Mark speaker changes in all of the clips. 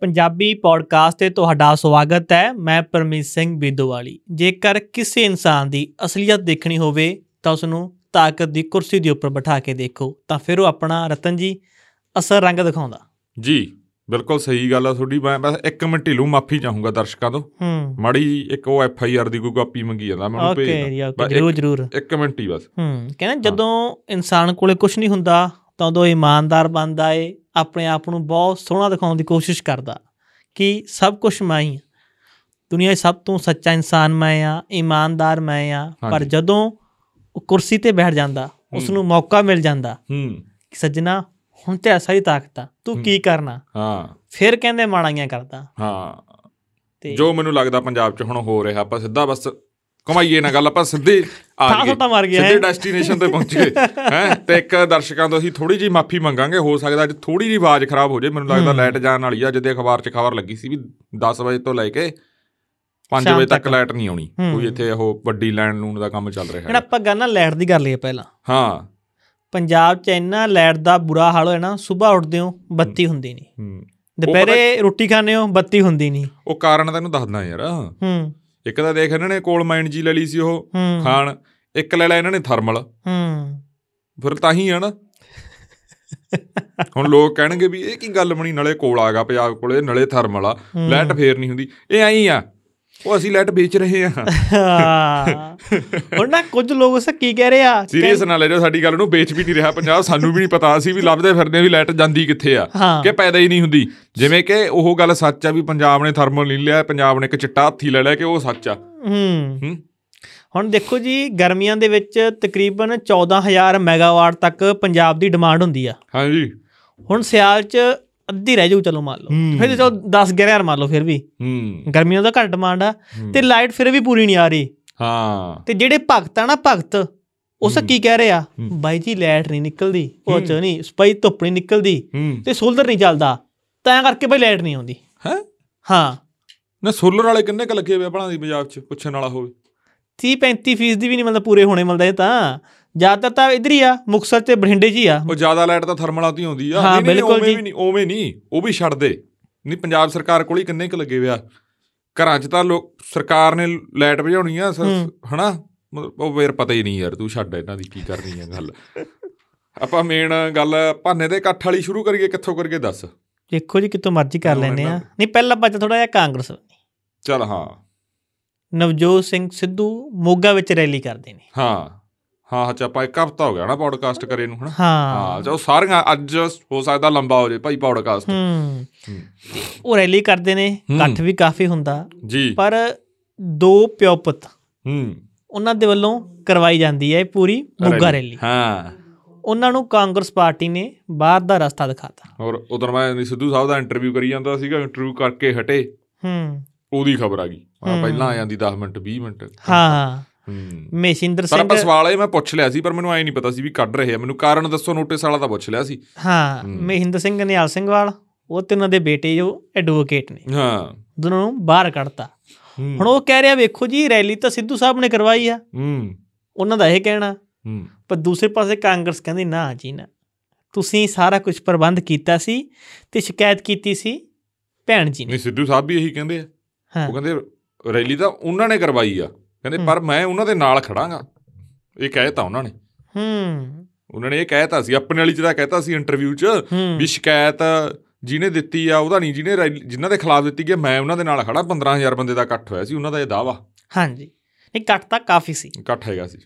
Speaker 1: Punjabi podcast ਤੇ ਤੁਹਾਡਾ ਸਵਾਗਤ ਹੈ ਮੈਂ ਪਰਮੀਤ ਸਿੰਘ ਬੀਦੋਵਾਲੀ ਜੇਕਰ ਕਿਸੇ ਇਨਸਾਨ ਦੀ ਅਸਲੀਅਤ ਦੇਖਣੀ ਹੋਵੇ ਤਾਂ ਉਸ ਨੂੰ ਤਾਕਤ ਦੀ ਕੁਰਸੀ ਦੇ ਉੱਪਰ ਬਿਠਾ ਕੇ ਦੇਖੋ ਤਾਂ ਫਿਰ ਉਹ ਆਪਣਾ ਰਤਨ ਜੀ ਅਸਲ ਰੰਗ ਦਿਖਾਉਂਦਾ
Speaker 2: ਜੀ ਬਿਲਕੁਲ ਸਹੀ ਗੱਲ ਆ ਤੁਹਾਡੀ ਮੈਂ ਬਸ 1 ਮਿੰਟ ਢਿੱਲੂ ਮਾਫੀ ਚਾਹੂੰਗਾ ਦਰਸ਼ਕਾਂ ਤੋਂ
Speaker 1: ਹੂੰ
Speaker 2: ਮਾੜੀ ਜਿਹੀ ਇੱਕ ਉਹ ਐਫ ਆਈ ਆਰ ਦੀ ਕੋਈ ਕਾਪੀ ਮੰਗੀ ਜਾਂਦਾ ਮੈਨੂੰ ਭੇਜ
Speaker 1: ਓਕੇ
Speaker 2: ਦਿਓ।
Speaker 1: ਜੀ ਓਕੇ
Speaker 2: ਬਸ
Speaker 1: ਜਰੂਰ
Speaker 2: ਇੱਕ-
Speaker 1: ਜਰੂਰ
Speaker 2: ਇੱਕ ਮਿੰਟ ਹੀ ਬਸ
Speaker 1: ਹੂੰ ਕਹਿੰਦਾ ਜਦੋਂ ਇਨਸਾਨ ਕੋਲੇ ਕੁਝ ਨਹੀਂ ਹੁੰਦਾ ਤਾਂ ਉਦੋਂ ਇਮਾਨਦਾਰ ਬਣਦਾ ਏ ਆਪਣੇ ਆਪ ਨੂੰ ਬਹੁਤ ਸੋਹਣਾ ਦਿਖਾਉਣ ਦੀ ਕੋਸ਼ਿਸ਼ ਕਰਦਾ ਕਿ ਸਭ ਕੁਝ ਮੈਂ ਹੀ ਹਾਂ। ਦੁਨੀਆ 'ਚ ਸਭ ਤੋਂ ਸੱਚਾ ਇਨਸਾਨ ਮੈਂ ਆ ਇਮਾਨਦਾਰ ਮੈਂ ਆ ਪਰ
Speaker 2: ਹਾਂਜੀ।
Speaker 1: ਜਦੋਂ ਉਹ ਕੁਰਸੀ ਤੇ ਬੈਠ ਜਾਂਦਾ ਉਸ
Speaker 2: ਹੂੰ।
Speaker 1: ਨੂੰ ਮੌਕਾ ਮਿਲ ਜਾਂਦਾ
Speaker 2: ਹੂੰ
Speaker 1: ਕਿ ਸੱਜਣਾ ਹੁਣ ਤੇ ਐਸਾ ਹੀ ਤਾਕਤ ਆ ਤੂੰ
Speaker 2: ਹੂੰ।
Speaker 1: ਕੀ ਕਰਨਾ
Speaker 2: ਹਾਂ
Speaker 1: ਫਿਰ ਕਹਿੰਦੇ ਮਾੜਾਈਆਂ ਕਰਦਾ
Speaker 2: ਹਾਂ
Speaker 1: ਤੇ
Speaker 2: ਜੋ ਮੈਨੂੰ ਲੱਗਦਾ ਪੰਜਾਬ 'ਚ ਹੁਣ ਹੋ ਰਿਹਾ ਆਪਾਂ ਸਿੱਧਾ ਬਸ ਕਮਾਈਏ ਨਾ ਗੱਲ ਆਪਾਂ ਸਿੱਧੇ ਆ
Speaker 1: ਥਾਂ
Speaker 2: ਗਏ
Speaker 1: ਸੋਟਾ ਮਾਰ ਗਿਆ
Speaker 2: ਸਿੱਧੇ
Speaker 1: ਹੈ
Speaker 2: ਡੈਸਟੀਨੇਸ਼ਨ ਤੇ ਪਹੁੰਚ ਗਏ ਹੈ ਤੇ ਇੱਕ ਦਰਸ਼ਕਾਂ ਤੋਂ ਅਸੀਂ ਥੋੜੀ ਜੀ ਮਾਫੀ ਮੰਗਾਂਗੇ ਹੋ ਸਕਦਾ ਅੱਜ ਥੋੜੀ ਜੀ ਆਵਾਜ਼ ਖਰਾਬ ਹੋ ਜੇ ਮੈਨੂੰ ਲੱਗਦਾ
Speaker 1: ਹੂੰ।
Speaker 2: ਲਾਈਟ ਜਾਣ ਵਾਲੀ ਆ ਅੱਜ ਦੇ ਅਖਬਾਰ 'ਚ ਖਬਰ ਲੱਗੀ ਸੀ ਵੀ 10 ਵਜੇ ਤੋਂ ਲੈ ਕੇ 5
Speaker 1: ਸ਼ਾਮ
Speaker 2: ਵਜੇ ਤੱਕ
Speaker 1: ਤੱਕ।
Speaker 2: ਲਾਈਟ ਨਹੀਂ ਆਉਣੀ
Speaker 1: ਹੂੰ।
Speaker 2: ਕੋਈ ਇੱਥੇ ਉਹ ਵੱਡੀ ਲੈਣ ਲੂਣ ਦਾ ਕੰਮ ਚੱਲ ਰਿਹਾ
Speaker 1: ਹੁਣ
Speaker 2: ਹੈ
Speaker 1: ਆਪਾਂ ਗੱਲ ਨਾ ਲੈਟ ਦੀ ਕਰ ਲਈਏ ਪਹਿਲਾਂ
Speaker 2: ਹਾਂ
Speaker 1: ਪੰਜਾਬ 'ਚ ਇੰਨਾ ਲਾਈਟ ਦਾ ਬੁਰਾ ਹਾਲ ਹੋਇਆ ਨਾ ਸਵੇਰ ਉੱਠਦੇ ਹੋ ਬੱਤੀ ਹੁੰਦੀ ਨਹੀਂ
Speaker 2: ਹੂੰ।
Speaker 1: ਦੁਪਹਿਰੇ ਰੋਟੀ ਖਾਣੇ ਹੋ ਬੱਤੀ ਹੁੰਦੀ ਨਹੀਂ
Speaker 2: ਉਹ ਕਾਰਨ ਤੈਨੂੰ ਦੱਸਦਾ ਯਾਰ
Speaker 1: ਹੂੰ
Speaker 2: ਇੱਕ ਤਾਂ ਦੇਖ ਇਹਨਾਂ ਨੇ ਕੋਲ ਮਾਈਨ ਜੀ ਲੈ ਲਈ ਸੀ ਉਹ
Speaker 1: ਹੂੰ
Speaker 2: ਖਾਣ ਇੱਕ ਲੈ ਲਿਆ ਇਹਨਾਂ ਨੇ ਥਰਮਲ
Speaker 1: ਹੂੰ
Speaker 2: ਫਿਰ ਤਾਂ ਹੀ ਆ ਨਾ ਹੁਣ ਲੋਕ ਕਹਿਣਗੇ ਵੀ ਇਹ ਕੀ ਗੱਲ ਬਣੀ ਨਲੇ ਕੋਲ ਆਗਾ ਪੰਜਾਬ ਕੋਲੇ ਨਲੇ ਥਰਮਲ ਆ
Speaker 1: ਹੂੰ।
Speaker 2: ਲਾਈਟ ਫੇਰ ਨਹੀਂ ਹੁੰਦੀ ਇਹ ਐਂ ਆ ਉਹ ਅਸੀਂ ਲਾਈਟ ਵੇਚ ਰਹੇ ਆ
Speaker 1: ਹਾਂ। ਹੁਣ ਨਾ ਕੁਝ ਲੋਕ ਉਸ ਕੀ ਕਹਿ ਰਹੇ ਆ ਕਹਿ-
Speaker 2: ਸੀਰੀਅਸ ਨਾ ਲੈ ਜਾਓ ਸਾਡੀ ਗੱਲ ਨੂੰ ਵੇਚ ਵੀ ਨਹੀਂ ਰਿਹਾ ਪੰਜਾਬ ਸਾਨੂੰ ਵੀ ਨਹੀਂ ਪਤਾ ਅਸੀਂ ਵੀ ਲੱਭਦੇ ਫਿਰਦੇ ਆ ਵੀ ਲਾਈਟ ਜਾਂਦੀ ਕਿੱਥੇ ਆ
Speaker 1: ਹਾਂ
Speaker 2: ਕਿ ਪੈਦਾ ਹੀ ਨਹੀਂ ਹੁੰਦੀ ਜਿਵੇਂ ਕਿ ਉਹ ਗੱਲ ਸੱਚ ਆ ਵੀ ਪੰਜਾਬ ਨੇ ਥਰਮਲ ਨਹੀਂ ਲਿਆ ਪੰਜਾਬ ਨੇ ਇੱਕ ਚਿੱਟਾ ਹਾਥੀ ਲੈ ਲਿਆ ਕਿ ਉਹ ਸੱਚ ਆ
Speaker 1: ਹੂੰ
Speaker 2: ਹੂੰ
Speaker 1: ਹੁਣ ਦੇਖੋ ਜੀ ਗਰਮੀਆਂ ਦੇ ਵਿੱਚ ਤਕਰੀਬਨ 14000 ਮੈਗਾਵਾਟ ਤੱਕ ਪੰਜਾਬ ਦੀ ਡਿਮਾਂਡ ਹੁੰਦੀ ਆ
Speaker 2: ਹਾਂਜੀ
Speaker 1: ਹੁਣ ਸਿਆਲ 'ਚ ਅੱਧੀ ਰਹਿ ਜਾਊ ਚਲੋ ਮੰਨ ਲਓ
Speaker 2: ਹੂੰ।
Speaker 1: ਫਿਰ ਚਲੋ 10 11000 ਮੰਨ ਲਓ ਫਿਰ ਵੀ
Speaker 2: ਹੂੰ
Speaker 1: ਗਰਮੀਆਂ ਦਾ ਘੱਟ ਡਿਮਾਂਡ ਆ ਤੇ ਲਾਈਟ ਫਿਰ ਵੀ ਪੂਰੀ ਨਹੀਂ ਆ ਰਹੀ
Speaker 2: ਹਾਂ
Speaker 1: ਤੇ ਜਿਹੜੇ ਭਗਤ ਆ ਨਾ ਭਗਤ ਉਸ
Speaker 2: ਹੂੰ।
Speaker 1: ਕੀ ਕਹਿ ਰਹੇ ਆ
Speaker 2: ਹੂੰ।
Speaker 1: ਬਾਈ ਜੀ ਲਾਈਟ ਨਹੀਂ ਨਿਕਲਦੀ ਉਹ ਚ
Speaker 2: ਹੂੰ।
Speaker 1: ਨਹੀਂ ਸਪਾਈ ਧੁੱਪ ਨਹੀਂ ਨਿਕਲਦੀ
Speaker 2: ਹੂੰ
Speaker 1: ਤੇ ਸੋਲਰ ਨਹੀਂ ਚੱਲਦਾ ਤਾਂ ਕਰਕੇ ਬਈ ਲਾਈਟ ਨਹੀਂ ਆਉਂਦੀ
Speaker 2: ਹੈ
Speaker 1: ਹਾਂ
Speaker 2: ਨਾ ਸੋਲਰ ਵਾਲੇ ਕਿੰਨੇ ਕ ਲੱਗੇ ਹੋਏ ਆਪਣਾ ਦੀ ਪੰਜਾਬ 'ਚ ਪੁੱਛਣ ਵਾਲਾ ਹੋਵੇ
Speaker 1: 30 35 ਫੀਸਦੀ ਵੀ ਨਹੀਂ ਮਤਲਬ ਪੂਰੇ ਹੋਣੇ ਮਿਲਦਾ ਇਹ ਤਾਂ ਜ਼ਿਆਦਾਤਰ ਤਾਂ ਇਧਰ ਹੀ ਆ ਮੁਕਸਰ ਤੇ ਬਠਿੰਡੇ 'ਚ ਹੀ ਆ
Speaker 2: ਉਹ ਜ਼ਿਆਦਾ ਲਾਈਟ ਤਾਂ ਥਰਮਲਾਂ ਤੋਂ ਹੀ ਆਉਂਦੀ ਆ
Speaker 1: ਹਾਂ,
Speaker 2: ਨਹੀਂ, ਨਹੀਂ,
Speaker 1: ਬਿਲਕੁਲ
Speaker 2: ਉਵੇਂ
Speaker 1: ਜੀ।
Speaker 2: ਵੀ ਨਹੀਂ ਉਵੇਂ ਨਹੀਂ ਉਹ ਵੀ ਛੱਡ ਦੇ ਨਹੀਂ ਪੰਜਾਬ ਸਰਕਾਰ ਕੋਲ ਹੀ ਕਿੰਨੇ ਕ ਲੱਗੇ ਹੋਇਆ ਘਰਾਂ 'ਚ ਤਾਂ ਲੋਕ ਸਰਕਾਰ ਨੇ ਲਾਈਟ ਭਜਾਉਣੀ ਆ ਸ-
Speaker 1: ਹੂੰ।
Speaker 2: ਹਨਾ ਮਤਲਬ ਉਹ ਫੇਰ ਪਤਾ ਹੀ ਨਹੀਂ ਯਾਰ ਤੂੰ ਛੱਡ ਇਹਨਾਂ ਦੀ ਕੀ ਕਰਨੀ ਆ ਗੱਲ ਆਪਾਂ ਮੇਨ ਗੱਲ ਭਾਨੇ ਦੇ ਇਕੱਠ ਵਾਲੀ ਸ਼ੁਰੂ ਕਰੀਏ ਕਿੱਥੋਂ ਕਰੀਏ ਦੱਸ
Speaker 1: ਦੇਖੋ ਜੀ ਕਿਤੋਂ ਮਰਜ਼ੀ ਕਰ
Speaker 2: ਹਾਂ,
Speaker 1: ਲੈਨੇ ਆ
Speaker 2: ਇਹਨਾਂ-
Speaker 1: ਨਹੀਂ ਪਹਿਲਾਂ ਬੱਚਾ ਥੋੜਾ ਜਿਹਾ ਕਾਂਗਰਸ
Speaker 2: ਚੱਲ ਹਾਂ
Speaker 1: ਨਵਜੋਤ ਸਿੰਘ ਸਿੱਧੂ ਮੋਗਾ ਵਿੱਚ ਰੈਲੀ ਕਰਦੇ ਨੇ
Speaker 2: ਹਾਂ ਹਾਂ ਹਾਂ ਚ ਆਪਾਂ ਇੱਕ ਹਫਤਾ ਹੋ ਗਿਆ ਨਾ ਪੌਡਕਾਸਟ ਕਰੇ ਨੂੰ ਹਨਾ ਹਾਂ
Speaker 1: ਹਾਂ
Speaker 2: ਚਲੋ ਸਾਰੀਆਂ ਅੱਜ ਹੋ ਸਕਦਾ ਲੰਬਾ ਹੋ ਜੇ ਭਾਈ ਪੌਡਕਾਸਟ
Speaker 1: ਹੂੰ ਤੇ ਉਹ ਰੈਲੀ ਕਰਦੇ ਨੇ
Speaker 2: ਹੂੰ।
Speaker 1: ਇਕੱਠ ਵੀ ਕਾਫੀ ਹੁੰਦਾ
Speaker 2: ਜੀ
Speaker 1: ਪਰ ਦੋ ਪਿਓ ਪੁੱਤ
Speaker 2: ਹੂੰ
Speaker 1: ਉਹਨਾਂ ਦੇ ਵੱਲੋਂ ਕਰਵਾਈ ਜਾਂਦੀ ਹੈ ਇਹ ਪੂਰੀ ਮੋਗਾ ਰੈਲੀ
Speaker 2: ਹਾਂ
Speaker 1: ਉਹਨਾਂ ਨੂੰ ਕਾਂਗਰਸ ਪਾਰਟੀ ਨੇ ਬਾਹਰ ਦਾ ਰਸਤਾ ਦਿਖਾਤਾ
Speaker 2: ਔਰ ਉਦੋਂ ਮੈਂ ਨੀ ਸਿੱਧੂ ਸਾਹਿਬ ਦਾ ਇੰਟਰਵਿਊ ਕਰੀ ਜਾਂਦਾ ਸੀਗਾ ਇੰਟਰਵਿਊ ਕਰਕੇ ਹਟੇ
Speaker 1: ਹੂੰ
Speaker 2: ਉਹਦੀ ਖਬਰ ਆ ਗਈ ਮੈਂ
Speaker 1: ਹੂੰ।
Speaker 2: ਪਹਿਲਾਂ ਆ ਜਾਂਦੀ 10 ਮਿੰਟ 20 ਮਿੰਟ
Speaker 1: ਹਾਂ
Speaker 2: ਹੂੰ
Speaker 1: ਮਹਿਸ਼ਿੰਦਰ
Speaker 2: ਪਰ ਆਪਾਂ
Speaker 1: ਸਿੰਘ
Speaker 2: ਸਵਾਲ ਇਹ ਮੈਂ ਪੁੱਛ ਲਿਆ ਸੀ ਪਰ ਮੈਨੂੰ ਐ ਨਹੀਂ ਪਤਾ ਸੀ ਵੀ ਕੱਢ ਰਹੇ ਆ ਮੈਨੂੰ ਕਾਰਨ ਦੱਸੋ ਨੋਟਿਸ ਵਾਲਾ ਤਾਂ ਪੁੱਛ ਲਿਆ ਸੀ
Speaker 1: ਹਾਂ
Speaker 2: ਹੂੰ।
Speaker 1: ਮਹਿੰਦਰ ਸਿੰਘ ਨਿਹਾਲ ਸਿੰਘ ਵਾਲ ਉਹ ਤੇ ਉਹਨਾਂ ਦੇ ਬੇਟੇ ਜੋ ਐਡਵੋਕੇਟ ਨੇ
Speaker 2: ਹਾਂ
Speaker 1: ਦੋਨਾਂ ਨੂੰ ਬਾਹਰ ਕੱਢਤਾ
Speaker 2: ਹੂੰ।
Speaker 1: ਹੁਣ ਉਹ ਕਹਿ ਰਿਹਾ ਵੇਖੋ ਜੀ ਰੈਲੀ ਤਾਂ ਸਿੱਧੂ ਸਾਹਿਬ ਨੇ ਕਰਵਾਈ ਆ
Speaker 2: ਹੂੰ
Speaker 1: ਉਹਨਾਂ ਦਾ ਇਹ ਕਹਿਣਾ
Speaker 2: ਹੂੰ
Speaker 1: ਪਰ ਦੂਸਰੇ ਪਾਸੇ ਕਾਂਗਰਸ ਕਹਿੰਦੀ ਨਾ ਜੀ ਨਾ ਤੁਸੀਂ ਸਾਰਾ ਕੁਝ ਪ੍ਰਬੰਧ ਕੀਤਾ ਸੀ ਤੇ ਸ਼ਿਕਾਇਤ ਕੀਤੀ ਸੀ ਭੈਣ ਜੀ ਨੇ
Speaker 2: ਨਹੀਂ ਸਿੱਧੂ ਸਾਹਿਬ ਵੀ ਇਹੀ ਕਹਿੰਦੇ ਆ
Speaker 1: ਹਾਂ
Speaker 2: ਉਹ ਕਹਿੰਦੇ ਰੈਲੀ ਤਾਂ ਉਹਨਾਂ ਨੇ ਕਰਵਾਈ ਆ ਕਹਿੰਦੇ ਪਰ ਮੈਂ ਉਹਨਾਂ ਦੇ ਨਾਲ ਖੜਾਂਗਾ ਇਹ ਕਹਿਤਾ ਉਹਨਾਂ ਨੇ
Speaker 1: ਹੂੰ
Speaker 2: ਉਹਨਾਂ ਨੇ ਇਹ ਕਹਿਤਾ ਸੀ ਆਪਣੇ ਵਾਲੀ ਚ ਤਾਂ ਕਹਿਤਾ ਸੀ ਇੰਟਰਵਿਊ 'ਚ
Speaker 1: ਹੂੰ
Speaker 2: ਵੀ ਸ਼ਿਕਾਇਤ ਜਿਹਨੇ ਦਿੱਤੀ ਆ ਉਹਦਾ ਨਹੀਂ ਜਿਹਨੇ ਰੈਲੀ- ਜਿਨ੍ਹਾਂ ਦੇ ਖਿਲਾਫ ਦਿੱਤੀ ਗਈ ਮੈਂ ਉਹਨਾਂ ਦੇ ਨਾਲ ਖੜਾ 15000 ਬੰਦੇ ਦਾ ਇਕੱਠ ਹੋਇਆ ਸੀ ਉਹਨਾਂ ਦਾ ਇਹ ਦਾਵਾ
Speaker 1: ਹਾਂਜੀ ਨਹੀਂ ਕੱਟ ਤਾਂ ਕਾਫੀ ਸੀ
Speaker 2: ਇਕੱਠ ਹੈਗਾ ਸੀ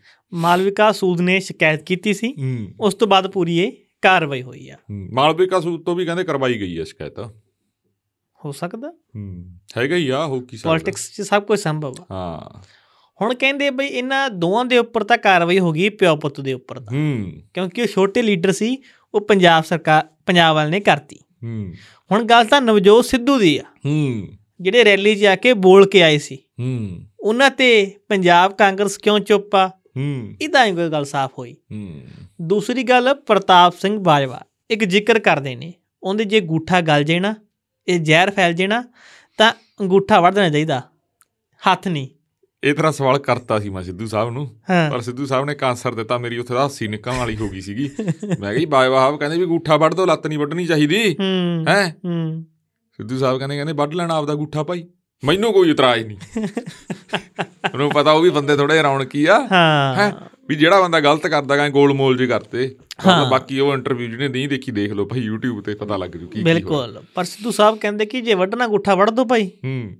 Speaker 1: ਮਾਲਵਿਕਾ ਸੂਦ ਨੇ ਸ਼ਿਕਾਇਤ ਕੀਤੀ ਸੀ
Speaker 2: ਹੂੰ
Speaker 1: ਉਸ ਤੋਂ ਬਾਅਦ ਪੂਰੀ ਇਹ ਕਾਰਵਾਈ ਹੋਈ ਆ
Speaker 2: ਮਾਲਵਿਕਾ ਸੂਦ ਤੋਂ ਵੀ ਕਹਿੰਦੇ ਕਰਵਾਈ ਗਈ ਹੈ ਸ਼ਿਕਾਇਤ
Speaker 1: ਹੋ ਸਕਦਾ
Speaker 2: ਹੂੰ ਹੈਗਾ ਹੀ ਆ ਹੋ ਕੀ ਸਕਦਾ।
Speaker 1: ਪੋਲਿਟਿਕਸ 'ਚ ਸਭ ਕੁਝ ਸੰਭਵ ਆ
Speaker 2: ਹਾਂ
Speaker 1: ਹੁਣ ਕਹਿੰਦੇ ਬਈ ਇਹਨਾਂ ਦੋਵਾਂ ਦੇ ਉੱਪਰ ਤਾਂ ਕਾਰਵਾਈ ਹੋ ਗਈ ਪਿਓ ਪੁੱਤ ਦੇ ਉੱਪਰ ਤਾਂ
Speaker 2: ਹੂੰ
Speaker 1: ਕਿਉਂਕਿ ਉਹ ਛੋਟੇ ਲੀਡਰ ਸੀ ਉਹ ਪੰਜਾਬ ਸਰਕਾਰ ਪੰਜਾਬ ਵਾਲ ਨੇ ਕਰਤੀ
Speaker 2: ਹੂੰ
Speaker 1: ਹੁਣ ਗੱਲ ਤਾਂ ਨਵਜੋਤ ਸਿੱਧੂ ਦੀ ਆ
Speaker 2: ਹੂੰ
Speaker 1: ਜਿਹੜੇ ਰੈਲੀ 'ਚ ਆ ਕੇ ਬੋਲ ਕੇ ਆਏ ਸੀ
Speaker 2: ਹੂੰ
Speaker 1: ਉਹਨਾਂ ਤੇ ਪੰਜਾਬ ਕਾਂਗਰਸ ਕਿਉਂ ਚੁੱਪ ਆ
Speaker 2: ਹੂੰ
Speaker 1: ਇਹਦਾ ਹੀ ਕੋਈ ਗੱਲ ਸਾਫ਼ ਹੋਈ
Speaker 2: ਹੂੰ
Speaker 1: ਦੂਸਰੀ ਗੱਲ ਪ੍ਰਤਾਪ ਸਿੰਘ ਬਾਜਵਾ ਇੱਕ ਜ਼ਿਕਰ ਕਰਦੇ ਨੇ ਉਹਦੇ ਜੇ ਗੂਠਾ ਗਲ ਜੇ ਨਾ ਇਹ ਜ਼ਹਿਰ ਫੈਲ ਜੇ ਨਾ ਤਾਂ ਅੰਗੂਠਾ ਵੱਢ ਦੇਣਾ ਚਾਹੀਦਾ ਹੱਥ ਨਹੀਂ
Speaker 2: ਇਹ ਤਰ੍ਹਾਂ ਸਵਾਲ ਕਰਤਾ ਸੀ ਮੈਂ ਸਿੱਧੂ ਸਾਹਿਬ ਨੂੰ
Speaker 1: ਹਾਂ
Speaker 2: ਪਰ ਸਿੱਧੂ ਸਾਹਿਬ ਨੇ ਕਾਂਸਰ ਦਿੱਤਾ ਮੇਰੀ ਉੱਥੇ ਦਾ ਹਾਸੀ ਨਿਕਲਣ ਵਾਲੀ ਹੋ ਗਈ ਸੀਗੀ ਮੈਂ ਕਿਹਾ ਜੀ ਬਾਏ ਵਾਹਬ ਕਹਿੰਦੇ ਵੀ ਗੂਠਾ ਵੱਢ ਦੋ ਲੱਤ ਨਹੀਂ ਵੱਢਣੀ ਚਾਹੀਦੀ
Speaker 1: ਹੂੰ
Speaker 2: ਹੈ
Speaker 1: ਹੂੰ
Speaker 2: ਸਿੱਧੂ ਸਾਹਿਬ ਕਹਿੰਦੇ ਕਹਿੰਦੇ ਵੱਢ ਲੈਣਾ ਆਪਦਾ ਗੁੱਠਾ ਭਾਈ ਮੈਨੂੰ ਕੋਈ ਇਤਰਾਜ਼ ਨਹੀਂ ਉਹਨੂੰ ਪਤਾ ਉਹ ਵੀ ਬੰਦੇ ਥੋੜੇ ਰੌਣਕੀ ਆ
Speaker 1: ਹਾਂ
Speaker 2: ਹੈਂ? ਵੀ ਜਿਹੜਾ ਬੰਦਾ ਗਲਤ ਕਰਦਾ ਗਾ ਗੋਲ ਮੋਲ ਜੀ ਕਰਤੇ
Speaker 1: ਹਾਂ।
Speaker 2: ਬਾਕੀ ਉਹ ਇੰਟਰਵਿਊ ਜਿਹਨੇ ਨਹੀਂ ਦੇਖੀ ਦੇਖ ਲਓ ਭਾਈ YouTube ਤੇ ਪਤਾ ਲੱਗ ਜੂ ਕੀ ਕੀ ਹੋਇਆ।
Speaker 1: ਬਿਲਕੁਲ ਪਰ ਸਿੱਧੂ ਸਾਹਿਬ ਕਹਿੰਦੇ ਕਿ ਜੇ ਵੱਢਣਾ ਗੁੱਠਾ ਵੱਢ ਦੋ ਭਾਈ
Speaker 2: ਹੂੰ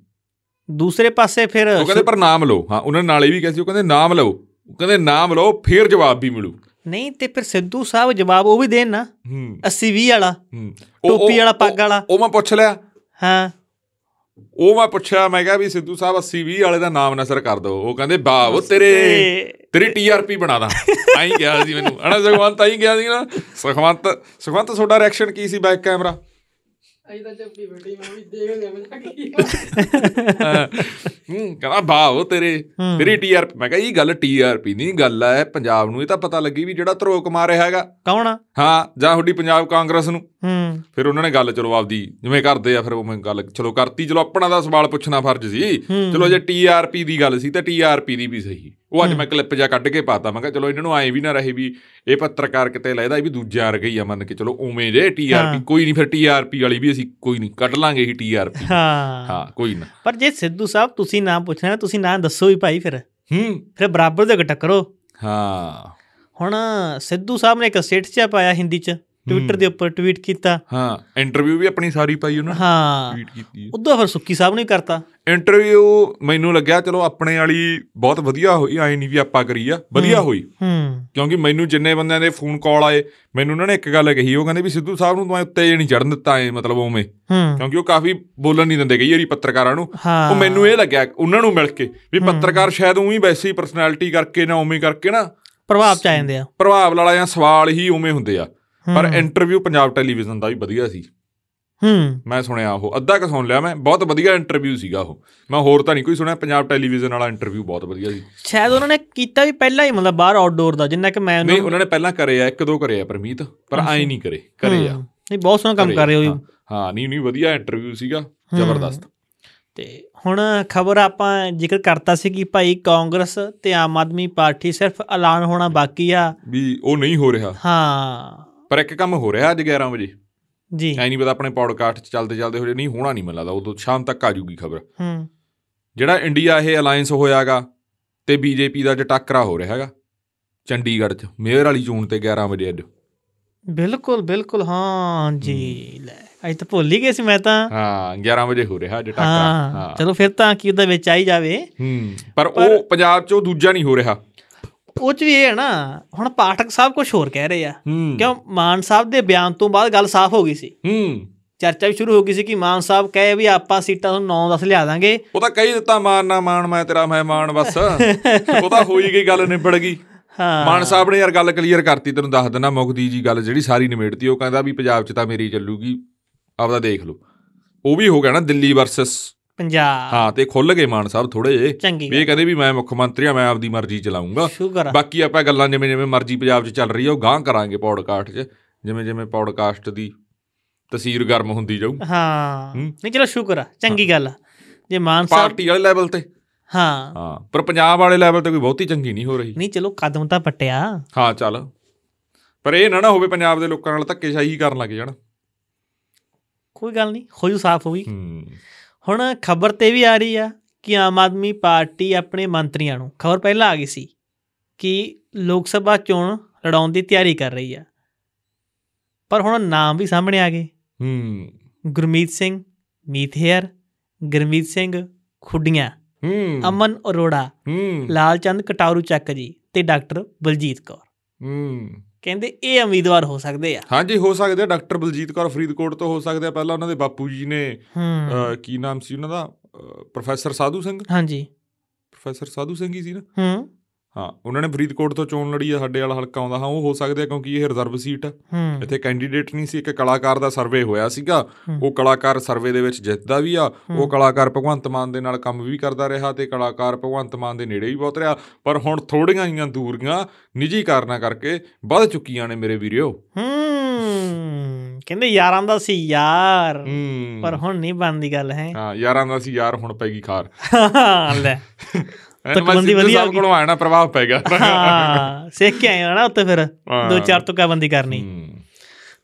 Speaker 1: ਦੂਸਰੇ ਪਾਸੇ ਫਿਰ
Speaker 2: ਉਹ ਕਹਿੰਦੇ ਪਰ ਨਾਮ ਲਓ ਹਾਂ ਉਹਨਾਂ ਨੇ ਨਾਲ ਇਹ ਵੀ ਕਿਹਾ ਸੀ ਉਹ ਕਹਿੰਦੇ ਨਾਮ ਲਓ ਉਹ ਕਹਿੰਦੇ ਨਾਮ ਲਓ ਫੇਰ ਜਵਾਬ ਵੀ ਮਿਲੂ
Speaker 1: ਨਹੀਂ ਤੇ ਫਿਰ ਸਿੱਧੂ ਸਾਹਿਬ ਜਵਾਬ ਉਹ ਵੀ ਦੇਣ ਨਾ
Speaker 2: ਹੂੰ
Speaker 1: 80 20 ਵਾਲਾ
Speaker 2: ਹੂੰ। ਉਹ-
Speaker 1: ਟੋਪੀ
Speaker 2: ਉਹ-
Speaker 1: ਵਾਲਾ ਪੱਗ ਵਾਲਾ
Speaker 2: ਉਹ ਮੈਂ ਪੁੱਛ ਲਿਆ
Speaker 1: ਹਾਂ
Speaker 2: ਉਹ ਮੈਂ ਪੁੱਛਿਆ ਮੈਂ ਕਿਹਾ ਵੀ ਸਿੱਧੂ ਸਾਹਿਬ 80 20 ਵਾਲੇ ਦਾ ਨਾਮ ਨਸਰ ਕਰ ਦਿਓ ਉਹ ਕਹਿੰਦੇ ਬਾਵ ਤੇਰੇ
Speaker 1: ਤੇ
Speaker 2: ਤੇਰੀ ਟੀਆਰਪੀ ਬਣਾ ਦਾਂ ਆਈ ਗਿਆ ਸੀ ਮੈਨੂੰ ਅਣਾ ਸੁਖਵੰਤ ਆਈ ਗਿਆ ਸੀ ਨਾ ਸੁਖਵੰਤ ਸੁਖਵੰਤ ਤੁਹਾਡਾ ਰਿਐਕਸ਼ਨ ਕੀ ਸੀ ਬੈਕ ਕੈਮਰਾ
Speaker 3: ਅਜੇ ਤਾਂ ਚੱਪੀ ਬੈਠੀ ਮੈਂ ਵੀ ਦੇਖ ਲਿਆ ਮੈਂ ਕੀ
Speaker 2: ਹੂੰ ਕਹਿੰਦਾ ਬਾਵ ਤੇਰੇ
Speaker 1: ਹੂੰ।
Speaker 2: ਤੇਰੀ ਟੀਆਰਪੀ ਮੈਂ ਕਿਹਾ ਇਹ ਗੱਲ ਟੀਆਰਪੀ ਨਹੀਂ ਗੱਲ ਹੈ ਪੰਜਾਬ ਨੂੰ ਇਹ ਤਾਂ ਪਤਾ ਲੱਗੀ ਵੀ ਜਿਹੜਾ ਧਰੋਕ ਮਾਰ ਰਿਹਾ ਹੈਗਾ
Speaker 1: ਕੌਣ ਆ?
Speaker 2: ਹਾਂ ਜਾਂ ਤੁਹਾਡੀ ਪੰਜਾਬ ਕਾਂਗਰਸ ਨੂੰ
Speaker 1: ਹੂੰ
Speaker 2: ਫਿਰ ਉਹਨਾਂ ਨੇ ਗੱਲ ਚਲੋ ਆਪਦੀ ਜਿਵੇਂ ਕਰਦੇ ਆ ਫਿਰ ਉਹ ਮੈਂ ਗੱਲ ਚਲੋ ਕਰਤੀ ਚਲੋ ਆਪਣਾ ਦਾ ਸਵਾਲ ਪੁੱਛਣਾ ਫਰਜ਼ ਸੀ
Speaker 1: ਹੂੰ।
Speaker 2: ਚਲੋ ਜੇ ਟੀਆਰਪੀ ਦੀ ਗੱਲ ਸੀ ਤਾਂ ਟੀਆਰਪੀ ਦੀ ਵੀ ਸਹੀ ਉਹ ਅੱਜ ਮੈਂ ਕਲਿੱਪ ਜਾ ਕੱਢ ਕੇ ਪਾਤਾ ਮੈਂ ਕਿਹਾ ਚਲੋ ਇਹਨਾਂ ਨੂੰ ਐ ਵੀ ਨਾ ਰਹੇ ਵੀ ਇਹ ਪੱਤਰਕਾਰ ਕਿਤੇ ਲੈਦਾ ਇਹ ਵੀ ਦੂਜਿਆਂ ਵਰਗੇ ਹੀ ਆ ਮੰਨ ਕੇ ਚਲੋ ਉਵੇਂ ਜੇ
Speaker 1: ਹਾਂ।
Speaker 2: ਟੀਆਰਪੀ ਕੋਈ ਨਹੀਂ ਫਿਰ ਟੀਆਰਪੀ ਵਾਲੀ ਵੀ ਅਸੀਂ ਕੋਈ ਨਹੀਂ ਕੱਢ ਲਾਂਗੇ ਹੀ ਟੀਆਰਪੀ
Speaker 1: ਹਾਂ
Speaker 2: ਹਾਂ ਕੋਈ ਨਾ
Speaker 1: ਪਰ ਜੇ ਸਿੱਧੂ ਸਾਹਿਬ ਤੁਸੀਂ ਨਾਂ ਪੁੱਛਣਾ ਨਾ, ਤੁਸੀਂ ਨਾਂ ਦੱਸੋ ਵੀ ਭਾਈ ਫਿਰ
Speaker 2: ਹੂੰ
Speaker 1: ਫਿਰ ਬਰਾਬਰ ਦੇ ਟੱਕਰੋ
Speaker 2: ਹਾਂ
Speaker 1: ਹੁਣ ਸਿੱਧੂ ਸਾਹਿਬ ਨੇ ਇੱਕ ਸਟੇਟਸ ਚ ਪਾਇਆ ਹਿੰਦੀ ਚ ਟਵਿੱਟਰ ਦੇ ਉੱਪਰ ਟਵੀਟ ਕੀਤਾ
Speaker 2: ਹਾਂ ਇੰਟਰਵਿਊ ਵੀ ਆਪਣੀ ਸਾਰੀ ਪਾਈ ਉਹਨਾਂ ਨੇ
Speaker 1: ਹਾਂ
Speaker 2: ਟਵੀਟ ਕੀਤੀ ਹੈ
Speaker 1: ਉਦੋਂ ਫਿਰ ਸੁੱਕੀ ਸਾਹਿਬ ਨੇ ਕਰਤਾ
Speaker 2: ਇੰਟਰਵਿਊ ਮੈਨੂੰ ਲੱਗਿਆ ਚਲੋ ਆਪਣੇ ਵਾਲੀ ਬਹੁਤ ਵਧੀਆ ਹੋਈ ਐ ਨਹੀਂ ਵੀ ਆਪਾਂ ਕਰੀ ਆ ਵਧੀਆ ਹੋਈ
Speaker 1: ਹੂੰ
Speaker 2: ਕਿਉਂਕਿ ਮੈਨੂੰ ਜਿੰਨੇ ਬੰਦਿਆਂ ਦੇ ਫੋਨ ਕਾਲ ਆਏ ਮੈਨੂੰ ਉਹਨਾਂ ਨੇ ਇੱਕ ਗੱਲ ਕਹੀ ਉਹ ਕਹਿੰਦੇ ਵੀ ਸਿੱਧੂ ਸਾਹਿਬ ਨੂੰ ਤੂੰ ਐਂ ਉੱਤੇ ਨਹੀਂ ਚੜਨ ਦਿੱਤਾ ਐ ਮਤਲਬ ਉਵੇਂ
Speaker 1: ਹੂੰ
Speaker 2: ਕਿਉਂਕਿ ਉਹ ਕਾਫੀ ਬੋਲਣ ਨਹੀਂ ਦਿੰਦੇ ਕਈ ਵਾਰੀ ਪੱਤਰਕਾਰਾਂ ਨੂੰ
Speaker 1: ਹਾਂ
Speaker 2: ਉਹ ਮੈਨੂੰ ਇਹ ਲੱਗਿਆ ਉਹਨਾਂ ਨੂੰ ਮਿਲ ਕੇ ਵੀ ਪੱਤਰਕਾਰ ਸ਼ਾਇਦ ਉਵੇਂ ਹੀ ਵੈਸੇ ਹੀ ਪਰਸਨੈਲਿਟੀ ਕਰਕੇ ਨਾ ਉਵੇਂ ਕਰਕੇ ਨਾ
Speaker 1: ਪ੍ਰਭਾਵ ਚ ਆ ਜਾਂਦੇ ਆ
Speaker 2: ਪ੍ਰਭਾਵ ਲਾਲਾ ਜਾਂ ਸਵਾਲ ਹੀ ਉਵੇਂ ਹੁੰਦੇ ਆ ਪਰ
Speaker 1: ਹੂੰ।
Speaker 2: ਇੰਟਰਵਿਊ ਪੰਜਾਬ ਟੈਲੀਵਿਜ਼ਨ ਦਾ ਵੀ ਵਧੀਆ ਸੀ
Speaker 1: ਹੂੰ
Speaker 2: ਮੈਂ ਸੁਣਿਆ ਉਹ ਅੱਧਾ ਕੁ ਸੁਣ ਲਿਆ ਮੈਂ ਬਹੁਤ ਵਧੀਆ ਇੰਟਰਵਿਊ ਸੀਗਾ ਉਹ ਮੈਂ ਹੋਰ ਤਾਂ ਨਹੀਂ ਕੋਈ ਸੁਣਿਆ ਪੰਜਾਬ ਟੈਲੀਵਿਜ਼ਨ ਵਾਲਾ ਇੰਟਰਵਿਊ ਬਹੁਤ ਵਧੀਆ ਸੀ
Speaker 1: ਸ਼ਾਇਦ ਉਹਨਾਂ ਨੇ ਕੀਤਾ ਵੀ ਪਹਿਲਾਂ ਹੀ ਮਤਲਬ ਬਾਹਰ ਆਊਟਡੋਰ ਦਾ ਜਿੰਨਾ ਕਿ ਮੈਂ
Speaker 2: ਨਹੀਂ
Speaker 1: ਉਹਨੂੰ
Speaker 2: ਉਹਨਾਂ ਨੇ ਪਹਿਲਾਂ ਕਰੇ ਆ ਇੱਕ ਦੋ ਕਰੇ ਆ ਪਰਮੀਤ ਪਰ ਆਏ ਨਹੀਂ ਕਰੇ ਕਰੇ ਆ
Speaker 1: ਹੂੰ। ਨਹੀਂ ਬਹੁਤ ਸੋਹਣਾ ਕੰਮ ਕਰ ਰਹੇ ਹੋ
Speaker 2: ਹਾਂ, ਹਾਂ ਨਹੀਂ ਨਹੀਂ ਵਧੀਆ ਇੰਟਰਵਿਊ ਸੀਗਾ ਜ਼ਬਰਦਸਤ
Speaker 1: ਤੇ ਹੁਣ ਖਬਰ ਆਪਾਂ ਜ਼ਿਕਰ ਕਰਤਾ ਸੀ ਕਿ ਭਾਈ ਕਾਂਗਰਸ ਤੇ ਆਮ ਆਦਮੀ ਪਾਰਟੀ ਸਿਰਫ ਐਲਾਨ ਹੋਣਾ ਬਾਕੀ ਆ
Speaker 2: ਵੀ ਉਹ ਨਹੀਂ ਹੋ ਰਿਹਾ
Speaker 1: ਹਾਂ
Speaker 2: ਪਰ ਇੱਕ ਕੰਮ ਹੋ ਰਿਹਾ ਅੱਜ 11 ਵਜੇ
Speaker 1: ਜੀ
Speaker 2: ਐ ਨਹੀਂ ਪਤਾ ਆਪਣੇ ਪੌਡਕਾਸਟ ਚ ਚੱਲਦੇ ਚੱਲਦੇ ਹੋਰੇ ਨਹੀਂ ਹੋਣਾ ਨਹੀਂ ਮੈਨੂੰ ਲੱਗਦਾ ਉਦੋਂ ਸ਼ਾਮ ਤੱਕ ਆ ਜੂਗੀ ਖਬਰ
Speaker 1: ਹੂੰ
Speaker 2: ਜਿਹੜਾ ਇੰਡੀਆ ਇਹ ਅਲਾਈਅੰਸ ਹੋਇਆਗਾ ਤੇ ਬੀਜੇਪੀ ਦਾ ਜ ਟੱਕਰਾ ਹੋ ਰਿਹਾ ਹੈਗਾ ਚੰਡੀਗੜ੍ਹ ਚ ਮੇਅਰ ਵਾਲੀ ਚੋਣ ਤੇ 11 ਵਜੇ ਅੱਜ
Speaker 1: ਬਿਲਕੁਲ ਬਿਲਕੁਲ ਹਾਂ ਜੀ ਲੈ ਅੱਜ ਤਾਂ ਭੁੱਲ ਹੀ ਗਏ ਸੀ ਮੈਂ ਤਾਂ
Speaker 2: ਹਾਂ 11 ਵਜੇ ਹੋ ਰਿਹਾ ਅੱਜ ਟੱਕਰਾ
Speaker 1: ਹਾਂ
Speaker 2: ਹਾਂ
Speaker 1: ਚਲੋ ਫਿਰ ਤਾਂ ਕੀ ਉਹਦਾ ਵਿੱਚ ਆਈ ਜਾਵੇ
Speaker 2: ਹੂੰ ਪਰ ਉਹ ਪੰਜਾਬ ਚ ਉਹ ਦੂਜਾ ਨਹੀਂ ਹੋ ਰਿਹਾ
Speaker 1: ਉਹ ਚ ਵੀ ਇਹ ਹੈ ਨਾ ਹੁਣ ਪਾਠਕ ਸਾਹਿਬ ਕੁਝ ਹੋਰ ਕਹਿ ਰਹੇ ਆ
Speaker 2: ਹੂੰ
Speaker 1: ਕਿਉਂ ਮਾਨ ਸਾਹਿਬ ਦੇ ਬਿਆਨ ਤੋਂ ਬਾਅਦ ਗੱਲ ਸਾਫ਼ ਹੋ ਗਈ ਸੀ
Speaker 2: ਹੂੰ
Speaker 1: ਚਰਚਾ ਵੀ ਸ਼ੁਰੂ ਹੋ ਗਈ ਸੀ ਕਿ ਮਾਨ ਸਾਹਿਬ ਕਹੇ ਵੀ ਆਪਾਂ ਸੀਟਾਂ ਤੋਂ 9-10 ਲਿਆ ਦਾਂਗੇ
Speaker 2: ਉਹ ਤਾਂ ਕਹੀ ਦਿੱਤਾ ਮਾਨ ਨਾ ਮਾਨ ਮੈਂ ਤੇਰਾ ਮਹਿਮਾਨ ਬਸ ਉਹ ਤਾਂ ਹੋਈ ਗਈ ਗੱਲ ਨਿਬੜ ਗਈ
Speaker 1: ਹਾਂ
Speaker 2: ਮਾਨ ਸਾਹਿਬ ਨੇ ਯਾਰ ਗੱਲ ਕਲੀਅਰ ਕਰਤੀ ਤੈਨੂੰ ਦੱਸ ਦਿੰਦਾ ਮੁਖਦੀ ਜੀ ਗੱਲ ਜਿਹੜੀ ਸਾਰੀ ਨਿਮੇੜਤੀ ਉਹ ਕਹਿੰਦਾ ਵੀ ਪੰਜਾਬ 'ਚ ਤਾਂ ਮੇਰੀ ਚੱਲੂਗੀ ਆਪਦਾ ਦੇਖ ਲਓ ਉਹ ਵੀ ਹੋ ਗਿਆ ਨਾ ਦਿੱਲੀ ਵਰਸਸ
Speaker 1: ਪੰਜਾਬ
Speaker 2: ਹਾਂ ਤੇ ਖੁੱਲ ਗਏ ਮਾਨ ਸਾਹਿਬ ਥੋੜੇ ਜੇ
Speaker 1: ਚੰਗੀ
Speaker 2: ਵੀ ਇਹ ਕਹਿੰਦੇ ਵੀ ਮੈਂ ਮੁੱਖ ਮੰਤਰੀ ਆ ਮੈਂ ਆਪਦੀ ਮਰਜ਼ੀ ਚਲਾਉਂਗਾ
Speaker 1: ਸ਼ੁਕਰ ਆ।
Speaker 2: ਬਾਕੀ ਆਪਾਂ ਗੱਲਾਂ ਜਿਵੇਂ ਜਿਵੇਂ ਮਰਜ਼ੀ ਪੰਜਾਬ 'ਚ ਚੱਲ ਰਹੀ ਆ ਉਹ ਗਾਂਹ ਕਰਾਂਗੇ ਪੌਡਕਾਸਟ 'ਚ ਜਿਵੇਂ ਜਿਵੇਂ ਪੌਡਕਾਸਟ ਦੀ ਤਸਵੀਰ ਗਰਮ ਹੁੰਦੀ ਜਾਊ
Speaker 1: ਹਾਂ
Speaker 2: ਹੂੰ।
Speaker 1: ਨਹੀਂ ਚਲੋ ਸ਼ੁਕਰ ਆ ਚੰਗੀ ਗੱਲ ਆ ਜੇ ਮਾਨ ਸਾਹਿਬ
Speaker 2: ਪਾਰਟੀ ਵਾਲੇ ਲੈਵਲ ਤੇ
Speaker 1: ਹਾਂ
Speaker 2: ਹਾਂ ਪਰ ਪੰਜਾਬ ਵਾਲੇ ਲੈਵਲ ਤੇ ਕੋਈ ਬਹੁਤੀ ਚੰਗੀ ਨਹੀਂ ਹੋ ਰਹੀ
Speaker 1: ਨਹੀਂ ਚਲੋ ਕਦਮ ਤਾਂ ਪਟਿਆ
Speaker 2: ਹਾਂ ਚੱਲ ਪਰ ਇਹ ਨਾ ਨਾ ਹੋਵੇ ਪੰਜਾਬ ਦੇ ਲੋਕਾਂ ਨਾਲ ਧੱਕੇਸ਼ਾਹੀ ਕਰਨ ਲੱਗ ਜਾਣ
Speaker 1: ਕੋਈ ਗੱਲ ਨਹੀਂ ਹੋਈ ਸਾਫ਼ ਹੋਈ
Speaker 2: ਹੂੰ
Speaker 1: ਹੁਣ ਖਬਰ ਤੇ ਵੀ ਆ ਰਹੀ ਆ ਕਿ ਆਮ ਆਦਮੀ ਪਾਰਟੀ ਆਪਣੇ ਮੰਤਰੀਆਂ ਨੂੰ ਖਬਰ ਪਹਿਲਾਂ ਆ ਗਈ ਸੀ ਕਿ ਲੋਕ ਸਭਾ ਚੋਣ ਲੜਾਉਣ ਦੀ ਤਿਆਰੀ ਕਰ ਰਹੀ ਆ ਪਰ ਹੁਣ ਨਾਮ ਵੀ ਸਾਹਮਣੇ ਆ ਗਏ
Speaker 2: ਹੂੰ
Speaker 1: ਗੁਰਮੀਤ ਸਿੰਘ ਮੀਥੇਅਰ ਗੁਰਮੀਤ ਸਿੰਘ ਖੁੱਡੀਆਂ
Speaker 2: ਹੂੰ
Speaker 1: ਅਮਨ ਅਰੋੜਾ
Speaker 2: ਹੂੰ
Speaker 1: ਲਾਲ ਚੰਦ ਕਟਾਰੂ ਚੱਕ ਜੀ ਤੇ ਡਾਕਟਰ ਬਲਜੀਤ ਕੌਰ
Speaker 2: ਹੂੰ
Speaker 1: ਕਹਿੰਦੇ ਇਹ ਉਮੀਦਵਾਰ ਹੋ ਸਕਦੇ ਆ
Speaker 2: ਹਾਂਜੀ ਹੋ ਸਕਦੇ ਆ ਡਾਕਟਰ ਬਲਜੀਤ ਕੌਰ ਫਰੀਦਕੋਟ ਤੋਂ ਹੋ ਸਕਦੇ ਆ ਪਹਿਲਾਂ ਉਹਨਾਂ ਦੇ ਬਾਪੂ ਜੀ ਨੇ
Speaker 1: ਹੂੰ
Speaker 2: ਅਹ, ਕੀ ਨਾਮ ਸੀ ਉਹਨਾਂ ਦਾ ਅਹ, ਪ੍ਰੋਫੈਸਰ ਸਾਧੂ ਸਿੰਘ
Speaker 1: ਹਾਂਜੀ
Speaker 2: ਪ੍ਰੋਫੈਸਰ ਸਾਧੂ ਸਿੰਘ ਹੀ ਸੀ ਨਾ
Speaker 1: ਹੂੰ
Speaker 2: ਹਾਂ ਉਹਨਾਂ ਨੇ ਫਰੀਦਕੋਟ ਤੋਂ ਚੋਣ ਲੜੀ ਆ ਸਾਡੇ ਵਾਲਾ ਹਲਕਾ ਆਉਂਦਾ ਹਾਂ ਉਹ ਹੋ ਸਕਦੇ ਆ ਕਿਉਂਕਿ ਇਹ ਰਿਜ਼ਰਵ ਸੀਟ ਆ
Speaker 1: ਹੂੰ
Speaker 2: ਇੱਥੇ ਕੈਂਡੀਡੇਟ ਨਹੀਂ ਸੀ ਇੱਕ ਕਲਾਕਾਰ ਦਾ ਸਰਵੇ ਹੋਇਆ ਸੀਗਾ
Speaker 1: ਹੂੰ।
Speaker 2: ਉਹ ਕਲਾਕਾਰ ਸਰਵੇ ਦੇ ਵਿੱਚ ਜਿੱਤਦਾ ਵੀ ਆ ਉਹ
Speaker 1: ਹੂੰ।
Speaker 2: ਕਲਾਕਾਰ ਭਗਵੰਤ ਮਾਨ ਦੇ ਨਾਲ ਕੰਮ ਵੀ ਕਰਦਾ ਰਿਹਾ ਤੇ ਕਲਾਕਾਰ ਭਗਵੰਤ ਮਾਨ ਦੇ ਨੇੜੇ ਵੀ ਬਹੁਤ ਰਿਹਾ ਪਰ ਹੁਣ ਥੋੜੀਆਂ ਜੀਆਂ ਦੂਰੀਆਂ ਨਿੱਜੀ ਕਾਰਨਾਂ ਕਰਕੇ ਵੱਧ ਚੁੱਕੀਆਂ ਨੇ ਮੇਰੇ ਵੀਰਿਓ
Speaker 1: ਹੂੰ ਕਹਿੰਦੇ ਯਾਰਾਂ ਦਾ ਸੀ ਯਾਰ
Speaker 2: ਹੂੰ
Speaker 1: ਪਰ ਹੁਣ ਨਹੀਂ ਬਣਦੀ ਗੱਲ ਹੈ
Speaker 2: ਹਾਂ ਯਾਰਾਂ ਦਾ ਸੀ ਯਾਰ ਹੁਣ ਪੈ ਗਈ ਖਾਰ
Speaker 1: ਲੈ
Speaker 2: ਮੈਂ
Speaker 1: ਤਕਬੰਦੀ
Speaker 2: ਸਿੱਧੂ
Speaker 1: ਵਧੀਆ
Speaker 2: ਸਾਹਿਬ ਕੋਲੋਂ ਆਇਆ ਨਾ ਪ੍ਰਭਾਵ ਪੈ ਗਿਆ
Speaker 1: ਹਾਂ ਸਿੱਖ ਕੇ ਆਏ ਹੋ ਨਾ ਉੱਤੇ ਫਿਰ
Speaker 2: ਹਾਂ।
Speaker 1: ਦੋ ਚਾਰ ਤੁੱਕਾ ਬੰਦੀ ਕਰਨੀ
Speaker 2: ਹੂੰ।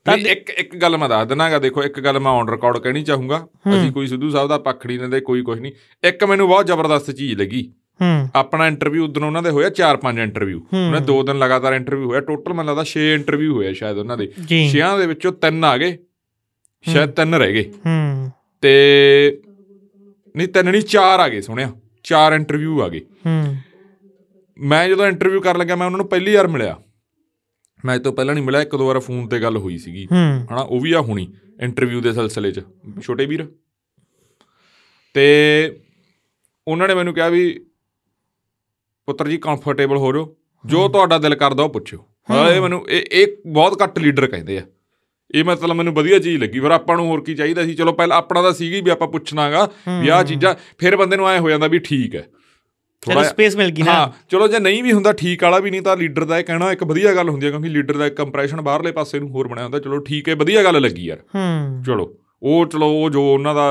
Speaker 1: ਤਾਂ
Speaker 2: ਨਹੀਂ, ਇੱਕ ਇੱਕ ਗੱਲ ਮੈਂ ਦੱਸ ਦਿੰਨਾਗਾ ਦੇਖੋ ਇੱਕ ਗੱਲ ਮੈਂ ਔਨ ਰਿਕਾਰਡ ਕਹਿਣੀ ਚਾਹੂੰਗਾ
Speaker 1: ਹੂੰ।
Speaker 2: ਅਸੀਂ ਕੋਈ ਸਿੱਧੂ ਸਾਹਿਬ ਦਾ ਪੱਖ ਨਹੀਂ ਲੈਂਦੇ ਕੋਈ ਕੁਝ ਨਹੀਂ ਇੱਕ ਮੈਨੂੰ ਬਹੁਤ ਜ਼ਬਰਦਸਤ ਚੀਜ਼ ਲੱਗੀ
Speaker 1: ਹੂੰ
Speaker 2: ਆਪਣਾ ਇੰਟਰਵਿਊ ਉਦੋਂ ਉਹਨਾਂ ਦੇ ਹੋਇਆ 4-5 ਇੰਟਰਵਿਊ
Speaker 1: ਹੂੰ।
Speaker 2: ਉਹਨਾਂ ਦੇ ਦੋ ਦਿਨ ਲਗਾਤਾਰ ਇੰਟਰਵਿਊ ਹੋਇਆ ਟੋਟਲ ਮੈਨੂੰ ਲੱਗਦਾ 6 ਇੰਟਰਵਿਊ ਹੋਇਆ ਸ਼ਾਇਦ ਉਹਨਾਂ ਦੇ
Speaker 1: ਜੀ
Speaker 2: 6 ਦੇ ਵਿੱਚੋਂ 3 ਆ ਗਏ ਸ਼ਾਇਦ 3 ਰਹਿ ਗਏ
Speaker 1: ਹੂੰ
Speaker 2: ਤੇ ਨਹੀਂ 3 ਨਹੀਂ 4 ਆ ਗਏ ਸੁਣਿਆ 4 ਇੰਟਰਵਿਊ ਆ ਗਏ
Speaker 1: ਹੂੰ
Speaker 2: ਮੈਂ ਜਦੋਂ ਇੰਟਰਵਿਊ ਕਰਨ ਲੱਗਾ ਮੈਂ ਉਹਨਾਂ ਨੂੰ ਪਹਿਲੀ ਵਾਰ ਮਿਲਿਆ ਮੈਂ ਇਹ ਤੋਂ ਪਹਿਲਾਂ ਨਹੀਂ ਮਿਲਿਆ ਇੱਕ ਦੋ ਵਾਰ ਫੋਨ ਤੇ ਗੱਲ ਹੋਈ ਸੀਗੀ
Speaker 1: ਹੂੰ
Speaker 2: ਹਨਾ ਉਹ ਵੀ ਆ ਹੁਣੀ ਇੰਟਰਵਿਊ ਦੇ ਸਿਲਸਿਲੇ 'ਚ ਛੋਟੇ ਵੀਰ ਤੇ ਉਹਨਾਂ ਨੇ ਮੈਨੂੰ ਕਿਹਾ ਵੀ ਪੁੱਤਰ ਜੀ ਕੰਫਰਟੇਬਲ ਹੋ ਜਾਓ ਜੋ ਤੁਹਾਡਾ ਦਿਲ ਕਰਦਾ ਉਹ ਪੁੱਛਿਓ ਹਾਂ ਇਹ ਮੈਨੂੰ ਇਹ ਇਹ ਬਹੁਤ ਘੱਟ ਲੀਡਰ ਕਹਿੰਦੇ ਆ ਇਹ ਮਤਲਬ ਮੈਨੂੰ ਵਧੀਆ ਚੀਜ਼ ਲੱਗੀ ਪਰ ਆਪਾਂ ਨੂੰ ਹੋਰ ਕੀ ਚਾਹੀਦਾ ਸੀ ਚਲੋ ਪਹਿਲਾਂ ਆਪਣਾ ਤਾਂ ਸੀਗੀ ਵੀ ਆਪਾਂ ਪੁੱਛਣਾਗਾ ਵੀ ਆਹ ਚੀਜ਼ਾਂ ਫਿਰ ਬੰਦੇ ਨੂੰ ਐ ਹੋ ਜਾਂਦਾ ਵੀ ਠੀਕ ਹੈ
Speaker 1: ਚਲੋ
Speaker 2: ਥੋੜ੍ਹਾ-
Speaker 1: ਸਪੇਸ ਮਿਲ ਗਈ ਨਾ
Speaker 2: ਹਾਂ ਚਲੋ ਜੇ ਨਹੀਂ ਵੀ ਹੁੰਦਾ ਠੀਕ ਵਾਲਾ ਵੀ ਨਹੀਂ ਤਾਂ ਲੀਡਰ ਦਾ ਇਹ ਕਹਿਣਾ ਇੱਕ ਵਧੀਆ ਗੱਲ ਹੁੰਦੀ ਹੈ ਕਿਉਂਕਿ ਲੀਡਰ ਦਾ ਇੱਕ ਕੰਪਰੈਸ਼ਨ ਬਾਹਰਲੇ ਪਾਸੇ ਨੂੰ ਹੋਰ ਬਣਿਆ ਹੁੰਦਾ ਚਲੋ ਠੀਕ ਹੈ ਵਧੀਆ ਗੱਲ ਲੱਗੀ ਯਾਰ
Speaker 1: ਹੂੰ
Speaker 2: ਚਲੋ ਉਹ ਚਲੋ ਉਹ ਜੋ ਉਹਨਾਂ ਦਾ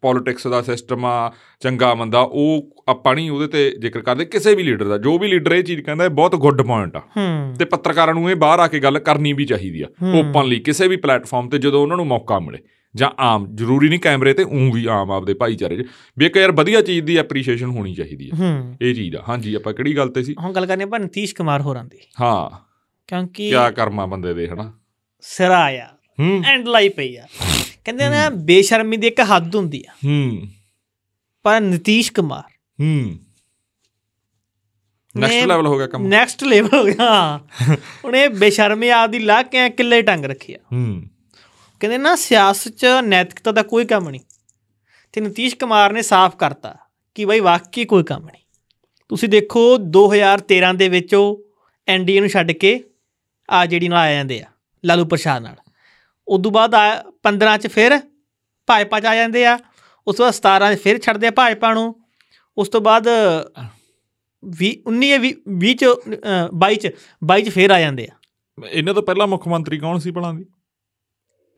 Speaker 2: ਪੋਲਿਟਿਕਸ ਦਾ ਸਿਸਟਮ ਆ ਚੰਗਾ ਮੰਦਾ ਉਹ ਆਪਾਂ ਨਹੀਂ ਉਹਦੇ ਤੇ ਜ਼ਿਕਰ ਕਰਦੇ ਕਿਸੇ ਵੀ ਲੀਡਰ ਦਾ ਜੋ ਵੀ ਲੀਡਰ ਇਹ ਚੀਜ਼ ਕਹਿੰਦਾ ਇਹ ਬਹੁਤ ਗੁੱਡ ਪੁਆਇੰਟ ਆ
Speaker 1: ਹੂੰ
Speaker 2: ਤੇ ਪੱਤਰਕਾਰਾਂ ਨੂੰ ਇਹ ਬਾਹਰ ਆ ਕੇ ਗੱਲ ਕਰਨੀ ਵੀ ਚਾਹੀਦੀ ਆ ਓਪਨਲੀ ਕਿਸੇ ਵੀ ਪਲੇਟਫਾਰਮ ਤੇ ਜਦੋਂ ਉਹਨਾਂ ਨੂੰ ਮੌਕਾ ਮਿਲੇ ਜਾਂ ਆਮ ਜ਼ਰੂਰੀ ਨਹੀਂ ਕੈਮਰੇ ਤੇ ਉਂ ਵੀ ਆਮ ਆਪਦੇ ਭਾਈਚਾਰੇ 'ਚ ਵੀ ਇੱਕ ਯਾਰ ਵਧੀਆ ਚੀਜ਼ ਦੀ ਐਪਰੀਸ਼ੀਏਸ਼ਨ ਹੋਣੀ ਚਾਹੀਦੀ ਆ
Speaker 1: ਹੂੰ
Speaker 2: ਇਹ ਚੀਜ਼ ਆ ਹਾਂਜੀ ਆਪਾਂ ਕਿਹੜੀ ਗੱਲ ਤੇ ਸੀ
Speaker 1: ਹੁਣ ਗੱਲ ਕਰਨੀ ਆਪਾਂ ਨਤੀਸ਼ ਕੁਮਾਰ ਹੋਰਾਂ ਦੀ
Speaker 2: ਹਾਂ
Speaker 1: ਕਿਉਂਕਿ
Speaker 2: ਕਿਆ ਕਰਮਾ ਬੰਦੇ ਦੇ ਹਨਾ
Speaker 1: ਸਿਰਾ ਆਇਆ
Speaker 2: ਹੂੰ
Speaker 1: ਐਂਡ ਲਾਈ ਪਈ ਆ ਕਹਿੰਦੇ ਨਾ ਬੇਸ਼ਰਮੀ ਦੀ ਇੱਕ ਹੱਦ ਹੁੰਦੀ ਆ
Speaker 2: ਹੂੰ
Speaker 1: ਪਰ ਨਤੀਸ਼ ਕੁਮਾਰ
Speaker 2: ਹੂੰ ਨੈਕਸਟ
Speaker 1: ਨੇ-
Speaker 2: ਲੈਵਲ ਹੋ ਗਿਆ ਕੰਮ
Speaker 1: ਨੈਕਸਟ ਲੈਵਲ ਹੋ ਗਿਆ ਹਾਂ। ਉਹਨੇ ਬੇਸ਼ਰਮੀ ਆਪਦੀ ਲਾ ਕੇ ਐਂ ਕਿੱਲੇ ਟੰਗ ਰੱਖਿਆ
Speaker 2: ਹੂੰ
Speaker 1: ਕਹਿੰਦੇ ਨਾ ਸਿਆਸਤ 'ਚ ਨੈਤਿਕਤਾ ਦਾ ਕੋਈ ਕੰਮ ਨਹੀਂ ਤੇ ਨਤੀਸ਼ ਕੁਮਾਰ ਨੇ ਸਾਫ਼ ਕਰਤਾ ਕਿ ਬਈ ਵਾਕਈ ਕੋਈ ਕੰਮ ਨਹੀਂ ਤੁਸੀਂ ਦੇਖੋ 2013 ਦੇ ਵਿੱਚ ਉਹ ਐਨਡੀਏ ਨੂੰ ਛੱਡ ਕੇ ਆ ਜਿਹੜੀ ਨਾਲ ਆ ਜਾਂਦੇ ਆ ਲਾਲੂ ਪ੍ਰਸ਼ਾਦ ਨਾਲ ਉਦੋਂ ਬਾਅਦ ਆ 15 ਚ ਫਿਰ ਭਾਜਪਾ ਚ ਆ ਜਾਂਦੇ ਆ ਉਸ ਤੋਂ ਬਾਅਦ 17 ਚ ਫਿਰ ਛੱਡਦੇ ਆ ਭਾਜਪਾ ਨੂੰ ਉਸ ਤੋਂ ਬਾਅਦ 20 19 20 ਚ ਅ, 22 ਚ 22 ਚ ਫਿਰ ਆ ਜਾਂਦੇ ਆ
Speaker 2: ਇਹਨਾਂ ਤੋਂ ਪਹਿਲਾਂ ਮੁੱਖ ਮੰਤਰੀ ਕੌਣ ਸੀ ਭਲਾਂ ਦੀ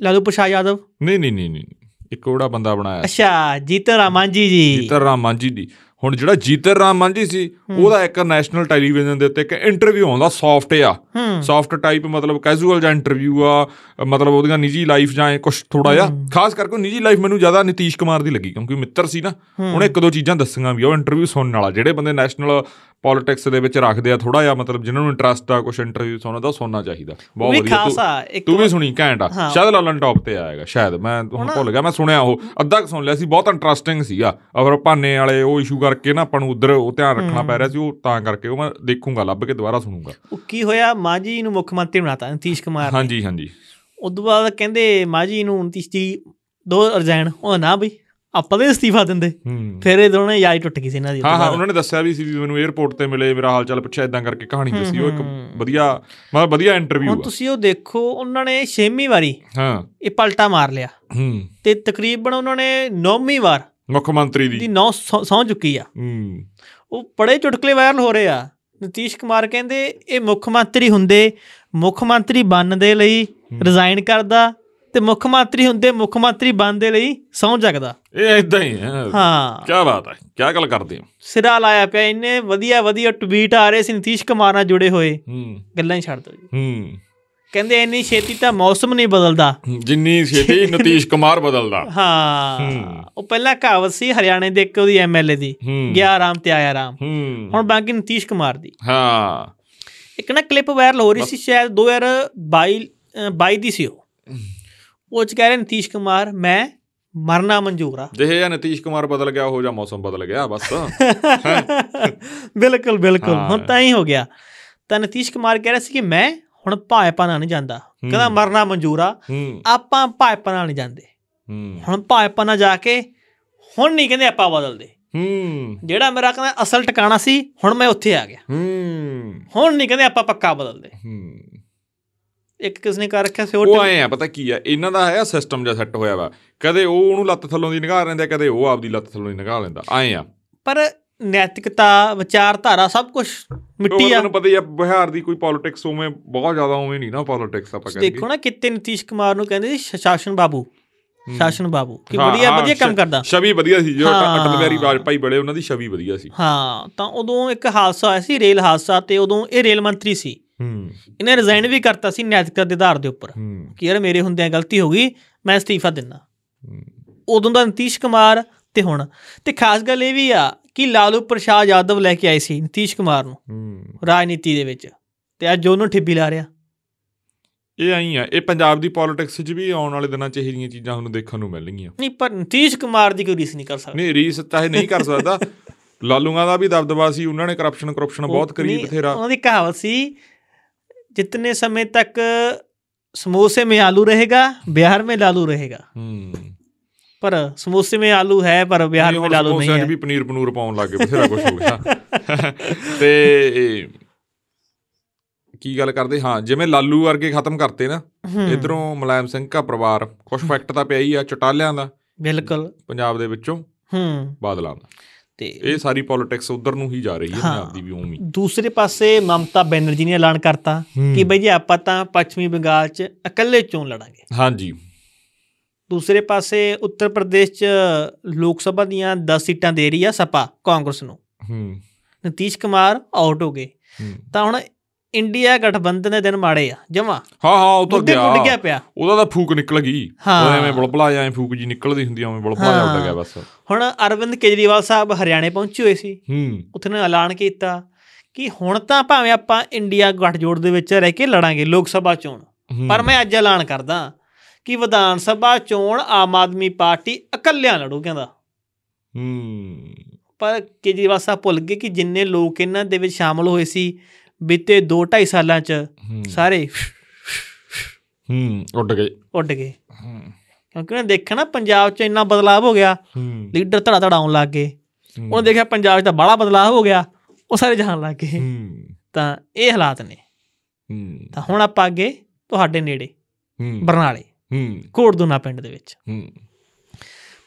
Speaker 1: ਲਾਲੂ ਪ੍ਰਸ਼ਾਦ ਯਾਦਵ
Speaker 2: ਨਹੀਂ ਨਹੀਂ ਨਹੀਂ ਨਹੀਂ ਇੱਕ ਉਹੜਾ ਬੰਦਾ ਬਣਾਇਆ
Speaker 1: ਅੱਛਾ ਜੀਤਨ ਰਾਮਾਂਜੀ ਜੀ
Speaker 2: ਜੀਤਰ ਰਾਮ ਮਾਂਜੀ ਦੀ ਹੁਣ ਜਿਹੜਾ ਜੀਤਰ ਰਾਮ ਮਾਂਜੀ ਸੀ ਉਹਦਾ ਇੱਕ ਨੈਸ਼ਨਲ ਟੈਲੀਵਿਜ਼ਨ ਦੇ ਉੱਤੇ ਇੱਕ ਇੰਟਰਵਿਊ ਆਉਂਦਾ ਸੌਫਟ ਆ
Speaker 1: ਹੂੰ
Speaker 2: ਸੌਫਟ ਟਾਈਪ ਮਤਲਬ ਕੈਜੂਅਲ ਜਾਂ ਇੰਟਰਵਿਊ ਆ ਮਤਲਬ ਉਹਦੀਆਂ ਨਿੱਜੀ ਲਾਈਫ ਜਾਂ ਕੁਝ ਥੋੜਾ ਜਿਹਾ ਖਾਸ ਕਰਕੇ ਉਹ ਨਿੱਜੀ ਲਾਈਫ ਮੈਨੂੰ ਜ਼ਿਆਦਾ ਨਿਤੀਸ਼ ਕੁਮਾਰ ਦੀ ਲੱਗੀ ਕਿਉਂਕਿ ਉਹ ਮਿੱਤਰ ਸੀ ਨਾ ਉਹਨੇ ਇੱਕ ਦੋ ਚੀਜ਼ਾਂ ਦੱਸੀਆਂ ਵੀ ਆ, ਉਹ ਇੰਟਰਵਿਊ ਸੁਣਨ ਵਾਲਾ ਜਿਹੜੇ ਬੰਦੇ ਨੈਸ਼ਨਲ ਪੋਲਿਟਿਕਸ ਦੇ ਵਿੱਚ ਰੱਖਦੇ ਆ ਥੋੜਾ ਜਿਹਾ ਮਤਲਬ ਜਿਨ੍ਹਾਂ ਨੂੰ ਇੰਟਰਸਟ ਆ ਕੁਝ ਇੰਟਰਵਿਊ ਸੁਣਨ ਦਾ ਉਹ ਸੁਣਨਾ ਚਾਹੀਦਾ ਬਹੁਤ
Speaker 1: ਵੀ
Speaker 2: ਵਧੀਆ
Speaker 1: ਖਾਸ ਆ,
Speaker 2: ਤੂੰ-
Speaker 1: ਇੱਕ
Speaker 2: ਤੂੰ ਵੀ ਸੁਣੀ ਘੈਂਟ ਆ
Speaker 1: ਹਾਂ।
Speaker 2: ਸ਼ਾਇਦ ਲਾਲਨ ਟੌਪ ਤੇ ਆਏਗਾ ਸ਼ਾਇਦ ਮੈਂ ਹੁਣ ਭੁੱਲ ਗਿਆ ਮੈਂ ਸੁਣਿਆ ਉਹ ਅੱਧਾ ਕੁ ਸੁਣ ਲਿਆ ਸੀ ਬਹੁਤ ਇੰਟਰਸਟਿੰਗ ਸੀਗਾ ਅਗਰ ਭਾਨੇ ਵਾਲੇ ਉਹ ਇਸ਼ੂ ਕਰਕੇ ਨਾ ਆਪਾਂ ਨੂੰ ਉਧਰ ਉਹ ਧਿਆਨ ਰੱਖਣਾ ਪੈ ਰਿਹਾ ਸੀ ਉਹ ਤਾਂ ਕਰਕੇ ਉਹ ਮੈਂ ਦੇਖੂੰਗਾ ਲੱਭ ਕੇ ਦੁਬਾਰਾ ਸੁਣੂੰਗਾ
Speaker 1: ਉਹ ਕੀ ਹੋਇਆ ਮਾਂਜੀ ਨੂੰ ਮੁੱਖ ਮੰਤਰੀ ਬਣਾਤਾ ਨਤੀਸ਼ ਕੁਮਾਰ ਨੇ।
Speaker 2: ਹਾਂਜੀ ਹਾਂਜੀ
Speaker 1: ਉਦੋਂ ਬਾਅਦ ਕਹਿੰਦੇ ਮਾਂਜੀ ਨੂੰ ਨਤੀਸ਼ ਜੀ ਦੋ ਰਜਾਇਣ ਉਹ ਨਾ ਬਈ ਆਪਾਂ ਦੇ ਅਸਤੀਫਾ ਦਿੰਦੇ
Speaker 2: ਹੂੰ
Speaker 1: ਫਿਰ ਇਹ ਦੋਨੇ ਯਾਰੀ ਟੁੱਟ ਗਈ ਸੀ ਇਹਨਾਂ ਦੀ
Speaker 2: ਹਾਂ ਹਾਂ
Speaker 1: ਦੁਬਾਰਾ।
Speaker 2: ਉਹਨਾਂ ਨੇ ਦੱਸਿਆ ਵੀ ਸੀ ਵੀ ਮੈਨੂੰ 에어ਪੋਰਟ ਤੇ ਮਿਲੇ ਮੇਰਾ ਹਾਲ ਚਾਲ ਪੁੱਛਿਆ ਇਦਾਂ ਕਰਕੇ ਕਹਾਣੀ ਦੱਸੀ ਉਹ ਇੱਕ ਵਧੀਆ ਮਤਲਬ ਵਧੀਆ ਇੰਟਰਵਿਊ
Speaker 1: ਹੁਣ ਤੁਸੀਂ ਉਹ ਦੇਖੋ ਉਹਨਾਂ ਨੇ ਛੇਵੀਂ ਵਾਰੀ
Speaker 2: ਹਾਂ
Speaker 1: ਇਹ ਪਲਟਾ ਮਾਰ ਲਿਆ
Speaker 2: ਹੂੰ
Speaker 1: ਤੇ ਤਕਰੀਬਨ ਉਹਨਾਂ ਨੇ ਨੌਵੀਂ ਵਾਰ
Speaker 2: ਮੁੱਖ ਮੰਤਰੀ
Speaker 1: ਦੀ
Speaker 2: ਦੀ
Speaker 1: ਨੌ ਸੌ ਚੁੱਕੀ ਆ
Speaker 2: ਹੂੰ
Speaker 1: ਉਹ ਬੜੇ ਚੁਟਕਲੇ ਵਾਇਰਲ ਹੋ ਰਹੇ ਆ ਨਤੀਸ਼ ਕੁਮਾਰ ਕਹਿੰਦੇ ਇਹ ਮੁੱਖ ਮੰਤਰੀ ਹੁੰਦੇ ਮੁੱਖ ਮੰਤਰੀ ਬਣਨ ਦੇ ਲਈ ਰਿਜ਼ਾਈਨ ਕਰਦਾ ਤੇ ਮੁੱਖ ਮੰਤਰੀ ਹੁੰਦੇ ਮੁੱਖ ਮੰਤਰੀ ਬਣਨ ਦੇ ਲਈ ਸਹੁੰ ਜਗਦਾ
Speaker 2: ਇਹ ਇਦਾਂ ਹੀ ਹੈ
Speaker 1: ਹਾਂ
Speaker 2: ਕੀ ਬਾਤ ਹੈ ਕੀ ਗੱਲ ਕਰਦੇ ਹੋ
Speaker 1: ਸਿਰਾ ਲਾਇਆ ਪਿਆ ਇੰਨੇ ਵਧੀਆ ਵਧੀਆ ਟਵੀਟ ਆ ਰਹੇ ਸੀ ਨਤੀਸ਼ ਕੁਮਾਰ ਨਾਲ ਜੁੜੇ ਹੋਏ
Speaker 2: ਹੂੰ
Speaker 1: ਗੱਲਾਂ ਹੀ ਛੱਡ ਦੋ ਜੀ
Speaker 2: ਹੂੰ
Speaker 1: ਕਹਿੰਦੇ ਇੰਨੀ ਛੇਤੀ ਤਾਂ ਮੌਸਮ ਨਹੀਂ ਬਦਲਦਾ
Speaker 2: ਜਿੰਨੀ ਛੇਤੀ ਨਤੀਸ਼ ਕੁਮਾਰ ਬਦਲਦਾ
Speaker 1: ਹਾਂ
Speaker 2: ਹੂੰ।
Speaker 1: ਉਹ ਪਹਿਲਾਂ ਕਹਾਵਤ ਸੀ ਹਰਿਆਣੇ ਦੇ ਇੱਕ ਉਹਦੀ ਐਮਐਲਏ ਦੀ
Speaker 2: ਹੂੰ।
Speaker 1: ਗਿਆ ਆਰਾਮ ਤੇ ਆਇਆ ਆਰਾਮ
Speaker 2: ਹੂੰ
Speaker 1: ਹੁਣ ਬਾਕੀ ਨਤੀਸ਼ ਕੁਮਾਰ ਦੀ
Speaker 2: ਹਾਂ
Speaker 1: ਇੱਕ ਨਾ ਕਲਿੱਪ ਵਾਇਰਲ ਹੋ ਰਹੀ ਸੀ ਸ਼ਾਇਦ 2022 ਅ, 22 ਦੀ ਸੀ ਉਹ ਉਹ ਚ ਕਹਿ ਰਹੇ ਨਤੀਸ਼ ਕੁਮਾਰ ਮੈਂ ਮਰਨਾ ਮਨਜ਼ੂਰ ਆ
Speaker 2: ਜਿਹੇ ਜਾਂ ਨਤੀਸ਼ ਕੁਮਾਰ ਬਦਲ ਗਿਆ ਉਹ ਜਾਂ ਮੌਸਮ ਬਦਲ ਗਿਆ ਬਸ
Speaker 1: ਬਿਲਕੁਲ ਬਿਲਕੁਲ
Speaker 2: ਹਾਂ।
Speaker 1: ਹੁਣ ਤਾਂ ਹੀ ਹੋ ਗਿਆ ਤਾਂ ਨਤੀਸ਼ ਕੁਮਾਰ ਕਹਿ ਰਿਹਾ ਸੀ ਕਿ ਮੈਂ ਹੁਣ ਭਾਜਪਾ ਨਾਲ ਨਹੀਂ ਜਾਂਦਾ ਕਹਿੰਦਾ ਮਰਨਾ ਮਨਜ਼ੂਰ ਆ
Speaker 2: ਹੂੰ
Speaker 1: ਆਪਾਂ ਭਾਜਪਾ ਨਾਲ ਨਹੀਂ ਜਾਂਦੇ
Speaker 2: ਹੂੰ
Speaker 1: ਹੁਣ ਭਾਜਪਾ ਨਾਲ ਜਾ ਕੇ ਹੁਣ ਨਹੀਂ ਕਹਿੰਦੇ ਆਪਾਂ ਬਦਲਦੇ
Speaker 2: ਹੂੰ
Speaker 1: ਜਿਹੜਾ ਮੇਰਾ ਕਹਿੰਦਾ ਅਸਲ ਟਿਕਾਣਾ ਸੀ ਹੁਣ ਮੈਂ ਉੱਥੇ ਆ ਗਿਆ
Speaker 2: ਹੂੰ
Speaker 1: ਹੁਣ ਨਹੀਂ ਕਹਿੰਦੇ ਆਪਾਂ ਪੱਕਾ ਬਦਲਦੇ
Speaker 2: ਹੂੰ
Speaker 1: ਇੱਕ ਕਿਸ ਨੇ ਕਰ ਰੱਖਿਆ ਸੀ
Speaker 2: ਉਹ
Speaker 1: ਉਹ
Speaker 2: ਆਏ ਆ ਪਤਾ ਕੀ ਆ ਇਹਨਾਂ ਦਾ ਹੈ ਸਿਸਟਮ ਜਿਹਾ ਸੈੱਟ ਹੋਇਆ ਵਾ ਕਦੇ ਉਹ ਉਹਨੂੰ ਲੱਤ ਥੱਲੋਂ ਦੀ ਨਿਗਾਹ ਲੈਂਦਾ ਕਦੇ ਉਹ ਆਪਦੀ ਲੱਤ ਥੱਲੋਂ ਦੀ ਨਿਗਾਹ ਲੈਂਦਾ ਆਏ ਆ
Speaker 1: ਪਰ ਨੈਤਿਕਤਾ ਵਿਚਾਰਧਾਰਾ ਸਭ ਕੁਝ ਮਿੱਟੀ ਆ
Speaker 2: ਤੁਹਾਨੂੰ ਪਤਾ ਹੀ ਆ ਬਿਹਾਰ ਦੀ ਕੋਈ ਪੋਲਿਟਿਕਸ ਉਵੇਂ ਬਹੁਤ ਜ਼ਿਆਦਾ ਉਵੇਂ ਨਹੀਂ ਨਾ ਪੋਲਿਟਿਕਸ ਆਪਾਂ ਕਹਿੰਦੇ
Speaker 1: ਦੇਖੋ ਨਾ ਕਿਤੇ ਨਤੀਸ਼ ਕੁਮਾਰ ਨੂੰ ਕਹਿੰਦੇ ਸੀ ਸ਼ਾਸਨ ਬਾਬੂ ਸ਼ਾਸਨ ਬਾਬੂ ਕਿ
Speaker 2: ਹਾਂ,
Speaker 1: ਵਧੀਆ
Speaker 2: ਹਾਂ,
Speaker 1: ਵਧੀਆ ਕੰਮ
Speaker 2: ਸ਼-
Speaker 1: ਕਰਦਾ
Speaker 2: ਛਵੀ ਵਧੀਆ ਸੀ ਜੋ
Speaker 1: ਹਾਂ।
Speaker 2: ਅਟਲ ਅਟਲ ਬਿਹਾਰੀ ਵਾਜਪਾਈ ਬੜੇ ਉਹਨਾਂ ਦੀ ਛਵੀ ਵਧੀਆ ਸੀ
Speaker 1: ਹਾਂ ਤਾਂ ਉਦੋਂ ਇੱਕ ਹਾਦਸਾ ਹੋਇਆ ਸੀ ਰੇਲ ਹਾਦਸਾ ਤੇ ਉਦੋਂ ਇਹ ਰੇਲ ਮੰਤਰੀ ਸੀ
Speaker 2: ਹੂੰ
Speaker 1: ਇਹਨੇ ਰਿਜ਼ਾਈਨ ਵੀ ਕਰਤਾ ਸੀ ਨੈਤਿਕਤਾ ਦੇ ਆਧਾਰ ਦੇ ਉੱਪਰ
Speaker 2: ਹੂੰ
Speaker 1: ਕਿ ਯਾਰ ਮੇਰੇ ਹੁੰਦਿਆਂ ਗਲਤੀ ਹੋ ਗਈ ਮੈਂ ਅਸਤੀਫਾ ਦਿੰਨਾ
Speaker 2: ਹੂੰ,
Speaker 1: ਉਦੋਂ ਦਾ ਨਤੀਸ਼ ਕੁਮਾਰ ਤੇ ਹੁਣ ਤੇ ਖਾਸ ਗੱਲ ਇਹ ਵੀ ਆ ਕਿ ਲਾਲੂ ਪ੍ਰਸ਼ਾਦ ਯਾਦਵ ਲੈ ਕੇ ਆਏ ਸੀ ਨਤੀਸ਼ ਕੁਮਾਰ ਨੂੰ
Speaker 2: ਹੂੰ
Speaker 1: ਰਾਜਨੀਤੀ ਦੇ ਵਿੱਚ ਤੇ ਅੱਜ ਉਹਨੂੰ ਠਿੱਬੀ ਲਾ ਰਿਹਾ
Speaker 2: ਇਹ ਆਈ ਆ ਇਹ ਪੰਜਾਬ ਦੀ ਪੋਲਿਟਿਕਸ 'ਚ ਵੀ ਆਉਣ ਵਾਲੇ ਦਿਨਾਂ 'ਚ ਇਹ ਜਿਹੀਆਂ ਚੀਜ਼ਾਂ ਸਾਨੂੰ ਦੇਖਣ ਨੂੰ ਮਿਲਣਗੀਆਂ
Speaker 1: ਨਹੀਂ ਪਰ ਨਤੀਸ਼ ਕੁਮਾਰ ਦੀ ਕੋਈ ਰੀਸ ਨਹੀਂ ਕਰ ਸਕਦਾ
Speaker 2: ਨਹੀਂ ਰੀਸ ਤਾਂ ਇਹ ਨਹੀਂ ਕਰ ਸਕਦਾ ਲਾਲੂਆਂ ਦਾ ਵੀ ਦਬਦਬਾ ਸੀ ਉਹਨਾਂ ਨੇ ਕਰਪਸ਼ਨ ਕਰਪਸ਼ਨ ਬਹੁਤ ਕਰੀ
Speaker 1: ਨਹੀਂ,
Speaker 2: ਬਥੇਰਾ
Speaker 1: ਉਹਨਾਂ ਦੀ ਕਹਾਵਤ ਸੀ ਜਿਤਨੇ ਸਮੇਂ ਤੱਕ ਸਮੋਸੇ ਮੇਂ ਆਲੂ ਰਹੇਗਾ ਬਿਹਾਰ ਮੇਂ ਲਾਲੂ ਰਹੇਗਾ
Speaker 2: ਹੂੰ
Speaker 1: ਪਰ ਸਮੋਸੇ ਮੇਂ ਆਲੂ ਹੈ ਪਰ ਬਿਹਾਰ
Speaker 2: ਨਹੀਂ,
Speaker 1: ਮੇਂ
Speaker 2: ਹੁਣ
Speaker 1: ਲਾਲੂ
Speaker 2: ਸਮੋਸਿਆਂ
Speaker 1: ਨਹੀਂ
Speaker 2: 'ਚ
Speaker 1: ਹੈ
Speaker 2: ਵੀ ਪਨੀਰ ਪਨੂਰ ਪਾਉਣ ਲੱਗੇ ਬਥੇਰਾ ਕੁਝ ਹੋ ਗਿਆ ਤੇ ਕੀ ਗੱਲ ਕਰਦੇ ਹਾਂ ਜਿਵੇਂ ਲਾਲੂ ਵਰਗੇ ਖਤਮ ਕਰਤੇ ਨਾ
Speaker 1: ਹੂੰ,
Speaker 2: ਇਧਰੋਂ ਮੁਲਾਇਮ ਸਿੰਘ ਦਾ ਪਰਿਵਾਰ ਕੁਝ ਫੈਕਟ ਤਾਂ ਪਿਆ ਹੀ ਆ ਚਟਾਲਿਆਂ ਦਾ
Speaker 1: ਬਿਲਕੁਲ
Speaker 2: ਪੰਜਾਬ ਦੇ ਵਿੱਚੋਂ
Speaker 1: ਹੂੰ
Speaker 2: ਬਾਦਲਾਂ ਦਾ
Speaker 1: ਤੇ
Speaker 2: ਇਹ ਸਾਰੀ ਪੋਲਿਟਿਕਸ ਉਧਰ ਨੂੰ ਹੀ ਜਾ ਰਹੀ ਹੈ
Speaker 1: ਹਾਂ।
Speaker 2: ਪੰਜਾਬ ਦੀ ਵੀ ਉਮੀ
Speaker 1: ਦੂਸਰੇ ਪਾਸੇ ਮਮਤਾ ਬੈਨਰਜੀ ਨੇ ਐਲਾਨ ਕਰਤਾ ਕਿ ਬਈ ਜੀ ਆਪਾਂ ਤਾਂ ਪੱਛਮੀ ਬੰਗਾਲ 'ਚ ਇਕੱਲੇ ਚੋਣ ਲੜਾਂਗੇ
Speaker 2: ਹਾਂਜੀ
Speaker 1: ਦੂਸਰੇ ਪਾਸੇ ਉੱਤਰ ਪ੍ਰਦੇਸ਼ 'ਚ ਲੋਕ ਸਭਾ ਦੀਆਂ 10 ਸੀਟਾਂ ਦੇ ਰਹੀ ਆ ਸਪਾ ਕਾਂਗਰਸ ਨੂੰ
Speaker 2: ਹੂੰ
Speaker 1: ਨਤੀਸ਼ ਕੁਮਾਰ ਆਊਟ ਹੋ ਗਏ
Speaker 2: ਹੂੰ।
Speaker 1: ਤਾਂ ਹੁਣ ਇੰਡੀਆ ਗਠਬੰਧਨ ਦੇ ਦਿਨ ਮਾੜੇ ਆ ਜਮਾ
Speaker 2: ਹਾਂ ਹਾਂ ਉਹ ਤਾਂ
Speaker 1: ਮੁੱਦੇ ਉੱਡ ਗਿਆ
Speaker 2: ਗਿਆ
Speaker 1: ਪਿਆ
Speaker 2: ਉਹਦਾ ਤਾਂ ਫੂਕ ਨਿਕਲ ਗਈ
Speaker 1: ਹਾਂ।
Speaker 2: ਉਹ ਐਵੇਂ ਬਲਬਲਾ ਜਾਂ ਐਂ ਫੂਕ ਜੀ ਨਿਕਲਦੀ ਹੁੰਦੀ ਆ, ਉਵੇਂ ਬਲਬਲਾ ਜਾਂ ਉੱਡ
Speaker 1: ਹਾਂ।
Speaker 2: ਗਿਆ ਬਸ
Speaker 1: ਹੁਣ ਅਰਵਿੰਦ ਕੇਜਰੀਵਾਲ ਸਾਹਿਬ ਹਰਿਆਣੇ ਪਹੁੰਚੇ ਹੋਏ ਸੀ
Speaker 2: ਹੂੰ
Speaker 1: ਉੱਥੇ ਨੇ ਐਲਾਨ ਕੀਤਾ ਕਿ ਹੁਣ ਤਾਂ ਭਾਵੇਂ ਆਪਾਂ ਇੰਡੀਆ ਗਠਜੋੜ ਦੇ ਵਿੱਚ ਰਹਿ ਕੇ ਲੜਾਂਗੇ ਲੋਕ ਸਭਾ ਚੋਣ
Speaker 2: ਹੂੰ।
Speaker 1: ਪਰ ਮੈਂ ਅੱਜ ਐਲਾਨ ਕਰਦਾ ਕਿ ਵਿਧਾਨ ਸਭਾ ਚੋਣ ਆਮ ਆਦਮੀ ਪਾਰਟੀ ਇਕੱਲਿਆਂ ਲੜੂ ਕਹਿੰਦਾ
Speaker 2: ਹੂੰ
Speaker 1: ਪਰ ਕੇਜਰੀਵਾਲ ਸਾਹਿਬ ਭੁੱਲ ਗਏ ਕਿ ਜਿੰਨੇ ਲੋਕ ਇਹਨਾਂ ਦੇ ਵਿੱਚ ਸ਼ਾਮਲ ਹੋਏ ਸੀ ਬੀਤੇ 2.5 ਸਾਲਾਂ 'ਚ
Speaker 2: ਹੂੰ।
Speaker 1: ਸਾਰੇ
Speaker 2: ਹੂੰ ਉੱਡ ਗਏ
Speaker 1: ਉੱਡ ਗਏ
Speaker 2: ਹੂੰ
Speaker 1: ਕਿਉਂਕਿ ਉਹਨੇ ਦੇਖਿਆ ਨਾ ਪੰਜਾਬ 'ਚ ਇੰਨਾ ਬਦਲਾਅ ਹੋ ਗਿਆ
Speaker 2: ਹੂੰ
Speaker 1: ਲੀਡਰ ਧੜਾ ਧੜਾ ਆਉਣ ਲੱਗ ਗਏ
Speaker 2: ਹੂੰ।
Speaker 1: ਉਹਨੇ ਦੇਖਿਆ ਪੰਜਾਬ 'ਚ ਤਾਂ ਬੜਾ ਬਦਲਾਅ ਹੋ ਗਿਆ ਉਹ ਸਾਰੇ ਜਾਣ ਲੱਗ ਗਏ
Speaker 2: ਹੂੰ
Speaker 1: ਤਾਂ ਇਹ ਹਾਲਾਤ ਨੇ
Speaker 2: ਹੂੰ
Speaker 1: ਤਾਂ ਹੁਣ ਆਪਾਂ ਅੱਗੇ ਤੁਹਾਡੇ ਨੇੜੇ
Speaker 2: ਹੂੰ
Speaker 1: ਬਰਨਾਲੇ
Speaker 2: ਹੂੰ
Speaker 1: ਕੋਟਦੂਨਾ ਪਿੰਡ ਦੇ ਵਿੱਚ
Speaker 2: ਹੂੰ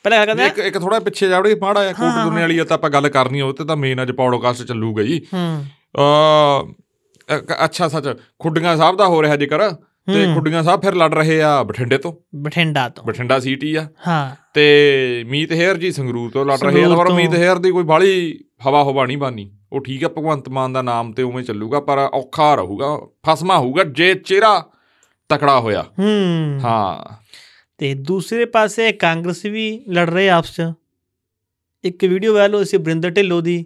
Speaker 1: ਪਹਿਲਾਂ ਕਹਿੰਦਾ
Speaker 2: ਇੱਕ ਇੱਕ ਥੋੜਾ ਪਿੱਛੇ ਜਾਵੜੇ ਮਾੜਾ ਆ ਕੋਟ ਦੁਨੇ ਵਾਲੀ ਆ ਤਾਂ ਆਪਾਂ ਗੱਲ ਕਰਨੀ ਆ, ਉਹ ਤੇ ਤਾਂ ਮੇਨ ਅੱਜ ਪੌਡਕਾਸਟ ਚੱਲੂਗਾ ਜੀ
Speaker 1: ਹੂੰ
Speaker 2: ਅ ਇੱਕ ਅੱਛਾ ਸੱਚ ਖੁੱਡੀਆਂ ਸਾਹਿਬ ਦਾ ਹੋ ਰਿਹਾ ਜ਼ਿਕਰ ਤੇ ਖੁੱਡੀਆਂ ਸਾਹਿਬ ਫਿਰ ਲੜ ਰਹੇ ਆ ਬਠਿੰਡੇ ਤੋਂ
Speaker 1: ਬਠਿੰਡਾ ਤੋਂ
Speaker 2: ਬਠਿੰਡਾ ਸੀਟੀ ਆ
Speaker 1: ਹਾਂ
Speaker 2: ਤੇ ਮੀਤ ਹੇਅਰ ਜੀ ਸੰਗਰੂਰ ਤੋਂ ਲੜ ਰਹੇ ਆ
Speaker 1: ਸੰਗਰੂਰ
Speaker 2: ਪਰ
Speaker 1: ਤੋਂ।
Speaker 2: ਮੀਤ ਹੇਅਰ ਦੀ ਕੋਈ ਬਾਹਲੀ ਹਵਾ ਹਵਾ ਨਹੀਂ ਬਾਨੀ ਉਹ ਠੀਕ ਆ ਭਗਵੰਤ ਮਾਨ ਦਾ ਨਾਮ ਤੇ ਉਵੇਂ ਚੱਲੂਗਾ ਪਰ ਔਖਾ ਰਹੂਗਾ ਫਸਮਾ ਹੋਊਗਾ ਜੇ ਚਿਹਰਾ ਤਕੜਾ ਹੋਇਆ
Speaker 1: ਹੂੰ
Speaker 2: ਹਾਂ
Speaker 1: ਤੇ ਦੂਸਰੇ ਪਾਸੇ ਕਾਂਗਰਸ ਵੀ ਲੜ ਰਹੇ ਆਪਸ ਚ ਇੱਕ ਵੀਡੀਓ ਵਾਇਰਲ ਹੋਈ ਸੀ ਬ੍ਰਿੰਦਰ ਢਿੱਲੋਂ ਦੀ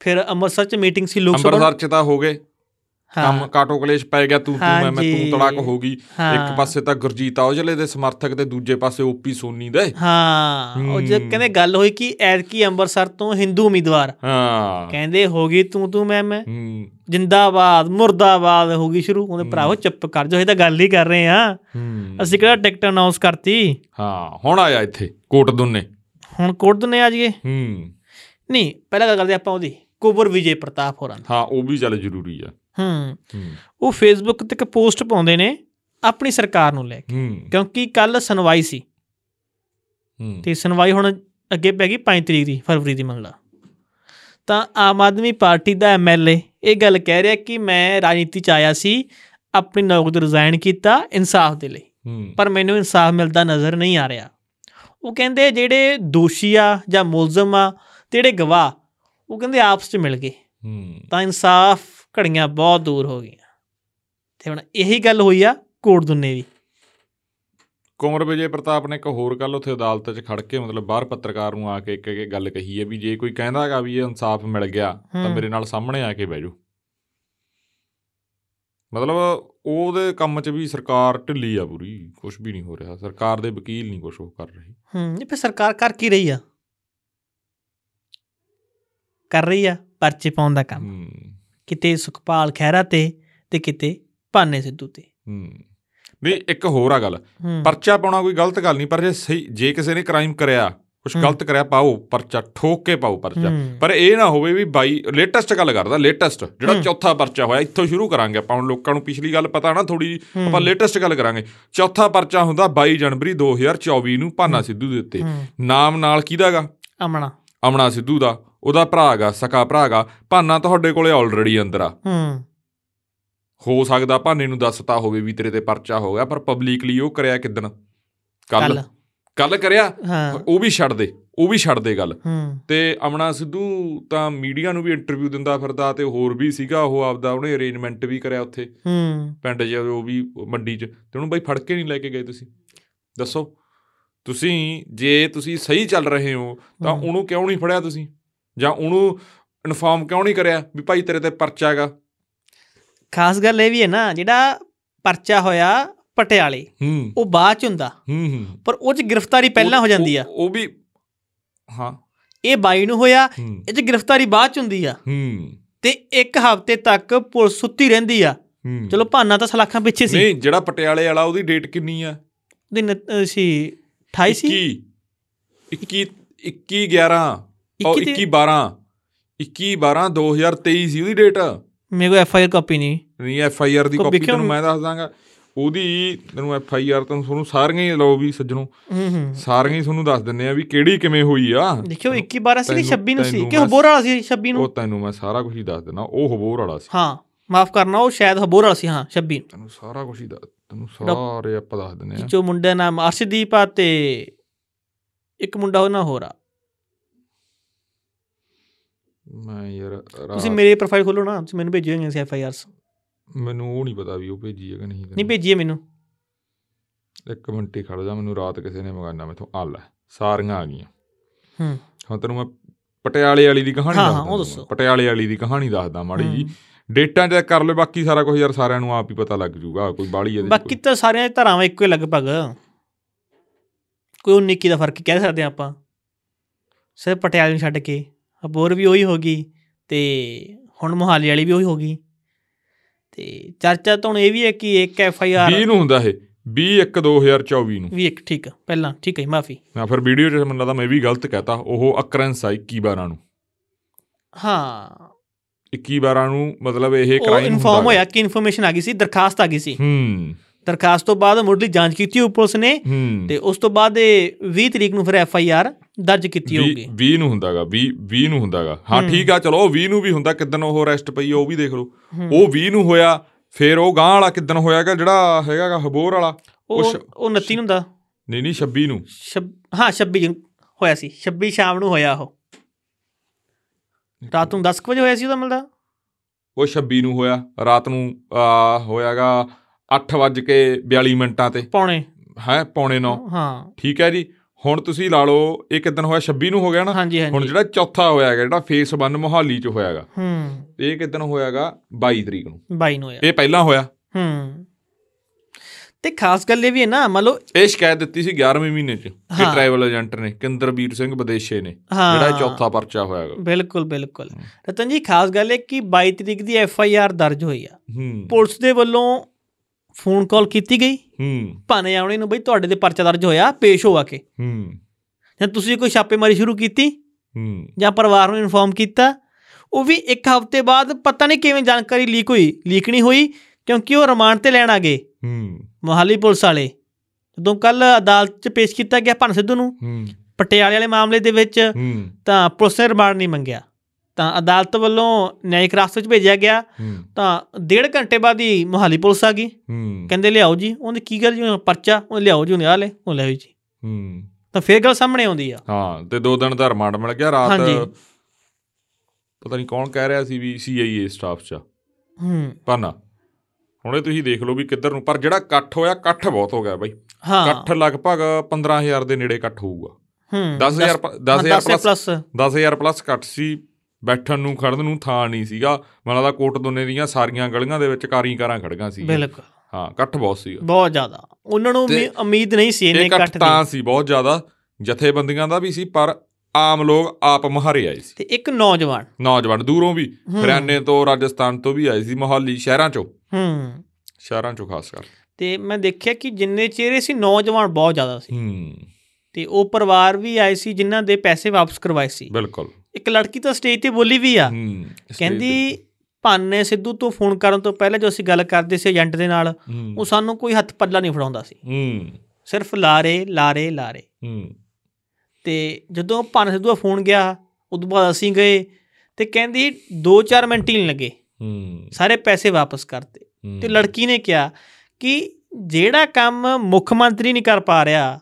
Speaker 1: ਫਿਰ ਅੰਮ੍ਰਿਤਸਰ ਚ ਮੀਟਿੰਗ ਸੀ ਲੋਕ ਸਭਾ
Speaker 2: ਅੰਮ੍ਰਿਤਸਰ ਚ ਤਾਂ ਹੋ ਗਏ ਕੰਮ
Speaker 1: ਹਾਂ,
Speaker 2: ਕਾਟੋ ਕਲੇਸ਼ ਪੈ ਗਿਆ ਤੂੰ ਤੂੰ ਮੈਂ ਮੈਂ
Speaker 1: ਹਾਂਜੀ।
Speaker 2: ਤੂੰ ਤੜਾਕ ਹੋ ਗਈ
Speaker 1: ਹਾਂ।
Speaker 2: ਇੱਕ ਪਾਸੇ ਤਾਂ ਗੁਰਜੀਤ ਔਜਲੇ ਦੇ ਸਮਰਥਕ ਤੇ ਦੂਜੇ ਪਾਸੇ ਓਪੀ ਸੋਨੀ ਦੇ
Speaker 1: ਹਾਂ ਉਹ ਜਦ ਕਹਿੰਦੇ ਗੱਲ ਹੋਈ ਕਿ ਐਤਕੀ ਅੰਮ੍ਰਿਤਸਰ ਤੋਂ ਹਿੰਦੂ ਉਮੀਦਵਾਰ
Speaker 2: ਹਾਂ
Speaker 1: ਕਹਿੰਦੇ ਹੋ ਗਈ ਤੂੰ ਤੂੰ ਮੈਂ ਮੈਂ
Speaker 2: ਹੂੰ
Speaker 1: ਜਿੰਦਾਬਾਦ ਮੁਰਦਾਬਾਦ ਹੋ ਗਈ ਸ਼ੁਰੂ ਉਹਦੇ ਭਰਾਵੋ ਚੁੱਪ ਕਰ ਜਾਓ ਇਹ ਤਾਂ ਗੱਲ ਹੀ ਕਰ ਰਹੇ ਆ
Speaker 2: ਹੂੰ
Speaker 1: ਅਸੀਂ ਕਿਹੜਾ ਟਿਕਟ ਅਨਾਉਂਸ ਕਰਤੀ
Speaker 2: ਹਾਂ ਹੁਣ ਆਇਆ ਇੱਥੇ ਕੋਟ ਦੁੰਨੇ
Speaker 1: ਹੁਣ ਕੋਟ ਦਨੇ ਆ ਜਾਈਏ
Speaker 2: ਹੂੰ
Speaker 1: ਨਹੀਂ ਪਹਿਲਾਂ ਗੱਲ ਕਰਦੇ ਆਪਾਂ ਉਹਦੀ ਕੁਬਰ ਵਿਜੇ ਪ੍ਰਤਾਪ ਹੋਰਾਂ ਦੀ
Speaker 2: ਹਾਂ ਉਹ ਵੀ ਚੱਲ ਜ਼ਰੂਰੀ ਆ
Speaker 1: ਹੂੰ
Speaker 2: ਹੂੰ
Speaker 1: ਉਹ ਫੇਸਬੁੱਕ ਤੇ ਇੱਕ ਪੋਸਟ ਪਾਉਂਦੇ ਨੇ ਆਪਣੀ ਸਰਕਾਰ ਨੂੰ ਲੈ ਕੇ
Speaker 2: ਹੂੰ
Speaker 1: ਕਿਉਂਕਿ ਕੱਲ ਸੁਣਵਾਈ ਸੀ
Speaker 2: ਹੂੰ
Speaker 1: ਤੇ ਸੁਣਵਾਈ ਹੁਣ ਅੱਗੇ ਪੈ ਗਈ 5 ਤਰੀਕ ਦੀ ਫਰਵਰੀ ਦੀ ਮੰਨ ਲਾ ਤਾਂ ਆਮ ਆਦਮੀ ਪਾਰਟੀ ਦਾ ਐਮਐਲਏ ਇਹ ਗੱਲ ਕਹਿ ਰਿਹਾ ਕਿ ਮੈਂ ਰਾਜਨੀਤੀ ਚ ਆਇਆ ਸੀ ਆਪਣੀ ਨੌਕਰੀ ਤੋਂ ਰਿਜ਼ਾਈਨ ਕੀਤਾ ਇਨਸਾਫ ਦੇ ਲਈ
Speaker 2: ਹੂੰ
Speaker 1: ਪਰ ਮੈਨੂੰ ਇਨਸਾਫ ਮਿਲਦਾ ਨਜ਼ਰ ਨਹੀਂ ਆ ਰਿਹਾ ਉਹ ਕਹਿੰਦੇ ਜਿਹੜੇ ਦੋਸ਼ੀ ਆ ਜਾਂ ਮੁਲਜ਼ਮ ਆ ਤੇ ਜਿਹੜੇ ਗਵਾਹ ਉਹ ਕਹਿੰਦੇ ਆਪਸ ਚ ਮਿਲ ਗਏ
Speaker 2: ਹੂੰ
Speaker 1: ਤਾਂ ਇਨਸਾਫ ਘੜੀਆਂ ਬਹੁਤ ਦੂਰ ਹੋ ਗਈਆਂ ਤੇ ਹੁਣ ਇਹੀ ਗੱਲ ਹੋਈ ਆ ਕੋਟ ਦੁੰਨੇ ਵੀ
Speaker 2: ਕੁੰਵਰ ਵਿਜੇ ਪ੍ਰਤਾਪ ਨੇ ਇੱਕ ਹੋਰ ਗੱਲ ਉੱਥੇ ਅਦਾਲਤ 'ਚ ਖੜ ਕੇ ਮਤਲਬ ਬਾਹਰ ਪੱਤਰਕਾਰ ਨੂੰ ਆ ਕੇ ਇੱਕ ਇੱਕ ਗੱਲ ਕਹੀ ਹੈ ਵੀ ਜੇ ਕੋਈ ਕਹਿੰਦਾ ਹੈਗਾ ਵੀ ਇਹ ਇਨਸਾਫ ਮਿਲ ਗਿਆ ਤਾਂ
Speaker 1: ਹੂੰ।
Speaker 2: ਮੇਰੇ ਨਾਲ ਸਾਹਮਣੇ ਆ ਕੇ ਬਹਿ ਜਾਓ ਮਤਲਬ ਉਹਦੇ ਕੰਮ 'ਚ ਵੀ ਸਰਕਾਰ ਢਿੱਲੀ ਆ ਪੂਰੀ ਕੁਝ ਵੀ ਨਹੀਂ ਹੋ ਰਿਹਾ ਸਰਕਾਰ ਦੇ ਵਕੀਲ ਨਹੀਂ ਕੁਝ ਉਹ ਕਰ ਰਹੇ
Speaker 1: ਹੂੰ ਇਹ ਫਿਰ ਸਰਕਾਰ ਕਰ ਕੀ ਰਹੀ ਆ ਕਰ ਰਹੀ ਆ ਪਰਚੇ ਪਾਉਣ ਦਾ ਕੰਮ
Speaker 2: ਹੂੰ
Speaker 1: ਕਿਤੇ ਸੁਖਪਾਲ ਖਹਿਰਾ ਤੇ ਤੇ ਕਿਤੇ ਭਾਨੇ ਸਿੱਧੂ ਤੇ
Speaker 2: ਹੂੰ ਨਹੀਂ ਇੱਕ ਹੋਰ ਆ ਗੱਲ
Speaker 1: ਹੂੰ
Speaker 2: ਪਰਚਾ ਪਾਉਣਾ ਕੋਈ ਗਲਤ ਗੱਲ ਨਹੀਂ ਪਰ ਜੇ ਸਹੀ ਜੇ ਕਿਸੇ ਨੇ ਕ੍ਰਾਈਮ ਕਰਿਆ ਕੁਝ
Speaker 1: ਹੂੰ।
Speaker 2: ਗਲਤ ਕਰਿਆ ਪਾਓ ਪਰਚਾ ਠੋਕ ਕੇ ਪਾਓ ਪਰਚਾ
Speaker 1: ਹੂੰ।
Speaker 2: ਪਰ ਇਹ ਨਾ ਹੋਵੇ ਵੀ ਬਾਈ ਲੇਟੈਸਟ ਗੱਲ ਕਰਦਾ ਲੇਟੈਸਟ ਜਿਹੜਾ
Speaker 1: ਹੂੰ।
Speaker 2: ਚੌਥਾ ਪਰਚਾ ਹੋਇਆ ਇੱਥੋਂ ਸ਼ੁਰੂ ਕਰਾਂਗੇ ਆਪਾਂ ਹੁਣ ਲੋਕਾਂ ਨੂੰ ਪਿਛਲੀ ਗੱਲ ਪਤਾ ਨਾ ਥੋੜੀ
Speaker 1: ਹੂੰ।
Speaker 2: ਆਪਾਂ ਲੇਟੈਸਟ ਗੱਲ ਕਰਾਂਗੇ ਚੌਥਾ ਪਰਚਾ ਹੁੰਦਾ 22 ਜਨਵਰੀ 2024 ਨੂੰ ਭਾਨਾ ਸਿੱਧੂ ਦੇ ਉੱਤੇ
Speaker 1: ਹੂੰ।
Speaker 2: ਨਾਮ ਨਾਲ ਕਿਹਦਾਗਾ
Speaker 1: ਅਮਣਾ
Speaker 2: ਅਮਨਾ ਸਿੱਧੂ ਦਾ ਉਹਦਾ ਭਰਾ ਹੈਗਾ ਸਕਾ ਭਰਾ ਹੈਗਾ ਭਾਨਾ ਤੁਹਾਡੇ ਕੋਲੇ ਆਲਰੇਡੀ ਅੰਦਰ ਆ
Speaker 1: ਹੂੰ
Speaker 2: ਹੋ ਸਕਦਾ ਭਾਨੇ ਨੂੰ ਦੱਸਤਾ ਹੋਵੇ ਵੀ ਤੇਰੇ ਤੇ ਪਰਚਾ ਹੋ ਗਿਆ ਪਰ ਪਬਲਿਕਲੀ ਉਹ ਕਰਿਆ ਕਿਦਣ ਕੱਲ
Speaker 1: ਕੱਲ
Speaker 2: ਗੱਲ ਕਰਿਆ
Speaker 1: ਹਾਂ
Speaker 2: ਉਹ ਵੀ ਛੱਡ ਦੇ ਉਹ ਵੀ ਛੱਡ ਦੇ ਗੱਲ
Speaker 1: ਹੂੰ
Speaker 2: ਤੇ ਅਮਨਾ ਸਿੱਧੂ ਤਾਂ ਮੀਡੀਆ ਨੂੰ ਵੀ ਇੰਟਰਵਿਊ ਦਿੰਦਾ ਫਿਰਦਾ ਤੇ ਹੋਰ ਵੀ ਸੀਗਾ ਉਹ ਆਪਦਾ ਉਹਨੇ ਅਰੇਂਜਮੈਂਟ ਵੀ ਕਰਿਆ ਉੱਥੇ
Speaker 1: ਹੂੰ
Speaker 2: ਪਿੰਡ ਜਿਹਾ ਉਹ ਵੀ ਮੰਡੀ 'ਚ ਤੇ ਉਹਨੂੰ ਬਾਈ ਫੜ ਕੇ ਨਹੀਂ ਲੈ ਕੇ ਗਏ ਤੁਸੀਂ ਦੱਸੋ ਤੁਸੀਂ ਜੇ ਤੁਸੀਂ ਸਹੀ ਚੱਲ ਰਹੇ ਹੋ ਤਾਂ
Speaker 1: ਹਮ।
Speaker 2: ਉਹਨੂੰ ਕਿਉਂ ਨਹੀਂ ਫੜਿਆ ਤੁਸੀਂ ਜਾਂ ਉਹਨੂੰ ਇਨਫਾਰਮ ਕਿਉਂ ਨਹੀਂ ਕਰਿਆ ਵੀ ਭਾਈ ਤੇਰੇ ਤੇ ਪਰਚਾ ਹੈਗਾ
Speaker 1: ਖਾਸ ਗੱਲ ਇਹ ਵੀ ਹੈ ਨਾ ਜਿਹੜਾ ਪਰਚਾ ਹੋਇਆ ਪਟਿਆਲੇ
Speaker 2: ਹੂੰ
Speaker 1: ਉਹ ਬਾਅਦ ਚ ਹੁੰਦਾ
Speaker 2: ਹੂੰ ਹੂੰ
Speaker 1: ਪਰ ਉਹ ਚ ਗ੍ਰਿਫਤਾਰੀ ਪਹਿਲਾਂ ਹੋ ਜਾਂਦੀ ਆ
Speaker 2: ਉਹ- ਉਹ ਵੀ ਹਾਂ
Speaker 1: ਇਹ ਬਾਈ ਨੂੰ ਹੋਇਆ
Speaker 2: ਹੂੰ
Speaker 1: ਇਹ ਚ ਗ੍ਰਿਫਤਾਰੀ ਬਾਅਦ ਚ ਹੁੰਦੀ ਆ
Speaker 2: ਹੂੰ
Speaker 1: ਤੇ ਇੱਕ ਹਫ਼ਤੇ ਤੱਕ ਪੁਲਿਸ ਸੁੱਤੀ ਰਹਿੰਦੀ ਆ
Speaker 2: ਹੂੰ।
Speaker 1: ਚਲੋ ਭਾਨਾ ਤਾਂ ਸਲਾਖਾਂ ਪਿੱਛੇ ਸੀ
Speaker 2: ਨਹੀਂ ਜਿਹੜਾ ਪਟਿਆਲੇ ਵਾਲਾ ਉਹਦੀ ਡੇਟ ਕਿੰਨੀ ਆ
Speaker 1: ਦਿਨ ਅ, ਸੀ 28 ਸੀ
Speaker 2: 21 21 11 ਔਰ
Speaker 1: 21
Speaker 2: 21 12 21 12 2023 ਸੀ ਉਹਦੀ ਡੇਟ
Speaker 1: ਮੇਰੇ ਕੋਲ ਐਫ ਆਈ ਆਰ ਕਾਪੀ ਨਹੀਂ
Speaker 2: ਨਹੀਂ ਐਫ ਆਈ ਆਰ ਦੀ
Speaker 1: ਕੋ
Speaker 2: ਕਾਪੀ
Speaker 1: ਵਿਖਿਆ
Speaker 2: ਤੈਨੂੰ
Speaker 1: ਹੋਊ।
Speaker 2: ਮੈਂ ਦੱਸ ਦਾਂਗਾ ਉਹਦੀ ਤੈਨੂੰ ਐਫ ਆਈ ਆਰ ਤੈਨੂੰ ਤੁਹਾਨੂੰ ਸਾਰੀਆਂ ਹੀ ਲਓ ਵੀ ਸੱਜਣੋ
Speaker 1: ਹੂੰ ਹੂੰ
Speaker 2: ਸਾਰੀਆਂ ਹੀ ਤੁਹਾਨੂੰ ਦੱਸ ਦਿੰਨੇ ਆ ਵੀ ਕਿਹੜੀ ਕਿਵੇਂ ਹੋਈ ਆ
Speaker 1: ਦੇਖਿਓ 21 12 ਸੀ ਕਿ
Speaker 2: ਤੈਨੂੰ-
Speaker 1: 26 ਨੂੰ ਸੀ
Speaker 2: ਤੈਨੂੰ
Speaker 1: ਕਿ ਹਬੋਰ ਵਾਲਾ ਸੀ 26 ਨੂੰ
Speaker 2: ਉਹ ਤੈਨੂੰ ਮੈਂ ਸਾਰਾ ਕੁਝ ਹੀ ਦੱਸ ਦਿੰਨਾ ਉਹ ਹਬੋਰ ਵਾਲਾ ਸੀ
Speaker 1: ਹਾਂ ਮਾਫ ਕਰਨਾ ਉਹ ਸ਼ਾਇਦ ਹਬੋਰ ਵਾਲਾ ਸੀ ਹਾਂ 26 ਨੂੰ
Speaker 2: ਤੈਨੂੰ ਸਾਰਾ ਕੁਝ ਹੀ ਦੱਸ ਤੈਨੂੰ ਸਾਰੇ ਆਪਾਂ ਦੱਸ ਦਿੰਨੇ ਆ
Speaker 1: ਜੋ ਮੁੰਡੇ ਦਾ ਨਾਮ ਅਰਸ਼ਦੀਪ ਆ ਤੇ ਇੱਕ ਮੁੰਡਾ ਉਹਨਾਂ ਹੋਰ ਆ
Speaker 2: ਮੈਂ ਯਾਰ
Speaker 1: ਤੁਸੀਂ
Speaker 2: ਰਾਤ-
Speaker 1: ਮੇਰੇ ਪ੍ਰੋਫਾਈਲ ਖੋਲੋ ਨਾ ਤੁਸੀਂ ਮੈਨੂੰ ਭੇਜਿਓ ਹੋਈਆਂ ਸੀ ਐਫ ਆਈ ਆਰਸ
Speaker 2: ਮੈਨੂੰ ਉਹ ਨਹੀਂ ਪਤਾ ਵੀ ਉਹ ਭੇਜੀ ਹੈ ਕਿ ਨਹੀਂ
Speaker 1: ਨਹੀਂ
Speaker 2: ਤੈਨੂੰ।
Speaker 1: ਭੇਜੀਏ ਮੈਨੂੰ
Speaker 2: ਇੱਕ ਮਿੰਟ ਹੀ ਖੜ ਜਾ ਮੈਨੂੰ ਰਾਤ ਕਿਸੇ ਨੇ ਮੰਗਾਣਾ ਮੈਥੋਂ ਆ ਲੈ ਸਾਰੀਆਂ ਆ ਗਈਆਂ
Speaker 1: ਹੂੰ
Speaker 2: ਹੁਣ ਤੈਨੂੰ ਮੈਂ ਪਟਿਆਲੇ ਵਾਲੀ ਦੀ ਕਹਾਣੀ
Speaker 1: ਹਾਂ,
Speaker 2: ਦੱਸਦਾ
Speaker 1: ਹਾਂ, ਉਹ
Speaker 2: ਤੈਨੂੰ।
Speaker 1: ਦੱਸੋ।
Speaker 2: ਪਟਿਆਲੇ ਵਾਲੀ ਦੀ ਕਹਾਣੀ ਦੱਸਦਾ ਮਾੜੀ ਜੀ
Speaker 1: ਹੂੰ।
Speaker 2: ਡੇਟਾਂ ਚੈੱਕ ਕਰ ਲੈ ਬਾਕੀ ਸਾਰਾ ਕੁਝ ਯਾਰ ਸਾਰਿਆਂ ਨੂੰ ਆਪ ਹੀ ਪਤਾ ਲੱਗ ਜੂਗਾ ਕੋਈ ਬਾਹਲੀ ਇਹਦੇ 'ਚ
Speaker 1: ਬਾਕੀ ਤਾਂ ਸਾਰੀਆਂ ਧਰਾਵਾਂ ਇੱਕੋ ਹੀ ਲਗਭਗ ਕੋਈ 19 ਕੀ ਦਾ ਫਰਕ ਕਹਿ ਸਕਦੇ ਹਾਂ ਆਪਾਂ ਸਿਰਫ ਪਟਿਆਲੇ ਨੂੰ ਛੱਡ ਕੇ ਅਬੋਰ ਵੀ ਉਹੀ ਹੋ ਗਈ ਤੇ ਹੁਣ ਮੁਹਾਲੀ ਵਾਲੀ ਵੀ ਉਹੀ ਹੋ ਗਈ ਤੇ ਚਰਚਾ ਤਾਂ ਹੁਣ ਇਹ ਵੀ ਹੈ ਕਿ ਇੱਕ ਐਫ ਆਈ
Speaker 2: ਕੋਈ-
Speaker 1: ਆਰ
Speaker 2: 20 ਨੂੰ ਹੁੰਦਾ ਇਹ 20 1 2024 ਨੂੰ
Speaker 1: ਵੀ ਇੱਕ ਠੀਕ ਆ ਪਹਿਲਾਂ ਠੀਕ ਹੈ ਮਾਫੀ
Speaker 2: ਮੈਂ ਫਿਰ ਵੀਡੀਓ 'ਚ ਮੈਨੂੰ ਲੱਗਦਾ ਮੈਂ ਵੀ ਗਲਤ ਕਹਤਾ ਉਹ ਅਕਰੈਂਸ ਆ 21 12 ਨੂੰ
Speaker 1: ਹਾਂ
Speaker 2: 21 12 ਨੂੰ ਮਤਲਬ ਇਹ
Speaker 1: ਉਹ
Speaker 2: ਕ੍ਰਾਈਮ
Speaker 1: ਇਨਫਾਰਮ ਹੋਇਆ ਕਿ ਇਨਫੋਰਮੇਸ਼ਨ ਆ ਗਈ ਸੀ ਦਰਖਾਸਤ ਆ ਗਈ ਸੀ
Speaker 2: ਹੂਮ
Speaker 1: ਦਰਖਾਸਤ ਤੋਂ ਬਾਅਦ ਮੁੱਢਲੀ ਜਾਂਚ ਕੀਤੀ ਹੋਈ ਪੁਲਿਸ ਨੇ
Speaker 2: ਹੂਮ
Speaker 1: ਤੇ ਉਸ ਤੋਂ ਬਾਅਦ ਇਹ 20 ਤਰੀਕ ਨੂੰ ਫਿਰ ਐਫ ਆਈ ਆਰ ਦਰਜ ਕੀਤੀ ਹੋਊਗੀ
Speaker 2: 20 ਨੂੰ ਹੁੰਦਾਗਾ 20 20 ਨੂੰ ਹੁੰਦਾਗਾ ਹਾਂ ਠੀਕ ਆ ਚਲੋ ਉਹ 20 ਨੂੰ ਵੀ ਹੁੰਦਾ ਕਿਦਨ ਉਹ ਅਰੈਸਟ ਪਈ ਆ, ਉਹ ਵੀ ਦੇਖ ਲਓ ਉਹ 20 ਨੂੰ ਹੋਇਆ ਫਿਰ ਉਹ ਗਾਂ ਵਾਲਾ ਕਿਦਨ ਹੋਇਆਗਾ ਜਿਹੜਾ ਹੈਗਾਗਾ ਹਬੋਰ ਵਾਲਾ
Speaker 1: ਉਹ
Speaker 2: ਉਹ ਸ਼-
Speaker 1: ਉਹ 29 ਨੂੰ ਹੁੰਦਾ
Speaker 2: ਨਹੀਂ ਨਹੀਂ 26 ਨੂੰ
Speaker 1: ਛਬ ਹਾਂ 26 ਜੂਨ ਹੋਇਆ ਸੀ 26 ਸ਼ਾਮ ਨੂੰ ਹੋਇਆ ਉਹ ਰਾਤ ਨੂੰ 10 ਕੁ ਵਜੇ ਹੋਇਆ ਸੀ ਉਹਦਾ ਮਿਲਦਾ
Speaker 2: ਉਹ 26 ਨੂੰ ਹੋਇਆ ਰਾਤ ਨੂੰ ਆ, ਹੋਇਆਗਾ 8:42 ਮਿੰਟਾਂ ਤੇ
Speaker 1: ਪੌਣੇ
Speaker 2: ਹੈ ਪੌਣੇ 9
Speaker 1: ਹਾਂ
Speaker 2: ਠੀਕ ਹੈ ਜੀ ਹੁਣ ਤੁਸੀਂ ਲਾ ਲਓ ਇਹ ਕਿਦਨ ਹੋਇਆ 26 ਨੂੰ ਹੋ ਗਿਆ ਨਾ
Speaker 1: ਹਾਂਜੀ
Speaker 2: ਹੁਣ
Speaker 1: ਹਾਂਜੀ
Speaker 2: ਜਿਹੜਾ ਚੌਥਾ ਹੋਇਆਗਾ ਜਿਹੜਾ ਫੇਸ 1 ਮੋਹਾਲੀ ਚ ਹੋਇਆਗਾ
Speaker 1: ਹੂੰ
Speaker 2: ਇਹ ਕਿਦਨ ਹੋਇਆਗਾ 22 ਤਰੀਕ ਨੂੰ
Speaker 1: 22 ਨੂੰ ਹੋਇਆ
Speaker 2: ਇਹ ਪਹਿਲਾਂ ਹੋਇਆ
Speaker 1: ਹੂੰ ਤੇ ਖਾਸ ਗੱਲ ਇਹ ਵੀ ਹੈ ਨਾ ਮੰਨ ਲਓ
Speaker 2: ਇਹ ਸ਼ਿਕਾਇਤ ਦਿੱਤੀ ਸੀ 11ਵੇਂ ਮਹੀਨੇ ਚ ਕਿ
Speaker 1: ਹਾਂ।
Speaker 2: ਟ੍ਰਾਈਵਲ ਏਜੰਟ ਨੇ ਕਿੰਦਰਬੀਰ ਸਿੰਘ ਵਿਦੇਸ਼ੇ ਨੇ
Speaker 1: ਹਾਂ।
Speaker 2: ਜਿਹੜਾ ਇਹ ਚੌਥਾ ਪਰਚਾ ਹੋਇਆਗਾ
Speaker 1: ਬਿਲਕੁਲ ਬਿਲਕੁਲ ਰਤਨ ਜੀ ਖਾਸ ਗੱਲ ਹੈ ਕਿ 22 ਤਰੀਕ ਦੀ ਐਫ ਆਈ ਆਰ ਦਰਜ ਹੋਈ ਆ
Speaker 2: ਹੂੰ
Speaker 1: ਪੁਲਿਸ ਦੇ ਵੱਲੋਂ ਫੋਨ ਕਾਲ ਕੀਤੀ ਗਈ
Speaker 2: ਹੂੰ
Speaker 1: ਭਾਨੇ ਆਉਣੇ ਨੂੰ ਬਈ ਤੁਹਾਡੇ ਤੇ ਪਰਚਾ ਦਰਜ ਹੋਇਆ ਪੇਸ਼ ਹੋ ਆ ਕੇ
Speaker 2: ਹੂੰ
Speaker 1: ਜਾਂ ਤੁਸੀਂ ਕੋਈ ਛਾਪੇਮਾਰੀ ਸ਼ੁਰੂ ਕੀਤੀ
Speaker 2: ਹੂੰ
Speaker 1: ਜਾਂ ਪਰਿਵਾਰ ਨੂੰ ਇਨਫੋਰਮ ਕੀਤਾ ਉਹ ਵੀ ਇੱਕ ਹਫ਼ਤੇ ਬਾਅਦ ਪਤਾ ਨਹੀਂ ਕਿਵੇਂ ਜਾਣਕਾਰੀ ਲੀਕ ਹੋਈ ਲੀਕ ਨਹੀਂ ਹੋਈ ਕਿਉਂਕਿ ਉਹ ਰਿਮਾਂਡ ਤੇ ਲੈਣ ਆ ਗਏ
Speaker 2: ਹੂੰ
Speaker 1: ਮੋਹਾਲੀ ਪੁਲਿਸ ਵਾਲੇ ਜਦੋਂ ਕੱਲ ਅਦਾਲਤ 'ਚ ਪੇਸ਼ ਕੀਤਾ ਗਿਆ ਭੰਨ ਸਿੱਧੂ ਨੂੰ
Speaker 2: ਹੂੰ
Speaker 1: ਪਟਿਆਲੇ ਵਾਲੇ ਮਾਮਲੇ ਦੇ ਵਿੱਚ
Speaker 2: ਹੂੰ
Speaker 1: ਤਾਂ ਪੁਲਿਸ ਨੇ ਰਿਮਾਂਡ ਨਹੀਂ ਮੰਗਿਆ ਤਾਂ ਅਦਾਲਤ ਵੱਲੋਂ ਨਿਆਇਕ ਰਾਸਤੇ 'ਚ ਭੇਜਿਆ ਗਿਆ
Speaker 2: ਹੂੰ
Speaker 1: ਤਾਂ ਡੇਢ ਘੰਟੇ ਬਾਅਦ ਹੀ ਮੋਹਾਲੀ ਪੁਲਿਸ ਆ ਗਈ
Speaker 2: ਹੂੰ
Speaker 1: ਕਹਿੰਦੇ ਲਿਆਓ ਜੀ ਉਹਨੇ ਕੀ ਗੱਲ ਜੀ ਉਹਨੇ ਪਰਚਾ ਉਹ ਲਿਆਓ ਜੀ ਉਹਨੇ ਆ ਲੈ ਉਹ ਲਿਆਓ ਜੀ
Speaker 2: ਹੂੰ
Speaker 1: ਤਾਂ ਫੇਰ ਗੱਲ ਸਾਹਮਣੇ ਆਉਂਦੀ ਆ
Speaker 2: ਹਾਂ ਤੇ ਦੋ ਦਿਨ ਦਾ ਰਿਮਾਂਡ ਮਿਲ ਗਿਆ ਰਾਤ
Speaker 1: ਹਾਂਜੀ।
Speaker 2: ਪਤਾ ਨਹੀਂ ਕੌਣ ਕਹਿ ਰਿਹਾ ਸੀ ਵੀ ਸੀਆਈਏ ਸਟਾਫ ਚ ਆ।
Speaker 1: ਹੂੰ
Speaker 2: ਭਾਨਾ ਹੁਣੇ ਤੁਸੀਂ ਦੇਖ ਲਓ ਵੀ ਕਿੱਧਰ ਨੂੰ ਪਰ ਜਿਹੜਾ ਇਕੱਠ ਹੋਇਆ ਇਕੱਠ ਬਹੁਤ ਹੋ ਗਿਆ ਬਾਈ
Speaker 1: ਹਾਂ
Speaker 2: ਇਕੱਠ ਲਗਭਗ 15000 ਦੇ ਨੇੜੇ ਇਕੱਠ ਹੋਊਗਾ
Speaker 1: ਹੂੰ
Speaker 2: 10000 10000 ਪਲੱਸ
Speaker 1: ਪਲੱਸ
Speaker 2: 10000 ਪਲੱਸ ਇਕੱਠ ਸੀ ਬੈਠਣ ਨੂੰ ਖੜਨ ਨੂੰ ਥਾਂ ਨਹੀਂ ਸੀਗਾ ਮੈਨੂੰ ਲੱਗਦਾ ਕੋਟ ਦੋਨੇ ਦੀਆਂ ਸਾਰੀਆਂ ਗਲੀਆਂ ਦੇ ਵਿੱਚ ਕਾਰੀ ਕਾਰਾਂ ਖੜੀਆਂ ਸੀ
Speaker 1: ਬਿਲਕੁਲ
Speaker 2: ਹਾਂ ਇਕੱਠ ਬਹੁਤ ਸੀਗਾ
Speaker 1: ਬਹੁਤ ਜ਼ਿਆਦਾ ਉਹਨਾਂ ਨੂੰ ਵੀ
Speaker 2: ਤੇ
Speaker 1: ਉਮੀਦ ਨਹੀਂ ਸੀ ਇੰਨੇ
Speaker 2: ਇਹ
Speaker 1: ਇਕੱਠ
Speaker 2: ਇਕੱਠ
Speaker 1: ਦੀ
Speaker 2: ਤਾਂ ਸੀ ਬਹੁਤ ਜ਼ਿਆਦਾ ਜਥੇਬੰਦੀਆਂ ਦਾ ਵੀ ਸੀ ਪਰ ਆਮ ਲੋਕ ਆਪ ਮਹਾਰੇ ਆਏ ਸੀ
Speaker 1: ਤੇ ਇੱਕ ਨੌਜਵਾਨ
Speaker 2: ਨੌਜਵਾਨ ਦੂਰੋਂ ਵੀ
Speaker 1: ਹੂੰ।
Speaker 2: ਹਰਿਆਣੇ ਤੋਂ ਰਾਜਸਥਾਨ ਤੋਂ ਵੀ ਆਏ ਸੀ ਮੋਹਾਲੀ ਸ਼ਹਿਰਾਂ ਚੋਂ
Speaker 1: ਹੂੰ
Speaker 2: ਸ਼ਹਿਰਾਂ ਚੋਂ ਖਾਸ ਕਰ
Speaker 1: ਤੇ ਮੈਂ ਦੇਖਿਆ ਕਿ ਜਿੰਨੇ ਚਿਹਰੇ ਸੀ ਨੌਜਵਾਨ ਬਹੁਤ ਜ਼ਿਆਦਾ ਸੀ
Speaker 2: ਹੂੰ
Speaker 1: ਤੇ ਉਹ ਪਰਿਵਾਰ ਵੀ ਆਏ ਸੀ ਜਿਨ੍ਹਾਂ ਦੇ ਪੈਸੇ ਵਾਪਸ ਕਰਵਾਏ ਸੀ
Speaker 2: ਬਿਲਕੁਲ
Speaker 1: ਇੱਕ ਲੜਕੀ ਤਾਂ ਸਟੇਜ ਤੇ ਬੋਲੀ ਵੀ ਆ
Speaker 2: ਹੂੰ ਸਟੇਜ
Speaker 1: ਕਹਿੰਦੀ ਭਾਨੇ ਸਿੱਧੂ ਤੋਂ ਫੋਨ ਕਰਨ ਤੋਂ ਪਹਿਲਾਂ ਜੋ ਅਸੀਂ ਗੱਲ ਕਰਦੇ ਸੀ ਏਜੰਟ ਦੇ ਨਾਲ
Speaker 2: ਤੇ- ਹੂੰ
Speaker 1: ਉਹ ਸਾਨੂੰ ਕੋਈ ਹੱਥ ਪੱਲਾ ਨਹੀਂ ਫੜਾਉਂਦਾ ਸੀ
Speaker 2: ਹੂੰ
Speaker 1: ਸਿਰਫ ਲਾਰੇ ਲਾਰੇ ਲਾਰੇ
Speaker 2: ਹੂੰ
Speaker 1: ਤੇ ਜਦੋਂ ਭਾਨੇ ਸਿੱਧੂ ਦਾ ਫੋਨ ਗਿਆ ਉਦੋਂ ਬਾਅਦ ਅਸੀਂ ਗਏ ਤੇ ਕਹਿੰਦੀ 2-4 ਮਿੰਟ ਹੀ ਨਹੀਂ ਲੱਗੇ
Speaker 2: ਹੂੰ
Speaker 1: ਸਾਰੇ ਪੈਸੇ ਵਾਪਸ ਕਰਤੇ
Speaker 2: ਹੂੰ।
Speaker 1: ਤੇ ਲੜਕੀ ਨੇ ਕਿਹਾ ਕਿ ਜਿਹੜਾ ਕੰਮ ਮੁੱਖ ਮੰਤਰੀ ਨਹੀਂ ਕਰ ਪਾ ਰਿਹਾ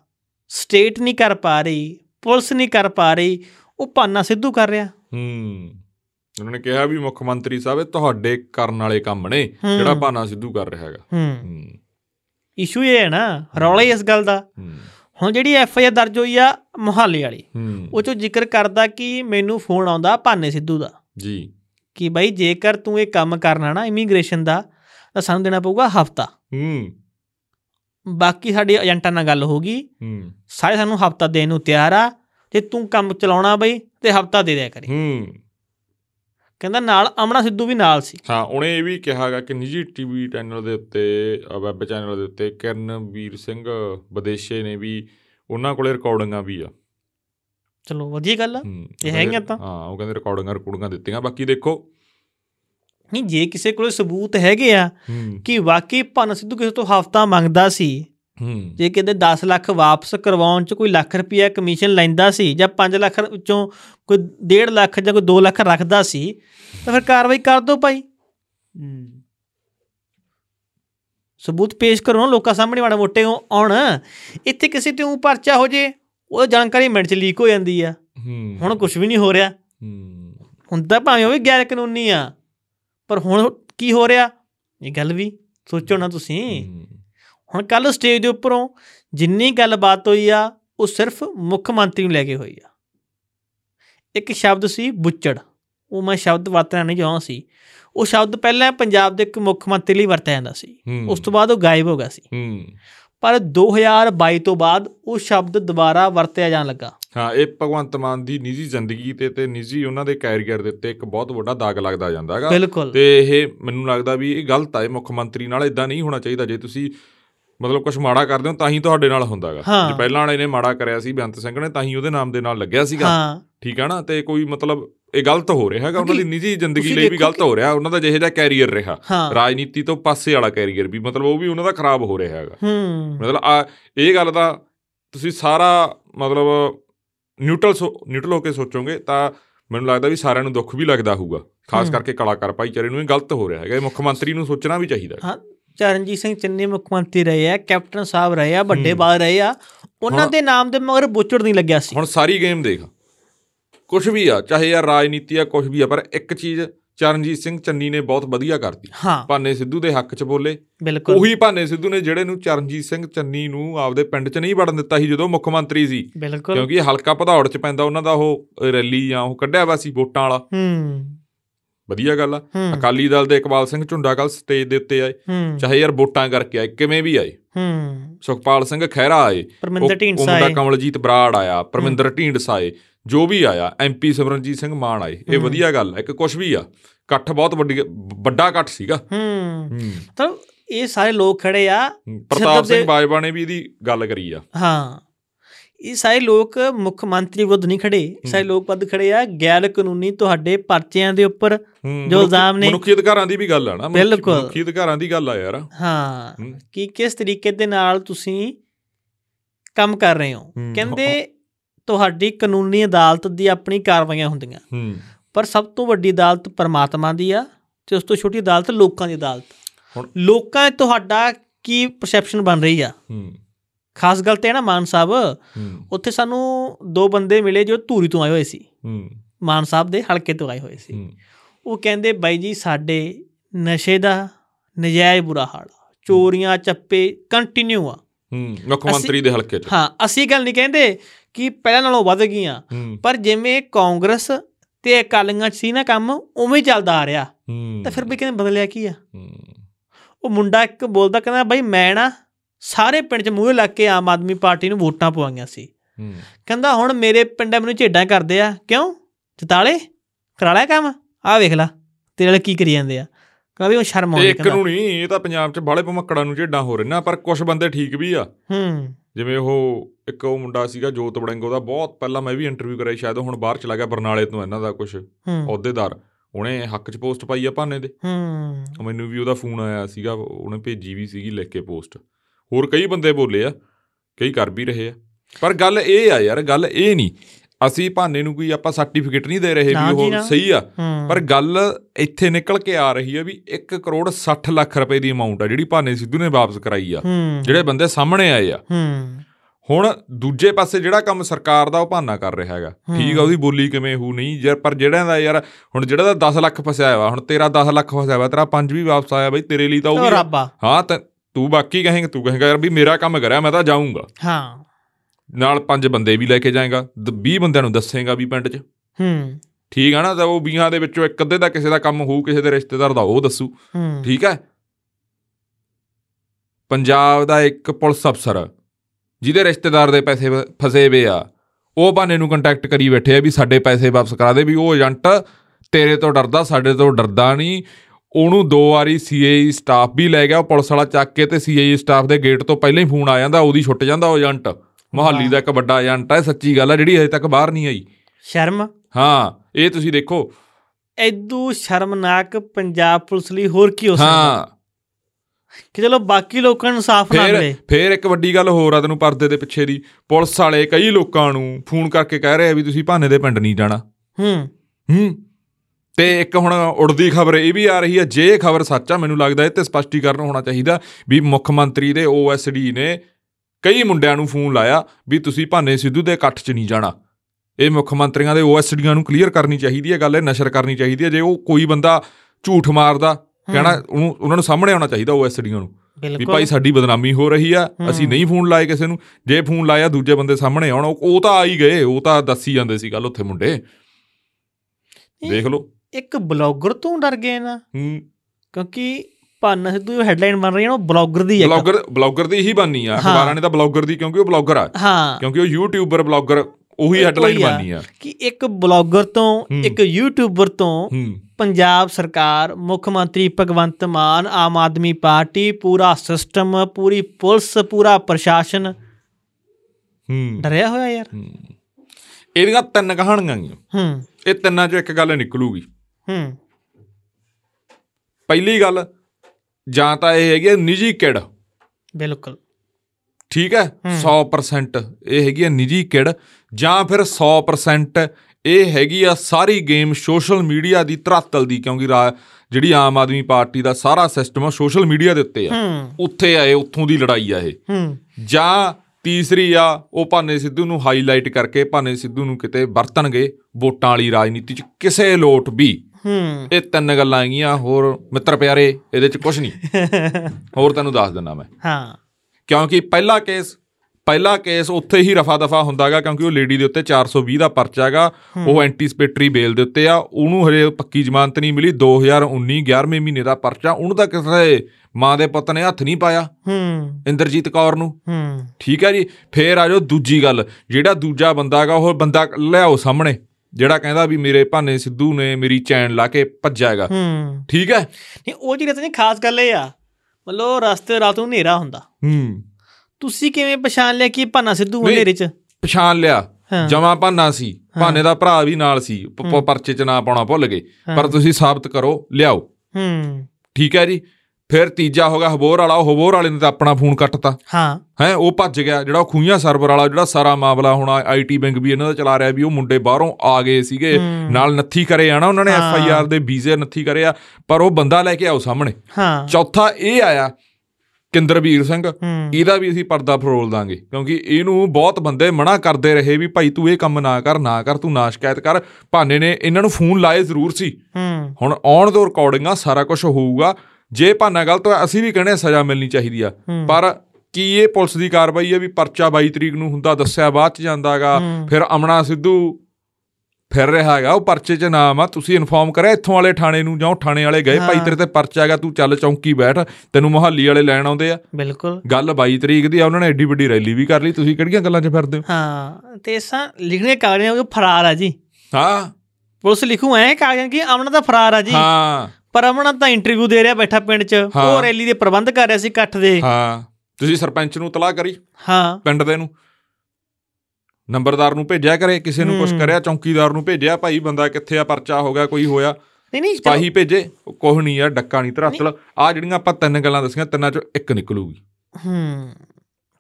Speaker 1: ਸਟੇਟ ਨਹੀਂ ਕਰ ਪਾ ਰਹੀ ਪੁਲਿਸ ਨਹੀਂ ਕਰ ਪਾ ਰਹੀ ਉਹ ਭਾਨਾ ਸਿੱਧੂ ਕਰ ਰਿਹਾ
Speaker 2: ਹੂੰ ਉਹਨਾਂ ਨੇ ਕਿਹਾ ਵੀ ਮੁੱਖ ਮੰਤਰੀ ਸਾਹਿਬ ਇਹ ਤੁਹਾਡੇ ਕਰਨ ਵਾਲੇ ਕੰਮ ਨੇ
Speaker 1: ਹੂੰ।
Speaker 2: ਜਿਹੜਾ ਭਾਨਾ ਸਿੱਧੂ ਕਰ ਰਿਹਾ ਹੈਗਾ
Speaker 1: ਹੂੰ
Speaker 2: ਹੂੰ
Speaker 1: ਇਸ਼ੂ ਇਹ ਹੈ ਨਾ ਰੌਲਾ ਹੀ ਇਸ ਗੱਲ ਦਾ
Speaker 2: ਹੂੰ
Speaker 1: ਹੁਣ ਜਿਹੜੀ ਐਫ ਆਈ ਆਰ ਦਰਜ ਹੋਈ ਆ ਮੁਹਾਲੀ ਵਾਲੀ
Speaker 2: ਹੂੰ
Speaker 1: ਉਹ ਚੋਂ ਜ਼ਿਕਰ ਕਰਦਾ ਕਿ ਮੈਨੂੰ ਫੋਨ ਆਉਂਦਾ ਭਾਨੇ ਸਿੱਧੂ ਦਾ
Speaker 2: ਜੀ
Speaker 1: ਕਿ ਬਾਈ ਜੇਕਰ ਤੂੰ ਇਹ ਕੰਮ ਕਰਨਾ ਨਾ ਇਮੀਗ੍ਰੇਸ਼ਨ ਦਾ ਤਾਂ ਸਾਨੂੰ ਦੇਣਾ ਪਊਗਾ ਹਫਤਾ
Speaker 2: ਹੂੰ
Speaker 1: ਬਾਕੀ ਸਾਡੇ ਏਜੰਟਾਂ ਨਾਲ ਗੱਲ ਹੋ ਗਈ
Speaker 2: ਹੂੰ
Speaker 1: ਸਾਰੇ ਸਾਨੂੰ ਹਫਤਾ ਦੇਣ ਨੂੰ ਤਿਆਰ ਆ ਜੇ ਤੂੰ ਕੰਮ ਚਲਾਉਣਾ ਬਈ ਤੇ ਹਫਤਾ ਦੇ ਦਿਆ ਕਰੀ
Speaker 2: ਹੂੰ
Speaker 1: ਕਹਿੰਦਾ ਨਾਲ ਅਮਨਾ ਸਿੱਧੂ ਵੀ ਨਾਲ ਸੀ
Speaker 2: ਹਾਂ ਉਹਨੇ ਇਹ ਵੀ ਕਿਹਾਗਾ ਕਿ ਨਿੱਜੀ ਟੀਵੀ ਚੈਨਲ ਦੇ ਉੱਤੇ ਵੈਬ ਚੈਨਲ ਦੇ ਉੱਤੇ ਕਿਰਨਵੀਰ ਸਿੰਘ ਵਿਦੇਸ਼ੇ ਨੇ ਵੀ ਉਹਨਾਂ ਕੋਲੇ ਰਿਕਾਰਡਿੰਗਾਂ ਵੀ ਆ
Speaker 1: ਚਲੋ ਵਧੀਆ ਗੱਲ ਆ
Speaker 2: ਹੂੰ
Speaker 1: ਇਹ ਹੈਗੀਆਂ ਤਾਂ।
Speaker 2: ਹਾਂ ਉਹ ਕਹਿੰਦੇ ਰਿਕਾਰਡਿੰਗਾਂ ਰਿਕਾਰਡਿੰਗਾਂ ਦਿੱਤੀਆਂ ਬਾਕੀ ਦੇਖੋ
Speaker 1: ਨਹੀਂ ਜੇ ਕਿਸੇ ਕੋਲੇ ਸਬੂਤ ਹੈਗੇ ਆ
Speaker 2: ਹੂੰ
Speaker 1: ਕਿ ਵਾਕਈ ਭਾਨਾ ਸਿੱਧੂ ਕਿਸੇ ਤੋਂ ਹਫਤਾ ਮੰਗਦਾ ਸੀ
Speaker 2: ਹੂੰ
Speaker 1: ਜੇ ਕਿਤੇ 10 ਲੱਖ ਵਾਪਸ ਕਰਵਾਉਣ ਚ ਕੋਈ ਲੱਖ ਰੁਪਿਆ ਕਮਿਸ਼ਨ ਲੈਂਦਾ ਸੀ ਜਾਂ 5 ਲੱਖ ਵਿੱਚੋਂ ਕੋਈ 1.5 ਲੱਖ ਜਾਂ ਕੋਈ 2 ਲੱਖ ਰੱਖਦਾ ਸੀ ਤਾਂ ਫਿਰ ਕਾਰਵਾਈ ਕਰ ਦਿਓ ਭਾਈ ਸਬੂਤ ਪੇਸ਼ ਕਰੋ ਨਾ ਲੋਕਾਂ ਸਾਹਮਣੇ ਮਾੜਾ ਮੋਟੇ ਉਹ ਆਉਣ ਇੱਥੇ ਕਿਸੇ ਤੇ ਉਂ ਪਰਚਾ ਹੋ ਜੇ ਉਹ ਜਾਣਕਾਰੀ ਮਿੰਟ ਚ ਲੀਕ ਹੋ ਜਾਂਦੀ ਆ
Speaker 2: ਹੂੰ
Speaker 1: ਹੁਣ ਕੁਝ ਵੀ ਨਹੀਂ ਹੋ ਰਿਹਾ
Speaker 2: ਹੂੰ
Speaker 1: ਹੁੰਦਾ ਭਾਵੇਂ ਉਹ ਵੀ ਗੈਰ ਕਾਨੂੰਨੀ ਆ ਪਰ ਹੁਣ ਕੀ ਹੋ ਰਿਹਾ ਇਹ ਗੱਲ ਵੀ ਸੋਚੋ ਨਾ ਤੁਸੀਂ
Speaker 2: ਹੂੰ।
Speaker 1: ਹੁਣ ਕੱਲ ਸਟੇਜ ਦੇ ਉੱਪਰੋਂ ਜਿੰਨੀ ਗੱਲਬਾਤ ਹੋਈ ਆ ਉਹ ਸਿਰਫ ਮੁੱਖ ਮੰਤਰੀ ਨੂੰ ਲੈ ਕੇ ਹੋਈ ਆ ਇੱਕ ਸ਼ਬਦ ਸੀ ਬੁੱਚੜ ਉਹ ਮੈਂ ਸ਼ਬਦ ਵਰਤਣਾ ਨਹੀਂ ਚਾਹੁੰਦਾ ਸੀ ਉਹ ਸ਼ਬਦ ਪਹਿਲਾਂ ਪੰਜਾਬ ਦੇ ਇੱਕ ਮੁੱਖ ਮੰਤਰੀ ਲਈ ਵਰਤਿਆ ਜਾਂਦਾ ਸੀ
Speaker 2: ਹੂੰ।
Speaker 1: ਉਸ ਤੋਂ ਬਾਅਦ ਉਹ ਗਾਇਬ ਹੋ ਗਿਆ ਸੀ
Speaker 2: ਹੂੰ
Speaker 1: ਪਰ 2022 ਤੋਂ ਬਾਅਦ ਉਹ ਸ਼ਬਦ ਦੁਬਾਰਾ ਵਰਤਿਆ ਜਾਣ ਲੱਗਾ
Speaker 2: ਹਾਂ ਇਹ ਭਗਵੰਤ ਮਾਨ ਦੀ ਨਿੱਜੀ ਜ਼ਿੰਦਗੀ ਤੇ ਤੇ ਨਿੱਜੀ ਉਹਨਾਂ ਦੇ ਕੈਰੀਅਰ ਦੇ ਉੱਤੇ ਇੱਕ ਬਹੁਤ ਵੱਡਾ ਦਾਗ ਲੱਗਦਾ ਜਾਂਦਾ ਹੈਗਾ
Speaker 1: ਬਿਲਕੁਲ
Speaker 2: ਤੇ ਇਹ ਮੈਨੂੰ ਲੱਗਦਾ ਵੀ ਇਹ ਗਲਤ ਆ ਇਹ ਮੁੱਖ ਮੰਤਰੀ ਨਾਲ ਇਦਾਂ ਨਹੀਂ ਹੋਣਾ ਚਾਹੀਦਾ ਜੇ ਤੁਸੀਂ ਮਤਲਬ ਕੁਝ ਮਾੜਾ ਕਰਦੇ ਹੋ ਤਾਂ ਹੀ ਤੁਹਾਡੇ ਨਾਲ ਹੁੰਦਾਗਾ
Speaker 1: ਹਾਂ।
Speaker 2: ਜੇ ਪਹਿਲਾਂ ਵਾਲੇ ਨੇ ਮਾੜਾ ਕਰਿਆ ਸੀ ਬੇਅੰਤ ਸਿੰਘ ਨੇ ਤਾਂ ਹੀ ਉਹਦੇ ਨਾਮ ਦੇ ਨਾਲ ਲੱਗਿਆ ਸੀਗਾ
Speaker 1: ਹਾਂ
Speaker 2: ਠੀਕ ਹੈ ਨਾ ਤੇ ਕੋਈ ਮਤਲਬ ਇਹ ਗਲਤ ਹੋ ਰਿਹਾ ਹੈਗਾ ਉਹਨਾਂ ਦੀ
Speaker 1: ਕਿਉਂਕਿ
Speaker 2: ਨਿੱਜੀ ਜ਼ਿੰਦਗੀ
Speaker 1: ਤੁਸੀਂ
Speaker 2: ਲਈ ਵੀ
Speaker 1: ਦੇਖੋ
Speaker 2: ਗਲਤ ਹੋ ਰਿਹਾ ਉਹਨਾਂ ਦਾ ਜਿਹੇ ਜਿਹਾ ਕੈਰੀਅਰ ਰਿਹਾ
Speaker 1: ਹਾਂ
Speaker 2: ਰਾਜਨੀਤੀ ਤੋਂ ਪਾਸੇ ਵਾਲਾ ਕੈਰੀਅਰ ਵੀ ਮਤਲਬ ਉਹ ਵੀ ਉਹਨਾਂ ਦਾ ਖਰਾਬ ਹੋ ਰਿਹਾ ਹੈਗਾ
Speaker 1: ਹੂੰ
Speaker 2: ਮਤਲਬ ਆ ਇਹ ਗੱਲ ਦਾ ਤੁਸੀਂ ਸਾਰਾ ਮਤਲਬ ਨਿਊਟਰਲ ਸੋ- ਨਿਊਟਰਲ ਹੋ ਕੇ ਸੋਚੋਗੇ ਤਾਂ ਮੈਨੂੰ ਲੱਗਦਾ ਵੀ ਸਾਰਿਆਂ ਨੂੰ ਦੁੱਖ ਵੀ ਲੱਗਦਾ ਹੋਊਗਾ ਖਾਸ
Speaker 1: ਹਮ।
Speaker 2: ਕਰਕੇ ਕਲਾਕਾਰ ਭਾਈਚਾਰੇ ਨੂੰ ਇਹ ਗਲਤ ਹੋ ਰਿਹਾ ਹੈਗਾ ਇਹ ਮੁੱਖ ਮੰਤਰੀ ਨੂੰ ਸੋਚਣਾ ਵੀ ਚਾਹੀਦਾ
Speaker 1: ਹਾਂ ਚਰਨਜੀਤ ਸਿੰਘ ਚੰਨੀ ਮੁੱਖ ਮੰਤਰੀ ਰਹੇ ਆ ਕੈਪਟਨ ਸਾਹਿਬ ਰਹੇ ਆ ਵੱਡੇ
Speaker 2: ਹੂੰ।
Speaker 1: ਬਾਦ ਰਹੇ ਆ ਉਹਨਾਂ
Speaker 2: ਹੁਣ-
Speaker 1: ਦੇ ਨਾਮ ਦੇ ਮਗਰ ਬੁੱਚੜ ਨਹੀਂ ਲੱਗਿਆ ਸੀ
Speaker 2: ਹੁਣ ਸਾਰੀ ਗੇਮ ਦੇਖ ਕੁਝ ਵੀ ਆ ਚਾਹੇ ਯਾਰ ਰਾਜਨੀਤੀ ਆ ਕੁਝ ਵੀ ਆ ਪਰ ਇੱਕ ਚੀਜ਼ ਚਰਨਜੀਤ ਸਿੰਘ ਚੰਨੀ ਨੇ ਬਹੁਤ ਵਧੀਆ ਕਰਤੀ
Speaker 1: ਹਾਂ
Speaker 2: ਭਾਨੇ ਸਿੱਧੂ ਦੇ ਹੱਕ 'ਚ ਬੋਲੇ
Speaker 1: ਬਿਲਕੁਲ
Speaker 2: ਉਹੀ ਭਾਨੇ ਸਿੱਧੂ ਨੇ ਜਿਹੜੇ ਨੂੰ ਚਰਨਜੀਤ ਸਿੰਘ ਚੰਨੀ ਨੂੰ ਆਪਦੇ ਪਿੰਡ 'ਚ ਨਹੀਂ ਵੜਨ ਦਿੱਤਾ ਸੀ ਜਦੋਂ ਮੁੱਖ ਮੰਤਰੀ ਸੀ
Speaker 1: ਬਿਲਕੁਲ
Speaker 2: ਕਿਉਂਕਿ ਇਹ ਹਲਕਾ ਭਦੌੜ 'ਚ ਪੈਂਦਾ ਉਹਨਾਂ ਦਾ ਉਹ ਰੈਲੀ ਜਾਂ ਉਹ ਕੱਢਿਆ ਵਾ ਸੀ ਵੋਟਾਂ ਵਾਲਾ
Speaker 1: ਹੂੰ
Speaker 2: ਵਧੀਆ ਗੱਲ ਆ
Speaker 1: ਹੂੰ
Speaker 2: ਅਕਾਲੀ ਦਲ ਦੇ ਇਕਬਾਲ ਸਿੰਘ ਝੁੰਡਾ ਕੱਲ ਸਟੇਜ ਦੇ ਉੱਤੇ ਆਏ
Speaker 1: ਹੂੰ
Speaker 2: ਚਾਹੇ ਯਾਰ ਵੋਟਾਂ ਕਰਕੇ ਆਏ ਕਿਵੇਂ ਵੀ ਆਏ
Speaker 1: ਹੂੰ
Speaker 2: ਸੁਖਪਾਲ ਸਿੰਘ ਖਹਿਰਾ ਆਏ ਉਹ-
Speaker 1: ਪਰਮਿੰਦਰ
Speaker 2: ਉਹ
Speaker 1: ਢੀਂਡਸਾ
Speaker 2: ਮੁੰਡਾ
Speaker 1: ਆਏ।
Speaker 2: ਕਮਲਜੀਤ ਬਰਾੜ ਆਇਆ ਪਰਮਿੰਦਰ ਢੀਂਡਸਾ ਆਏ ਜੋ ਵੀ ਆਇਆ ਐਮਪੀ ਸਿਮਰਨਜੀਤ ਸਿੰਘ ਮਾਨ ਆਏ ਇਹ
Speaker 1: ਹੂੰ।
Speaker 2: ਵਧੀਆ ਗੱਲ ਆ ਇੱਕ ਕੁਛ ਵੀ ਆ ਇਕੱਠ ਬਹੁਤ ਵੱਡੀ ਵੱਡਾ ਇਕੱਠ ਸੀਗਾ
Speaker 1: ਹੂੰ ਮਤਲਬ ਇਹ ਸਾਰੇ ਲੋਕ ਖੜੇ ਆ
Speaker 2: ਪ੍ਰਤਾਪ
Speaker 1: ਸਿੱਧੂ
Speaker 2: ਸਿੰਘ
Speaker 1: ਦੇ-
Speaker 2: ਬਾਜਵਾ ਨੇ ਵੀ ਇਹਦੀ ਗੱਲ ਕਰੀ ਆ
Speaker 1: ਹਾਂ ਇਹ ਸਾਰੇ ਲੋਕ ਮੁੱਖ ਮੰਤਰੀ ਵਿਰੁੱਧ ਨਹੀਂ ਖੜੇ ਇਹ ਸਾਰੇ
Speaker 2: ਹੂੰ।
Speaker 1: ਲੋਕ ਵੱਧ ਖੜੇ ਆ ਗੈਰ ਕਾਨੂੰਨੀ ਤੁਹਾਡੇ ਪਰਚਿਆਂ ਦੇ ਉੱਪਰ
Speaker 2: ਹੂੰ,
Speaker 1: ਜੋ
Speaker 2: ਮਨੁੱਖੀ-
Speaker 1: ਇਲਜ਼ਾਮ ਨੇ-
Speaker 2: ਮਨੁੱਖੀ ਅਧਿਕਾਰਾਂ ਦੀ ਵੀ ਗੱਲ ਆ ਨਾ ਮਨੁੱਖੀ-
Speaker 1: ਬਿਲਕੁਲ।
Speaker 2: ਮਨੁੱਖੀ ਅਧਿਕਾਰਾਂ ਦੀ ਗੱਲ ਆ ਯਾਰ
Speaker 1: ਹਾਂ
Speaker 2: ਹੂੰ।
Speaker 1: ਕਿ ਕਿਸ ਤਰੀਕੇ ਦੇ ਨਾਲ ਤੁਸੀਂ ਕੰਮ ਕਰ ਰਹੇ ਹੋ
Speaker 2: ਹੂੰ।
Speaker 1: ਕਹਿੰਦੇ ਤੁਹਾਡੀ ਕਾਨੂੰਨੀ ਅਦਾਲਤ ਦੀ ਆਪਣੀ ਕਾਰਵਾਈਆਂ ਹੁੰਦੀਆਂ
Speaker 2: ਹੂੰ
Speaker 1: ਪਰ ਸਭ ਤੋਂ ਵੱਡੀ ਅਦਾਲਤ ਪਰਮਾਤਮਾ ਦੀ ਆ ਤੇ ਉਸ ਤੋਂ ਛੋਟੀ ਅਦਾਲਤ ਲੋਕਾਂ ਦੀ ਅਦਾਲਤ
Speaker 2: ਹੁਣ-
Speaker 1: ਲੋਕਾਂ 'ਚ ਤੁਹਾਡਾ ਕੀ ਪਰਸੈਪਸ਼ਨ ਬਣ ਰਹੀ ਆ
Speaker 2: ਹੂੰ
Speaker 1: ਖਾਸ ਗੱਲ ਤੇ ਹੈ ਨਾ ਮਾਨ ਸਾਹਿਬ
Speaker 2: ਹੂੰ,
Speaker 1: ਉੱਥੇ ਸਾਨੂੰ ਦੋ ਬੰਦੇ ਮਿਲੇ ਜੋ ਧੂਰੀ ਤੋਂ ਆਏ ਹੋਏ ਸੀ
Speaker 2: ਹੂੰ
Speaker 1: ਮਾਨ ਸਾਹਿਬ ਦੇ ਹਲਕੇ ਤੋਂ ਆਏ ਹੋਏ ਸੀ
Speaker 2: ਹੂੰ
Speaker 1: ਉਹ ਕਹਿੰਦੇ ਬਾਈ ਜੀ ਸਾਡੇ ਨਸ਼ੇ ਦਾ ਨਜਾਇਜ਼ ਬੁਰਾ ਹਾਲ ਆ ਚੋਰੀਆਂ ਚੱਪੇ ਕੰਟੀਨਿਊ ਆ
Speaker 2: ਹੂੰ ਮੁੱਖ
Speaker 1: ਅਸੀਂ-
Speaker 2: ਮੰਤਰੀ ਦੇ ਹਲਕੇ 'ਚ
Speaker 1: ਹਾਂ ਅਸੀਂ ਗੱਲ ਨਹੀਂ ਕਹਿੰਦੇ ਕਿ ਪਹਿਲਾਂ ਨਾਲੋਂ ਵੱਧ ਗਈਆਂ
Speaker 2: ਹੂੰ
Speaker 1: ਪਰ ਜਿਵੇਂ ਕਾਂਗਰਸ ਤੇ ਅਕਾਲੀਆਂ 'ਚ ਸੀ ਨਾ ਕੰਮ ਉਵੇਂ ਹੀ ਚੱਲਦਾ ਆ ਰਿਹਾ
Speaker 2: ਹੂੰ
Speaker 1: ਤਾਂ ਫਿਰ ਵੀ ਕਹਿੰਦੇ ਬਦਲਿਆ ਕੀ ਆ
Speaker 2: ਹੂੰ
Speaker 1: ਉਹ ਮੁੰਡਾ ਇੱਕ ਬੋਲਦਾ ਕਹਿੰਦਾ ਬਾਈ ਮੈਂ ਨਾ ਸਾਰੇ ਪਿੰਡ 'ਚ ਮੂਹਰੇ ਲੱਗ ਕੇ ਆਮ ਆਦਮੀ ਪਾਰਟੀ ਨੂੰ ਵੋਟਾਂ ਪਵਾਈਆਂ ਸੀ
Speaker 2: ਹੂੰ
Speaker 1: ਕਹਿੰਦਾ ਹੁਣ ਮੇਰੇ ਪਿੰਡ ਮੈਨੂੰ ਝੇਡਾਂ ਕਰਦੇ ਆ ਕਿਉਂ ਚਤਾਲੇ ਕਰਾ ਲਿਆ ਕੰਮ ਆ ਵੇਖ ਲਾ ਤੇਰੇ ਵਾਲੇ ਕੀ ਕਰੀ ਜਾਂਦੇ ਆ ਕਹਿੰਦਾ ਵੀ ਉਹ ਸ਼ਰਮ
Speaker 2: ਤੇ
Speaker 1: ਆਉਂਦੀ
Speaker 2: ਇੱਕ
Speaker 1: ਕਹਿੰਦਾ
Speaker 2: ਨੂੰ ਨਹੀਂ ਇਹ ਤਾਂ ਪੰਜਾਬ 'ਚ ਬਾਲੇ ਭਮੱਕੜਾਂ ਨੂੰ ਝੇਡਾਂ ਹੋ ਰਹੇ ਨਾ ਪਰ ਕੁਝ ਬੰਦੇ ਠੀਕ ਵੀ ਆ
Speaker 1: ਹੂੰ
Speaker 2: ਜਿਵੇਂ ਉਹ ਇੱਕ ਉਹ ਮੁੰਡਾ ਸੀਗਾ ਜੋਤ ਬੜਿੰਗੋ ਦਾ ਬਹੁਤ ਪਹਿਲਾਂ ਮੈਂ ਵੀ ਇੰਟਰਵਿਊ ਕਰਾਈ ਸ਼ਾਇਦ ਉਹ ਹੁਣ ਬਾਹਰ ਚਲਾ ਗਿਆ ਬਰਨਾਲੇ ਤੋਂ ਇਹਨਾਂ ਦਾ ਕੁਝ
Speaker 1: ਹੂੰ
Speaker 2: ਅਹੁਦੇਦਾਰ ਉਹਨੇ ਹੱਕ 'ਚ ਪੋਸਟ ਪਾਈ ਆ ਭਾਨੇ ਦੇ
Speaker 1: ਹੂੰ
Speaker 2: ਮੈਨੂੰ ਵੀ ਉਹਦਾ ਫੋਨ ਆਇਆ ਸੀਗਾ ਉਹਨੇ ਭੇਜੀ ਵੀ ਸੀਗੀ ਲਿਖ ਕੇ ਪੋਸਟ ਹੋਰ ਕਈ ਬੰਦੇ ਬੋਲੇ ਆ ਕਈ ਕਰ ਵੀ ਰਹੇ ਆ ਪਰ ਗੱਲ ਇਹ ਆ ਯਾਰ ਗੱਲ ਇਹ ਨਹੀਂ ਅਸੀਂ ਭਾਨੇ ਨੂੰ ਕੋਈ ਆਪਾਂ ਸਰਟੀਫਿਕੇਟ ਨਹੀਂ ਦੇ ਰਹੇ
Speaker 1: ਨਾ
Speaker 2: ਵੀ
Speaker 1: ਜੀ,
Speaker 2: ਉਹ
Speaker 1: ਨਾ।
Speaker 2: ਸਹੀ ਆ
Speaker 1: ਹੂੰ
Speaker 2: ਪਰ ਗੱਲ ਇੱਥੇ ਨਿਕਲ ਕੇ ਆ ਰਹੀ ਹੈ ਵੀ 1 ਕਰੋੜ 60 ਲੱਖ ਰੁਪਏ ਦੀ ਅਮਾਉਂਟ ਆ ਜਿਹੜੀ ਭਾਨੇ ਸਿੱਧੂ ਨੇ ਵਾਪਸ ਕਰਾਈ ਆ
Speaker 1: ਹੂੰ
Speaker 2: ਜਿਹੜੇ ਬੰਦੇ ਸਾਹਮਣੇ ਆਏ ਆ
Speaker 1: ਹੂੰ
Speaker 2: ਹੁਣ ਦੂਜੇ ਪਾਸੇ ਜਿਹੜਾ ਕੰਮ ਸਰਕਾਰ ਦਾ ਉਹ ਬਹਾਨਾ ਕਰ ਰਿਹਾ ਹੈਗਾ ਠੀਕ ਆ ਉਹਦੀ ਬੋਲੀ ਕਿਵੇਂ ਹੋਊ ਨਹੀਂ ਯਾਰ ਪਰ ਜਿਹੜਾ ਦਾ ਯਾਰ ਹੁਣ ਜਿਹੜਾ ਦਾ 10 ਲੱਖ ਫਸਿਆ ਵਾ ਹੁਣ ਤੇਰਾ 10 ਲੱਖ ਫਸਿਆ ਵਾ ਤੇਰਾ 5 ਵੀ ਵਾਪਸ ਆਇਆ ਬਈ ਤੇਰੇ ਲਈ ਤਾਂ ਉਹ
Speaker 1: ਉਹ
Speaker 2: ਵੀ ਆ।
Speaker 1: ਰੱਬਾ
Speaker 2: ਹਾਂ ਤਾਂ ਤੂੰ ਬਾਕੀ ਕਹੇਂਗਾ ਤੂੰ ਕਹੇਂਗਾ ਯਾਰ ਵੀ ਮੇਰਾ ਕੰਮ ਕਰਿਆ ਮੈਂ ਤਾਂ ਜਾਊਂਗਾ
Speaker 1: ਹਾਂ
Speaker 2: ਨਾਲ ਪੰਜ ਬੰਦੇ ਵੀ ਲੈ ਕੇ ਜਾਏਗਾ 20 ਬੰਦਿਆਂ ਨੂੰ ਦੱਸੇਗਾ ਵੀ ਪਿੰਡ 'ਚ
Speaker 1: ਹੂੰ
Speaker 2: ਠੀਕ ਆ ਨਾ ਤਾਂ ਉਹ ਵੀਹਾਂ ਦੇ ਵਿੱਚੋਂ ਇੱਕ ਅੱਧੇ ਦਾ ਕਿਸੇ ਦਾ ਕੰਮ ਹੋਊ ਕਿਸੇ ਦੇ ਰਿਸ਼ਤੇਦਾਰ ਦਾ ਉਹ ਦੱਸੂ
Speaker 1: ਹੂੰ
Speaker 2: ਠੀਕ ਹੈ ਪੰਜਾਬ ਦਾ ਇੱਕ ਪੁਲਿਸ ਅਫਸਰ ਜਿਹਦੇ ਰਿਸ਼ਤੇਦਾਰ ਦੇ ਪੈਸੇ ਵ- ਫਸੇ ਵੇ ਆ ਉਹ ਬਾਨੇ ਨੂੰ ਕੰਟੈਕਟ ਕਰੀ ਬੈਠੇ ਆ ਵੀ ਸਾਡੇ ਪੈਸੇ ਵਾਪਸ ਕਰਾ ਦੇ ਵੀ ਉਹ ਏਜੰਟ ਤੇਰੇ ਤੋਂ ਡਰਦਾ ਸਾਡੇ ਤੋਂ ਡਰਦਾ ਨਹੀਂ ਉਹਨੂੰ ਦੋ ਵਾਰੀ ਸੀਏਈ ਸਟਾਫ ਵੀ ਲੈ ਗਿਆ ਉਹ ਪੁਲਿਸ ਵਾਲਾ ਚੱਕ ਕੇ ਤੇ ਸੀਏਈ ਸਟਾਫ ਦੇ ਗੇਟ ਤੋਂ ਪਹਿਲਾਂ ਹੀ ਫੋਨ ਆ ਜਾਂਦਾ ਉਹਦੀ ਛੁੱਟ ਜਾਂਦਾ ਉਹ ਏਜੰਟ ਮੁਹਾਲੀ ਦਾ ਇੱਕ ਵੱਡਾ ਏਜੰਟ ਹੈ ਸੱਚੀ ਗੱਲ ਹੈ ਜਿਹੜੀ ਹਜੇ ਤੱਕ ਬਾਹਰ ਨਹੀਂ ਆਈ
Speaker 1: ਸ਼ਰਮ
Speaker 2: ਹਾਂ ਇਹ ਤੁਸੀਂ ਦੇਖੋ
Speaker 1: ਐਦੂ ਸ਼ਰਮਨਾਕ ਪੰਜਾਬ ਪੁਲਿਸ ਲਈ ਹੋਰ ਕੀ ਹੋ ਸਕਦਾ
Speaker 2: ਹਾਂ
Speaker 1: ਕਿ ਚਲੋ ਬਾਕੀ ਲੋਕਾਂ ਨੂੰ ਇਨਸਾਫ ਨਾ
Speaker 2: ਫੇਰ
Speaker 1: ਮਿਲੇ
Speaker 2: ਫੇਰ ਇੱਕ ਵੱਡੀ ਗੱਲ ਹੋਰ ਆ ਤੈਨੂੰ ਪਰਦੇ ਦੇ ਪਿੱਛੇ ਦੀ ਪੁਲਿਸ ਵਾਲੇ ਕਈ ਲੋਕਾਂ ਨੂੰ ਫੋਨ ਕਰਕੇ ਕਹਿ ਰਹੇ ਆ ਵੀ ਤੁਸੀਂ ਭਾਨੇ ਦੇ ਪਿੰਡ ਨਹੀਂ ਜਾਣਾ
Speaker 1: ਹੂੰ
Speaker 2: ਹੂੰ ਤੇ ਇੱਕ ਹੁਣ ਉੜਦੀ ਖਬਰ ਇਹ ਵੀ ਆ ਰਹੀ ਆ ਜੇ ਇਹ ਖਬਰ ਸੱਚ ਆ ਮੈਨੂੰ ਲੱਗਦਾ ਇਹ ਤੇ ਸਪਸ਼ਟੀਕਰਨ ਹੋਣਾ ਚਾਹੀਦਾ ਵੀ ਮੁੱਖ ਮੰਤਰੀ ਦੇ ਓਐਸਡੀ ਨੇ ਕਈ ਮੁੰਡਿਆਂ ਨੂੰ ਫੋਨ ਲਾਇਆ ਵੀ ਤੁਸੀਂ ਭਾਨੇ ਸਿੱਧੂ ਦੇ ਇਕੱਠ 'ਚ ਨਹੀਂ ਜਾਣਾ ਇਹ ਮੁੱਖ ਮੰਤਰੀਆਂ ਦੇ ਓਐਸਡੀਆਂ ਨੂੰ ਕਲੀਅਰ ਕਰਨੀ ਚਾਹੀਦੀ ਹੈ ਗੱਲ ਇਹ ਨਸ਼ਰ ਕਰਨੀ ਚਾਹੀਦੀ ਹੈ ਜੇ ਉਹ ਕੋਈ ਬੰਦਾ ਝੂਠ ਮਾਰਦਾ ਕਹਿਣਾ ਉਹਨੂੰ ਉਹਨਾਂ ਨੂੰ ਸਾਹਮਣੇ ਆਉਣਾ ਚਾਹੀਦਾ ਓਐਸਡੀਆਂ ਨੂੰ ਵੀ
Speaker 1: ਬਿਲਕੁਲ
Speaker 2: ਭਾਈ ਸਾਡੀ ਬਦਨਾਮੀ ਹੋ ਰਹੀ ਆ ਅਸੀਂ ਨਹੀਂ ਫੋਨ ਲਾਏ ਕਿਸੇ ਨੂੰ ਜੇ ਫੋਨ ਲਾਇਆ ਦੂਜੇ ਬੰਦੇ ਸਾਹਮਣੇ ਆਉਣ ਉਹ- ਉਹ ਤਾਂ ਆ ਹੀ ਗਏ ਉਹ ਤਾਂ ਦੱਸੀ ਜਾਂਦੇ ਸੀ ਗੱਲ ਉੱਥੇ ਮੁੰਡੇ ਦੇਖ ਲਓ
Speaker 1: ਇੱਕ ਬਲੌਗਰ ਤੋਂ ਡਰ ਗਏ ਨਾ
Speaker 2: ਹੂੰ
Speaker 1: ਕਿਉਂਕਿ ਭਾਨਾ ਸਿੱਧੂ ਹੈਡਲਾਈਨ ਬਣ ਰਹੀ ਹੈ ਨਾ ਉਹ ਬਲੌਗਰ ਦੀ ਹੈ
Speaker 2: ਬਲੌਗਰ ਬਲੌਗਰ ਦੀ ਹੀ ਬਾਨੀ ਆ ਅਖਬਾਰਾਂ ਨੇ ਤਾਂ ਬਲੌਗਰ ਦੀ ਕਿਉਂਕਿ ਉਹ ਬਲੌਗਰ ਆ
Speaker 1: ਹਾਂ
Speaker 2: ਕਿਉਂਕਿ ਉਹ ਯੂਟਿਊਬਰ ਬਲੌਗਰ ਉਹੀ
Speaker 1: ਉਹੀ
Speaker 2: ਹੈਡਲਾਈਨ
Speaker 1: ਆ।
Speaker 2: ਬਾਨੀ ਆ
Speaker 1: ਕਿ ਇੱਕ ਬਲੌਗਰ ਤੋਂ
Speaker 2: ਹੂੰ।
Speaker 1: ਇੱਕ ਯੂਟਿਊਬਰ ਤੋਂ
Speaker 2: ਹੂੰ
Speaker 1: ਪੰਜਾਬ ਸਰਕਾਰ ਮੁੱਖ ਮੰਤਰੀ ਭਗਵੰਤ ਮਾਨ ਆਮ ਆਦਮੀ ਪਾਰਟੀ ਪੂਰਾ ਸਿਸਟਮ ਪੂਰੀ ਪੁਲਿਸ ਪੂਰਾ ਪ੍ਰਸ਼ਾਸਨ
Speaker 2: ਹੂੰ
Speaker 1: ਡਰਿਆ ਹੋਇਆ ਯਾਰ
Speaker 2: ਇਹਦੀਆਂ ਤਿੰਨ ਕਹਾਣੀਆਂ ਗੀਆਂ
Speaker 1: ਹੂੰ
Speaker 2: ਇਹ ਤਿੰਨਾਂ ਚੋਂ ਇੱਕ ਗੱਲ ਨਿਕਲੂਗੀ
Speaker 1: ਹੂੰ
Speaker 2: ਪਹਿਲੀ ਗੱਲ ਜਾਂ ਤਾਂ ਇਹ ਹੈਗੀ ਆ ਨਿੱਜੀ ਕਿੜ
Speaker 1: ਬਿਲਕੁਲ
Speaker 2: ਠੀਕ ਹੈ 100% ਇਹ ਹੈਗੀ ਆ ਨਿੱਜੀ ਕਿੜ ਜਾਂ ਫਿਰ 100% ਇਹ ਹੈਗੀ ਆ ਸਾਰੀ ਗੇਮ ਸੋਸ਼ਲ ਮੀਡੀਆ ਦੀ ਧਰਾਤਲ ਦੀ ਕਿਉਂਕਿ ਰਾ- ਜਿਹੜੀ ਆਮ ਆਦਮੀ ਪਾਰਟੀ ਦਾ ਸਾਰਾ ਸਿਸਟਮ ਆ ਸੋਸ਼ਲ ਮੀਡੀਆ ਦੇ ਉੱਤੇ ਆ
Speaker 1: ਹੂੰ
Speaker 2: ਉੱਥੇ ਆਏ ਉੱਥੋਂ ਦੀ ਲੜਾਈ ਆ ਇਹ
Speaker 1: ਹੂੰ
Speaker 2: ਜਾਂ ਤੀਸਰੀ ਆ ਉਹ ਭਾਨੇ ਸਿੱਧੂ ਨੂੰ ਹਾਈਲਾਈਟ ਕਰਕੇ ਭਾਨੇ ਸਿੱਧੂ ਨੂੰ ਕਿਤੇ ਵਰਤਣਗੇ ਵੋਟਾਂ ਵਾਲੀ ਰਾਜਨੀਤੀ 'ਚ ਕਿਸੇ ਲੋਟ ਵੀ
Speaker 1: ਹੂੰ
Speaker 2: ਇਹ ਤਿੰਨ ਗੱਲਾਂ ਆਗੀਆਂ ਹੋਰ ਮਿੱਤਰ ਪਿਆਰੇ ਇਹਦੇ 'ਚ ਕੁਝ ਨਹੀਂ ਹੋਰ ਤੈਨੂੰ ਦੱਸ ਦਿੰਦਾ ਮੈਂ
Speaker 1: ਹਾਂ
Speaker 2: ਕਿਉਂਕਿ ਪਹਿਲਾ ਕੇਸ ਪਹਿਲਾ ਕੇਸ ਉੱਥੇ ਹੀ ਰਫਾ ਦਫਾ ਹੁੰਦਾਗਾ ਕਿਉਂਕਿ ਉਹ ਲੇਡੀ ਦੇ ਉੱਤੇ 420 ਦਾ ਪਰਚਾ ਹੈਗਾ ਉਹ ਐਂਟੀਸਪੇਟਰੀ ਬੇਲ ਦੇ ਉੱਤੇ ਆ ਉਹਨੂੰ ਹਰੇ ਪੱਕੀ ਜ਼ਮਾਨਤ ਨਹੀਂ ਮਿਲੀ 2019 11ਵੇਂ ਮਹੀਨੇ ਦਾ ਪਰਚਾ ਉਹਨੂੰ ਤਾਂ ਕਿਸੇ ਮਾਂ ਦੇ ਪੁੱਤ ਨੇ ਹੱਥ ਨਹੀਂ ਪਾਇਆ
Speaker 1: ਹੂੰ
Speaker 2: ਇੰਦਰਜੀਤ ਕੌਰ ਨੂੰ
Speaker 1: ਹੂੰ
Speaker 2: ਠੀਕ ਹੈ ਜੀ ਫੇਰ ਆ ਜਾਓ ਦੂਜੀ ਗੱਲ ਜਿਹੜਾ ਦੂਜਾ ਬੰਦਾ ਹੈਗਾ ਉਹ ਬੰਦਾ ਲਿਆਓ ਸਾਹਮਣੇ ਜਿਹੜਾ ਕਹਿੰਦਾ ਵੀ ਮੇਰੇ ਭਾਨੇ ਸਿੱਧੂ ਨੇ ਮੇਰੀ ਚੈਨ ਲਾ ਕੇ ਭੱਜਿਆ ਹੈਗਾ
Speaker 1: ਹੂੰ
Speaker 2: ਠੀਕ ਹੈ
Speaker 1: ਨਹੀਂ ਉਹ ਜਿਹੜੀ ਰਤਨੀ ਖਾਸ ਗੱਲ ਇਹ ਆ ਮਤਲਬ ਉਹ ਰਸਤੇ ਰਾਤ ਨੂੰ ਹਨੇਰਾ ਹੁੰਦਾ
Speaker 2: ਹੂੰ
Speaker 1: ਤੁਸੀਂ ਕਿਵੇਂ ਪਛਾਣ ਲਿਆ ਕਿ ਭਾਨਾ ਸਿੱਧੂ
Speaker 2: ਨਹੀਂ।
Speaker 1: ਹਨੇਰੇ 'ਚ
Speaker 2: ਪਛਾਣ
Speaker 1: ਹਾਂ।
Speaker 2: ਲਿਆ ਜਮਾ ਭਾਨਾ ਸੀ ਭਾਨੇ ਦਾ ਭਰਾ ਵੀ ਨਾਲ ਸੀ ਪ- ਪ- ਪਰਚੇ 'ਚ ਨਾਂ ਪਾਉਣਾ ਭੁੱਲ ਗਏ ਪਰ ਤੁਸੀਂ ਸਾਬਤ ਕਰੋ ਲਿਆਓ
Speaker 1: ਹੂੰ
Speaker 2: ਠੀਕ ਹੈ ਜੀ ਫਿਰ ਤੀਜਾ ਹੋਗਾ ਹਬੋਰ ਵਾਲਾ ਉਹ ਹਬੋਰ ਵਾਲੇ ਨੇ ਤਾਂ ਆਪਣਾ ਫੋਨ ਕੱਟਤਾ
Speaker 1: ਹਾਂ
Speaker 2: ਹੈ ਉਹ ਭੱਜ ਗਿਆ ਜਿਹੜਾ ਉਹ ਖੂਹੀਆਂ ਸਰਵਰ ਵਾਲਾ ਜਿਹੜਾ ਸਾਰਾ ਮਾਮਲਾ ਹੁਣ ਆਈਟੀ ਬੈਂਕ ਵੀ ਇਹਨਾਂ ਦਾ ਚਲਾ ਰਿਹਾ ਵੀ ਉਹ ਮੁੰਡੇ ਬਾਹਰੋਂ ਆ ਗਏ ਸੀਗੇ ਨਾਲ ਨੱਥੀ ਕਰੇ ਆ ਨਾ ਉਹਨਾਂ ਨੇ
Speaker 1: ਹਾਂ।
Speaker 2: ਐਫ ਆਈ ਆਰ ਦੇ ਵੀਜ਼ੇ ਨੱਥੀ ਕਰੇ ਆ ਪਰ ਉਹ ਬੰਦਾ ਲੈ ਕੇ ਆਓ ਸਾਹਮਣੇ
Speaker 1: ਹਾਂ
Speaker 2: ਚੌਥਾ ਇਹ ਆਇਆ ਕਿੰਦਰਵੀਰ ਸਿੰਘ
Speaker 1: ਹੂੰ
Speaker 2: ਇਹਦਾ ਵੀ ਅਸੀਂ ਪਰਦਾ ਫਰੋਲ ਦਾਂਗੇ ਕਿਉਂਕਿ ਇਹਨੂੰ ਬਹੁਤ ਬੰਦੇ ਮਨਾ ਕਰਦੇ ਰਹੇ ਵੀ ਭਾਈ ਤੂੰ ਇਹ ਕੰਮ ਨਾ ਕਰ ਨਾ ਕਰ ਤੂੰ ਨਾ ਸ਼ਿਕਾਇਤ ਕਰ ਭਾਨੇ ਨੇ ਇਹਨਾਂ ਨੂੰ ਫੋਨ ਲਾਏ ਜ਼ਰੂਰ ਸੀ
Speaker 1: ਹੂੰ
Speaker 2: ਹੁਣ ਆਉਣ ਦੋ ਰਿਕਾਰਡਿੰਗਾਂ ਸਾਰਾ ਕੁਝ ਹੋਊਗਾ ਜੇ ਭਾਨਾ ਗਲਤ ਹੋਇਆ ਅਸੀਂ ਵੀ ਕਹਿੰਦੇ ਹਾਂ ਸਜ਼ਾ ਮਿਲਣੀ ਚਾਹੀਦੀ ਆ ਪਰ ਕੀ ਇਹ ਪੁਲਿਸ ਦੀ ਕਾਰਵਾਈ ਹੈ ਵੀ ਪਰਚਾ 22 ਤਰੀਕ ਨੂੰ ਹੁੰਦਾ ਦੱਸਿਆ ਬਾਅਦ ਚ ਜਾਂਦਾਗਾ ਫਿਰ ਅਮਨਾ ਸਿੱਧੂ ਫਿਰ ਰਿਹਾ ਹੈਗਾ ਉਹ ਪਰਚੇ 'ਚ ਨਾਮ ਆ ਤੁਸੀਂ ਇਨਫੋਰਮ ਕਰਿਆ ਇੱਥੋਂ ਵਾਲੇ ਥਾਣੇ ਨੂੰ ਜਾਂ ਉਹ ਥਾਣੇ ਵਾਲੇ ਗਏ ਭਾਈ ਤੇਰੇ ਤੇ ਪਰਚਾ ਹੈਗਾ ਤੂੰ ਚੱਲ ਚੌਂਕੀ ਬੈਠ ਤੈਨੂੰ ਮੁਹੱਲੀ ਵਾਲੇ ਲੈਣ ਆਉਂਦੇ ਆ
Speaker 1: ਬਿਲਕੁਲ
Speaker 2: ਗੱਲ 22 ਤਰੀਕ ਦੀ ਆ ਉਹਨਾਂ ਨੇ ਐਡੀ ਵੱਡੀ ਰੈਲੀ ਵੀ ਕਰ ਲਈ ਤੁਸੀਂ ਕਿਹੜੀਆਂ ਗੱਲਾਂ 'ਚ ਫਿਰਦੇ ਹੋ
Speaker 1: ਹਾਂ ਤੇ ਸਾਂ ਲਿਖਣੇ ਕਾਗਜ਼ਾਂ ਉਹ ਫਰਾਰ ਆ ਜੀ
Speaker 2: ਹਾਂ
Speaker 1: ਪੁਲਿਸ ਲਿਖੂ ਐ ਕਾਗਜ਼ਾਂ ਕਿ ਅਮਨ ਤਾਂ ਫਰਾਰ ਆ ਜੀ
Speaker 2: ਹਾਂ
Speaker 1: ਪਰ ਅਮਨ ਤਾਂ ਇੰਟਰਵਿਊ ਦੇ ਰਿਹਾ ਬੈਠਾ ਪਿੰਡ 'ਚ ਉਹ
Speaker 2: ਹਾਂ।
Speaker 1: ਰੈਲੀ ਦੇ ਪ੍ਰਬੰਧ ਕਰ ਰਿਹਾ ਸੀ ਇਕੱਠ ਦੇ
Speaker 2: ਹਾਂ ਤੁਸੀਂ ਸਰਪੰਚ ਨੂੰ ਤਲਾਹ ਕਰੀ
Speaker 1: ਹਾਂ
Speaker 2: ਪਿੰਡ ਦੇ ਨੂੰ ਨੰਬਰਦਾਰ ਨੂੰ ਭੇਜਿਆ ਕਰੇ ਕਿਸੇ ਨੂੰ ਕੁਛ ਕਰਿਆ ਚੌਕੀਦਾਰ ਨੂੰ ਭੇਜਿਆ ਭਾਈ ਬੰਦਾ ਕਿੱਥੇ ਆ ਪਰਚਾ ਹੋ ਗਿਆ ਕੋਈ ਹੋਇਆ
Speaker 1: ਨਹੀਂ ਨਹੀਂ ਚਲੋ,
Speaker 2: ਸਪਾਹੀ ਭੇਜੇ ਉਹ ਕੁਛ ਨਹੀਂ ਆ ਡੱਕਾ ਨਹੀਂ ਧਰਾਤਲ ਆ ਜਿਹੜੀਆਂ ਆਪਾਂ ਤਿੰਨ ਗੱਲਾਂ ਦੱਸੀਆਂ ਤਿੰਨਾਂ ਚੋਂ ਇੱਕ ਨਿਕਲੂਗੀ
Speaker 1: ਹੂੰ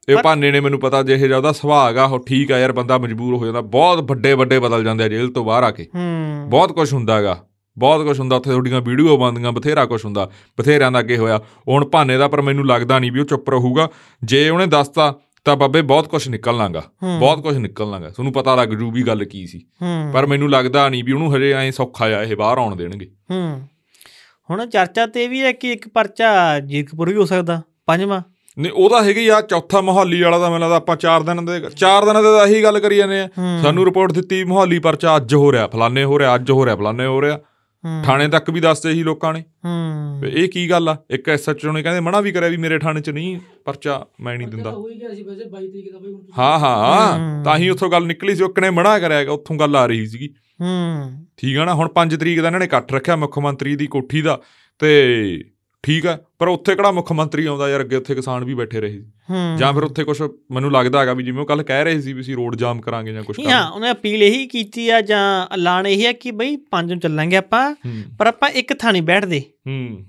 Speaker 2: ਇਹ ਭਾਨੇ ਨੇ ਮੈਨੂੰ ਪਤਾ ਜਿਹੇ ਜਿਹਾ ਉਹਦਾ ਸੁਭਾਅ ਆ ਉਹ ਠੀਕ ਆ ਯਾਰ ਬੰਦਾ ਮਜਬੂਰ ਹੋ ਜਾਂਦਾ ਬਹੁਤ ਵੱਡੇ ਵੱਡੇ ਬਦਲ ਜਾਂਦੇ ਆ ਜੇਲ੍ਹ ਤੋਂ ਬਾਹਰ ਆ ਕੇ
Speaker 1: ਹੂੰ
Speaker 2: ਬਹੁਤ ਕੁਝ ਹੁੰਦਾਗਾ ਬਹੁਤ ਕੁਝ ਹੁੰਦਾ ਉੱਥੇ ਤੁਹਾਡੀਆਂ ਵੀਡੀਓ ਬਣਦੀਆਂ ਬਥੇਰਾ ਕੁਝ ਹੁੰਦਾ ਬਥੇਰਿਆਂ ਦਾ ਅੱਗੇ ਹੋਇਆ ਹੁਣ ਭਾਨੇ ਦਾ ਪਰ ਮੈਨੂੰ ਲੱਗਦਾ ਨਹੀਂ ਵੀ ਉਹ ਚੁੱਪ ਰਹੂਗਾ ਜੇ ਉਹਨੇ ਦੱਸਤਾ ਤਾਂ ਬਾਬੇ ਬਹੁਤ ਕੁਝ ਨਿਕਲਣਾਗਾ
Speaker 1: ਹੂੰ।
Speaker 2: ਬਹੁਤ ਕੁਝ ਨਿਕਲਣਾਗਾ ਤੁਹਾਨੂੰ ਪਤਾ ਲੱਗ ਜੂ ਵੀ ਗੱਲ ਕੀ ਸੀ
Speaker 1: ਹੂੰ
Speaker 2: ਪਰ ਮੈਨੂੰ ਲੱਗਦਾ ਨਹੀਂ ਵੀ ਉਹਨੂੰ ਹਜੇ ਐ ਸੌਖਾ ਆ ਇਹ ਬਾਹਰ ਆਉਣ ਦੇਣਗੇ
Speaker 1: ਹੂੰ ਹੁਣ ਚਰਚਾ ਤੇ ਇਹ ਵੀ ਹੈ ਕਿ ਇੱਕ ਪਰਚਾ ਜੀਰਕਪੁਰ ਵੀ ਹੋ ਸਕਦਾ ਪੰਜਵਾਂ
Speaker 2: ਨਹੀਂ ਉਹਦਾ ਹੈਗੀ ਆ ਚੌਥਾ ਮੋਹਾਲੀ ਵਾਲਾ ਤਾਂ ਮੈਨੂੰ ਲੱਗਦਾ ਆਪਾਂ 4 ਦਿਨ ਦੇ 4 ਦਿਨਾਂ ਦੇ ਤਾਂ ਇਹੀ ਗੱਲ ਕਰੀ ਜਾਂਦੇ ਆ
Speaker 1: ਹੂੰ।
Speaker 2: ਸਾਨੂੰ ਰਿਪੋਰਟ ਦਿੱਤੀ ਮੋਹਾਲੀ ਪਰਚਾ ਅੱਜ ਹੋ ਰਿਹਾ ਫਲਾਣੇ ਹੋ ਰਿਹਾ ਅੱਜ ਹੋ ਰਿਹਾ ਫਲਾਣੇ ਹੋ ਰਿਹਾ
Speaker 1: ਹੂੰ
Speaker 2: ਥਾਣੇ ਤੱਕ ਵੀ ਦੱਸਦੇ ਸੀ ਲੋਕਾਂ ਨੇ
Speaker 1: ਹੂੰ
Speaker 2: ਵੀ ਇਹ ਕੀ ਗੱਲ ਆ ਇੱਕ ਐਸਐਚਓ ਨੇ ਕਹਿੰਦੇ ਮਨਾ ਵੀ ਕਰਿਆ ਵੀ ਮੇਰੇ ਥਾਣੇ 'ਚ ਨਹੀਂ ਪਰਚਾ ਮੈਂ ਨਹੀਂ ਦਿੰਦਾ
Speaker 3: ਹੋਈ ਗਿਆ ਸੀ ਵੈਸੇ 22 ਤਰੀਕ ਦਾ ਬਈ ਹੁਣ ਤੁਸੀਂ-
Speaker 2: ਹਾਂ ਹਾਂ
Speaker 1: ਹੂੰ।
Speaker 2: ਤਾਂ ਹੀ ਉੱਥੋਂ ਗੱਲ ਨਿਕਲੀ ਸੀ ਉਹ ਕਿਨੇ ਮਨਾ ਕਰਿਆ ਹੈਗਾ, ਉੱਥੋਂ ਗੱਲ ਆ ਰਹੀ ਸੀਗੀ
Speaker 1: ਹੂੰ
Speaker 2: ਠੀਕ ਆ ਨਾ ਹੁਣ 5 ਤਰੀਕ ਦਾ ਇਹਨਾਂ ਨੇ ਇਕੱਠ ਰੱਖਿਆ ਮੁੱਖ ਮੰਤਰੀ ਦੀ ਕੋਠੀ ਦਾ ਤੇ ਠੀਕ ਆ ਪਰ ਉੱਥੇ ਕਿਹੜਾ ਮੁੱਖ ਮੰਤਰੀ ਆਉਂਦਾ ਯਾਰ ਅੱਗੇ ਉੱਥੇ ਕਿਸਾਨ ਵੀ ਬੈਠੇ ਰਹੇ ਸੀ।
Speaker 1: ਹੂੰ
Speaker 2: ਜਾਂ ਫਿਰ ਉੱਥੇ ਕੁਝ ਮੈਨੂੰ ਲੱਗਦਾ ਹੈਗਾ ਵੀ ਜਿਵੇਂ ਉਹ ਕੱਲ ਕਹਿ ਰਹੇ ਸੀ ਵੀ ਅਸੀਂ ਰੋਡ ਜਾਮ ਕਰਾਂਗੇ ਜਾਂ ਕੁਝ
Speaker 1: ਨਹੀਂ, ਹਾਂ ਉਹਨੇ ਅਪੀਲ ਇਹੀ ਕੀਤੀ ਆ ਜਾਂ ਐਲਾਨ ਇਹ ਹੈ ਕਿ ਬਈ ਪੰਜ ਨੂੰ ਚੱਲਾਂਗੇ ਆਪਾਂ
Speaker 2: ਹੂੰ
Speaker 1: ਪਰ ਆਪਾਂ ਇੱਕ ਥਾਂ ਨਹੀਂ ਬੈਠਦੇ
Speaker 2: ਹੂੰ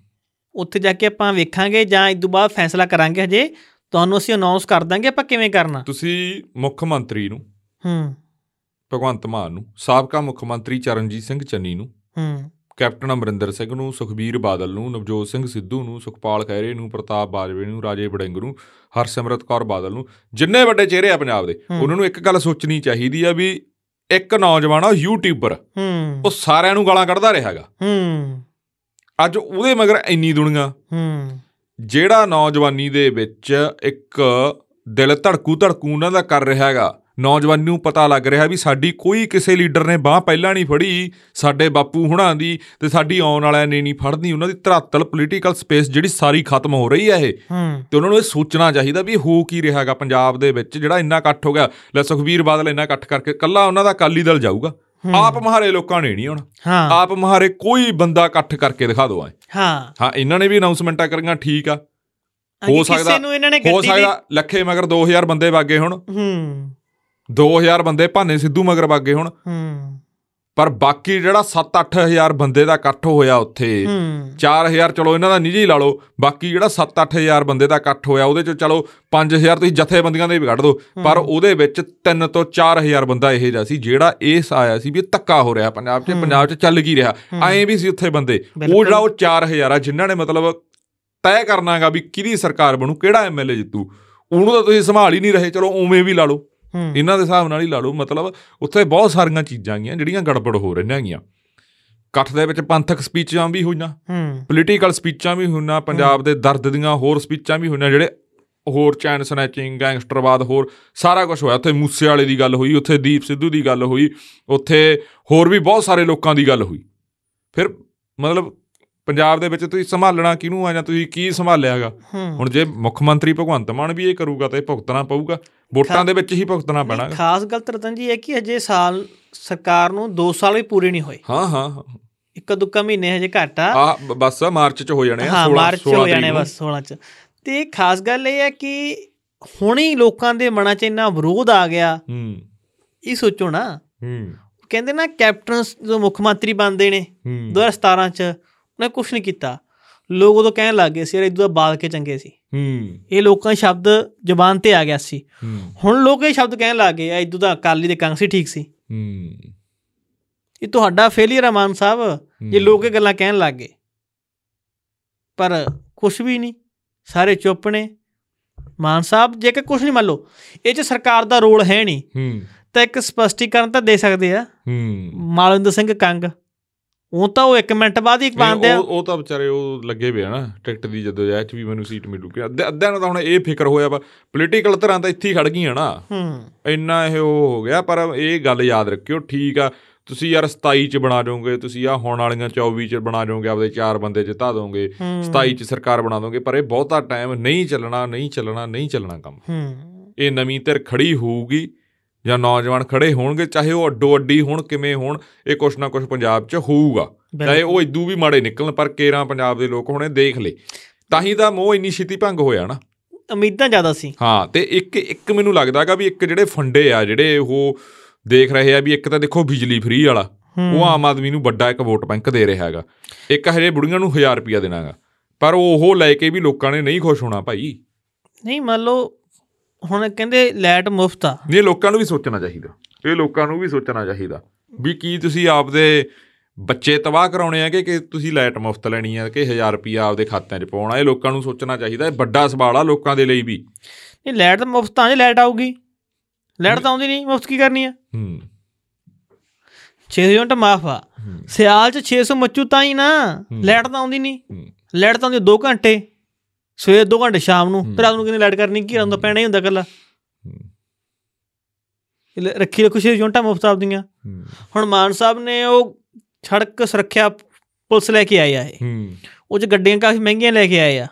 Speaker 1: ਉੱਥੇ ਜਾ ਕੇ ਆਪਾਂ ਵੇਖਾਂਗੇ ਜਾਂ ਇਸ ਤੋਂ ਬਾਅਦ ਫੈਸਲਾ ਕਰਾਂਗੇ ਹਜੇ ਤੁਹਾਨੂੰ ਅਸੀਂ ਅਨਾਉਂਸ ਕਰ ਦਾਂਗੇ ਆਪਾਂ ਕਿਵੇਂ ਕਰਨਾ
Speaker 2: ਤੁਸੀਂ ਮੁੱਖ ਮੰਤਰੀ ਨੂੰ
Speaker 1: ਹੂੰ
Speaker 2: ਭਗਵੰਤ ਮਾਨ ਨੂੰ ਸਾਬਕਾ ਮੁੱਖ ਮੰਤਰੀ ਚਰਨਜੀਤ ਸਿੰਘ ਚੰਨੀ ਨੂੰ
Speaker 1: ਹੂੰ
Speaker 2: ਕੈਪਟਨ ਅਮਰਿੰਦਰ ਸਿੰਘ ਨੂੰ ਸੁਖਬੀਰ ਬਾਦਲ ਨੂੰ ਨਵਜੋਤ ਸਿੰਘ ਸਿੱਧੂ ਨੂੰ ਸੁਖਪਾਲ ਖਹਿਰੇ ਨੂੰ ਪ੍ਰਤਾਪ ਬਾਜਵੇ ਨੂੰ ਰਾਜੇ ਵੜਿੰਗ ਨੂੰ ਹਰਸਿਮਰਤ ਕੌਰ ਬਾਦਲ ਨੂੰ ਜਿੰਨੇ ਵੱਡੇ ਚਿਹਰੇ ਆ ਪੰਜਾਬ ਦੇ
Speaker 1: ਹੂੰ।
Speaker 2: ਉਹਨਾਂ ਨੂੰ ਇੱਕ ਗੱਲ ਸੋਚਣੀ ਚਾਹੀਦੀ ਆ ਵੀ ਇੱਕ ਨੌਜਵਾਨ ਆ ਯੂਟਿਊਬਰ
Speaker 1: ਹੂੰ
Speaker 2: ਉਹ ਸਾਰਿਆਂ ਨੂੰ ਗਾਲਾਂ ਕੱਢਦਾ ਰਿਹਾ ਹੈਗਾ
Speaker 1: ਹੂੰ
Speaker 2: ਅੱਜ ਉਹਦੇ ਮਗਰ ਇੰਨੀ ਦੁਨੀਆ
Speaker 1: ਹੂੰ
Speaker 2: ਜਿਹੜਾ ਨੌਜਵਾਨੀ ਦੇ ਵਿੱਚ ਇੱਕ ਦਿਲ ਧੜਕੂ ਧੜਕੂ ਉਹਨਾਂ ਦਾ ਕਰ ਰਿਹਾ ਹੈਗਾ ਨੌਜਵਾਨ ਨੂੰ ਪਤਾ ਲੱਗ ਰਿਹਾ ਵੀ ਸਾਡੀ ਕੋਈ ਕਿਸੇ ਲੀਡਰ ਨੇ ਬਾਹ ਪਹਿਲਾਂ ਨਹੀਂ ਫੜੀ ਸਾਡੇ ਬਾਪੂ ਹੁਣਾਂ ਦੀ ਤੇ ਸਾਡੀ ਆਉਣ ਵਾਲਿਆਂ ਨੇ ਨਹੀਂ ਫੜਨੀ ਉਹਨਾਂ ਦੀ ਧਰਾਤਲ ਪੋਲੀਟੀਕਲ ਸਪੇਸ ਜਿਹੜੀ ਸਾਰੀ ਖਤਮ ਹੋ ਰਹੀ ਹੈ ਇਹ
Speaker 1: ਹੂੰ
Speaker 2: ਤੇ ਉਹਨਾਂ ਨੂੰ ਇਹ ਸੋਚਣਾ ਚਾਹੀਦਾ ਵੀ ਇਹ ਹੋ ਕੀ ਰਿਹਾ ਹੈਗਾ ਪੰਜਾਬ ਦੇ ਵਿੱਚ ਜਿਹੜਾ ਇੰਨਾ ਇਕੱਠ ਹੋ ਗਿਆ ਲੈ ਸੁਖਬੀਰ ਬਾਦਲ ਇੰਨਾ ਇਕੱਠ ਕਰਕੇ ਕੱਲਾ ਉਹਨਾਂ ਦਾ ਅਕਾਲੀ ਦਲ ਜਾਊਗਾ ਆਪ ਮਹਾਰੇ ਲੋਕਾਂ ਨੇ ਨਹੀਂ ਆਉਣਾ
Speaker 1: ਹਾਂ
Speaker 2: ਆਪ ਮਹਾਰੇ ਕੋਈ ਬੰਦਾ ਇਕੱਠ ਕਰਕੇ ਦਿਖਾ ਦੋ ਐ
Speaker 1: ਹਾਂ
Speaker 2: ਹਾਂ ਇਹਨਾਂ ਨੇ ਵੀ ਅਨਾਉਂਸਮੈਂਟਾਂ ਕਰੀਆਂ ਠੀਕ ਆ
Speaker 1: ਅੱਗੇ
Speaker 2: ਸਕਦਾ-
Speaker 1: ਕਿਸੇ ਨੂੰ ਇਹਨਾਂ ਨੇ
Speaker 2: ਹੋ
Speaker 1: ਗੱਡੀ
Speaker 2: ਸਕਦਾ ਲੱਖੇ ਮਗਰ 2000 ਬੰਦੇ ਵਾਗੇ ਹੁਣ
Speaker 1: ਦੀ- ਹੂੰ
Speaker 2: 2000 ਬੰਦੇ ਭਾਨੇ ਸਿੱਧੂ ਮਗਰ ਵਾਗੇ ਹੁਣ
Speaker 1: ਹੂੰ
Speaker 2: ਪਰ ਬਾਕੀ ਜਿਹੜਾ 7-8000 ਬੰਦੇ ਦਾ ਇਕੱਠ ਹੋਇਆ ਉੱਥੇ
Speaker 1: ਹੂੰ
Speaker 2: 4000 ਚਲੋ ਇਹਨਾਂ ਦਾ ਨਿੱਜੀ ਲਾ ਲਓ ਬਾਕੀ ਜਿਹੜਾ 7-8000 ਬੰਦੇ ਦਾ ਇਕੱਠ ਹੋਇਆ ਉਹਦੇ ਚੋਂ ਚਲੋ 5000 ਤੁਸੀਂ ਜਥੇਬੰਦੀਆਂ ਦੇ ਵੀ ਕੱਢ ਦਿਓ ਪਰ ਉਹਦੇ ਵਿੱਚ 3 ਤੋਂ 4000 ਬੰਦਾ ਇਹੋ ਜਿਹਾ ਸੀ ਜਿਹੜਾ ਇਸ ਆਇਆ ਸੀ ਵੀ ਇਹ ਧੱਕਾ ਹੋ ਰਿਹਾ ਪੰਜਾਬ 'ਚ ਪੰਜਾਬ 'ਚ ਚੱਲ ਕੀ ਰਿਹਾ ਐਂ ਵੀ ਸੀ ਉੱਥੇ ਬੰਦੇ ਉਹ
Speaker 1: ਬਿਲਕੁਲ।
Speaker 2: ਜਿਹੜਾ ਉਹ 4000 ਆ ਜਿਨ੍ਹਾਂ ਨੇ ਮਤਲਬ ਤੈਅ ਕਰਨਾਗਾ ਵੀ ਕਿਹਦੀ ਸਰਕਾਰ ਬਣੂ ਕਿਹੜਾ ਐਮਐਲਏ ਜਿੱਤੂ ਉਹਨੂੰ ਤਾਂ ਤੁਸੀਂ ਸੰਭਾਲ ਹੀ ਨਹੀਂ ਰਹੇ ਚਲੋ ਉਵੇਂ ਵੀ ਲਾ ਲਓ
Speaker 1: ਹੂੰ
Speaker 2: ਇਹਨਾਂ ਦੇ ਹਿਸਾਬ ਨਾਲ ਹੀ ਲਾ ਲਓ ਮਤਲਬ ਉੱਥੇ ਬਹੁਤ ਸਾਰੀਆਂ ਚੀਜ਼ਾਂ ਗੀਆਂ ਜਿਹੜੀਆਂ ਗੜਬੜ ਹੋ ਰਹੀਆਂ ਗੀਆਂ ਇਕੱਠ ਦੇ ਵਿੱਚ ਪੰਥਕ ਸਪੀਚਾਂ ਵੀ ਹੋਈਆਂ
Speaker 1: ਹੂੰ
Speaker 2: ਪੋਲੀਟੀਕਲ ਸਪੀਚਾਂ ਵੀ ਹੋਈਆਂ ਪੰਜਾਬ ਦੇ ਦਰਦ ਦੀਆਂ ਹੋਰ ਸਪੀਚਾਂ ਵੀ ਹੋਈਆਂ ਜਿਹੜੇ ਹੋਰ ਚੈਨ ਸਨੈਚਿੰਗ ਗੈਂਗਸਟਰਵਾਦ ਹੋਰ ਸਾਰਾ ਕੁਝ ਹੋਇਆ ਉੱਥੇ ਮੂਸੇ ਵਾਲੇ ਦੀ ਗੱਲ ਹੋਈ ਉੱਥੇ ਦੀਪ ਸਿੱਧੂ ਦੀ ਗੱਲ ਹੋਈ ਉੱਥੇ ਹੋਰ ਵੀ ਬਹੁਤ ਸਾਰੇ ਲੋਕਾਂ ਦੀ ਗੱਲ ਹੋਈ ਫਿਰ ਮਤਲਬ ਪੰਜਾਬ ਦੇ ਵਿੱਚ ਤੁਸੀਂ ਸੰਭਾਲਣਾ ਕਿਹਨੂੰ ਆ ਜਾਂ ਤੁਸੀਂ ਕੀ ਸੰਭਾਲਿਆਗਾ
Speaker 1: ਹੂੰ
Speaker 2: ਹੁਣ ਜੇ ਮੁੱਖ ਮੰਤਰੀ ਭਗਵੰਤ ਮਾਨ ਵੀ ਇਹ ਕਰੂਗਾ ਤਾਂ ਇਹ ਭੁਗਤਣਾ ਪਊਗਾ ਵੋਟਾਂ ਦੇ ਵਿੱਚ ਹੀ ਭੁਗਤਣਾ
Speaker 1: ਨਹੀਂ,
Speaker 2: ਪੈਣਾ
Speaker 1: ਖਾਸ ਗੱਲ ਤਾਂ ਰਤਨ ਜੀ ਹੈ ਕਿ ਅਜੇ ਸਾਲ ਸਰਕਾਰ ਨੂੰ 2 ਸਾਲ ਵੀ ਪੂਰੇ ਨਹੀਂ ਹੋਏ
Speaker 2: ਹਾਂ ਹਾਂ ਹਾਂ।
Speaker 1: ਇੱਕ ਦੁੱਕਾ ਮਹੀਨੇ ਹਜੇ ਘੱਟ ਆ
Speaker 2: ਆਹ ਬ- ਬਸ ਆ ਮਾਰਚ ਚ ਹੋ ਜਾਣੇ ਆ
Speaker 1: ਹਾਂ
Speaker 2: 16
Speaker 1: ਮਾਰਚ 'ਚ
Speaker 2: 16
Speaker 1: ਹੋ ਜਾਣੇ
Speaker 2: ਤਰੀਕ ਨੂੰ।
Speaker 1: ਬਸ 16 ਚ ਤੇ ਖਾਸ ਗੱਲ ਇਹ ਹੈ ਕਿ ਹੁਣੇ ਹੀ ਲੋਕਾਂ ਦੇ ਮਨਾਂ 'ਚ ਇੰਨਾ ਵਿਰੋਧ ਆ ਗਿਆ
Speaker 2: ਹੂੰ
Speaker 1: ਇਹ ਸੋਚੋ ਨਾ
Speaker 2: ਹੂੰ
Speaker 1: ਕਹਿੰਦੇ ਨਾ ਕੈਪਟਨ ਜੋ ਮੁੱਖ ਮੰਤਰੀ ਬਣਦੇ ਨੇ
Speaker 2: ਹੂੰ
Speaker 1: 2017 ਚ ਉਹਨੇ ਕੁਝ ਨਹੀਂ ਕੀਤਾ ਲੋਕ ਉਦੋਂ ਕਹਿਣ ਲੱਗ ਗਏ ਸੀ ਯਾਰ ਇਦੋਂ ਬਾਲ ਕੇ ਚੰਗੇ ਸੀ
Speaker 2: ਹੂੰ
Speaker 1: ਇਹ ਲੋਕਾਂ ਦਾ ਸ਼ਬਦ ਜ਼ਬਾਨ ਤੇ ਆ ਗਿਆ ਸੀ
Speaker 2: ਹੂੰ
Speaker 1: ਹੁਣ ਲੋਕ ਇਹ ਸ਼ਬਦ ਕਹਿਣ ਲੱਗ ਗਏ ਆ ਇਦੋਂ ਦਾ ਅਕਾਲੀ ਦੇ ਕੰਗ ਸੀ ਠੀਕ ਸੀ
Speaker 2: ਹੂੰ
Speaker 1: ਇਹ ਤੁਹਾਡਾ ਫੇਲਿਅਰ ਆ ਮਾਨ ਸਾਹਿਬ ਜੇ
Speaker 2: ਹਮ।
Speaker 1: ਲੋਕ ਇਹ ਗੱਲਾਂ ਕਹਿਣ ਲੱਗ ਗਏ ਪਰ ਕੁਝ ਵੀ ਨਹੀਂ ਸਾਰੇ ਚੁੱਪ ਨੇ ਮਾਨ ਸਾਹਿਬ ਜੇਕਰ ਕੁਝ ਨਹੀਂ ਮੰਨ ਲਓ ਇਹ ਚ ਸਰਕਾਰ ਦਾ ਰੋਲ ਹੈ ਨਹੀਂ
Speaker 2: ਹੂੰ
Speaker 1: ਤਾਂ ਇੱਕ ਸਪਸ਼ਟੀਕਰਨ ਤਾਂ ਦੇ ਸਕਦੇ ਆ
Speaker 2: ਹੂੰ
Speaker 1: ਮਾਲਵਿੰਦਰ ਸਿੰਘ ਕੰਗ ਉਹ ਤਾਂ ਉਹ 1 ਮਿੰਟ ਬਾਅਦ ਹੀ ਪਾਉਂਦੇ ਆ
Speaker 2: ਉਹ ਉਹ ਤਾਂ ਵਿਚਾਰੇ ਉਹ ਲੱਗੇ ਪਏ ਆ ਨਾ ਟਿਕਟ ਦੀ ਜਦੋਂ ਜਾਇਚ ਵੀ ਮੈਨੂੰ ਸੀਟ ਮਿਲੂਗੀ ਅੱਧ- ਅੱਧਿਆਂ ਨੂੰ ਤਾਂ ਹੁਣ ਇਹ ਫਿਕਰ ਹੋਇਆ ਵਾ ਪੋਲੀਟੀਕਲ ਧਿਰਾਂ ਤਾਂ ਇੱਥੇ ਹੀ ਖੜ ਗਈਆਂ ਨਾ
Speaker 1: ਹੂੰ
Speaker 2: ਇੰਨਾ ਇਹ ਉਹ ਹੋ ਗਿਆ ਪਰ ਇਹ ਗੱਲ ਯਾਦ ਰੱਖਿਓ ਠੀਕ ਆ ਤੁਸੀਂ ਯਾਰ 27 ਚ ਬਣਾ ਜਾਓਗੇ ਤੁਸੀਂ ਆ ਹੁਣ ਵਾਲੀਆਂ 24 ਚ ਬਣਾ ਜਾਓਗੇ ਆਪਦੇ ਚਾਰ ਬੰਦੇ ਜਿਤਾ ਦੋਗੇ
Speaker 1: ਹੂੰ।
Speaker 2: 27 ਚ ਸਰਕਾਰ ਬਣਾ ਦੋਗੇ ਪਰ ਇਹ ਬਹੁਤਾ ਟਾਈਮ ਨਹੀਂ ਚੱਲਣਾ ਨਹੀਂ ਚੱਲਣਾ ਨਹੀਂ ਚੱਲਣਾ ਕੰਮ
Speaker 1: ਹੂੰ
Speaker 2: ਇਹ ਨਵੀਂ ਧਿਰ ਖੜੀ ਹੋਊਗੀ ਜਾਂ ਨੌਜਵਾਨ ਖੜੇ ਹੋਣਗੇ ਚਾਹੇ ਉਹ ਅੱਡੋ ਅੱਡੀ ਹੋਣ ਕਿਵੇਂ ਹੋਣ ਇਹ ਕੁਛ ਨਾ ਕੁਛ ਪੰਜਾਬ 'ਚ ਹੋਊਗਾ ਚਾਹੇ ਉਹ ਇਦੂ ਵੀ ਮਾੜੇ ਨਿਕਲਣ ਪਰ ਕੇਰਾਂ ਪੰਜਾਬ ਦੇ ਲੋਕ ਹੁਣੇ ਦੇਖ ਲਏ ਤਾਂ ਹੀ ਤਾਂ ਮੋਹ ਇੰਨੀ ਛੇਤੀ ਭੰਗ ਹੋਇਆ ਨਾ
Speaker 1: ਉਮੀਦਾਂ ਜ਼ਿਆਦਾ ਸੀ
Speaker 2: ਹਾਂ ਤੇ ਇੱਕ ਇੱਕ ਮੈਨੂੰ ਲੱਗਦਾ ਹੈਗਾ ਵੀ ਇੱਕ ਜਿਹੜੇ ਫੰਡੇ ਆ ਜਿਹੜੇ ਉਹ ਦੇਖ ਰਹੇ ਆ ਵੀ ਇੱਕ ਤਾਂ ਦੇਖੋ ਬਿਜਲੀ ਫ੍ਰੀ ਵਾਲਾ ਉਹ ਆਮ ਆਦਮੀ ਨੂੰ ਵੱਡਾ ਇੱਕ ਵੋਟ ਬੈਂਕ ਦੇ ਰਿਹਾ ਹੈਗਾ ਇੱਕ ਹਰੇ ਬੁੜੀਆਂ ਨੂੰ 1000 ਰੁਪਿਆ ਦੇਣਾਗਾ ਪਰ ਉਹ ਲੈ ਕੇ ਵੀ ਲੋਕਾਂ ਨੇ ਨਹੀਂ ਖੁਸ਼ ਹੋਣਾ ਭਾਈ
Speaker 1: ਨਹੀਂ ਮੰਨ ਲਓ ਹੁਣ ਕਹਿੰਦੇ ਲਾਈਟ ਮੁਫਤ ਆ
Speaker 2: ਇਹ ਲੋਕਾਂ ਨੂੰ ਵੀ ਸੋਚਣਾ ਚਾਹੀਦਾ ਇਹ ਲੋਕਾਂ ਨੂੰ ਵੀ ਸੋਚਣਾ ਚਾਹੀਦਾ ਵੀ ਕੀ ਤੁਸੀਂ ਆਪਦੇ ਬੱਚੇ ਤਬਾਹ ਕਰਾਉਣੇ ਆ ਕਿ ਕਿ ਤੁਸੀਂ ਲਾਈਟ ਮੁਫਤ ਲੈਣੀ ਆ ਕਿ 1000 ਰੁਪਿਆ ਆਪਦੇ ਖਾਤਿਆਂ 'ਚ ਪਾਉਣਾ ਇਹ ਲੋਕਾਂ ਨੂੰ ਸੋਚਣਾ ਚਾਹੀਦਾ ਇਹ ਵੱਡਾ ਸਵਾਲ ਆ ਲੋਕਾਂ ਦੇ ਲਈ ਵੀ
Speaker 1: ਨਹੀਂ ਲਾਈਟ ਤਾਂ ਮੁਫਤ ਤਾਂ ਜੀ ਲਾਈਟ ਆਊਗੀ ਲਾਈਟ ਤਾਂ ਆਉਂਦੀ ਨਹੀਂ ਮੁਫਤ ਕੀ ਕਰਨੀ ਆ
Speaker 2: ਹੂੰ
Speaker 1: 600 ਯੂਨਿਟ ਮਾਫ ਆ
Speaker 2: ਹੂੰ।
Speaker 1: ਸਿਆਲ ਚ 600 ਮੱਚੂ ਤਾਂ ਹੀ ਨਾ
Speaker 2: ਹੂੰ।
Speaker 1: ਲਾਈਟ ਤਾਂ ਆਉਂਦੀ ਨਹੀਂ
Speaker 2: ਹੂੰ।
Speaker 1: ਲਾਈਟ ਤਾਂ ਆਉਂਦੀ 2 ਘੰਟੇ ਸਵੇਰ 2 ਘੰਟੇ ਸ਼ਾਮ ਨੂੰ ਤੇ
Speaker 2: ਹੂੰ।
Speaker 1: ਰਾਤ ਨੂੰ ਕਿੰਨੀ ਲਾਈਟ ਕਰਨੀ ਕੀ ਹੁੰਦਾ ਪੈਣਾ ਹੀ ਹੁੰਦਾ ਇਕੱਲਾ
Speaker 2: ਹੂੰ।
Speaker 1: ਲੈ- ਰੱਖੀ ਰੱਖੋ ਛੇ ਯੂਨਿਟਾਂ ਮੁਫਤ ਆਪਦੀਆਂ
Speaker 2: ਹੂੰ।
Speaker 1: ਹੁਣ ਮਾਨ ਸਾਹਿਬ ਨੇ ਉਹ ਸੜਕ ਸੁਰੱਖਿਆ ਪੁਲਿਸ ਲੈ ਕੇ ਆਏ ਆ ਇਹ
Speaker 2: ਹੂੰ
Speaker 1: ਉਹ ਚ ਗੱਡੀਆਂ ਕਾਫੀ ਮਹਿੰਗੀਆਂ ਲੈ ਕੇ ਆਏ ਆ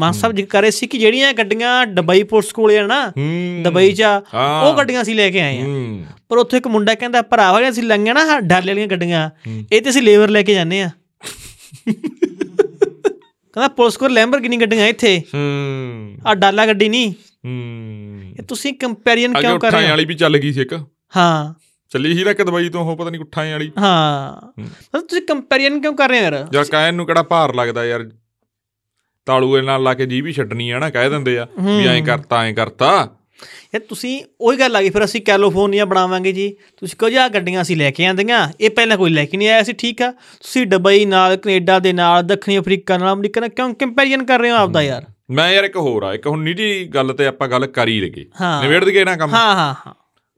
Speaker 1: ਮਾਨ ਸਾਹਿਬ ਜੀ ਕਰੇ ਸੀ ਕਿ ਜਿਹੜੀਆਂ ਗੱਡੀਆਂ ਦੁਬਈ ਪੁਲਿਸ ਕੋਲੇ ਆ ਨਾ
Speaker 2: ਹੂੰ
Speaker 1: ਦੁਬਈ ਚ ਆ,
Speaker 2: ਹਾਂ।
Speaker 1: ਉਹ ਗੱਡੀਆਂ ਸੀ ਲੈ ਕੇ ਆਏ ਆ
Speaker 2: ਹੂੰ
Speaker 1: ਪਰ ਉੱਥੇ ਇੱਕ ਮੁੰਡਾ ਕਹਿੰਦਾ ਭਰਾਵਾ ਜੀ ਅਸੀਂ ਲੰਗੇ ਨਾ ਆਹ ਡਾਲੇ ਵਾਲੀਆਂ ਗੱਡੀਆਂ
Speaker 2: ਹੂੰ।
Speaker 1: ਇਹ ਤੇ ਅਸੀਂ ਲੇਬਰ ਲੈ ਕੇ ਜਾਂਦੇ ਆ ਕਹਿੰਦਾ ਪੁਲਿਸ ਕੋਲ ਲੈਂਬਰਗਿਨੀ ਗੱਡੀਆਂ ਇੱਥੇ
Speaker 2: ਹੂੰ
Speaker 1: ਆ ਡਾਲਾ ਗੱਡੀ ਨਹੀਂ
Speaker 2: ਹੂੰ
Speaker 1: ਇਹ ਤੁਸੀਂ ਕੰਪੈਰੀਜ਼ਨ
Speaker 2: ਅੱਗੇ
Speaker 1: ਕਿਉਂ ਕਰ
Speaker 2: ਉਠਾਂ
Speaker 1: ਰਹੇ ਹੋ
Speaker 2: ਵਾਲੀ ਵੀ ਚੱਲ ਗਈ ਸੀ ਇੱਕ
Speaker 1: ਹਾਂ
Speaker 2: ਚੱਲੀ ਸੀ ਨਾ ਕਿ ਦੁਬਈ ਤੋਂ ਉਹ ਪਤਾ ਨਹੀਂ ਉਠਾਂ ਵਾਲੀ
Speaker 1: ਹਾਂ ਮਤਲਬ ਤੁਸੀਂ ਕੰਪੈਰੀਜ਼ਨ ਕਿਉਂ ਕਰ ਰਹੇ ਹੋ ਯਾਰ
Speaker 2: ਯਾਰ ਕਾਇਨ ਨੂੰ ਕਿਹੜਾ ਭਾਰ ਲੱਗਦਾ ਯਾਰ ਤਾਲੂ ਦੇ ਨਾਲ ਲਾ ਕੇ ਜੀ ਵੀ ਛੱਡਣੀ ਆ ਨਾ ਕਹਿ ਦਿੰਦੇ ਆ ਵੀ ਐਂ ਕਰਤਾ ਐਂ ਕਰਤਾ
Speaker 1: ਯਾਰ ਤੁਸੀਂ ਉਹੀ ਗੱਲ ਆ ਗਈ ਫਿਰ ਅਸੀਂ ਕੈਲੀਫੋਰਨੀਆ ਬਣਾਵਾਂਗੇ ਜੀ ਤੁਸੀਂ ਕਹੋ ਜੀ ਆ ਗੱਡੀਆਂ ਅਸੀਂ ਲੈ ਕੇ ਆਂਦੀਆਂ ਇਹ ਪਹਿਲਾਂ ਕੋਈ ਲੈ ਕੇ ਨਹੀਂ ਆਇਆ ਸੀ ਠੀਕ ਆ ਤੁਸੀਂ ਡਬਈ ਨਾਲ ਕੈਨੇਡਾ ਦੇ ਨਾਲ ਦੱਖਣੀ ਅਫਰੀਕਾ ਨਾਲ ਅਮਰੀਕਾ ਨਾਲ ਕਿਉਂ ਕੰਪੈਰੀਜ਼ਨ ਕਰ ਰਹੇ ਹੋ ਆਪਦਾ ਯਾਰ
Speaker 2: ਮੈਂ ਯਾਰ ਇੱਕ ਹੋਰ ਆ ਇੱਕ ਹੁਣ ਨਿੱਜੀ ਗੱਲ ਤੇ ਆਪਾਂ ਗੱਲ ਕਰ ਹੀ ਲਗੇ
Speaker 1: ਹਾਂ।
Speaker 2: ਨਿਬੇੜ ਦਈਏ ਨਾ ਕੰਮ
Speaker 1: ਹਾਂ ਹਾਂ ਹਾਂ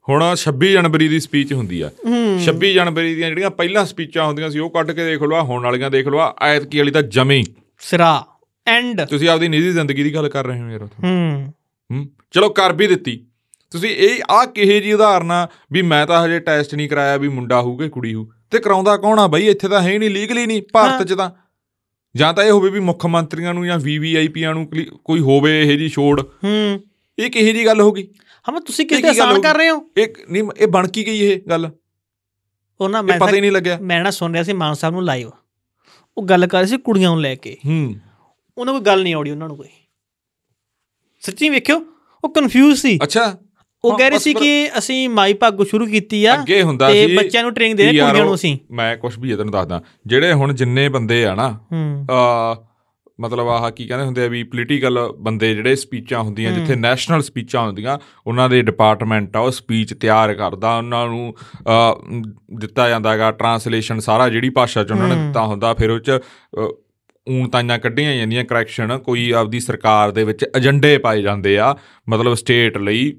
Speaker 2: ਹੁਣ 26 ਜਨਵਰੀ ਦੀ ਸਪੀਚ ਹੁੰਦੀ ਆ
Speaker 1: ਹੂੰ
Speaker 2: 26 ਜਨਵਰੀ ਦੀਆਂ ਜਿਹੜੀਆਂ ਪਹਿਲਾਂ ਸਪੀਚਾਂ ਹੁੰਦੀਆਂ ਸੀ ਉਹ ਕੱਢ ਕੇ ਦੇਖ ਲਓ ਆਹ ਹੁਣ ਵਾਲੀਆਂ ਦੇਖ ਲਓ ਆ ਐਤਕੀ ਵਾਲੀ ਤਾਂ ਜਮੇ ਹੀ।
Speaker 1: ਸਿਰਾ ਐਂਡ
Speaker 2: ਤੁਸੀਂ ਆਪਦੀ ਨਿੱਜੀ ਜ਼ਿੰਦਗੀ ਦੀ ਗੱਲ ਕਰ ਰਹੇ ਹੋ ਯਾਰ ਉੱਥੇ।
Speaker 1: ਹੂੰ
Speaker 2: ਹੂੰ ਚਲੋ ਕਰ ਵੀ ਦਿੱਤੀ ਤੁਸੀਂ ਇਹ ਆ ਕਿਹੇ ਜੀ ਉਦਾਹਰਨ ਆ ਵੀ ਮੈਂ ਤਾਂ ਹਜੇ ਟੈਸਟ ਨਹੀਂ ਕਰਾਇਆ ਵੀ ਮੁੰਡਾ ਹੋਊ ਕਿ ਕੁੜੀ ਹੋਊ ਤੇ ਕਰਾਉਂਦਾ ਕੌਣ ਆ ਬਈ ਇੱਥੇ ਤਾਂ ਹੈ ਹੀ ਨਹੀਂ ਲੀਗਲੀ ਨਹੀਂ ਭਾਰਤ 'ਚ ਤਾਂ ਜਾਂ ਤਾਂ ਇਹ ਹੋਵੇ ਵੀ ਮੁੱਖ ਮੰਤਰੀਆਂ ਨੂੰ ਜਾਂ ਵੀਵੀਆਈਪੀਆਂ ਨੂੰ ਕਲੀ- ਕੋਈ ਹੋਵੇ ਇਹ ਜੀ ਛੋੜ
Speaker 1: ਹੂੰ
Speaker 2: ਇਹ ਕਿਹੇ ਜੀ ਗੱਲ ਹੋ ਗਈ
Speaker 1: ਹਾਂ ਮੈਂ ਤੁਸੀਂ ਕਿਸ
Speaker 2: ਇਹ
Speaker 1: ਤੇ
Speaker 2: ਕੀ ਗੱਲ
Speaker 1: ਆਸਾਨ
Speaker 2: ਹੋਊ?
Speaker 1: ਕਰ ਰਹੇ ਹੋ
Speaker 2: ਇਹ ਨਹੀਂ ਇਹ ਬਣ ਕੀ ਗਈ ਇਹ ਗੱਲ
Speaker 1: ਉਹ ਨਾ
Speaker 2: ਇਹ
Speaker 1: ਮੈਂ
Speaker 2: ਪਤਾ ਹੀ ਨਹੀਂ ਲੱਗਿਆ
Speaker 1: ਮੈਂ ਨਾ ਸੁਣ ਰਿਹਾ ਸੀ ਮਾਨ ਸਾਹਿਬ ਨੂੰ ਲਾਈਵ ਉਹ ਗੱਲ ਕਰ ਰਹੇ ਸੀ ਕੁੜੀਆਂ ਨੂੰ ਲੈ ਕੇ
Speaker 2: ਹੂੰ
Speaker 1: ਉਹਨਾਂ ਕੋਈ ਗੱਲ ਨਹੀਂ ਆਉਣੀ ਉਹਨਾਂ ਨੂੰ ਕੋਈ ਸੱਚੀ ਵੇਖਿਓ ਉਹ ਕਨਫਿਊਜ਼ ਸੀ
Speaker 2: ਅੱਛਾ
Speaker 1: ਉਹ
Speaker 2: ਹਾਂ,
Speaker 1: ਕਹਿ ਰਹੇ
Speaker 2: ਬਸ
Speaker 1: ਸੀ
Speaker 2: ਪਰ-
Speaker 1: ਕਿ ਅਸੀਂ ਮਾਈ ਭਾਗੋ ਸ਼ੁਰੂ ਕੀਤੀ ਆ
Speaker 2: ਅੱਗੇ ਹੁੰਦਾ
Speaker 1: ਤੇ
Speaker 2: ਸੀ
Speaker 1: ਬੱਚਿਆਂ ਨੂੰ ਟ੍ਰੇਨਿੰਗ ਦੇ ਰਹੇ
Speaker 2: ਯਾਰ
Speaker 1: ਕੁੜੀਆਂ ਨੂੰ
Speaker 2: ਉਹ-
Speaker 1: ਅਸੀਂ
Speaker 2: ਮੈਂ ਕੁਝ ਵੀ ਇਹ ਤੈਨੂੰ ਦੱਸਦਾ ਜਿਹੜੇ ਹੁਣ ਜਿੰਨੇ ਬੰਦੇ ਆ ਨਾ
Speaker 1: ਹੂੰ
Speaker 2: ਅ ਮਤਲਬ ਆਹ ਕੀ ਕਹਿੰਦੇ ਹੁੰਦੇ ਆ ਵੀ ਪੋਲੀਟੀਕਲ ਬੰਦੇ ਜਿਹੜੇ ਸਪੀਚਾਂ ਹੁੰਦੀਆਂ ਜਿੱਥੇ ਨੈਸ਼ਨਲ ਸਪੀਚਾਂ ਹੁੰਦੀਆਂ ਉਹਨਾਂ ਦੇ ਡਿਪਾਰਟਮੈਂਟ ਆ ਉਹ ਸਪੀਚ ਤਿਆਰ ਕਰਦਾ ਉਹਨਾਂ ਨੂੰ ਅ, ਮ, ਦਿੱਤਾ ਜਾਂਦਾਗਾ ਟਰਾਂਸਲੇਸ਼ਨ ਸਾਰਾ ਜਿਹੜੀ ਭਾਸ਼ਾ ਚ ਉਹਨਾਂ ਨੇ
Speaker 1: ਹੂੰ।
Speaker 2: ਦਿੱਤਾ ਹੁੰਦਾ ਫਿਰ ਉਹ ਚ ਅ, ਊਣਤਾਈਆਂ ਕੱਢੀਆਂ ਜਾਂਦੀਆਂ ਕਰੈਕਸ਼ਨ ਕੋਈ ਆਪਦੀ ਸਰਕਾਰ ਦੇ ਵਿੱਚ ਏਜੰਡੇ ਪਾਏ ਜਾਂਦੇ ਆ ਮਤਲਬ ਸਟੇਟ ਲਈ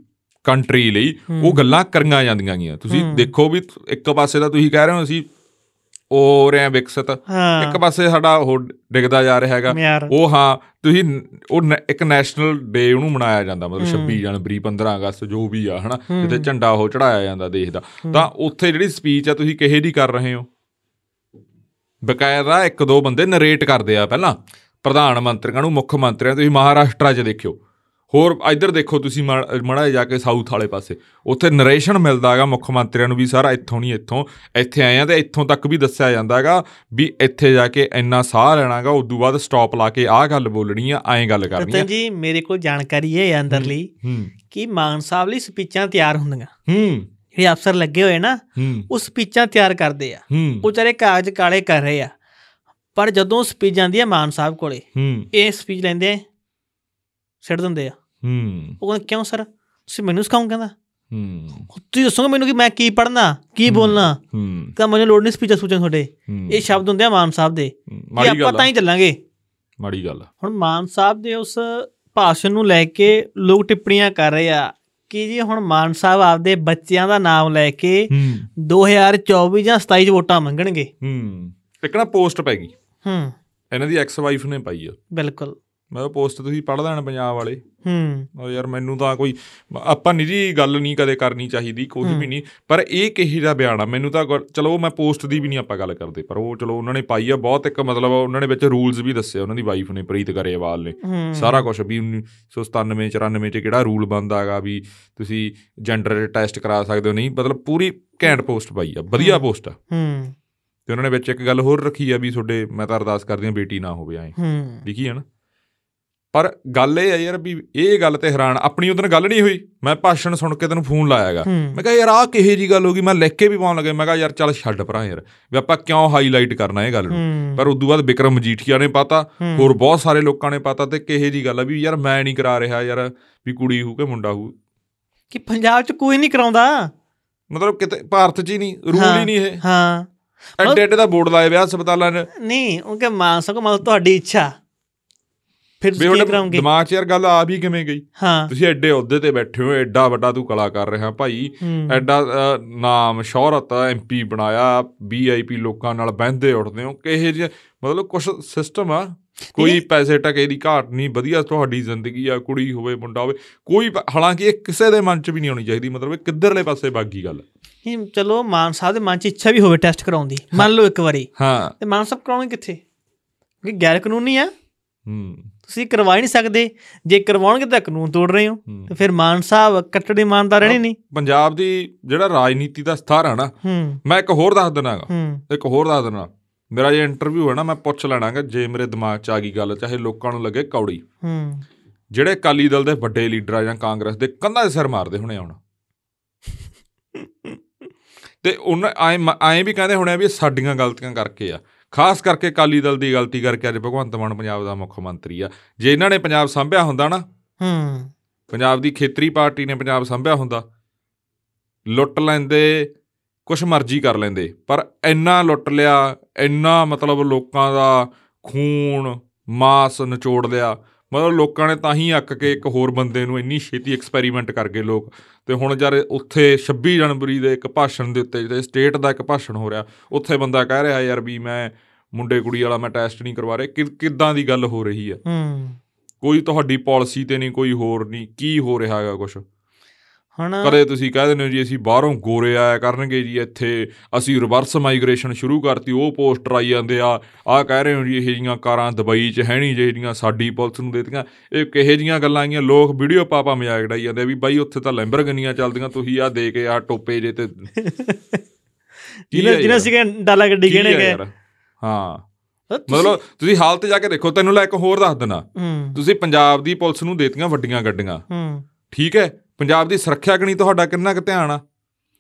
Speaker 2: ਕੰਟਰੀ ਲਈ ਉਹ ਗੱਲਾਂ ਕਰੀਆਂ ਜਾਂਦੀਆਂ ਗੀਆਂ ਤੁਸੀਂ
Speaker 1: ਹੂੰ।
Speaker 2: ਦੇਖੋ ਵੀ ਇੱਕ ਪਾਸੇ ਤਾਂ ਤੁਸੀਂ ਕਹਿ ਰਹੇ ਹੋ ਅਸੀਂ ਹੋ ਰਹੇ ਆ ਵਿਕਸਿਤ ਇੱਕ
Speaker 1: ਹਾਂ
Speaker 2: ਪਾਸੇ ਸਾਡਾ ਉਹ ਡਿੱਗਦਾ ਜਾ ਰਿਹਾ ਹੈਗਾ
Speaker 1: ਯਾਰ
Speaker 2: ਉਹ ਹਾਂ ਤੁਸੀਂ ਨ- ਉਹ ਨ- ਇੱਕ ਨੈਸ਼ਨਲ ਡੇ ਉਹਨੂੰ ਮਨਾਇਆ ਜਾਂਦਾ ਮਤਲਬ
Speaker 1: ਹੂੰ।
Speaker 2: 26 ਜਨਵਰੀ 15 ਅਗਸਤ ਜੋ ਵੀ ਆ ਹਨਾ
Speaker 1: ਹੂੰ।
Speaker 2: ਜਿੱਥੇ ਝੰਡਾ ਉਹ ਚੜਾਇਆ ਜਾਂਦਾ ਦੇਸ਼ ਦਾ
Speaker 1: ਹੂੰ।
Speaker 2: ਤਾਂ ਉੱਥੇ ਜਿਹੜੀ ਸਪੀਚ ਆ ਤੁਸੀਂ ਕਿਹੇ ਦੀ ਕਰ ਰਹੇ ਹੋ ਬਕਾਇਦਾ ਇੱਕ ਦੋ ਬੰਦੇ ਨਰੇਟ ਕਰਦੇ ਆ ਪਹਿਲਾਂ ਪ੍ਰਧਾਨ ਮੰਤਰੀਆਂ ਨੂੰ ਮੁੱਖ ਮੰਤਰੀਆਂ ਨੂੰ, ਤੁਸੀਂ ਮਹਾਰਾਸ਼ਟਰ 'ਚ ਦੇਖਿਓ ਹੋਰ ਇੱਧਰ ਦੇਖੋ ਤੁਸੀਂ ਮੜਾ ਜਾ ਕੇ ਸਾਊਥ ਵਾਲੇ ਪਾਸੇ ਉੱਥੇ ਨਰੇਸ਼ਨ ਮਿਲਦਾ ਹੈਗਾ ਮੁੱਖ ਮੰਤਰੀਆਂ ਨੂੰ ਵੀ ਸਾਰਾ ਇੱਥੋਂ ਨਹੀਂ ਇੱਥੋਂ ਇੱਥੇ ਆਏ ਆ ਤੇ ਇੱਥੋਂ ਤੱਕ ਵੀ ਦੱਸਿਆ ਜਾਂਦਾ ਹੈਗਾ ਵੀ ਇੱਥੇ ਜਾ ਕੇ ਇੰਨਾ ਸਾਹ ਲੈਣਾਗਾ ਉਦੋਂ ਬਾਅਦ ਸਟਾਪ ਲਾ ਕੇ ਆਹ ਗੱਲ ਬੋਲਣੀ ਆ ਐਂ ਗੱਲ ਕਰਨੀ
Speaker 1: ਰਤਨ
Speaker 2: ਆ
Speaker 1: ਜੀ ਮੇਰੇ ਕੋਲ ਜਾਣਕਾਰੀ ਹੈ ਅੰਦਰਲੀ
Speaker 2: ਹੂੰ
Speaker 1: ਕਿ ਮਾਨ ਸਾਹਿਬ ਲਈ ਸਪੀਚਾਂ ਤਿਆਰ ਹੁੰਦੀਆਂ
Speaker 2: ਹੂੰ
Speaker 1: ਜਿਹੜੇ ਅਫਸਰ ਲੱਗੇ ਹੋਏ ਨਾ
Speaker 2: ਹੂੰ
Speaker 1: ਉਹ ਸਪੀਚਾਂ ਤਿਆਰ ਕਰਦੇ ਆ
Speaker 2: ਹੂੰ
Speaker 1: ਉਹ ਵਿਚਾਰੇ ਕਾਗਜ਼ ਕਾਲੇ ਕਰ ਰਹੇ ਆ ਪਰ ਜਦੋਂ ਸਪੀਚ ਜਾਂਦੀ ਹੈ ਮਾਨ ਸਾਹਿਬ ਕੋਲੇ
Speaker 2: ਹੂੰ
Speaker 1: ਇਹ ਸਪੀਚ ਲੈਂਦੇ ਆ ਛੱਡ ਦਿੰਦੇ ਆ
Speaker 2: ਹੂੰ
Speaker 1: ਉਹ ਕਹਿੰਦੇ ਕਿਉਂ ਸਰ ਤੁਸੀਂ ਮੈਨੂੰ ਸਿਖਾਓ ਕਹਿੰਦਾ
Speaker 2: ਹੂੰ
Speaker 1: ਤੁਸੀਂ ਦੱਸੋਗੇ ਮੈਨੂੰ ਕਿ ਮੈਂ ਕੀ ਪੜਨਾ ਕੀ ਬੋਲਣਾ
Speaker 2: ਹੂੰ
Speaker 1: ਤਾਂ ਮੈਨੂੰ ਲੋੜ ਨਹੀਂ ਸਪੀਚਾਂ ਸੂਚਾਂ ਤੁਹਾਡੇ
Speaker 2: ਹੂੰ।
Speaker 1: ਇਹ ਸ਼ਬਦ ਹੁੰਦੇ ਆ ਮਾਨ ਸਾਹਿਬ ਦੇ ਕਿ
Speaker 2: ਮਾੜੀ
Speaker 1: ਆਪਾਂ
Speaker 2: ਗੱਲ
Speaker 1: ਤਾਂ
Speaker 2: ਆ,
Speaker 1: ਹੀ ਚੱਲਾਂਗੇ
Speaker 2: ਮਾੜੀ ਗੱਲ ਆ।
Speaker 1: ਹੁਣ ਮਾਨ ਸਾਹਿਬ ਦੇ ਉਸ ਭਾਸ਼ਣ ਨੂੰ ਲੈ ਕੇ ਲੋਕ ਟਿੱਪਣੀਆਂ ਕਰ ਰਹੇ ਆ ਕਿ ਜੀ ਹੁਣ ਮਾਨ ਸਾਹਿਬ ਆਪਦੇ ਬੱਚਿਆਂ ਦਾ ਨਾਮ ਲੈ ਕੇ
Speaker 2: ਹੂੰ
Speaker 1: 2024 ਜਾਂ 27 ਚ ਵੋਟਾਂ ਮੰਗਣਗੇ
Speaker 2: ਹੂੰ ਇੱਕ ਨਾ ਪੋਸਟ ਪੈ ਗਈ
Speaker 1: ਹੂੰ
Speaker 2: ਇਹਨਾਂ ਦੀ ਐਕਸ ਵਾਈਫ ਨੇ ਪਾਈ ਆ
Speaker 1: ਬਿਲਕੁਲ
Speaker 2: ਮੈਂ ਪੋਸਟ ਤੁਸੀਂ ਪੜ੍ਹ ਲੈਣ ਪੰਜਾਬ ਵਾਲੇ
Speaker 1: ਹੂੰ
Speaker 2: ਉਹ ਯਾਰ ਮੈਨੂੰ ਤਾਂ ਕੋਈ ਆਪਾਂ ਨਿੱਜੀ ਗੱਲ ਨਹੀਂ ਕਦੇ ਕਰਨੀ ਚਾਹੀਦੀ ਕੁਝ ਵੀ ਨਹੀਂ ਪਰ ਇਹ ਕਿਹੇ ਦਾ ਬਿਆਨ ਆ ਮੈਨੂੰ ਤਾਂ ਗੁਰ- ਚਲੋ ਮੈਂ ਪੋਸਟ ਦੀ ਵੀ ਨਹੀਂ ਆਪਾਂ ਗੱਲ ਕਰਦੇ ਪਰ ਉਹ ਚਲੋ ਉਹਨਾਂ ਨੇ ਪਾਈ ਆ ਬਹੁਤ ਇੱਕ ਮਤਲਬ ਉਹਨਾਂ ਨੇ ਵਿੱਚ ਰੂਲਸ ਵੀ ਦੱਸੇ ਉਹਨਾਂ ਦੀ ਵਾਈਫ ਨੇ ਪ੍ਰੀਤ ਗਰੇਵਾਲ ਨੇ
Speaker 1: ਹੂੰ
Speaker 2: ਸਾਰਾ ਕੁਝ ਵੀ 1997 94 ਚ ਕਿਹੜਾ ਰੂਲ ਬਣਦਾ ਹੈਗਾ ਵੀ ਤੁਸੀਂ ਜੈਂਡਰ ਟੈਸਟ ਕਰਾ ਸਕਦੇ ਹੋ ਨਹੀਂ ਮਤਲਬ ਪੂਰੀ ਘੈਂਟ ਪੋਸਟ ਪਾਈ ਆ ਵਧੀਆ ਪੋਸਟ ਆ
Speaker 1: ਹੂੰ
Speaker 2: ਤੇ ਉਹਨਾਂ ਨੇ ਵਿੱਚ ਇੱਕ ਗੱਲ ਹੋਰ ਰੱਖੀ ਆ ਵੀ ਤੁਹਾਡੇ ਮੈਂ ਤਾਂ ਅਰਦਾਸ ਕਰਦੀ ਹਾਂ ਬੇਟੀ ਨਾ ਹੋਵੇ ਐ
Speaker 1: ਹੂੰ
Speaker 2: ਲਿਖੀ ਹੈ ਨਾ ਪਰ ਗੱਲ ਇਹ ਆ ਯਾਰ ਵੀ ਇਹ ਗੱਲ ਤੇ ਹੈਰਾਨ ਆਪਣੀ ਉਹਦਨ ਗੱਲ ਨਹੀਂ ਹੋਈ ਮੈਂ ਭਾਸ਼ਣ ਸੁਣ ਕੇ ਤੈਨੂੰ ਫੋਨ ਲਾਇਆਗਾ
Speaker 1: ਹੂੰ
Speaker 2: ਮੈਂ ਕਿਹਾ ਯਾਰ ਆਹ ਕਿਹੇ ਜੀ ਗੱਲ ਹੋ ਗਈ ਮੈਂ ਲਿਖ ਕੇ ਵੀ ਪਾਉਣ ਲੱਗੇ ਮੈਂ ਕਿਹਾ ਯਾਰ ਚੱਲ ਛੱਡ ਪਰਾਂ ਯਾਰ ਵੀ ਆਪਾਂ ਕਿਉਂ ਹਾਈਲਾਈਟ ਕਰਨਾ ਇਹ ਗੱਲ ਨੂੰ
Speaker 1: ਹੂੰ
Speaker 2: ਪਰ ਉਦੋਂ ਬਾਅਦ ਵਿਕਰਮ ਮਜੀਠੀਆ ਨੇ ਪਾਤਾ ਹੋਰ ਬਹੁਤ ਸਾਰੇ ਲੋਕਾਂ ਨੇ ਪਾਤਾ ਤੇ ਕਿਹੇ ਜੀ ਗੱਲ ਆ ਵੀ ਯਾਰ ਮੈਂ ਨਹੀਂ ਕਰਾ ਰਿਹਾ ਯਾਰ ਵੀ ਕੁੜੀ ਹੋਊ ਕਿ ਮੁੰਡਾ ਹੋਊ
Speaker 1: ਕਿ ਪੰਜਾਬ ਚ ਕੋਈ ਨਹੀਂ ਕਰਾਉਂਦਾ
Speaker 2: ਮਤਲਬ ਕਿਤੇ ਭਾਰਤ 'ਚ ਹੀ ਨਹੀਂ ਰੂਲ
Speaker 1: ਹਾਂ।
Speaker 2: ਹੀ ਨਹੀਂ ਇਹ
Speaker 1: ਹਾਂ
Speaker 2: ਐਡੇ ਐਡੇ ਦਾ ਬੋਰਡ ਲਾਏ ਵਿਆ ਹਸਪਤਾਲਾਂ 'ਚ
Speaker 1: ਨਹੀਂ ਉਹ ਕਿ ਮਾਨ ਸਗੋਂ ਮਤਲਬ ਤੁਹਾਡੀ ਇੱਛਾ ਫਿਰ
Speaker 2: ਵੀ
Speaker 1: ਤੁਸੀਂ ਕੀ
Speaker 2: ਹੁਣ
Speaker 1: ਕਰਾਂਗੇ
Speaker 2: ਦਿਮਾਗ 'ਚ ਯਾਰ ਗੱਲ ਆ ਵੀ ਕਿਵੇਂ ਗਈ
Speaker 1: ਹਾਂ
Speaker 2: ਤੁਸੀਂ ਐਡੇ ਅਹੁਦੇ ਤੇ ਬੈਠੇ ਹੋ ਐਡਾ ਵੱਡਾ ਤੂੰ ਕਲਾਕਾਰ ਰਿਹਾ ਭਾਈ
Speaker 1: ਹੂੰ।
Speaker 2: ਐਡਾ ਅ, ਨਾਮ ਸ਼ੋਹਰਤ ਐਮਪੀ ਬਣਾਇਆ ਵੀਆਈਪੀ ਲੋਕਾਂ ਨਾਲ ਬਹਿੰਦੇ ਉੱਠਦੇ ਹੋ ਕਿਹੇ ਜਿਹੇ ਮਤਲਬ ਕੁਝ ਸਿਸਟਮ ਆ ਕੋਈ
Speaker 1: ਨਹੀਂ।
Speaker 2: ਪੈਸੇ ਟਕੇ ਦੀ ਘਾਟ ਨਹੀਂ ਵਧੀਆ ਤੁਹਾਡੀ ਜ਼ਿੰਦਗੀ ਆ ਕੁੜੀ ਹੋਵੇ ਮੁੰਡਾ ਹੋਵੇ ਕੋਈ ਪ- ਹਾਲਾਂਕਿ ਇਹ ਕਿਸੇ ਦੇ ਮਨ 'ਚ ਵੀ ਨਹੀਂ ਹੋਣੀ ਚਾਹੀਦੀ ਮਤਲਬ ਇਹ ਕਿੱਧਰਲੇ ਪਾਸੇ ਬਾਗੀ ਗੱਲ
Speaker 1: ਨਹੀਂ, ਚਲੋ ਮਾਨ ਸਾਹਿਬ ਦੇ ਮਨ 'ਚ ਇੱਛਾ ਵੀ ਹੋਵੇ ਟੈਸਟ ਕਰਾਉਣ ਦੀ ਮੰਨ ਲਓ ਇੱਕ ਵਾਰੀ
Speaker 2: ਹਾਂ
Speaker 1: ਤੇ ਮਾਨ ਸਾਹਿਬ ਕਰਾਉਣੇ ਕਿੱਥੇ ਕਿ ਗੈਰ ਕਾਨੂੰਨੀ ਆ
Speaker 2: ਹੂੰ
Speaker 1: ਤੁਸੀਂ ਕਰਵਾ ਹੀ ਨਹੀਂ ਸਕਦੇ ਜੇ ਕਰਵਾਉਣਗੇ ਤਾਂ ਕਾਨੂੰਨ ਤੋੜ ਰਹੇ ਹੋ
Speaker 2: ਹੂੰ।
Speaker 1: ਤੇ ਫਿਰ ਮਾਨ ਸਾਹਿਬ ਕੱਟੜੇ ਇਮਾਨਦਾਰ ਰਹਿਣੇ ਨਹੀਂ
Speaker 2: ਪੰਜਾਬ ਦੀ ਜਿਹੜਾ ਰਾਜਨੀਤੀ ਦਾ ਸਥਾਰ ਆ ਨਾ
Speaker 1: ਹੂੰ
Speaker 2: ਮੈਂ ਇੱਕ ਹੋਰ ਦੱਸ ਦਿਨਾਗਾ
Speaker 1: ਹੂੰ
Speaker 2: ਇੱਕ ਹੋਰ ਦੱਸ ਦਿਨਾ ਮੇਰਾ ਜੇ ਇੰਟਰਵਿਊ ਹੈ ਨਾ ਮੈਂ ਪੁੱਛ ਲੈਣਾਗਾ ਜੇ ਮੇਰੇ ਦਿਮਾਗ 'ਚ ਆ ਗਈ ਗੱਲ ਚਾਹੇ ਲੋਕਾਂ ਨੂੰ ਲੱਗੇ ਕੌੜੀ
Speaker 1: ਹੂੰ
Speaker 2: ਜਿਹੜੇ ਅਕਾਲੀ ਦਲ ਦੇ ਵੱਡੇ ਲੀਡਰ ਆ ਜਾਂ ਕਾਂਗਰਸ ਦੇ ਕੰਨਾਂ 'ਤੇ ਸਿਰ ਮਾਰਦੇ ਹੁਣੇ ਆਉਣ ਤੇ ਉਹਨਾਂ ਐਂ ਮ- ਐਂ ਵੀ ਕਹਿੰਦੇ ਹੁਣੇ ਆ ਵੀ ਇਹ ਸਾਡੀਆਂ ਗਲਤੀਆਂ ਕਰਕੇ ਆ ਖਾਸ ਕਰਕੇ ਅਕਾਲੀ ਦਲ ਦੀ ਗਲਤੀ ਕਰਕੇ ਅੱਜ ਭਗਵੰਤ ਮਾਨ ਪੰਜਾਬ ਦਾ ਮੁੱਖ ਮੰਤਰੀ ਆ ਜੇ ਇਹਨਾਂ ਨੇ ਪੰਜਾਬ ਸੰਭਿਆ ਹੁੰਦਾ ਨਾ
Speaker 1: ਹੂੰ
Speaker 2: ਪੰਜਾਬ ਦੀ ਖੇਤਰੀ ਪਾਰਟੀ ਨੇ ਪੰਜਾਬ ਸੰਭਿਆ ਹੁੰਦਾ ਲੁੱਟ ਲੈਂਦੇ ਕੁਛ ਮਰਜ਼ੀ ਕਰ ਲੈਂਦੇ ਪਰ ਇੰਨਾ ਲੁੱਟ ਲਿਆ ਇੰਨਾ ਮਤਲਬ ਲੋਕਾਂ ਦਾ ਖੂਨ ਮਾਸ ਨਿਚੋੜ ਲਿਆ ਮਤਲਬ ਲੋਕਾਂ ਨੇ ਤਾਂ ਹੀ ਅੱਕ ਕੇ ਇੱਕ ਹੋਰ ਬੰਦੇ ਨੂੰ ਇੰਨੀ ਛੇਤੀ ਐਕਸਪੈਰੀਮੈਂਟ ਕਰ ਗਏ ਲੋਕ ਤੇ ਹੁਣ ਜਦ ਉੱਥੇ 26 ਜਨਵਰੀ ਦੇ ਇੱਕ ਭਾਸ਼ਣ ਦੇ ਉੱਤੇ ਜਿਹੜੇ ਸਟੇਟ ਦਾ ਇੱਕ ਭਾਸ਼ਣ ਹੋ ਰਿਹਾ ਉੱਥੇ ਬੰਦਾ ਕਹਿ ਰਿਹਾ ਯਾਰ ਵੀ ਮੈਂ ਮੁੰਡੇ ਕੁੜੀ ਵਾਲਾ ਮੈਂ ਟੈਸਟ ਨਹੀਂ ਕਰਵਾ ਰਿਹਾ ਕਿ- ਕਿੱਦਾਂ ਦੀ ਗੱਲ ਹੋ ਰਹੀ ਹੈ
Speaker 1: ਹੂੰ
Speaker 2: ਕੋਈ ਤੁਹਾਡੀ ਪਾਲਿਸੀ ਤੇ ਨਹੀਂ ਕੋਈ ਹੋਰ ਨਹੀਂ ਕੀ ਹੋ ਰਿਹਾ ਹੈਗਾ ਕੁਝ
Speaker 1: ਹੁਣ
Speaker 2: ਕਦੇ ਤੁਸੀਂ ਕਹਿ ਦਿੰਦੇ ਹੋ ਜੀ ਅਸੀਂ ਬਾਹਰੋਂ ਗੋਰੇ ਆਇਆ ਕਰਨਗੇ ਜੀ ਇੱਥੇ ਅਸੀਂ ਰਿਵਰਸ ਮਾਈਗ੍ਰੇਸ਼ਨ ਸ਼ੁਰੂ ਕਰਤੀ ਉਹ ਪੋਸਟਰ ਆਈ ਜਾਂਦੇ ਆ ਆਹ ਕਹਿ ਰਹੇ ਹੋ ਜੀ ਇਹ ਜੀਆਂ ਕਾਰਾਂ ਦੁਬਈ 'ਚ ਹੈ ਨਹੀਂ ਜਿਹੜੀਆਂ ਸਾਡੀ ਪੁਲਿਸ ਨੂੰ ਦੇਤੀਆਂ ਇਹ ਕਿਹੇ ਜੀਆਂ ਗੱਲਾਂ ਆਈਆਂ ਲੋਕ ਵੀਡੀਓ ਪਾਪਾ ਮਜ਼ਾਕ ਡਾਈ ਜਾਂਦੇ ਆ ਵੀ ਬਾਈ ਉੱਥੇ ਤਾਂ ਲੈਂਬਰਗਨੀਆਂ ਚੱਲਦੀਆਂ ਤੁਸੀਂ ਆਹ ਦੇ ਕੇ ਆਹ ਟੋਪੇ ਜੇ ਤੇ
Speaker 1: ਜਿਹਨੇ ਜਿਹਨੇ ਸੀਗੇ ਡਾਲਾ ਗੱਡੀ ਗਹਿਣੇ ਗਏ
Speaker 2: ਹਾਂ
Speaker 1: ਉਹ ਤੁਸੀਂ-
Speaker 2: ਮਤਲਬ ਤੁਸੀਂ ਹਾਲਤ ਜਾ ਕੇ ਦੇਖੋ ਤੈਨੂੰ ਲੈ ਇੱਕ ਹੋਰ ਦੱਸ ਦਿੰਦਾ
Speaker 1: ਹੂੰ
Speaker 2: ਤੁਸੀਂ ਪੰਜਾਬ ਦੀ ਪੁਲਿਸ ਨੂੰ ਦੇਤੀਆਂ ਵੱਡੀਆਂ ਗੱਡੀਆਂ
Speaker 1: ਹੂੰ
Speaker 2: ਠੀਕ ਹੈ ਪੰਜਾਬ ਦੀ ਸੁਰੱਖਿਆ ਕਣੀ ਤੁਹਾਡਾ ਕਿੰਨਾ ਕੁ ਧਿਆਨ ਆ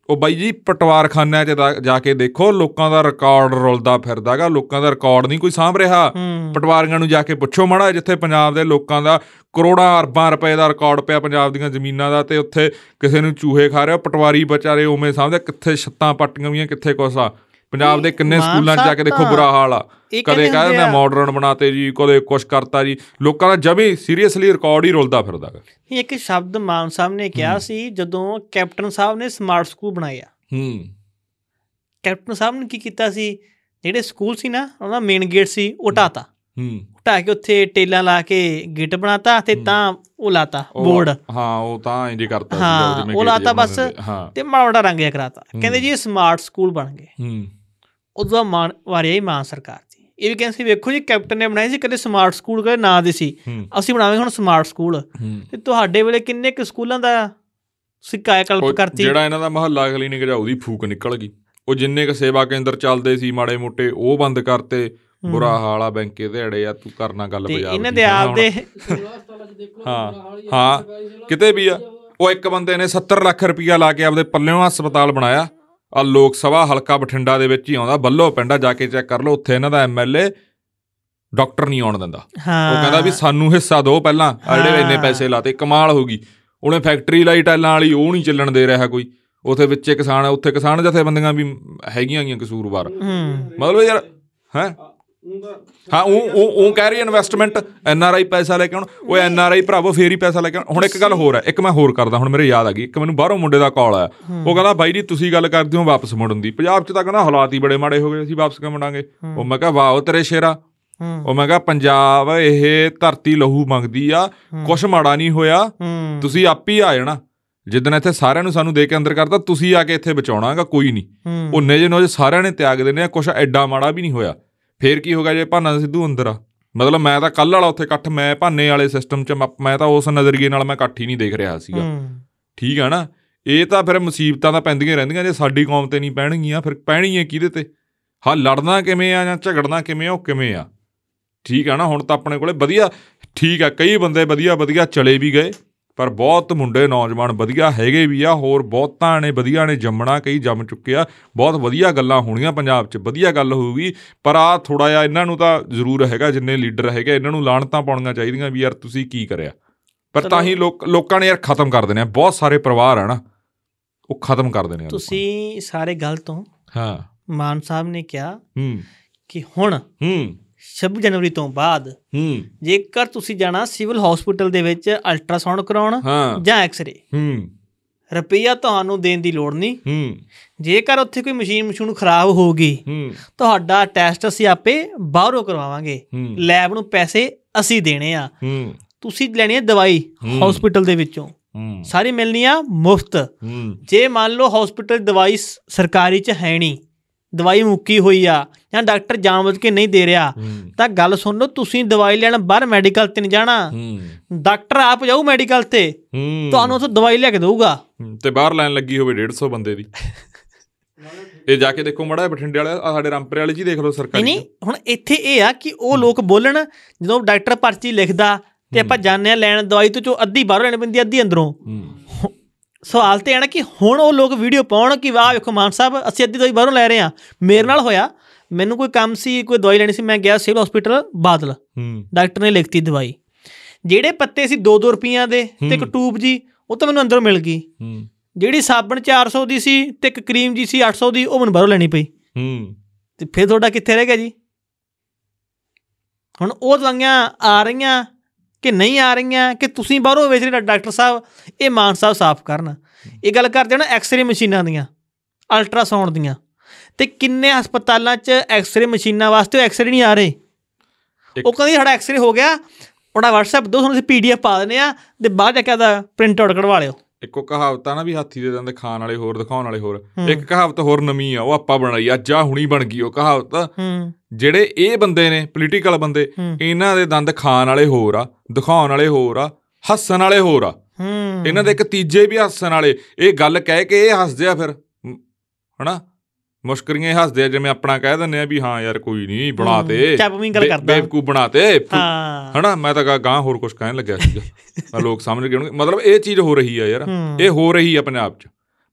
Speaker 2: ਉਹ ਬਾਈ ਜੀ ਪਟਵਾਰਖਾਨਿਆਂ 'ਚ ਦਾ- ਜਾ ਕੇ ਦੇਖੋ ਲੋਕਾਂ ਦਾ ਰਿਕਾਰਡ ਰੁਲਦਾ ਫਿਰਦਾਗਾ ਲੋਕਾਂ ਦਾ ਰਿਕਾਰਡ ਨਹੀਂ ਕੋਈ ਸਾਂਭ ਰਿਹਾ
Speaker 1: ਹੂੰ
Speaker 2: ਪਟਵਾਰੀਆਂ ਨੂੰ ਜਾ ਕੇ ਪੁੱਛੋ ਮਾੜਾ ਜਿੱਥੇ ਪੰਜਾਬ ਦੇ ਲੋਕਾਂ ਦਾ ਕਰੋੜਾਂ ਅਰਬਾਂ ਰੁਪਏ ਦਾ ਰਿਕਾਰਡ ਪਿਆ ਪੰਜਾਬ ਦੀਆਂ ਜ਼ਮੀਨਾਂ ਦਾ ਤੇ ਉੱਥੇ ਕਿਸੇ ਨੂੰ ਚੂਹੇ ਖਾ ਰਿਹਾ ਪਟਵਾਰੀ ਵਿਚਾਰੇ ਉਵੇਂ ਸਾਂਭਦੇ ਕਿੱਥੇ ਛੱਤਾਂ ਪੱਟੀਆਂ ਹੋਈਆਂ ਕਿੱਥੇ ਕੁਛ ਆ ਪੰਜਾਬ ਦੇ ਕਿੰਨੇ
Speaker 1: ਮਾਨ
Speaker 2: ਸਕੂਲਾਂ 'ਚ ਜਾ ਕੇ
Speaker 1: ਸਾਹਿਬ
Speaker 2: ਦੇਖੋ
Speaker 1: ਤਾਂ
Speaker 2: ਬੁਰਾ ਹਾਲ ਆ
Speaker 1: ਇਹ
Speaker 2: ਕਦੇ
Speaker 1: ਕਹਿੰਦੇ
Speaker 2: ਕਹਿੰਦੇ
Speaker 1: ਹੁੰਦੇ
Speaker 2: ਨੇ
Speaker 1: ਆ-
Speaker 2: ਮਾਡਰਨ ਬਣਾਤੇ ਜੀ ਕਦੇ ਕੁਛ ਕਰਤਾ ਜੀ ਲੋਕਾਂ ਦਾ ਜਮੀ ਸੀਰੀਅਸਲੀ ਰਿਕਾਰਡ ਹੀ ਰੁਲਦਾ ਫਿਰਦਾਗਾ
Speaker 1: ਇਹ ਇੱਕ ਸ਼ਬਦ ਮਾਨ ਸਾਹਿਬ ਨੇ ਕਿਹਾ ਸੀ ਜਦੋਂ ਕੈਪਟਨ ਸਾਹਿਬ ਨੇ ਸਮਾਰਟ ਸਕੂਲ ਬਣਾਇਆ
Speaker 2: ਹੂੰ
Speaker 1: ਕੈਪਟਨ ਸਾਹਿਬ ਨੇ ਕੀ ਕੀਤਾ ਸੀ ਜਿਹੜੇ ਸਕੂਲ ਸੀ ਨਾ ਉਹਨਾਂ ਦਾ ਮੇਨ ਗੇਟ ਸੀ ਉਹ ਢਾਤਾ
Speaker 2: ਹੂੰ
Speaker 1: ਢਾ ਕੇ ਉੱਥੇ ਟੇਲਾਂ ਲਾ ਕੇ ਗੇਟ ਬਣਾਤਾ ਤੇ ਤਾਂ ਉਹ ਲਾਤਾ
Speaker 2: ਉਹ-
Speaker 1: ਬੋਰਡ
Speaker 2: ਹਾਂ ਉਹ ਤਾਂ ਇੰਜ ਕਰਤਾ ਸੀਗਾ,
Speaker 1: ਹਾਂ,
Speaker 2: ਜਿਵੇਂ
Speaker 1: ਉਹ
Speaker 2: ਗੇਟ
Speaker 1: ਲਾਤਾ
Speaker 2: ਜਿਹਾ
Speaker 1: ਬਸ।
Speaker 2: ਬਣਾਉਂਦੇ ਸੀ। ਹਾਂ
Speaker 1: ਤੇ ਮਾੜਾ ਮਾੜਾ ਰੰਗ ਜਿਹਾ ਕਰਾਤਾ
Speaker 2: ਹੂੰ।
Speaker 1: ਕਹਿੰਦੇ ਜੀ ਇਹ ਸਮਾਰਟ ਸਕੂਲ ਬਣ ਗਏ
Speaker 2: ਹੂੰ
Speaker 1: ਉਦੋਂ ਮਾਨ ਵਾਰਿਆ ਹੀ ਮਾਨ ਸਰਕਾਰ ਦੀ ਇਹ ਵੀ ਕਹਿੰਦੇ ਸੀ ਵੇਖੋ ਜੀ ਕੈਪਟਨ ਨੇ ਬਣਾਏ ਸੀ ਕਦੇ ਸਮਾਰਟ ਸਕੂਲ ਕਦੇ ਨਾਂ ਦੇ ਸੀ
Speaker 2: ਹੂੰ
Speaker 1: ਅਸੀਂ ਬਣਾਵਾਂਗੇ ਹੁਣ ਸਮਾਰਟ ਸਕੂਲ
Speaker 2: ਹੂੰ
Speaker 1: ਤੇ ਤੁਹਾਡੇ ਵੇਲੇ ਕਿੰਨੇ ਕੁ ਸਕੂਲਾਂ ਦਾ ਸਿਕਾਇਆ
Speaker 2: ਉਹ
Speaker 1: ਕਲਪ ਕਰਤੀ
Speaker 2: ਜਿਹੜਾ ਇਹਨਾਂ ਦਾ ਮਹੱਲਾ ਕਲੀਨਿਕ ਜਾਂ ਉਹਦੀ ਫੂਕ ਨਿਕਲ ਗਈ ਉਹ ਜਿੰਨੇ ਕ ਸੇਵਾ ਕੇਂਦਰ ਚੱਲਦੇ ਸੀ ਮਾੜੇ ਮੋਟੇ ਉਹ ਬੰਦ ਕਰਤੇ ਬੁਰਾ ਹਾਲ ਆ ਬੈਂਕੇ ਦੇੜੇ ਆ ਤੂੰ ਕਰਨਾ ਗੱਲ
Speaker 1: ਤੇ
Speaker 2: ਬਜਾਰ
Speaker 1: ਇਹਨਾਂ ਦੇ ਆਪ ਦੇ
Speaker 3: ਸਿਵਲ ਹਸਪਤਾਲਾਂ 'ਚ ਦੇਖੋ
Speaker 2: ਹਾਂ,
Speaker 3: ਬੁਰਾ ਹਾਲ ਹੀ ਆ,
Speaker 2: ਹਾਂ,
Speaker 3: ਸਰਕਾਰੀ ਸਿਵਲ
Speaker 2: ਕਿਤੇ ਵੀ ਆ।
Speaker 3: ਹਸਪਤਾਲ 'ਚ
Speaker 2: ਉਹ ਇੱਕ ਬੰਦੇ ਨੇ 70 ਲੱਖ ਰੁਪਇਆ ਲਾ ਕੇ ਆਪਦੇ ਪੱਲਿਓਂ ਹਸਪਤਾਲ ਬਣਾਇਆ ਆ ਲੋਕ ਸਭਾ ਹਲਕਾ ਬਠਿੰਡਾ ਦੇ ਵਿੱਚ ਹੀ ਆਉਂਦਾ ਬੱਲੋ ਪਿੰਡਾ ਜਾ ਕੇ ਚੈੱਕ ਕਰ ਲਓ ਉੱਥੇ ਇਹਨਾਂ ਦਾ ਐਮਐਲਏ ਡਾਕਟਰ ਨਹੀਂ ਆਉਣ ਦਿੰਦਾ
Speaker 1: ਹਾਂ
Speaker 2: ਉਹ ਕਹਿੰਦਾ ਵੀ ਸਾਨੂੰ ਹਿੱਸਾ ਦਿਓ ਪਹਿਲਾਂ ਆਹ ਜਿਹੜੇ ਇੰਨੇ
Speaker 1: ਹਾਂ।
Speaker 2: ਪੈਸੇ ਲਾਤੇ ਕਮਾਲ ਹੋ ਗਈ ਉਹਨੇ ਫੈਕਟਰੀ ਲਾਈ ਟੈਲਾਂ ਵਾਲੀ ਉਹ ਨਹੀਂ ਚੱਲਣ ਦੇ ਰਿਹਾ ਕੋਈ ਉਥੇ ਵਿੱਚ ਕਿਸਾਨ ਉੱਥੇ ਕਿਸਾਨ ਜਥੇਬੰਦੀਆਂ ਵੀ ਹੈਗੀਆਂ ਗੀਆਂ ਕਸੂਰਵਾਰ
Speaker 1: ਹੂੰ
Speaker 2: ਮਤਲਬ ਯਾਰ ਹੈ ਹਾਂ ਉਹ ਉਹ ਉਹ ਕਹਿ ਰਹੀ ਇਨਵੈਸਟਮੈਂਟ ਐਨ ਆਰ ਆਈ ਪੈਸਾ ਲੈ ਕੇ ਆਉਣ ਉਹ ਐਨ ਆਰ ਆਈ ਭਰਾਵੋ ਫੇਰ ਹੀ ਪੈਸਾ ਲੈ ਕੇ ਆਉਣ ਹੁਣ ਇੱਕ ਗੱਲ ਹੋਰ ਹੈ ਇੱਕ ਮੈਂ ਹੋਰ ਕਰਦਾ ਹੁਣ ਮੇਰੇ ਯਾਦ ਆ ਗਈ ਇੱਕ ਮੈਨੂੰ ਬਾਹਰੋਂ ਮੁੰਡੇ ਦਾ ਕਾਲ ਆਇਆ ਉਹ ਕਹਿੰਦਾ ਬਾਈ ਜੀ ਤੁਸੀਂ ਗੱਲ ਕਰਦੇ ਹੋ ਵਾਪਸ ਮੁੜਨ ਦੀ ਪੰਜਾਬ 'ਚ ਤਾਂ ਕਹਿੰਦਾ ਹਾਲਾਤ ਹੀ ਬੜੇ ਮਾੜੇ ਹੋ ਗਏ ਅਸੀਂ ਵਾਪਸ ਕਿਉਂ ਮੁੜਾਂਗੇ ਉਹ ਮੈਂ ਕਿਹਾ ਵਾਹ ਉਹ ਤੇਰੇ ਸ਼ੇਰਾ
Speaker 1: ਹੂੰ
Speaker 2: ਉਹ ਮੈਂ ਕਿਹਾ ਪੰਜਾਬ ਇਹ ਧਰਤੀ ਲਹੂ ਮੰਗਦੀ ਆ ਕੁਛ ਮਾੜਾ ਨਹੀਂ ਹੋਇਆ
Speaker 1: ਹੂੰ
Speaker 2: ਤੁਸੀਂ ਆਪ ਹੀ ਆ ਜਾਣਾ ਜਿੱਦਣ ਇੱਥੇ ਸਾਰਿਆਂ ਨੂੰ ਸਾਨੂੰ ਦੇ ਕੇ ਅੰਦਰ ਕਰਤਾ ਤੁਸੀਂ ਆ ਕੇ ਇੱਥੇ ਬਚਾਉਣਾਗਾ ਕੋਈ ਨਹੀਂ
Speaker 1: ਹੂੰ
Speaker 2: ਉਹ ਜੇ ਨੋਜ ਸਾਰਿਆਂ ਨੇ ਤਿਆਗ ਦੇਣੇ ਆ ਕੁਛ ਐਡਾ ਮਾੜਾ ਵੀ ਨਹੀਂ ਹੋਇਆ ਫੇਰ ਕੀ ਹੋਗਾ ਜੇ ਭਾਨਾ ਸਿੱਧੂ ਅੰਦਰ ਆ ਮਤਲਬ ਮੈਂ ਤਾਂ ਕੱਲ ਵਾਲਾ ਉੱਥੇ ਇਕੱਠ ਮੈਂ ਭਾਨੇ ਵਾਲੇ ਸਿਸਟਮ 'ਚ ਮ- ਮੈਂ ਤਾਂ ਉਸ ਨਜ਼ਰੀਏ ਨਾਲ ਮੈਂ ਇਕੱਠ ਹੀ ਨਹੀਂ ਦੇਖ ਰਿਹਾ ਸੀਗਾ
Speaker 1: ਹੂੰ।
Speaker 2: ਠੀਕ ਆ ਨਾ ਇਹ ਤਾਂ ਫਿਰ ਮੁਸੀਬਤਾਂ ਤਾਂ ਪੈਂਦੀਆਂ ਹੀ ਰਹਿੰਦੀਆਂ ਜੇ ਸਾਡੀ ਕੌਮ ਤੇ ਨਹੀਂ ਪੈਣਗੀਆਂ ਫਿਰ ਪੈਣਗੀਆਂ ਕਿਹਦੇ ਤੇ ਹਾਂ ਲੜਨਾ ਕਿਵੇਂ ਆ ਜਾਂ ਝਗੜਨਾ ਕਿਵੇਂ ਆ ਉਹ ਕਿਵੇਂ ਆ ਠੀਕ ਆ ਨਾ ਹੁਣ ਤਾਂ ਆਪਣੇ ਕੋਲੇ ਵਧੀਆ ਠੀਕ ਆ ਕਈ ਬੰਦੇ ਵਧੀਆ ਵਧੀਆ ਚਲੇ ਵੀ ਗਏ ਪਰ ਬਹੁਤ ਮੁੰਡੇ ਨੌਜਵਾਨ ਵਧੀਆ ਹੈਗੇ ਵੀ ਆ ਹੋਰ ਬਹੁਤਾਂ ਨੇ ਵਧੀਆ ਨੇ ਜੰਮਣਾ ਕਈ ਜੰਮ ਚੁੱਕੇ ਆ ਬਹੁਤ ਵਧੀਆ ਗੱਲਾਂ ਹੋਣੀਆਂ ਪੰਜਾਬ 'ਚ ਵਧੀਆ ਗੱਲ ਹੋਊਗੀ ਪਰ ਆ ਥੋੜਾ ਜਿਹਾ ਇਹਨਾਂ ਨੂੰ ਤਾਂ ਜ਼ਰੂਰ ਹੈਗਾ ਜਿੰਨੇ ਲੀਡਰ ਹੈਗੇ ਇਹਨਾਂ ਨੂੰ ਲਾਹਣਤਾਂ ਪਾਉਣੀਆਂ ਚਾਹੀਦੀਆਂ ਵੀ ਯਾਰ ਤੁਸੀਂ ਕੀ ਕਰਿਆ ਪਰ ਤਾਂ ਹੀ ਲੋਕ ਲੋਕਾਂ ਨੇ ਯਾਰ ਖਤਮ ਕਰ ਦੇਣੇ ਆ ਬਹੁਤ ਸਾਰੇ ਪਰਿਵਾਰ ਆ ਨਾ ਉਹ ਖਤਮ ਕਰ ਦੇਣੇ ਆ ਲੋਕਾਂ
Speaker 1: ਤੁਸੀਂ ਸਾਰੇ ਗਲਤ ਹੋ
Speaker 2: ਨੂੰ। ਹਾਂ
Speaker 1: ਮਾਨ ਸਾਹਿਬ ਨੇ ਕਿਹਾ
Speaker 2: ਹੂੰ
Speaker 1: ਕਿ ਹੁਣ
Speaker 2: ਹੂੰ
Speaker 1: 26 ਜਨਵਰੀ ਤੋਂ ਬਾਅਦ
Speaker 2: ਹੂੰ
Speaker 1: ਜੇਕਰ ਤੁਸੀਂ ਜਾਣਾ ਸਿਵਲ ਹਸਪੀਟਲ ਦੇ ਵਿੱਚ ਅਲਟਰਾਸਾਊਂਡ ਕਰਾਉਣ
Speaker 2: ਹਾਂ
Speaker 1: ਜਾਂ ਐਕਸ-ਰੇ
Speaker 2: ਹੂੰ
Speaker 1: ਰੁਪਈਆ ਤੁਹਾਨੂੰ ਦੇਣ ਦੀ ਲੋੜ ਨਹੀਂ
Speaker 2: ਹੂੰ
Speaker 1: ਜੇਕਰ ਉੱਥੇ ਕੋਈ ਮਸ਼ੀਨ ਮਸ਼ੂਨ ਖਰਾਬ ਹੋ ਗਈ
Speaker 2: ਹੂੰ
Speaker 1: ਤੁਹਾਡਾ ਟੈਸਟ ਅਸੀਂ ਆਪੇ ਬਾਹਰੋਂ ਕਰਵਾਵਾਂਗੇ
Speaker 2: ਹੂੰ
Speaker 1: ਲੈਬ ਨੂੰ ਪੈਸੇ ਅਸੀਂ ਦੇਣੇ ਆ
Speaker 2: ਹੂੰ
Speaker 1: ਤੁਸੀਂ ਲੈਣੀ ਹੈ ਦਵਾਈ
Speaker 2: ਹੂੰ।
Speaker 1: ਹਸਪੀਟਲ ਦੇ ਵਿੱਚੋਂ
Speaker 2: ਹੂੰ
Speaker 1: ਸਾਰੀ ਮਿਲਣੀ ਆ ਮੁਫਤ
Speaker 2: ਹੂੰ
Speaker 1: ਜੇ ਮੰਨ ਲਓ ਹਸਪੀਟਲ ਦਵਾਈ ਸ- ਸਰਕਾਰੀ ਚ ਹੈ ਨਹੀਂ ਦਵਾਈ ਮੁੱਕੀ ਹੋਈ ਆ ਜਾਂ ਡਾਕਟਰ ਜਾਣਬੁੱਝ ਕੇ ਨਹੀਂ ਦੇ ਰਿਹਾ
Speaker 2: ਹੂੰ
Speaker 1: ਤਾਂ ਗੱਲ ਸੁਣ ਲਓ ਤੁਸੀਂ ਦਵਾਈ ਲੈਣ ਬਾਹਰ ਮੈਡੀਕਲ ਤੇ ਨਹੀਂ ਜਾਣਾ
Speaker 2: ਹੂੰ
Speaker 1: ਡਾਕਟਰ ਆਪ ਜਾਊ ਮੈਡੀਕਲ ਤੇ
Speaker 2: ਹੂੰ
Speaker 1: ਤੁਹਾਨੂੰ ਉੱਥੋਂ ਦਵਾਈ ਲਿਆ ਕੇ ਦੇਊਗਾ
Speaker 2: ਹੂੰ, ਤੇ ਬਾਹਰ ਲਾਈਨ ਲੱਗੀ ਹੋਵੇ 150 ਬੰਦੇ ਦੀ ਇਹ ਜਾ ਕੇ ਦੇਖੋ ਮੜਾ ਬਠਿੰਡੇ ਵਾਲਾ ਆਹ ਸਾਡੇ ਰਾਮਪੁਰੇ ਵਾਲੇ ਜੀ ਦੇਖ ਲਓ
Speaker 1: ਨਹੀਂ
Speaker 2: ਸਰਕਾਰੀ
Speaker 1: ਨਹੀਂ ਹੁਣ ਇੱਥੇ ਇਹ ਆ ਕਿ ਉਹ ਲੋਕ ਬੋਲਣ ਜਦੋਂ ਡਾਕਟਰ ਪਰਚੀ ਲਿਖਦਾ ਤੇ ਆਪਾਂ ਜਾਣਿਆ ਲੈਣ ਦਵਾਈ ਤੋਂ ਜੋ ਅੱਧੀ ਬਾਹਰੋਂ ਲੈਣੀ ਪੈਂਦੀ ਆ, ਅੱਧੀ ਅੰਦਰੋਂ
Speaker 2: ਹੂੰ
Speaker 1: ਸਵਾਲ ਤੇ ਆਣਾ ਕਿ ਹੁਣ ਉਹ ਲੋਕ ਵੀਡੀਓ ਪਾਉਣ ਕਿ ਵਾਹ ਵੇਖੋ ਮਾਨ ਸਾਹਿਬ ਅਸੀਂ ਅੱਧੀ ਦਵਾਈ ਬਾਹਰੋਂ ਲੈ ਰਹੇ ਹਾਂ ਮੇਰੇ ਨਾਲ ਹੋਇਆ ਮੈਨੂੰ ਕੋਈ ਕੰਮ ਸੀ ਕੋਈ ਦਵਾਈ ਲੈਣੀ ਸੀ ਮੈਂ ਗਿਆ ਸਿਵਲ ਹਸਪੀਟਲ ਬਾਦਲ
Speaker 2: ਹੂੰ
Speaker 1: ਡਾਕਟਰ ਨੇ ਲਿਖਤੀ ਦਵਾਈ ਜਿਹੜੇ ਪੱਤੇ ਸੀ 2-2 ਰੁਪਈਆਂ ਦੇ ਤੇ ਇੱਕ
Speaker 2: ਹੂੰ।
Speaker 1: ਟੂਬ ਜੀ ਉਹ ਤਾਂ ਮੈਨੂੰ ਅੰਦਰੋਂ ਮਿਲ ਗਈ
Speaker 2: ਹੂੰ
Speaker 1: ਜਿਹੜੀ ਸਾਬਣ 400 ਦੀ ਸੀ ਤੇ ਇੱਕ ਕਰੀਮ ਜੀ ਸੀ 800 ਦੀ ਉਹ ਮੈਨੂੰ ਬਾਹਰੋਂ ਲੈਣੀ ਪਈ
Speaker 2: ਹੂੰ
Speaker 1: ਤੇ ਫਿਰ ਤੁਹਾਡਾ ਕਿੱਥੇ ਰਹਿ ਗਿਆ ਜੀ ਹੁਣ ਉਹ ਦਵਾਈਆਂ ਆ ਰਹੀਆਂ ਕਿ ਨਹੀਂ ਆ ਰਹੀਆਂ ਕਿ ਤੁਸੀਂ ਬਾਹਰੋਂ ਵੇਚ ਰਹੇ ਡਾਕਟਰ ਸਾਹਿਬ ਇਹ ਮਾਨ ਸਾਹਿਬ ਸਾਫ਼ ਕਰਨ ਇਹ ਗੱਲ ਕਰਦੇ ਹਨ ਐਕਸ-ਰੇ ਮਸ਼ੀਨਾਂ ਦੀਆਂ ਅਲਟਰਾਸਾਊਂਡ ਦੀਆਂ ਤੇ ਕਿੰਨੇ ਹਸਪਤਾਲਾਂ 'ਚ ਐਕਸ-ਰੇ ਮਸ਼ੀਨਾਂ ਵਾਸਤੇ ਉਹ ਐਕਸ-ਰੇ ਨਹੀਂ ਆ ਰਹੇ
Speaker 2: ਇੱਕ-
Speaker 1: ਉਹ ਕਹਿੰਦੇ ਸਾਡਾ ਐਕਸ-ਰੇ ਹੋ ਗਿਆ ਉਹਦਾ WhatsApp ਦੋ ਤੁਹਾਨੂੰ ਅਸੀਂ PDF ਪਾ ਦਿੰਦੇ ਆ ਤੇ ਬਾਅਦ ਜਾ ਕੇ ਉਹਦਾ ਪ੍ਰਿੰਟ ਆਊਟ ਕਢਵਾ ਲਿਓ
Speaker 2: ਇੱਕੋ ਕਹਾਵਤ ਆ ਨਾ ਵੀ ਹਾਥੀ ਦੇ ਦੰਦ ਖਾਣ ਵਾਲੇ ਹੋਰ ਦਿਖਾਉਣ ਵਾਲੇ ਹੋਰ ਇੱਕ ਕਹਾਵਤ ਹੋਰ ਨਵੀਂ ਆ ਉਹ ਆਪਾਂ ਬਣਾਈ ਅੱਜ ਆ ਹੁਣੀ ਬਣ ਗਈ ਉਹ ਕਹਾਵਤ
Speaker 1: ਹੂੰ
Speaker 2: ਜਿਹੜੇ ਇਹ ਬੰਦੇ ਨੇ ਪੋਲੀਟੀਕਲ ਬੰਦੇ
Speaker 1: ਹੂੰ।
Speaker 2: ਇਹਨਾਂ ਦੇ ਦੰਦ ਖਾਣ ਵਾਲੇ ਹੋਰ ਆ ਦਿਖਾਉਣ ਵਾਲੇ ਹੋਰ ਆ ਹੱਸਣ ਵਾਲੇ ਹੋਰ ਆ
Speaker 1: ਹੂੰ
Speaker 2: ਇਹਨਾਂ ਦੇ ਇੱਕ ਤੀਜੇ ਵੀ ਹੱਸਣ ਵਾਲੇ ਇਹ ਗੱਲ ਕਹਿ ਕੇ ਇਹ ਹੱਸਦੇ ਆ ਫਿਰ ਮ, ਹਨਾ ਮੁਸ਼ਕਰੀਆਂ ਇਹ ਹੱਸਦੇ ਆ ਜਿਵੇਂ ਆਪਣਾ ਕਹਿ ਦਿੰਦੇ ਆ ਵੀ ਹਾਂ ਯਾਰ ਕੋਈ ਨਹੀਂ ਬਣਾ ਤੇ
Speaker 1: ਚੱਪਵੀਂ ਗੱਲ
Speaker 2: ਬੇ-
Speaker 1: ਕਰਦਾ।
Speaker 2: ਬੇਵਕੂਫ ਬਣਾ ਤੇ
Speaker 1: ਹਾਂ
Speaker 2: ਹਨਾ ਮੈਂ ਤਾਂ ਗਾਂ ਹੋਰ ਕੁਝ ਕਹਿਣ ਲੱਗਿਆ ਸੀਗਾ ਤਾਂ ਲੋਕ ਸਮਝ ਗਏ ਹੋਣਗੇ ਮਤਲਬ ਇਹ ਚੀਜ਼ ਹੋ ਰਹੀ ਆ ਯਾਰ
Speaker 1: ਹੂੰ।
Speaker 2: ਇਹ ਹੋ ਰਹੀ ਆ ਪੰਜਾਬ 'ਚ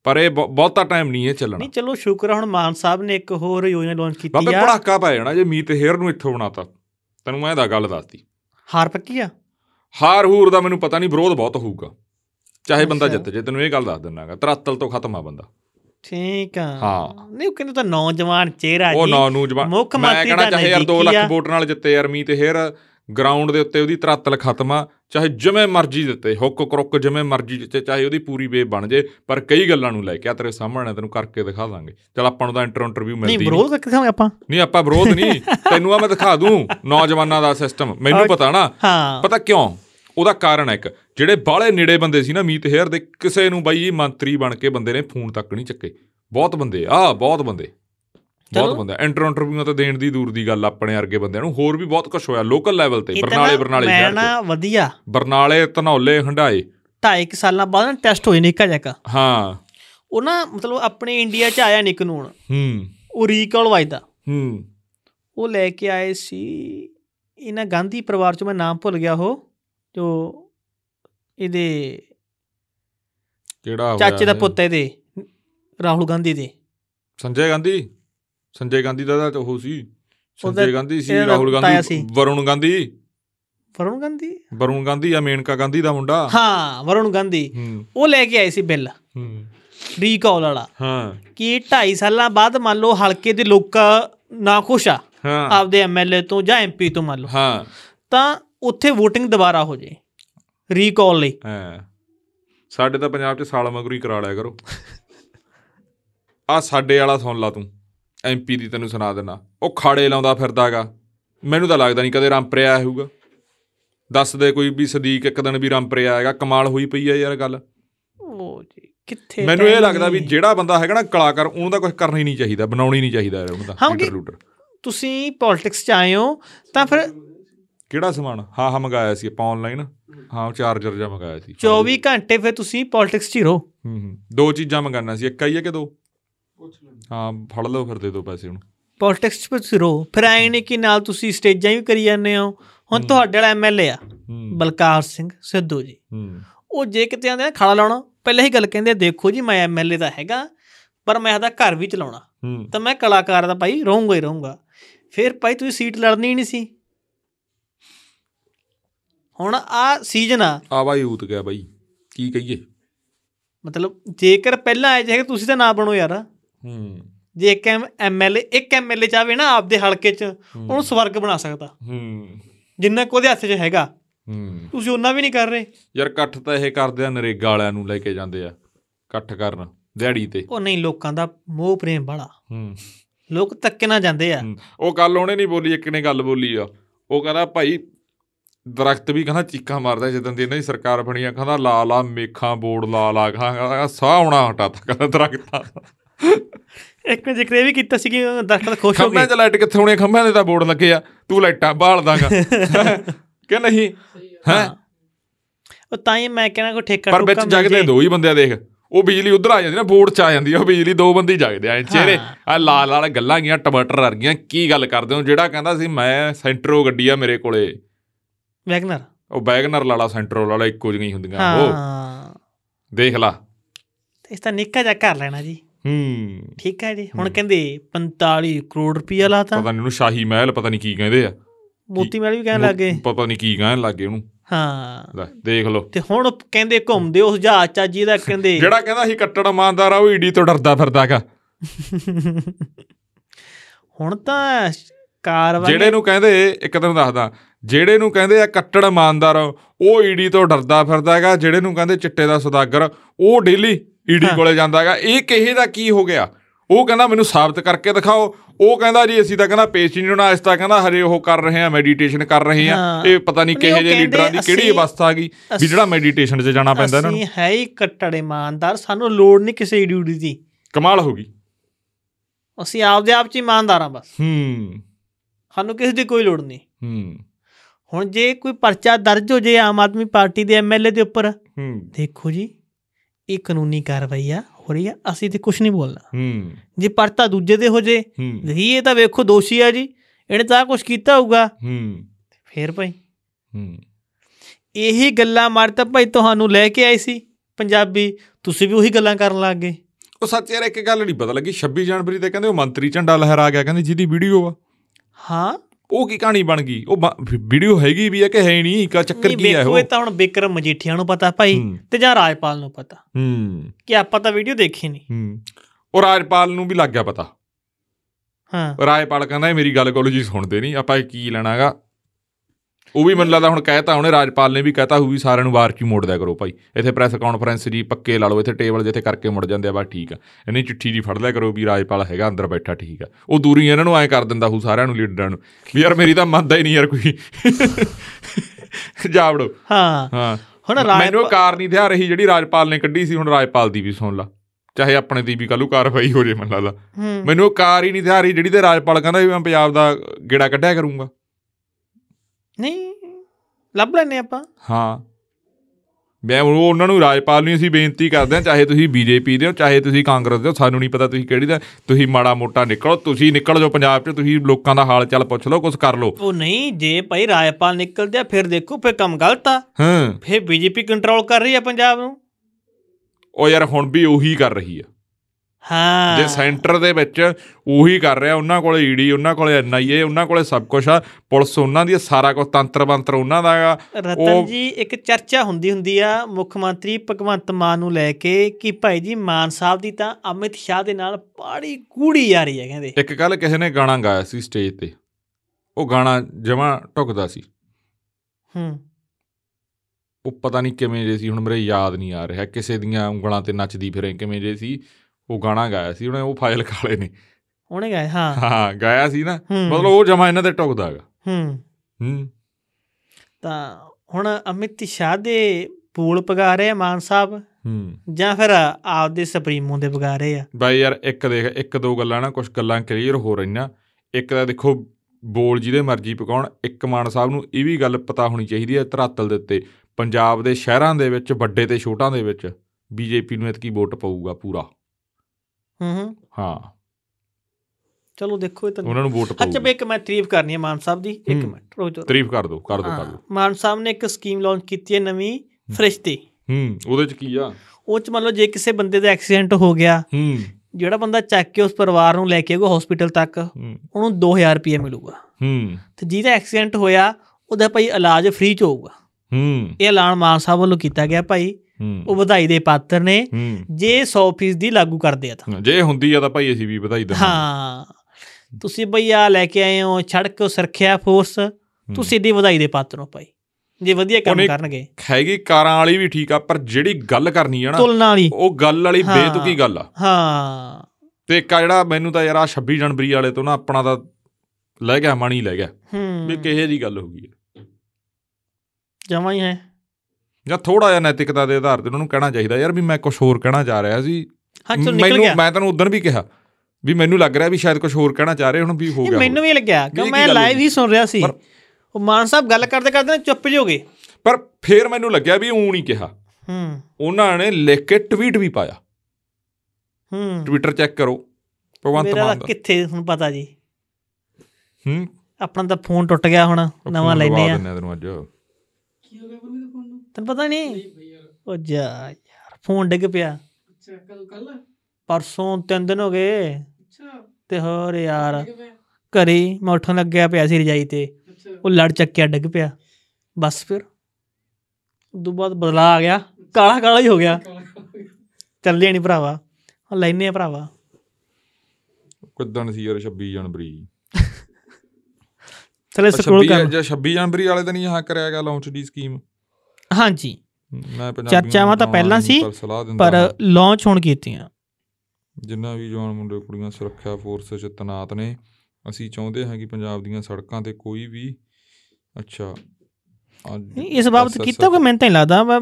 Speaker 2: ਪਰ ਇਹ ਬਹੁ- ਬਹੁਤਾ ਟਾਈਮ ਨਹੀਂ ਇਹ ਚੱਲਣਾ
Speaker 1: ਨਹੀਂ ਚਲੋ ਸ਼ੁਕਰ ਆ ਹੁਣ ਮਾਨ ਸਾਹਿਬ ਨੇ ਇੱਕ ਹੋਰ ਯੋਜਨਾ ਲਾਂਚ
Speaker 2: ਬਾਬੇ
Speaker 1: ਕੀਤੀ ਆ
Speaker 2: ਪੜਾਕਾ ਪੈ ਜਾਣਾ ਜੇ ਮੀਤ ਹੇਅਰ ਨੂੰ ਇੱਥੋਂ ਬਣਾਤਾ ਤੈਨੂੰ ਮੈਂ ਇਹਦਾ ਗੱਲ ਦੱਸਦੀ
Speaker 1: ਹਾਰ ਪੱਕੀ ਆ
Speaker 2: ਹਾਰ ਹੂਰ ਦਾ ਮੈਨੂੰ ਪਤਾ ਨਹੀਂ ਵਿਰੋਧ ਬਹੁਤ ਹੋਊਗਾ ਚਾਹੇ ਬੰਦਾ
Speaker 1: ਅੱਛਾ।
Speaker 2: ਜਿੱਤ ਜੇ ਤੈਨੂੰ ਇਹ ਗੱਲ ਦੱਸ ਦਿੰਨਾਗਾ ਤਰਾਤਲ ਤੋਂ ਖਤਮ ਆ ਬੰਦਾ
Speaker 1: ਠੀਕ ਆ
Speaker 2: ਹਾਂ।
Speaker 1: ਨਹੀਂ ਉਹ ਕਹਿੰਦੇ ਤਾਂ ਨੌਜਵਾਨ ਚਿਹਰਾ ਜੀ
Speaker 2: ਉਹ ਨੌ ਨੌਜਵਾਨ
Speaker 1: ਮੁੱਖ
Speaker 2: ਮੈਂ
Speaker 1: ਮੰਤਰੀ
Speaker 2: ਕਹਿਣਾ
Speaker 1: ਦਾ
Speaker 2: ਚਾਹੇ ਯਾਰ 2
Speaker 1: ਨਜ਼ਦੀਕੀ ਆ।
Speaker 2: ਲੱਖ ਵੋਟ ਨਾਲ ਜਿੱਤੇ ਯਾਰ ਮੀਤ ਹੇਅਰ ਗਰਾਊਂਡ ਦੇ ਉੱਤੇ ਉਹਦੀ ਤਰਾਤਲ ਖਤਮ ਆ ਚਾਹੇ ਜਿਵੇਂ ਮਰਜ਼ੀ ਦਿੱਤੇ ਹੁੱਕ ਕਰੁੱਕ ਜਿਵੇਂ ਮਰਜ਼ੀ ਜਿੱਤੇ ਚਾਹੇ ਉਹਦੀ ਪੂਰੀ ਵੇਵ ਬਣ ਜੇ ਪਰ ਕਈ ਗੱਲਾਂ ਨੂੰ ਲੈ ਕੇ ਆ ਤੇਰੇ ਸਾਹਮਣੇ ਤੈਨੂੰ ਕਰਕੇ ਦਿਖਾ ਦਾਂਗੇ ਚਲ ਆਪਾਂ ਨੂੰ ਤਾਂ ਇੰਟਰ ਇੰਟਰਵਿਊ
Speaker 1: ਨਹੀਂ
Speaker 2: ਮਿਲਦੀ ਨਹੀਂ
Speaker 1: ਵਿਰੋਧ ਕਰਦੇ ਹਾਂ ਆਪਾਂ
Speaker 2: ਨਹੀਂ ਆਪਾਂ ਵਿਰੋਧ ਨਹੀਂ ਤੈਨੂੰ ਆ ਮੈਂ ਦਿਖਾ ਦੂੰ ਨੌਜਵਾਨਾਂ ਦਾ ਸਿਸਟਮ ਮੈਨੂੰ
Speaker 1: Okay.
Speaker 2: ਪਤਾ ਨਾ
Speaker 1: ਹਾਂ
Speaker 2: ਪਤਾ ਕਿਉਂ ਉਹਦਾ ਕਾਰਨ ਹੈ ਇੱਕ ਜਿਹੜੇ ਬਾਹਲੇ ਨੇੜੇ ਬੰਦੇ ਸੀ ਨਾ ਮੀਤ ਹੇਅਰ ਦੇ ਕਿਸੇ ਨੂੰ ਬਾਈ ਇਹ ਮੰਤਰੀ ਬਣ ਕੇ ਬੰਦੇ ਨੇ ਫੋਨ ਤੱਕ ਨਹੀਂ ਚੱਕੇ ਬਹੁਤ ਬੰਦੇ ਆ ਬਹੁਤ ਬੰਦੇ ਬਹੁਤ
Speaker 1: ਚਲੋ।
Speaker 2: ਬੰਦੇ ਇੰਟਰ ਇੰਟਰਵਿਊਆਂ ਤਾਂ ਦੇਣ ਦੀ ਦੂਰ ਦੀ ਗੱਲ ਆਪਣੇ ਵਰਗੇ ਬੰਦਿਆਂ ਨੂੰ ਹੋਰ ਵੀ ਬਹੁਤ ਕੁਝ ਹੋਇਆ ਲੋਕਲ ਲੈਵਲ ਤੇ
Speaker 1: ਇਹ ਤਾਂ
Speaker 2: ਬਰਨਾਲੇ
Speaker 1: ਨਾ
Speaker 2: ਬਰਨਾਲੇ
Speaker 1: ਮੈਂ
Speaker 2: ਸ਼ਹਿਰ
Speaker 1: ਨਾ
Speaker 2: ਚ
Speaker 1: ਵਧੀਆ
Speaker 2: ਬਰਨਾਲੇ ਧਨੌਲੇ ਹੰਡਾਏ
Speaker 1: ਢਾਈ ਕੁ ਸਾਲਾਂ ਬਾਅਦ ਨਾ ਟੈਸਟ ਹੋਏ ਨੇ ਇੱਕਾ ਜੱਕਾ
Speaker 2: ਹਾਂ
Speaker 1: ਉਹ ਨਾ ਮਤਲਬ ਆਪਣੇ ਇੰਡੀਆ 'ਚ ਆਇਆ ਨਹੀਂ ਕਾਨੂੰਨ
Speaker 2: ਹੂੰ
Speaker 1: ਉਹ ਰੀਕਾਲ ਵਾਇਦਾ
Speaker 2: ਹੂੰ
Speaker 1: ਉਹ ਲੈ ਕੇ ਆਏ ਸੀ ਇਹਨਾਂ ਗਾਂਧੀ ਪਰਿਵਾਰ 'ਚੋਂ ਮੈਂ ਨਾਮ ਭੁੱਲ ਗਿਆ ਉਹ ਜੋ ਇਹਦੇ
Speaker 2: ਕਿਹੜਾ ਹੋਇਆ
Speaker 1: ਚਾਚੇ ਦਾ
Speaker 2: ਇਹ?
Speaker 1: ਪੁੱਤ ਇਹਦੇ ਰਾਹੁਲ ਗਾਂਧੀ ਦੇ
Speaker 2: ਸੰਜੇ ਗਾਂਧੀ ਸੰਜੇ ਗਾਂਧੀ ਦਾ ਤਾਂ ਉਹ ਸੀ ਸੰਜੇ
Speaker 1: ਉਹਦਾ-
Speaker 2: ਗਾਂਧੀ ਸੀ
Speaker 1: ਇਹਦਾ
Speaker 2: ਰਾਹੁਲ
Speaker 1: ਤਾਇਆ
Speaker 2: ਗਾਂਧੀ
Speaker 1: ਸੀ।
Speaker 2: ਵਰੁਣ ਗਾਂਧੀ
Speaker 1: ਵਰੁਣ ਗਾਂਧੀ
Speaker 2: ਵਰੁਣ ਗਾਂਧੀ ਆ ਮੇਨਕਾ ਗਾਂਧੀ ਦਾ ਮੁੰਡਾ
Speaker 1: ਹਾਂ ਵਰੁਣ ਗਾਂਧੀ
Speaker 2: ਹੂੰ
Speaker 1: ਉਹ ਲੈ ਕੇ ਆਏ ਸੀ ਬਿੱਲ
Speaker 2: ਹੂੰ
Speaker 1: ਰੀਕਾਲ ਵਾਲਾ
Speaker 2: ਹਾਂ
Speaker 1: ਕਿ 2.5 ਸਾਲਾਂ ਬਾਅਦ ਮੰਨ ਲਓ ਹਲਕੇ ਦੇ ਲੋਕ ਨਾ ਖੁਸ਼ ਆ
Speaker 2: ਹਾਂ
Speaker 1: ਆਪਦੇ ਐਮਐਲਏ ਤੋਂ ਜਾਂ ਐਮਪੀ ਤੋਂ ਮੰਨ ਲਓ
Speaker 2: ਹਾਂ
Speaker 1: ਤਾਂ ਉੱਥੇ VOTING ਦੁਬਾਰਾ ਹੋ ਜੇ ਰੀਕਾਲ ਲਈ
Speaker 2: ਹਾਂ। ਸਾਡੇ ਤਾਂ ਪੰਜਾਬ 'ਚ ਸਾਲ ਮਗਰੋਂ ਹੀ ਕਰਾ ਲਿਆ ਕਰੋ ਆ ਸਾਡੇ ਵਾਲਾ ਸੁਣ ਲਾ ਤੂੰ ਐਮਪੀ ਦੀ ਤੈਨੂੰ ਸੁਣਾ ਦੇਣਾ ਉਹ ਖਾੜੇ ਲਾਉਂਦਾ ਫਿਰਦਾਗਾ ਮੈਨੂੰ ਤਾਂ ਲੱਗਦਾ ਨਹੀਂ ਕਦੇ ਰਾਮਪਰੇ ਆਇਆ ਹੋਊਗਾ ਦੱਸ ਦੇ ਕੋਈ ਵੀ ਸਦੀਕ ਇੱਕ ਦਿਨ ਵੀ ਰਾਮਪਰੇ ਆਏਗਾ ਕਮਾਲ ਹੋਈ ਪਈ ਆ ਯਾਰ ਗੱਲ
Speaker 1: ਉਹ ਜੀ ਕਿੱਥੇ
Speaker 2: ਮੈਨੂੰ ਇਹ
Speaker 1: time
Speaker 2: ਲੱਗਦਾ ਵੀ
Speaker 1: ਨਹੀਂ।
Speaker 2: ਜਿਹੜਾ ਬੰਦਾ ਹੈਗਾ ਨਾ ਕਲਾਕਾਰ ਉਹਨੂੰ ਤਾਂ ਕੁਝ ਕਰਨਾ ਹੀ ਨਹੀਂ ਚਾਹੀਦਾ ਬਣਾਉਣਾ ਹੀ ਨਹੀਂ ਚਾਹੀਦਾ ਯਾਰ ਉਹਨੂੰ ਤਾਂ
Speaker 1: ਹਾਂ ਕਿ-
Speaker 2: ਇੰਟਰਲੂਡਰ
Speaker 1: ਤੁਸੀਂ ਪੋਲਿਟਿਕਸ ਚ ਆਏ ਹੋ ਤਾਂ ਫਿਰ
Speaker 2: ਕਿਹੜਾ ਸਮਾਨ ਹਾਂ ਹਾਂ ਮੰਗਾਇਆ ਸੀ ਆਪਾਂ ਆਨਲਾਈਨ ਹਾਂ ਚਾਰਜਰ ਜਾਂ ਮੰਗਾਇਆ ਸੀ
Speaker 1: 24 ਘੰਟੇ ਫਿਰ ਤੁਸੀਂ ਪੋਲਿਟਿਕਸ ਚ ਹੀ ਰਹੋ
Speaker 2: ਹੂੰ ਹੂੰ ਦੋ ਚੀਜ਼ਾਂ ਮੰਗਾਉਣਾ ਸੀ ਇੱਕ ਹੀ ਹੈ ਕਿ ਦੋ
Speaker 3: ਪੁੱਛ ਲੈਂਦੇ
Speaker 2: ਹਾਂ ਫੜ ਲਓ ਫਿਰ ਦੇ ਦਿਓ ਪੈਸੇ ਉਹਨੂੰ
Speaker 1: ਪੋਲਿਟਿਕਸ ਚ ਫਿਰ ਤੁਸੀਂ ਰਹੋ ਫਿਰ ਆਏ ਨੇ ਕਿ ਨਾਲ ਤੁਸੀਂ ਸਟੇਜਾਂ ਵੀ ਕਰੀ ਜਾਂਦੇ ਹੋ ਹੁਣ ਤੁਹਾਡੇ ਵਾਲਾ ਐਮਐਲਏ ਆ
Speaker 2: ਹੂੰ
Speaker 1: ਬਲਕਾਰ ਸਿੰਘ ਸਿੱਧੂ ਜੀ
Speaker 2: ਹੂੰ
Speaker 1: ਉਹ ਜੇ ਕਿਤੇ ਆਂਦੇ ਨਾ ਖਾਣਾ ਲਾਉਣਾ ਪਹਿਲਾਂ ਹੀ ਗੱਲ ਕਹਿੰਦੇ ਆ, ਦੇਖੋ ਜੀ ਮੈਂ ਐਮਐਲਏ ਦਾ ਹੈਗਾ ਪਰ ਮੈਂ ਇਹਦਾ ਘਰ ਵੀ ਚਲਾਉਣਾ
Speaker 2: ਹੂੰ
Speaker 1: ਤਾਂ ਮੈਂ ਕਲਾਕਾਰ ਦਾ ਭਾਈ ਰਹੂੰਗਾ ਹੀ ਰਹੂੰਗਾ ਫਿਰ ਭਾਈ ਤੁਸੀਂ ਸੀਟ ਲੜਨੀ ਹੀ ਨਹੀਂ ਸੀ ਹੁਣ ਆ ਸੀਜ਼ਨ ਆ
Speaker 2: ਆ ਬਾਈ ਉਤ ਗਿਆ ਬਾਈ ਕੀ ਕਹੀਏ
Speaker 1: ਮਤਲਬ ਜੇਕਰ ਪਹਿਲਾਂ ਆਏ ਜੇ ਤੁਸੀਂ ਤਾਂ ਨਾ ਬਣੋ ਯਾਰ
Speaker 2: ਹੂੰ
Speaker 1: ਜੇ ਇੱਕ ਐਮਐਲਏ ਇੱਕ ਐਮਐਲਏ ਚਾਵੇ ਨਾ ਆਪਦੇ ਹਲਕੇ 'ਚ ਉਹਨੂੰ ਸਵਰਗ ਬਣਾ ਸਕਦਾ
Speaker 2: ਹੂੰ
Speaker 1: ਜਿੰਨਾ ਕੁ ਉਹਦੇ ਹੱਥ 'ਚ ਹੈਗਾ
Speaker 2: ਹੂੰ
Speaker 1: ਤੁਸੀਂ ਉਹਨਾਂ ਵੀ ਨਹੀਂ ਕਰ ਰਹੇ
Speaker 2: ਯਾਰ ਇਕੱਠ ਤਾਂ ਇਹ ਕਰਦੇ ਆ ਨਰੇਗਾ ਵਾਲਿਆਂ ਨੂੰ ਲੈ ਕੇ ਜਾਂਦੇ ਆ ਇਕੱਠ ਕਰਨ ਦਿਹਾੜੀ ਤੇ
Speaker 1: ਉਹ ਨਹੀਂ ਲੋਕਾਂ ਦਾ ਮੋਹ ਪ੍ਰੇਮ ਵਾਲਾ
Speaker 2: ਹੂੰ
Speaker 1: ਲੋਕ ਧੱਕੇ ਨਾ ਜਾਂਦੇ ਆ
Speaker 2: ਹਮ, ਉਹ ਗੱਲ ਉਹਨੇ ਨਹੀਂ ਬੋਲੀ ਇੱਕ ਨੇ ਗੱਲ ਬੋਲੀ ਆ ਉਹ ਕਹਿੰਦਾ ਭਾਈ ਦਰਖਤ ਵੀ ਕਹਿੰਦਾ ਚੀਕਾਂ ਮਾਰਦਾ ਜਦੋਂ ਦੀ ਇਹਨਾਂ ਦੀ ਸਰਕਾਰ ਬਣੀ ਆ ਕਹਿੰਦਾ ਲਾ ਲਾ ਮੇਖਾਂ ਬੋਰਡ ਲਾ ਲਾ ਕਹਿੰਦਾ ਸਾਹ ਆਉਣਾ ਹਟਾ ਤਾ ਕਹਿੰਦਾ ਦਰਖਤਾਂ ਦਾ।
Speaker 1: ਇੱਕ ਨੇ ਜ਼ਿਕਰ ਇਹ ਵੀ ਕੀਤਾ ਸੀ ਕਿ ਉਹ ਦਰਖਤ ਖੁਸ਼ ਹੋ
Speaker 2: ਖੰਭਿਆਂ
Speaker 1: ਗਏ
Speaker 2: 'ਚ ਲਾਈਟ ਕਿੱਥੇ ਹੋਣੀ ਆ? ਖੰਭਿਆਂ ਦੇ ਤਾਂ ਬੋਰਡ ਲੱਗੇ ਆ ਤੂੰ ਲਾਈਟਾਂ ਬਾਲ ਦਾਂਗਾ ਕਿ ਨਹੀਂ ਹੈ
Speaker 1: ਉਹ ਤਾਂ ਹੀ ਮੈਂ ਕਹਿਣਾ ਕੋਈ ਠੇਕਾ
Speaker 2: ਪਰ ਵਿੱਚ
Speaker 1: ਠੁੱਕਾ ਮਿਲ
Speaker 2: ਜਗਦੇ
Speaker 1: ਜੇ।
Speaker 2: ਦੋ ਹੀ ਬੰਦਿਆ ਦੇਖ ਉਹ ਬਿਜਲੀ ਉਧਰ ਆ ਜਾਂਦੀ ਨਾ ਬੋਰਡ 'ਚ ਆ ਜਾਂਦੀ ਆ ਉਹ ਬਿਜਲੀ ਦੋ ਬੰਦੇ ਹੀ ਜਗਦੇ ਆ ਐਂ ਚਿਹਰੇ ਆ ਲਾਲ ਲਾਲ ਗੱਲਾਂ ਗੀਆਂ ਟਮਾਟਰ ਵਰਗੀਆਂ ਕੀ ਗੱਲ ਕਰਦੇ ਹੋ ਜਿਹੜਾ ਕਹਿੰਦਾ ਸੀ ਮੈਂ ਸੈਂਟਰੋ ਗੱਡੀ ਆ ਮੇਰੇ ਕੋਲੇ
Speaker 1: ਵੈਗਨਰ
Speaker 2: ਉਹ ਬੈਗਨਰ ਲਾਲਾ ਸੈਂਟਰਲ ਵਾਲਾ ਇੱਕੋ ਜਿਹੀਆਂ ਹੀ ਹੁੰਦੀਆਂ ਉਹ
Speaker 1: ਹਾਂ
Speaker 2: ਦੇਖ ਲਾ
Speaker 1: ਤੇ ਇਸ ਤਾਂ ਨਿੱਕਾ ਜਿਹਾ ਕਰ ਲੈਣਾ ਜੀ
Speaker 2: ਹੂੰ
Speaker 1: ਠੀਕ ਹੈ ਜੀ ਹੁਣ ਕਹਿੰਦੇ 45 ਕਰੋੜ ਰੁਪਇਆ ਲਾਤਾ
Speaker 2: ਪਤਾ ਨਹੀਂ ਉਹਨੂੰ ਸ਼ਾਹੀ ਮਹਿਲ ਪਤਾ ਨਹੀਂ ਕੀ ਕਹਿੰਦੇ ਆ
Speaker 1: ਮੋਤੀ ਮਹਿਲ ਵੀ ਕਹਿਣ ਲੱਗੇ
Speaker 2: ਨੂੰ ਪਤਾ ਨਹੀਂ ਕੀ ਕਹਿਣ ਲੱਗੇ ਉਹਨੂੰ
Speaker 1: ਹਾਂ
Speaker 2: ਲੈ, ਦੇਖ ਲਓ
Speaker 1: ਤੇ ਹੁਣ ਉਹ ਕਹਿੰਦੇ ਘੁੰਮਦੇ ਉਸ ਜਹਾਜ਼ ਚਾਜੀ ਦਾ ਕਹਿੰਦੇ
Speaker 2: ਜਿਹੜਾ ਕਹਿੰਦਾ ਸੀ ਕੱਟੜ ਇਮਾਨਦਾਰ ਆ ਉਹ ਈਡੀ ਤੋਂ ਡਰਦਾ ਫਿਰਦਾਗਾ
Speaker 1: ਹੁਣ ਤਾਂ ਕਾਰਵਾਈ
Speaker 2: ਜਿਹੜੇ ਨੂੰ ਕਹਿੰਦੇ ਇੱਕ ਤੈਨੂੰ ਦੱਸਦਾ ਜਿਹੜੇ ਨੂੰ ਕਹਿੰਦੇ ਆ ਕੱਟੜ ਇਮਾਨਦਾਰ ਉਹ ਈਡੀ ਤੋਂ ਡਰਦਾ ਫਿਰਦਾਗਾ ਜਿਹੜੇ ਨੂੰ ਕਹਿੰਦੇ ਚਿੱਟੇ ਦਾ ਸੌਦਾਗਰ ਉਹ ਡੇਲੀ ਈਡੀ ਕੋਲੇ ਜਾਂਦਾਗਾ ਇਹ ਕਿਹੇ ਦਾ ਕੀ ਹੋ ਗਿਆ ਉਹ ਕਹਿੰਦਾ ਮੈਨੂੰ ਸਾਬਤ ਕਰਕੇ ਦਿਖਾਓ ਉਹ ਕਹਿੰਦਾ ਜੀ ਅਸੀਂ ਤਾਂ ਕਹਿੰਦਾ ਪੇਸ਼ ਹੀ ਨਹੀਂ ਹੋਣਾ ਅਸੀਂ ਤਾਂ ਕਹਿੰਦਾ ਹਰੇ ਉਹ ਕਰ ਰਹੇ ਆ ਮੈਡੀਟੇਸ਼ਨ ਕਰ ਰਹੇ ਆ
Speaker 1: ਹਾਂ।
Speaker 2: ਇਹ ਪਤਾ ਨਹੀਂ
Speaker 1: ਨਹੀਂ, ਉਹ
Speaker 2: ਕਿਹੇ ਜਿਹੇ ਲੀਡਰਾਂ ਦੀ
Speaker 1: ਕਹਿੰਦੇ
Speaker 2: ਕਿਹੜੀ
Speaker 1: ਅਸੀਂ-
Speaker 2: ਅਵਸਥਾ ਆ ਗਈ ਵੀ
Speaker 1: ਅਸੀਂ-
Speaker 2: ਜਿਹੜਾ ਮੈਡੀਟੇਸ਼ਨ 'ਚ ਜਾਣਾ ਪੈਂਦਾ ਇਹਨਾਂ ਨੂੰ
Speaker 1: ਅਸੀਂ ਹੈ ਹੀ ਕੱਟੜ ਇਮਾਨਦਾਰ ਸਾਨੂੰ ਲੋੜ ਨਹੀਂ ਕਿਸੇ ਡਿਊਟੀ ਦੀ
Speaker 2: ਕਮਾਲ ਹੋ ਗਈ
Speaker 1: ਅਸੀਂ ਆਪਦੇ ਆਪ ਚ ਇਮਾਨਦਾਰ ਆ ਬਸ
Speaker 2: ਹੂੰ
Speaker 1: ਸਾਨੂੰ ਕਿਸੇ ਦੀ ਕੋਈ ਲੋੜ ਨਹੀਂ
Speaker 2: ਹੂੰ
Speaker 1: ਹੁਣ ਜੇ ਕੋਈ ਪਰਚਾ ਦਰਜ ਹੋ ਜੇ ਆਮ ਆਦਮੀ ਪਾਰਟੀ ਦੇ ਐਮਐਲਏ ਦੇ ਉੱਪਰ
Speaker 2: ਹੂੰ
Speaker 1: ਦੇਖੋ ਜੀ ਇਹ ਕਾਨੂੰਨੀ ਕਾਰਵਾਈ ਆ ਹੋ ਰਹੀ ਆ ਅਸੀਂ ਤੇ ਕੁਝ ਨਹੀਂ ਬੋਲਣਾ
Speaker 2: ਹੂੰ
Speaker 1: ਜੇ ਪਰਚਾ ਦੂਜੇ ਦੇ ਹੋ ਜੇ
Speaker 2: ਹੂੰ
Speaker 1: ਜੀ ਇਹ ਤਾਂ ਵੇਖੋ ਦੋਸ਼ੀ ਆ ਜੀ ਇਹਨੇ ਤਾਂ ਕੁਝ ਕੀਤਾ ਹੋਊਗਾ
Speaker 2: ਹੂੰ
Speaker 1: ਫੇਰ ਭਾਈ
Speaker 2: ਹੂੰ
Speaker 1: ਇਹੀ ਗੱਲਾਂ ਮਾਰ ਤਾਂ ਭਾਈ ਤੁਹਾਨੂੰ ਲੈ ਕੇ ਆਏ ਸੀ ਪੰਜਾਬੀ ਤੁਸੀਂ ਵੀ ਉਹੀ ਗੱਲਾਂ ਕਰਨ ਲੱਗ ਗਏ
Speaker 2: ਉਹ ਸੱਚ ਯਾਰ ਇੱਕ ਗੱਲ ਨਹੀਂ ਪਤਾ ਲੱਗੀ 26 ਜਨਵਰੀ ਤੇ ਕਹਿੰਦੇ ਉਹ ਮੰਤਰੀ ਝੰਡਾ ਲਹਿਰਾ ਗਿਆ ਕਹਿੰਦੇ ਜਿਹਦੀ ਵੀਡੀਓ ਆ
Speaker 1: ਹਾਂ
Speaker 2: ਉਹ ਕੀ ਕਹਾਣੀ ਬਣ ਗਈ ਉਹ ਵੀਡੀਓ ਹੈਗੀ ਵੀ ਆ ਕਿ ਹੈ ਹੀ ਨਹੀਂ ਕਾ ਚੱਕਰ
Speaker 1: ਨਹੀਂ
Speaker 2: ਕੀ ਹੈ
Speaker 1: ਵੇਖੋ
Speaker 2: ਉਹ
Speaker 1: ਇਹ ਤਾਂ ਹੁਣ ਬਿਕਰਮ ਮਜੀਠੀਆ ਨੂੰ ਪਤਾ ਭਾਈ
Speaker 2: ਹੂੰ।
Speaker 1: ਤੇ ਜਾਂ ਰਾਜਪਾਲ ਨੂੰ ਪਤਾ
Speaker 2: ਹੂੰ
Speaker 1: ਕਿ ਆਪਾਂ ਤਾਂ ਵੀਡੀਓ ਦੇਖੀ ਨਹੀਂ
Speaker 2: ਹੂੰ ਉਹ ਰਾਜਪਾਲ ਨੂੰ ਵੀ ਲੱਗ ਗਿਆ ਪਤਾ
Speaker 1: ਹਾਂ
Speaker 2: ਰਾਜਪਾਲ ਕਹਿੰਦਾ ਇਹ ਮੇਰੀ ਗੱਲ ਕੋਲ ਜੀ ਸੁਣਦੇ ਨਹੀਂ ਆਪਾਂ ਇਹ ਕੀ ਲੈਣਾਗਾ ਉਹ ਵੀ ਮੈਨੂੰ ਲੱਗਦਾ ਹੁਣ ਕਹਿਤਾ ਉਹਨੇ ਰਾਜਪਾਲ ਨੇ ਵੀ ਕਹਿਤਾ ਹੋਊ ਵੀ ਸਾਰਿਆਂ ਨੂੰ ਵਾਰ ਕੀ ਮੋੜ ਦਿਆ ਕਰੋ ਭਾਈ ਇੱਥੇ ਪ੍ਰੈਸ ਕਾਨਫਰੰਸ ਜੀ ਪੱਕੇ ਲਾ ਲਓ ਇੱਥੇ ਟੇਬਲ ਜਿੱਥੇ ਕਰਕੇ ਮੁੜ ਜਾਂਦੇ ਆ ਬਸ ਠੀਕ ਆ ਇਹਨੇ ਚਿੱਠੀ ਜੀ ਫੜ ਲਿਆ ਕਰੋ ਵੀ ਰਾਜਪਾਲ ਹੈਗਾ ਅੰਦਰ ਬੈਠਾ ਠੀਕ ਆ ਉਹ ਦੂਰੀ ਇਹਨਾਂ ਨੂੰ ਐਂ ਕਰ ਦਿੰਦਾ ਹੋਊ ਸਾਰਿਆਂ ਨੂੰ ਲੀਡਰਾਂ ਨੂੰ ਵੀ ਯਾਰ ਮੇਰੀ ਤਾਂ ਮੰਨਦਾ ਹੀ ਨਹੀਂ ਯਾਰ ਕੋਈ ਜਾਵੜੋ
Speaker 1: ਹਾਂ
Speaker 2: ਹਾਂ
Speaker 1: ਹੁਣ
Speaker 2: ਮੈਨੂੰ ਉਹ
Speaker 1: ਰਾਜਪਾਲ
Speaker 2: ਕਾਰ ਨਹੀਂ ਧਿਆ ਰਹੀ ਜਿਹੜੀ ਰਾਜਪਾਲ ਨੇ ਕੱਢੀ ਸੀ ਹੁਣ ਰਾਜਪਾਲ ਦੀ ਵੀ ਸੁਣ ਲਾ ਚਾਹੇ ਆਪਣੇ ਦੀ ਵੀ ਕੱਲੂ ਕਾਰਵਾਈ ਹੋ ਜੇ ਮੈਨੂੰ ਲੱਗਦਾ
Speaker 1: ਹੂੰ।
Speaker 2: ਮੈਨੂੰ ਉਹ ਕਾਰ ਹੀ ਨਹੀਂ ਧਿਆ ਰਹੀ ਜਿਹੜੀ ਤੇ ਰਾਜਪਾਲ ਕਹਿੰਦਾ ਵੀ ਮੈਂ ਪੰਜਾਬ ਦਾ ਗੇੜਾ ਕੱਢਿਆ ਕਰੂੰਗਾ
Speaker 1: ਨਹੀਂ ਲੱਭ ਲੈਨੇ ਆਪਾਂ
Speaker 2: ਹਾਂ ਮੈਂ ਉਹ ਉਹਨਾਂ ਨੂੰ ਰਾਜਪਾਲ ਨੂੰ ਅਸੀਂ ਬੇਨਤੀ ਕਰਦੇ ਹਾਂ ਚਾਹੇ ਤੁਸੀਂ ਬੀਜੇਪੀ ਦੇ ਹੋ ਚਾਹੇ ਤੁਸੀਂ ਕਾਂਗਰਸ ਦੇ ਹੋ ਸਾਨੂੰ ਨਹੀਂ ਪਤਾ ਤੁਸੀਂ ਕਿਹੜੀ ਦਾ ਤੁਸੀਂ ਮਾੜਾ ਮੋਟਾ ਨਿਕਲੋ ਤੁਸੀਂ ਨਿਕਲ ਜਾਓ ਪੰਜਾਬ 'ਚ ਤੁਸੀਂ ਲੋਕਾਂ ਦਾ ਹਾਲ ਚਾਲ ਪੁੱਛ ਲਓ ਕੁਝ ਕਰ ਲਓ
Speaker 1: ਉਹ ਨਹੀਂ ਜੇ ਭਾਈ ਰਾਜਪਾਲ ਨਿਕਲਦੇ ਆ ਫਿਰ ਦੇਖੋ ਫਿਰ ਕੰਮ ਗਲਤ ਆ
Speaker 2: ਹਾਂ
Speaker 1: ਫਿਰ ਬੀਜੇਪੀ ਕੰਟਰੋਲ ਕਰ ਰਹੀ ਆ ਪੰਜਾਬ ਨੂੰ
Speaker 2: ਉਹ ਯਾਰ ਹੁਣ ਵੀ ਉਹੀ ਕਰ ਰਹੀ ਆ ਜੇ
Speaker 1: ਹਾਂ
Speaker 2: ਸੈਂਟਰ ਦੇ ਵਿੱਚ ਉਹੀ ਕਰ ਰਿਹਾ ਉਹਨਾਂ ਕੋਲੇ ਈਡੀ ਉਹਨਾਂ ਕੋਲੇ ਐਨਆਈਏ ਉਹਨਾਂ ਕੋਲੇ ਸਭ ਕੁਝ ਆ ਪੁਲਿਸ ਉਹਨਾਂ ਦੀ ਆ, ਸਾਰਾ ਕੁਝ ਤੰਤਰ ਬੰਤਰ ਉਹਨਾਂ ਦਾ ਹੈਗਾ
Speaker 1: ਰਤਨ
Speaker 2: ਉਹ-
Speaker 1: ਜੀ ਇੱਕ ਚਰਚਾ ਹੁੰਦੀ ਹੁੰਦੀ ਆ ਮੁੱਖ ਮੰਤਰੀ ਭਗਵੰਤ ਮਾਨ ਨੂੰ ਲੈ ਕੇ ਕਿ ਭਾਈ ਜੀ ਮਾਨ ਸਾਹਿਬ ਦੀ ਤਾਂ ਅਮਿਤ ਸ਼ਾਹ ਦੇ ਨਾਲ ਬਾੜੀ ਗੂੜੀ ਯਾਰੀ ਆ ਕਹਿੰਦੇ
Speaker 2: ਇੱਕ ਕੱਲ ਕਿਸੇ ਨੇ ਗਾਣਾ ਗਾਇਆ ਸੀ ਸਟੇਜ ਤੇ ਉਹ ਗਾਣਾ ਜਮਾਂ ਟੁਕਦਾ ਸੀ
Speaker 1: ਹੂੰ
Speaker 2: ਉਹ ਪਤਾ ਨਹੀਂ ਕਿਵੇਂ ਜੇ ਸੀ ਹੁਣ ਮੇਰੇ ਯਾਦ ਨਹੀਂ ਆ ਰਿਹਾ ਕਿਸੇ ਦੀਆਂ ਉਂਗਲਾਂ ਤੇ ਨੱਚਦੀ ਫਿਰੇ ਕਿਵੇਂ ਜੇ ਸੀ ਉਹ ਗਾਣਾ ਗਾਇਆ ਸੀ ਉਹਨੇ ਉਹ ਫਾਇਲ ਕਾਲੇ ਨੇ
Speaker 1: ਉਹਨੇ ਗਾਇਆ ਹਾਂ
Speaker 2: ਹਾਂ ਗਾਇਆ ਸੀ ਨਾ
Speaker 1: ਹੂੰ।
Speaker 2: ਮਤਲਬ ਉਹ ਜਮਾਂ ਇਹਨਾਂ ਤੇ ਟੁਕਦਾ ਹੈਗਾ
Speaker 1: ਹੂੰ
Speaker 2: ਹੂੰ
Speaker 1: ਤਾਂ ਹੁਣ ਅਮਿਤ ਸ਼ਾਹ ਦੇ ਪੂਲ ਪਗਾ ਰਹੇ ਆ ਮਾਨ ਸਾਹਿਬ
Speaker 2: ਹੂੰ
Speaker 1: ਜਾਂ ਫਿਰ ਆਪਦੇ ਸੁਪਰੀਮੋ ਦੇ ਪਗਾ ਰਹੇ ਆ
Speaker 2: ਬਾਈ ਯਾਰ ਇੱਕ ਦੇਖ ਇੱਕ ਦੋ ਗੱਲਾਂ ਨਾ ਕੁਝ ਗੱਲਾਂ ਕਲੀਅਰ ਹੋ ਰਹੀਆਂ ਇੱਕ ਤਾਂ ਦੇਖੋ ਬੋਲ ਜਿਹਦੇ ਮਰਜ਼ੀ ਪਕਾਉਣ ਇੱਕ ਮਾਨ ਸਾਹਿਬ ਨੂੰ ਇਹ ਵੀ ਗੱਲ ਪਤਾ ਹੋਣੀ ਚਾਹੀਦੀ ਹੈ ਧਰਾਤਲ ਦੇ ਉੱਤੇ ਪੰਜਾਬ ਦੇ ਸ਼ਹਿਰਾਂ ਦੇ ਵਿੱਚ ਵੱਡੇ ਤੇ ਛੋਟਾਂ ਦੇ ਵਿੱਚ ਬੀਜੇਪੀ ਨੂੰ ਇਤਕੀ ਵੋਟ ਪਊਗਾ ਪੂਰਾ
Speaker 1: ਹੂੰ ਹੂੰ
Speaker 2: ਹਾਂ
Speaker 1: ਚਲੋ ਦੇਖੋ ਇਹ ਤਾਂ
Speaker 2: ਉਹਨਾਂ ਨੂੰ ਵੋਟ
Speaker 1: ਅੱਛਾ
Speaker 2: ਪਊਗੀ
Speaker 1: ਬਈ ਇੱਕ ਮੈਂ ਤਾਰੀਫ ਕਰਨੀ ਹੈ ਮਾਨ ਸਾਹਿਬ ਦੀ ਇੱਕ
Speaker 2: ਹੂੰ।
Speaker 1: ਮਿੰਟ ਰੁਕ ਜਾਓ
Speaker 2: ਤਾਰੀਫ ਕਰ ਦਿਓ ਕਰ ਦਿਓ ਕਰ
Speaker 1: ਹਾਂ,
Speaker 2: ਦਿਓ
Speaker 1: ਮਾਨ ਸਾਹਿਬ ਨੇ ਇੱਕ ਸਕੀਮ ਲਾਂਚ ਕੀਤੀ ਹੈ ਨਵੀਂ ਫਰਿਸ਼ਤੇ
Speaker 2: ਹੂੰ ਉਹਦੇ ਚ ਕੀ ਆ
Speaker 1: ਉਹ ਚ ਮੰਨ ਲਓ ਜੇ ਕਿਸੇ ਬੰਦੇ ਦਾ ਐਕਸੀਡੈਂਟ ਹੋ ਗਿਆ
Speaker 2: ਹੂੰ
Speaker 1: ਜਿਹੜਾ ਬੰਦਾ ਚੱਕ ਕੇ ਉਸ ਪਰਿਵਾਰ ਨੂੰ ਲੈ ਕੇ ਆਊਗਾ ਹਸਪੀਟਲ ਤੱਕ
Speaker 2: ਹੂੰ,
Speaker 1: ਉਹਨੂੰ 2000 ਰੁਪਏ ਮਿਲੂਗਾ
Speaker 2: ਹੂੰ
Speaker 1: ਤੇ ਜਿਹਦਾ ਐਕਸੀਡੈਂਟ ਹੋਇਆ ਉਹਦਾ ਭਾਈ ਇਲਾਜ ਫ੍ਰੀ ਚ ਹੋਊਗਾ
Speaker 2: ਹੂੰ
Speaker 1: ਇਹ ਐਲਾਨ ਮਾਨ ਸਾਹਿਬ ਵੱਲੋਂ ਕੀਤਾ ਗਿਆ ਭਾਈ ਉਹ
Speaker 2: ਹੂੰ
Speaker 1: ਵਧਾਈ ਦੇ ਪਾਤਰ ਨੇ
Speaker 2: ਹੂੰ
Speaker 1: ਜੇ 100% ਦੀ ਲਾਗੂ ਕਰਦੇ ਆ ਤਾਂ
Speaker 2: ਜੇ ਹੁੰਦੀ ਆ ਤਾਂ ਭਾਈ ਅਸੀਂ ਵੀ ਵਧਾਈ ਦਵਾਂਗੇ
Speaker 1: ਹਾਂ ਤੁਸੀਂ ਬਈ ਆ ਲੈ ਕੇ ਆਏ ਹੋ ਛੜਕ ਸੁਰੱਖਿਆ ਫੋਰਸ ਤੁਸੀਂ ਦੀ ਵਧਾਈ ਦੇ ਪਾਤਰ ਹੋ ਭਾਈ ਜੇ ਵਧੀਆ ਕੰਮ
Speaker 2: ਉਹਨੇ-
Speaker 1: ਕਰਨਗੇ
Speaker 2: ਹੈਗੀ ਕਾਰਾਂ ਵਾਲੀ ਵੀ ਠੀਕ ਆ ਪਰ ਜਿਹੜੀ ਗੱਲ ਕਰਨੀ ਆ ਨਾ
Speaker 1: ਤੁਲਨਾ ਵਾਲੀ
Speaker 2: ਉਹ ਗੱਲ ਵਾਲੀ
Speaker 1: ਹਾਂ।
Speaker 2: ਬੇਤੁਕੀ ਗੱਲ ਆ
Speaker 1: ਹਾਂ
Speaker 2: ਤੇ ਇੱਕ ਆ ਜਿਹੜਾ ਮੈਨੂੰ ਤਾਂ ਯਾਰ ਆ 26 ਜਨਵਰੀ ਵਾਲੇ ਤੋਂ ਨਾ ਆਪਣਾ ਤਾਂ ਲੈ ਗਿਆ ਮਣੀ ਲੈ ਗਿਆ ਵੀ
Speaker 1: ਹੂੰ
Speaker 2: ਕਿਹੇ ਦੀ ਗੱਲ ਹੋ ਗਈ ਆ।
Speaker 1: ਜਮਾ ਹੀ ਹੈ
Speaker 2: ਜਾਂ ਥੋੜਾ ਜਿਹਾ ਨੈਤਿਕਤਾ ਦੇ ਆਧਾਰ ਤੇ ਉਹਨਾਂ ਨੂੰ ਕਹਿਣਾ ਚਾਹੀਦਾ ਯਾਰ ਵੀ ਮੈਂ ਕੁਝ ਹੋਰ ਕਹਿਣਾ ਚਾਹ ਰਿਹਾ ਸੀ
Speaker 1: ਹਾਂ ਚਲੋ ਨਿਕਲ
Speaker 2: ਮੈਨੂੰ
Speaker 1: ਗਿਆ
Speaker 2: ਮੈਂ ਤੈਨੂੰ ਉਦੋਂ ਵੀ ਕਿਹਾ ਵੀ ਮੈਨੂੰ ਲੱਗ ਰਿਹਾ ਵੀ ਸ਼ਾਇਦ ਕੁਝ ਹੋਰ ਕਹਿਣਾ ਚਾਹ ਰਹੇ ਹੁਣ ਵੀ ਹੋ
Speaker 1: ਇਹ
Speaker 2: ਗਿਆ
Speaker 1: ਮੈਨੂੰ ਵੀ ਲੱਗਿਆ
Speaker 2: ਮੇਰੀ
Speaker 1: ਕਿ
Speaker 2: ਕੀ
Speaker 1: ਮੈਂ
Speaker 2: ਗੱਲ
Speaker 1: ਲਾਈਵ
Speaker 2: ਹੋਈ?
Speaker 1: ਹੀ ਸੁਣ ਰਿਹਾ ਸੀ
Speaker 2: ਪਰ-
Speaker 1: ਉਹ ਮਾਨ ਸਾਹਿਬ ਗੱਲ ਕਰਦੇ ਕਰਦੇ ਨਾ ਚੁੱਪ ਜੋਗੇ
Speaker 2: ਹੋਊ। ਪਰ ਫੇਰ ਮੈਨੂੰ ਲੱਗਿਆ ਵੀ ਉਹ ਨਹੀਂ ਕਿਹਾ
Speaker 1: ਹੂੰ
Speaker 2: ਉਹਨਾਂ ਨੇ ਲਿਖ ਕੇ ਟਵੀਟ ਵੀ ਪਾਇਆ
Speaker 1: ਹੂੰ
Speaker 2: ਟਵਿੱਟਰ ਚੈੱਕ ਕਰੋ ਭਗਵੰਤ
Speaker 1: ਮੇਰਾ ਤਾਂ
Speaker 2: ਮਾਨ ਦਾ
Speaker 1: ਕਿੱਥੇ ਹੁਣ ਪਤਾ ਜੀ
Speaker 2: ਹੂੰ
Speaker 1: ਆਪਣਾ ਤਾਂ ਫੋਨ ਟੁੱਟ ਗਿਆ ਹੁਣ ਨਵਾਂ
Speaker 2: ਫੋਨ
Speaker 1: ਲੈਨੇ
Speaker 2: ਲਵਾ
Speaker 1: ਆ
Speaker 2: ਦਿੰਦੇ ਤੈਨੂੰ ਅੱਜ
Speaker 3: ਕੀ ਹੋ ਗਿਆ ਬੰਦੇ ਦੇ ਫੋਨ ਨੂੰ
Speaker 1: ਤੈਨੂੰ ਪਤਾ ਨਹੀਂ
Speaker 3: ਨਹੀਂ ਭਈ ਯਾਰ
Speaker 1: ਉਹ ਜਾ ਯਾਰ ਫੋਨ ਡਿੱਗ ਪਿਆ
Speaker 3: ਅੱਛਾ ਕਦੋਂ ਕੱਲ
Speaker 1: ਪਰਸੋਂ ਤਿੰਨ ਦਿਨ ਹੋ ਗਏ
Speaker 3: ਅੱਛਾ
Speaker 1: ਤੇ ਹੋਰ ਯਾਰ
Speaker 3: ਠੀਕ ਹੈ ਭਈ।
Speaker 1: ਘਰੇ ਮੈਂ ਉੱਠਣ ਲੱਗਿਆ ਪਿਆ ਸੀ ਰਜਾਈ ਤੇ
Speaker 3: ਅੱਛਾ
Speaker 1: ਉਹ ਲੜ ਚੱਕਿਆ ਡਿੱਗ ਪਿਆ ਬਸ ਫਿਰ ਉਦੋਂ ਬਾਅਦ ਬਦਲਾ ਆ ਗਿਆ ਕਾਲਾ ਕਾਲਾ ਹੀ ਹੋ ਗਿਆ
Speaker 3: ਕਾਲਾ ਹੋ ਗਿਆ।
Speaker 1: ਚੱਲੇ ਨਹੀਂ ਭਰਾਵਾ ਹੁਣ ਲੈਨੇ ਆ ਭਰਾਵਾ
Speaker 2: ਕਿਦਣ ਸੀ ਯਾਰ 26 ਜਨਵਰੀ
Speaker 1: ਚਲੇ
Speaker 2: ਅੱਛਾ,
Speaker 1: ਸਕਰੋਲ
Speaker 2: 26
Speaker 1: ਕਰ
Speaker 2: ਜਾਂ 26 ਜਨਵਰੀ ਵਾਲੇ ਦਿਨ ਹੀ ਹਾਂ ਕਰਿਆ ਗਿਆ ਲਾਂਚ ਦੀ ਸਕੀਮ
Speaker 1: ਹਾਂਜੀ
Speaker 2: ਮੈਂ ਪੰਜਾਬੀਆਂ ਨੂੰ
Speaker 1: ਚਰਚਾਵਾਂ ਤਾਂ
Speaker 2: ਬਣਾਉਣਾ
Speaker 1: ਪਹਿਲਾਂ
Speaker 2: ਨਹੀਂ,
Speaker 1: ਸੀ,
Speaker 2: ਪਰ ਸਲਾਹ ਦਿੰਦਾ
Speaker 1: ਪਰ
Speaker 2: ਹਾਂ।
Speaker 1: ਲਾਂਚ ਹੁਣ ਕੀਤੀਆਂ
Speaker 2: ਜਿੰਨਾ ਵੀ ਜਵਾਨ ਮੁੰਡੇ ਕੁੜੀਆਂ ਸੁਰੱਖਿਆ ਫੋਰਸ 'ਚ ਤੈਨਾਤ ਨੇ ਅਸੀਂ ਚਾਹੁੰਦੇ ਹਾਂ ਕਿ ਪੰਜਾਬ ਦੀਆਂ ਸੜਕਾਂ ਤੇ ਕੋਈ ਵੀ ਅੱਛਾ ਅੱਜ
Speaker 1: ਨਹੀਂ, ਇਸ ਬਾਬਤ
Speaker 2: SSF
Speaker 1: ਕੀਤਾ ਕੋਈ ਮੈਨੂੰ ਤਾਂ ਨਹੀਂ ਲੱਗਦਾ ਮੈਂ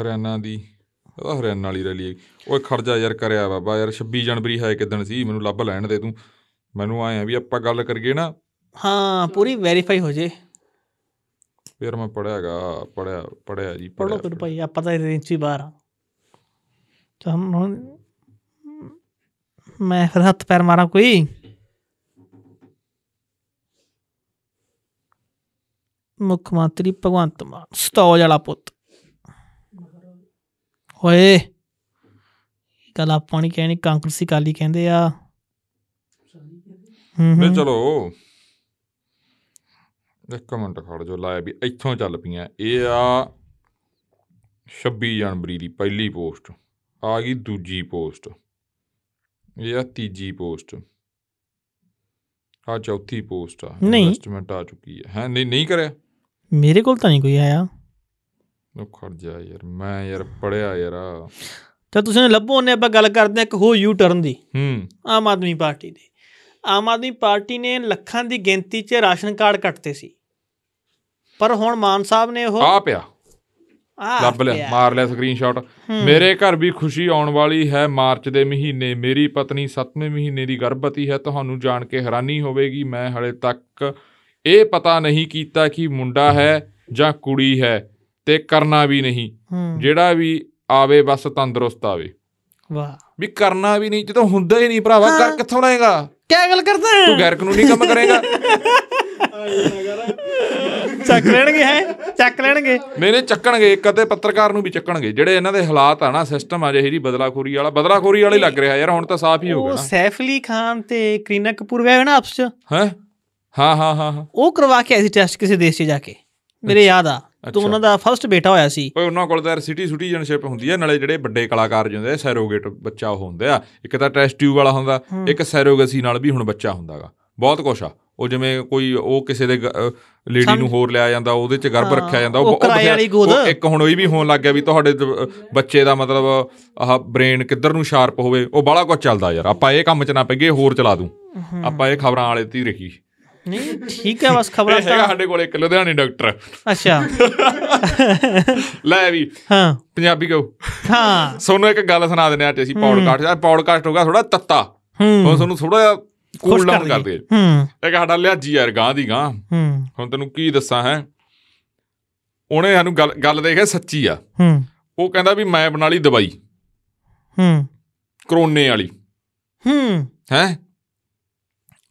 Speaker 2: ਹਰਿਆਣਾ ਦੀ ਉਹ ਹਰਿਆਣਾ ਵਾਲੀ ਰੈਲੀ ਹੈਗੀ। ਓਏ ਖਰਜਾ ਯਾਰ ਕਰਿਆ ਬਾਬਾ ਯਾਰ 26 ਜਨਵਰੀ ਹੈ ਕਿਦਣ ਸੀ ਮੈਨੂੰ ਲੱਭ ਲੈਣ ਦੇ ਤੂੰ ਮੈਨੂੰ ਆਏ ਆ ਵੀ ਆਪਾਂ ਗੱਲ ਕਰੀਏ ਨਾ
Speaker 1: ਹਾਂ ਪੂਰੀ ਵੈਰੀਫਾਈ ਹੋ ਜੇ
Speaker 2: ਫਿਰ ਮੈਂ ਪੜਿਆਗਾ ਪੜਿਆ ਪੜਿਆ ਜੀ
Speaker 1: ਪੜੋ ਫਿਰ ਭਾਈ ਆਪਾਂ ਤਾਂ ਰੇਂਜ ਹੀ ਬਾਹਰ ਆ ਤਾਂ ਹੁਣ- ਹੁਣ ਮੈਂ ਫਿਰ ਹੱਥ ਪੈਰ ਮਾਰਾਂ ਕੋਈ ਮੁੱਖ ਮੰਤਰੀ ਭਗਵੰਤ ਮਾਨ ਸਤੌਜ ਵਾਲਾ ਪੁੱਤ ਹੋਏ ਇਹ ਗੱਲ ਆਪਾਂ ਨਹੀਂ ਕਹਿਣੀ ਕਾਂਗਰਸੀ ਕਾਲੀ ਕਹਿੰਦੇ ਆ ਹੂੰ
Speaker 2: ਵੇ
Speaker 1: ਹੂੰ
Speaker 2: ਚਲੋ ਇੱਕ ਮਿੰਟ ਖੜ ਜੋ ਲਾਇਆ ਵੀ ਇੱਥੋਂ ਚੱਲ ਪਈਆਂ ਇਹ ਆ 26 ਜਨਵਰੀ ਦੀ ਪਹਿਲੀ ਪੋਸਟ ਆ ਗਈ ਦੂਜੀ ਪੋਸਟ ਇਹ ਆ ਤੀਜੀ ਪੋਸਟ ਆ ਚੌਥੀ ਪੋਸਟ ਆ
Speaker 1: ਨਹੀਂ।
Speaker 2: ਇਨਵੈਸਟਮੈਂਟ ਆ ਚੁੱਕੀ ਹੈ ਹੈ ਨਹੀਂ ਨਹੀਂ ਕਰਿਆ
Speaker 1: ਮੇਰੇ ਕੋਲ ਤਾਂ ਨਹੀਂ ਕੋਈ ਆਇਆ
Speaker 2: ਉਹ ਖੜ ਜਾ ਯਾਰ ਮੈਂ ਯਾਰ ਪੜਿਆ ਯਾਰ ਆ।
Speaker 1: ਤਾਂ ਤੁਸੀਂ ਲੱਭੋ ਨੇ ਆਪਾਂ ਗੱਲ ਕਰਦੇ ਹਾਂ ਇੱਕ ਹੋ ਯੂ ਟਰਨ ਦੀ
Speaker 2: ਹੂੰ
Speaker 1: ਆਮ ਆਦਮੀ ਪਾਰਟੀ ਦੇ ਆਮ ਆਦਮੀ ਪਾਰਟੀ ਨੇ ਲੱਖਾਂ ਦੀ ਗਿਣਤੀ 'ਚ ਰਾਸ਼ਨ ਕਾਰਡ ਕੱਟਤੇ ਸੀ ਪਰ ਹੁਣ ਮਾਨ ਸਾਹਿਬ ਨੇ ਉਹ
Speaker 2: ਆ ਪਿਆ
Speaker 1: ਆਹ
Speaker 2: ਲੱਭ ਲਿਆ
Speaker 1: ਪਿਆ।
Speaker 2: ਮਾਰ ਲਿਆ ਸਕਰੀਨਸ਼ਾਟ
Speaker 1: ਹੂੰ।
Speaker 2: ਮੇਰੇ ਘਰ ਵੀ ਖੁਸ਼ੀ ਆਉਣ ਵਾਲੀ ਹੈ ਮਾਰਚ ਦੇ ਮਹੀਨੇ ਮੇਰੀ ਪਤਨੀ 7ਵੇਂ ਮਹੀਨੇ ਦੀ ਗਰਭਵਤੀ ਹੈ ਤੁਹਾਨੂੰ ਜਾਣ ਕੇ ਹੈਰਾਨੀ ਹੋਵੇਗੀ ਮੈਂ ਹਲੇ ਤੱਕ ਇਹ ਪਤਾ ਨਹੀਂ ਕੀਤਾ ਕਿ ਮੁੰਡਾ ਹੈ ਜਾਂ ਕੁੜੀ ਹੈ ਤੇ ਕਰਨਾ ਵੀ ਨਹੀਂ
Speaker 1: ਹੂੰ,
Speaker 2: ਜਿਹੜਾ ਵੀ ਆਵੇ ਬਸ ਤੰਦਰੁਸਤ ਆਵੇ
Speaker 1: ਵਾਹ
Speaker 2: ਵੀ ਕਰਨਾ ਵੀ ਨਹੀਂ ਜਦੋਂ ਹੁੰਦਾ ਹੀ ਨਹੀਂ ਭਰਾਵਾ ਕਰ ਕਿੱਥੋਂ ਲਾਏਗਾ
Speaker 1: ਕੀ ਗੱਲ ਕਰਦਾ
Speaker 2: ਤੂੰ ਗੈਰ ਕਾਨੂੰਨੀ ਕੰਮ ਕਰੇਗਾ
Speaker 3: ਆਏ ਨਗਰ
Speaker 1: ਚੱਕ ਲੈਣਗੇ ਹੈ ਚੱਕ ਲੈਣਗੇ
Speaker 2: ਨਹੀਂ ਨਹੀਂ ਚੱਕਣਗੇ ਇੱਕ ਅੱਧੇ ਪੱਤਰਕਾਰ ਨੂੰ ਵੀ ਚੱਕਣਗੇ ਜਿਹੜੇ ਇਹਨਾਂ ਦੇ ਹਾਲਾਤ ਆ ਨਾ ਸਿਸਟਮ ਆ ਜਿਹੇ ਜੀ ਬਦਲਾਖੋਰੀ ਵਾਲਾ ਬਦਲਾਖੋਰੀ ਵਾਲਾ ਹੀ ਲੱਗ ਰਿਹਾ ਯਾਰ ਹੁਣ ਤਾਂ ਸਾਫ਼ ਹੀ ਹੋ ਗਿਆ
Speaker 1: ਉਹ
Speaker 2: ਨਾ
Speaker 1: ਸੈਫ ਅਲੀ ਖਾਨ ਤੇ ਕਰੀਨਾ ਕਪੂਰ ਗਏ ਹੋਏ ਨਾ ਆਪਸ 'ਚ
Speaker 2: ਹੈ ਹਾਂ ਹਾਂ ਹਾਂ ਹਾਂ
Speaker 1: ਉਹ ਕਰਵਾ ਕੇ ਆਏ ਸੀ ਟੈਸਟ ਕਿਸੇ ਦੇਸ਼ 'ਚ ਜਾ ਕੇ ਮੇਰੇ ਯਾਦ ਆ ਤੋ
Speaker 2: ਅੱਛਾ।
Speaker 1: ਉਹਨਾਂ ਦਾ ਫਰਸਟ ਬੇਟਾ ਹੋਇਆ ਸੀ
Speaker 2: ਓਏ ਉਹਨਾਂ ਕੋਲ ਤਾਂ ਯਾਰ ਸਿਟੀ ਸਿਟੀਜ਼ਨਸ਼ਿਪ ਹੁੰਦੀ ਆ ਨਾਲੇ ਜਿਹੜੇ ਵੱਡੇ ਕਲਾਕਾਰ ਜਿਉਂਦੇ ਆ ਸੈਰੋਗੇਟ ਬੱਚਾ ਉਹ ਹੁੰਦੇ ਆ ਇੱਕ ਤਾਂ ਟੈਸਟ ਟਿਊਬ ਵਾਲਾ ਹੁੰਦਾ ਇੱਕ ਸੈਰੋਗੇਸੀ ਨਾਲ ਵੀ ਹੁਣ ਬੱਚਾ ਹੁੰਦਾਗਾ ਬਹੁਤ ਕੁਛ ਆ ਉਹ ਜਿਵੇਂ ਕੋਈ ਉਹ ਕਿਸੇ ਦੇ ਲੇਡੀ ਨੂੰ ਹੋਰ ਲਿਆ ਜਾਂਦਾ ਉਹਦੇ ਚ ਗਰਭ
Speaker 1: ਹਾਂ,
Speaker 2: ਰੱਖਿਆ ਜਾਂਦਾ ਉਹ
Speaker 1: ਉਹ
Speaker 2: ਬਹੁਤ-
Speaker 1: ਕਿਰਾਏ
Speaker 2: ਬਥੇਰਾ-
Speaker 1: ਵਾਲੀ ਗੋਦ।
Speaker 2: ਉਹ ਇੱਕ ਹੁਣ ਇਹ ਵੀ ਹੋਣ ਲੱਗ ਗਿਆ ਵੀ ਤੁਹਾਡੇ ਦ- ਅ, ਬੱਚੇ ਦਾ ਮਤਲਬ ਆਹ ਬ੍ਰੇਨ ਕਿੱਧਰ ਨੂੰ ਸ਼ਾਰਪ ਹੋਵੇ ਉਹ ਬਾਹਲਾ ਕੁਛ ਚੱਲਦਾ ਯਾਰ ਆਪਾਂ ਇਹ ਕੰਮ ਚ ਨਾ ਪਈਏ ਹੋਰ ਚਲਾ ਦੂੰ ਆਪਾਂ ਇਹ ਖਬਰਾਂ ਵਾਲੇ ਤੇ ਹੀ ਰਹੀ
Speaker 1: ਨਹੀਂ ਠੀਕ ਹੈ ਬਸ ਖਬਰਾਂ
Speaker 2: ਇਹ ਹੈਗਾ
Speaker 1: ਤਾਂ
Speaker 2: ਸਾਡੇ ਕੋਲ ਇੱਕ ਲੁਧਿਆਣੇ ਡਾਕਟਰ
Speaker 1: ਅੱਛਾ
Speaker 2: ਲੈ ਵੀ
Speaker 1: ਹਾਂ
Speaker 2: ਪੰਜਾਬੀ ਕਹੋ
Speaker 1: ਹਾਂ
Speaker 2: ਸੋਨੂੰ ਇੱਕ ਗੱਲ ਸੁਣਾ ਦਿੰਦੇ ਹਾਂ ਅੱਜ ਅਸੀਂ ਪੌਡਕਾਸਟ ਆ ਪੌਡਕਾਸਟ ਹੋਗਾ ਥੋੜਾ ਤੱਤਾ
Speaker 1: ਹੂੰ
Speaker 2: ਹੁਣ ਤੁਹਾਨੂੰ ਥੋੜਾ
Speaker 1: ਖੁਸ਼
Speaker 2: ਕੂਲ
Speaker 1: ਕਰ
Speaker 2: ਡਾਊਨ
Speaker 1: ਦਈਏ।
Speaker 2: ਕਰ ਦੇ
Speaker 1: ਹੂੰ
Speaker 2: ਇੱਕ ਸਾਡਾ ਲਿਆਜੀ ਯਾਰ ਗਾਂ ਦੀ ਗਾਂ
Speaker 1: ਹੂੰ
Speaker 2: ਹੁਣ ਤੈਨੂੰ ਕੀ ਦੱਸਾਂ ਹੈ ਉਹਨੇ ਸਾਨੂੰ ਗੱਲ ਗੱਲ ਦੇਖਿਆ ਸੱਚੀ ਆ
Speaker 1: ਹੂੰ
Speaker 2: ਉਹ ਕਹਿੰਦਾ ਵੀ ਮੈਂ ਬਣਾ ਲਈ ਦਵਾਈ
Speaker 1: ਹੂੰ
Speaker 2: ਕਰੋਨੇ ਵਾਲੀ
Speaker 1: ਹੂੰ
Speaker 2: ਹੈ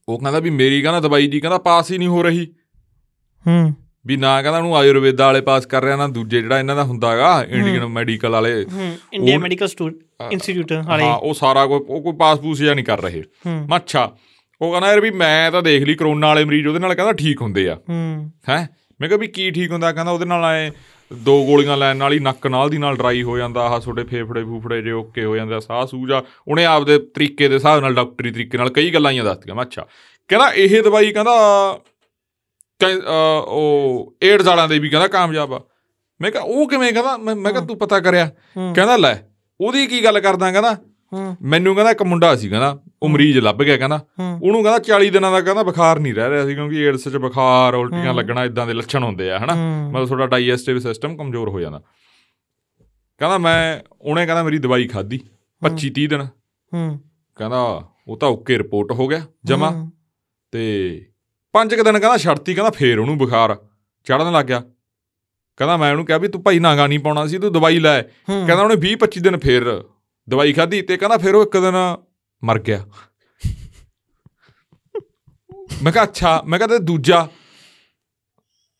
Speaker 2: ਉਹ ਕਹਿੰਦਾ ਵੀ ਮੇਰੀ ਕਹਿੰਦਾ ਦਵਾਈ ਦੀ ਕਹਿੰਦਾ ਪਾਸ ਹੀ ਨਹੀਂ ਹੋ ਰਹੀ
Speaker 1: ਹੂੰ
Speaker 2: ਵੀ ਨਾ ਕਹਿੰਦਾ ਉਹਨੂੰ ਆਯੁਰਵੇਦਾ ਵਾਲੇ ਪਾਸ ਕਰ ਰਿਹਾ ਨਾ ਦੂਜੇ ਜਿਹੜਾ ਇਹਨਾਂ ਦਾ ਹੁੰਦਾਗਾ ਇੰਡੀਅਨ ਮੈਡੀਕਲ ਵਾਲੇ
Speaker 1: ਹੂੰ ਇੰਡੀਆ
Speaker 2: ਉਹ-
Speaker 1: ਮੈਡੀਕਲ ਇੰਸਟੀਚਿਊਟ ਵਾਲੇ
Speaker 2: ਹਾਂ ਉਹ ਸਾਰਾ ਕੋਈ ਉਹ ਕੋਈ ਪਾਸ ਪੂਸ ਜਿਹਾ ਨਹੀਂ ਕਰ ਰਹੇ
Speaker 1: ਹੂੰ
Speaker 2: ਮੈਂ ਅੱਛਾ ਉਹ ਕਹਿੰਦਾ ਯਾਰ ਵੀ ਮੈਂ ਤਾਂ ਦੇਖ ਲਈ ਕਰੋਨਾ ਵਾਲੇ ਮਰੀਜ਼ ਉਹਦੇ ਨਾਲ ਕਹਿੰਦਾ ਠੀਕ ਹੁੰਦੇ ਆ
Speaker 1: ਹੂੰ
Speaker 2: ਹੈ ਮੈਂ ਕਿਹਾ ਵੀ ਕੀ ਠੀਕ ਹੁੰਦਾ ਕਹਿੰਦਾ ਉਹਦੇ ਨਾਲ ਐ ਦੋ ਗੋਲੀਆਂ ਲੈਣ ਨਾਲ ਹੀ ਨੱਕ ਨਾਲ ਦੀ ਨਾਲ ਡਰਾਈ ਹੋ ਜਾਂਦਾ ਆਹ ਤੁਹਾਡੇ ਫੇਫੜੇ ਫੂਫੜੇ ਜੇ ਓਕੇ ਹੋ ਜਾਂਦੇ ਆ, ਸਾਹ ਸੂਜਾ ਉਹਨੇ ਆਪਦੇ ਤਰੀਕੇ ਦੇ ਹਿਸਾਬ ਨਾਲ ਡਾਕਟਰੀ ਤਰੀਕੇ ਨਾਲ ਕਈ ਗੱਲਾਂ ਹੀ ਦੱਸਤੀਆਂ ਮੈਂ ਅੱਛਾ ਕਹਿੰਦਾ ਇਹ ਦਵਾਈ ਕਹਿੰਦਾ ਕੈ- ਅਹ ਉਹ ਏਡਜ਼ ਵਾਲਿਆਂ ਦੇ ਵੀ ਕਹਿੰਦਾ ਕਾਮਯਾਬ ਆ ਮੈਂ ਕਿਹਾ ਉਹ ਕਿਵੇਂ ਕਹਿੰਦਾ ਮੈਂ ਮੈਂ ਕਿਹਾ ਤੂੰ ਪਤਾ ਕਰਿਆ
Speaker 1: ਹੂੰ।
Speaker 2: ਕਹਿੰਦਾ ਲੈ ਉਹਦੀ ਕੀ ਗੱਲ ਕਰਦਾ ਕਹਿੰਦਾ
Speaker 1: ਹੂੰ
Speaker 2: ਮੈਨੂੰ ਕਹਿੰਦਾ ਇੱਕ ਮੁੰਡਾ ਸੀ ਕਹਿੰਦਾ ਉਹ ਮਰੀਜ਼ ਲੱਭ ਗਿਆ ਕਹਿੰਦਾ
Speaker 1: ਹੂੰ
Speaker 2: ਉਹਨੂੰ ਕਹਿੰਦਾ 40 ਦਿਨਾਂ ਦਾ ਕਹਿੰਦਾ ਬੁਖਾਰ ਨਹੀਂ ਰਹਿ ਰਿਹਾ ਸੀ ਕਿਉਂਕਿ ਏਡਸ 'ਚ ਬੁਖਾਰ ਉਲਟੀਆਂ ਲੱਗਣਾ ਇਦਾਂ ਦੇ ਲੱਛਣ ਹੁੰਦੇ ਆ ਹਨਾ
Speaker 1: ਹੂੰ।
Speaker 2: ਮਤਲਬ ਤੁਹਾਡਾ ਡਾਈਜੈਸਟਿਵ ਸਿਸਟਮ ਕਮਜ਼ੋਰ ਹੋ ਜਾਂਦਾ ਕਹਿੰਦਾ ਮੈਂ ਉਹਨੇ ਕਹਿੰਦਾ ਮੇਰੀ ਦਵਾਈ ਖਾਧੀ 25 30 ਦਿਨ
Speaker 1: ਹੂੰ
Speaker 2: ਕਹਿੰਦਾ ਉਹ ਤਾਂ ਓਕੇ ਰਿਪੋਰਟ ਹੋ ਗਿਆ ਜਮਾ
Speaker 1: ਹੂੰ।
Speaker 2: ਤੇ ਪੰਜ ਕੁ ਦਿਨ ਕਹਿੰਦਾ ਛੜਤੀ ਕਹਿੰਦਾ ਫੇਰ ਉਹਨੂੰ ਬੁਖਾਰ ਚੜਨ ਲੱਗ ਗਿਆ ਕਹਿੰਦਾ ਮੈਂ ਉਹਨੂੰ ਕਿਹਾ ਵੀ ਤੂੰ ਭਾਈ ਨਾਗਾ ਨਹੀਂ ਪਾਉਣਾ ਸੀ ਤੂੰ ਦਵਾਈ ਲੈ
Speaker 1: ਹੂੰ।
Speaker 2: ਕਹਿੰਦਾ ਉਹਨੇ 20 25 ਦਿਨ ਫੇਰ ਦਵਾਈ ਖਾਧੀ ਤੇ ਕਹਿੰਦਾ ਫੇਰ ਉਹ ਇੱਕ ਦਿਨ ਮਰ ਗਿਆ ਮੈਂ ਕਿਹਾ ਅੱਛਾ ਮੈਂ ਕਿਹਾ ਤੇ ਦੂਜਾ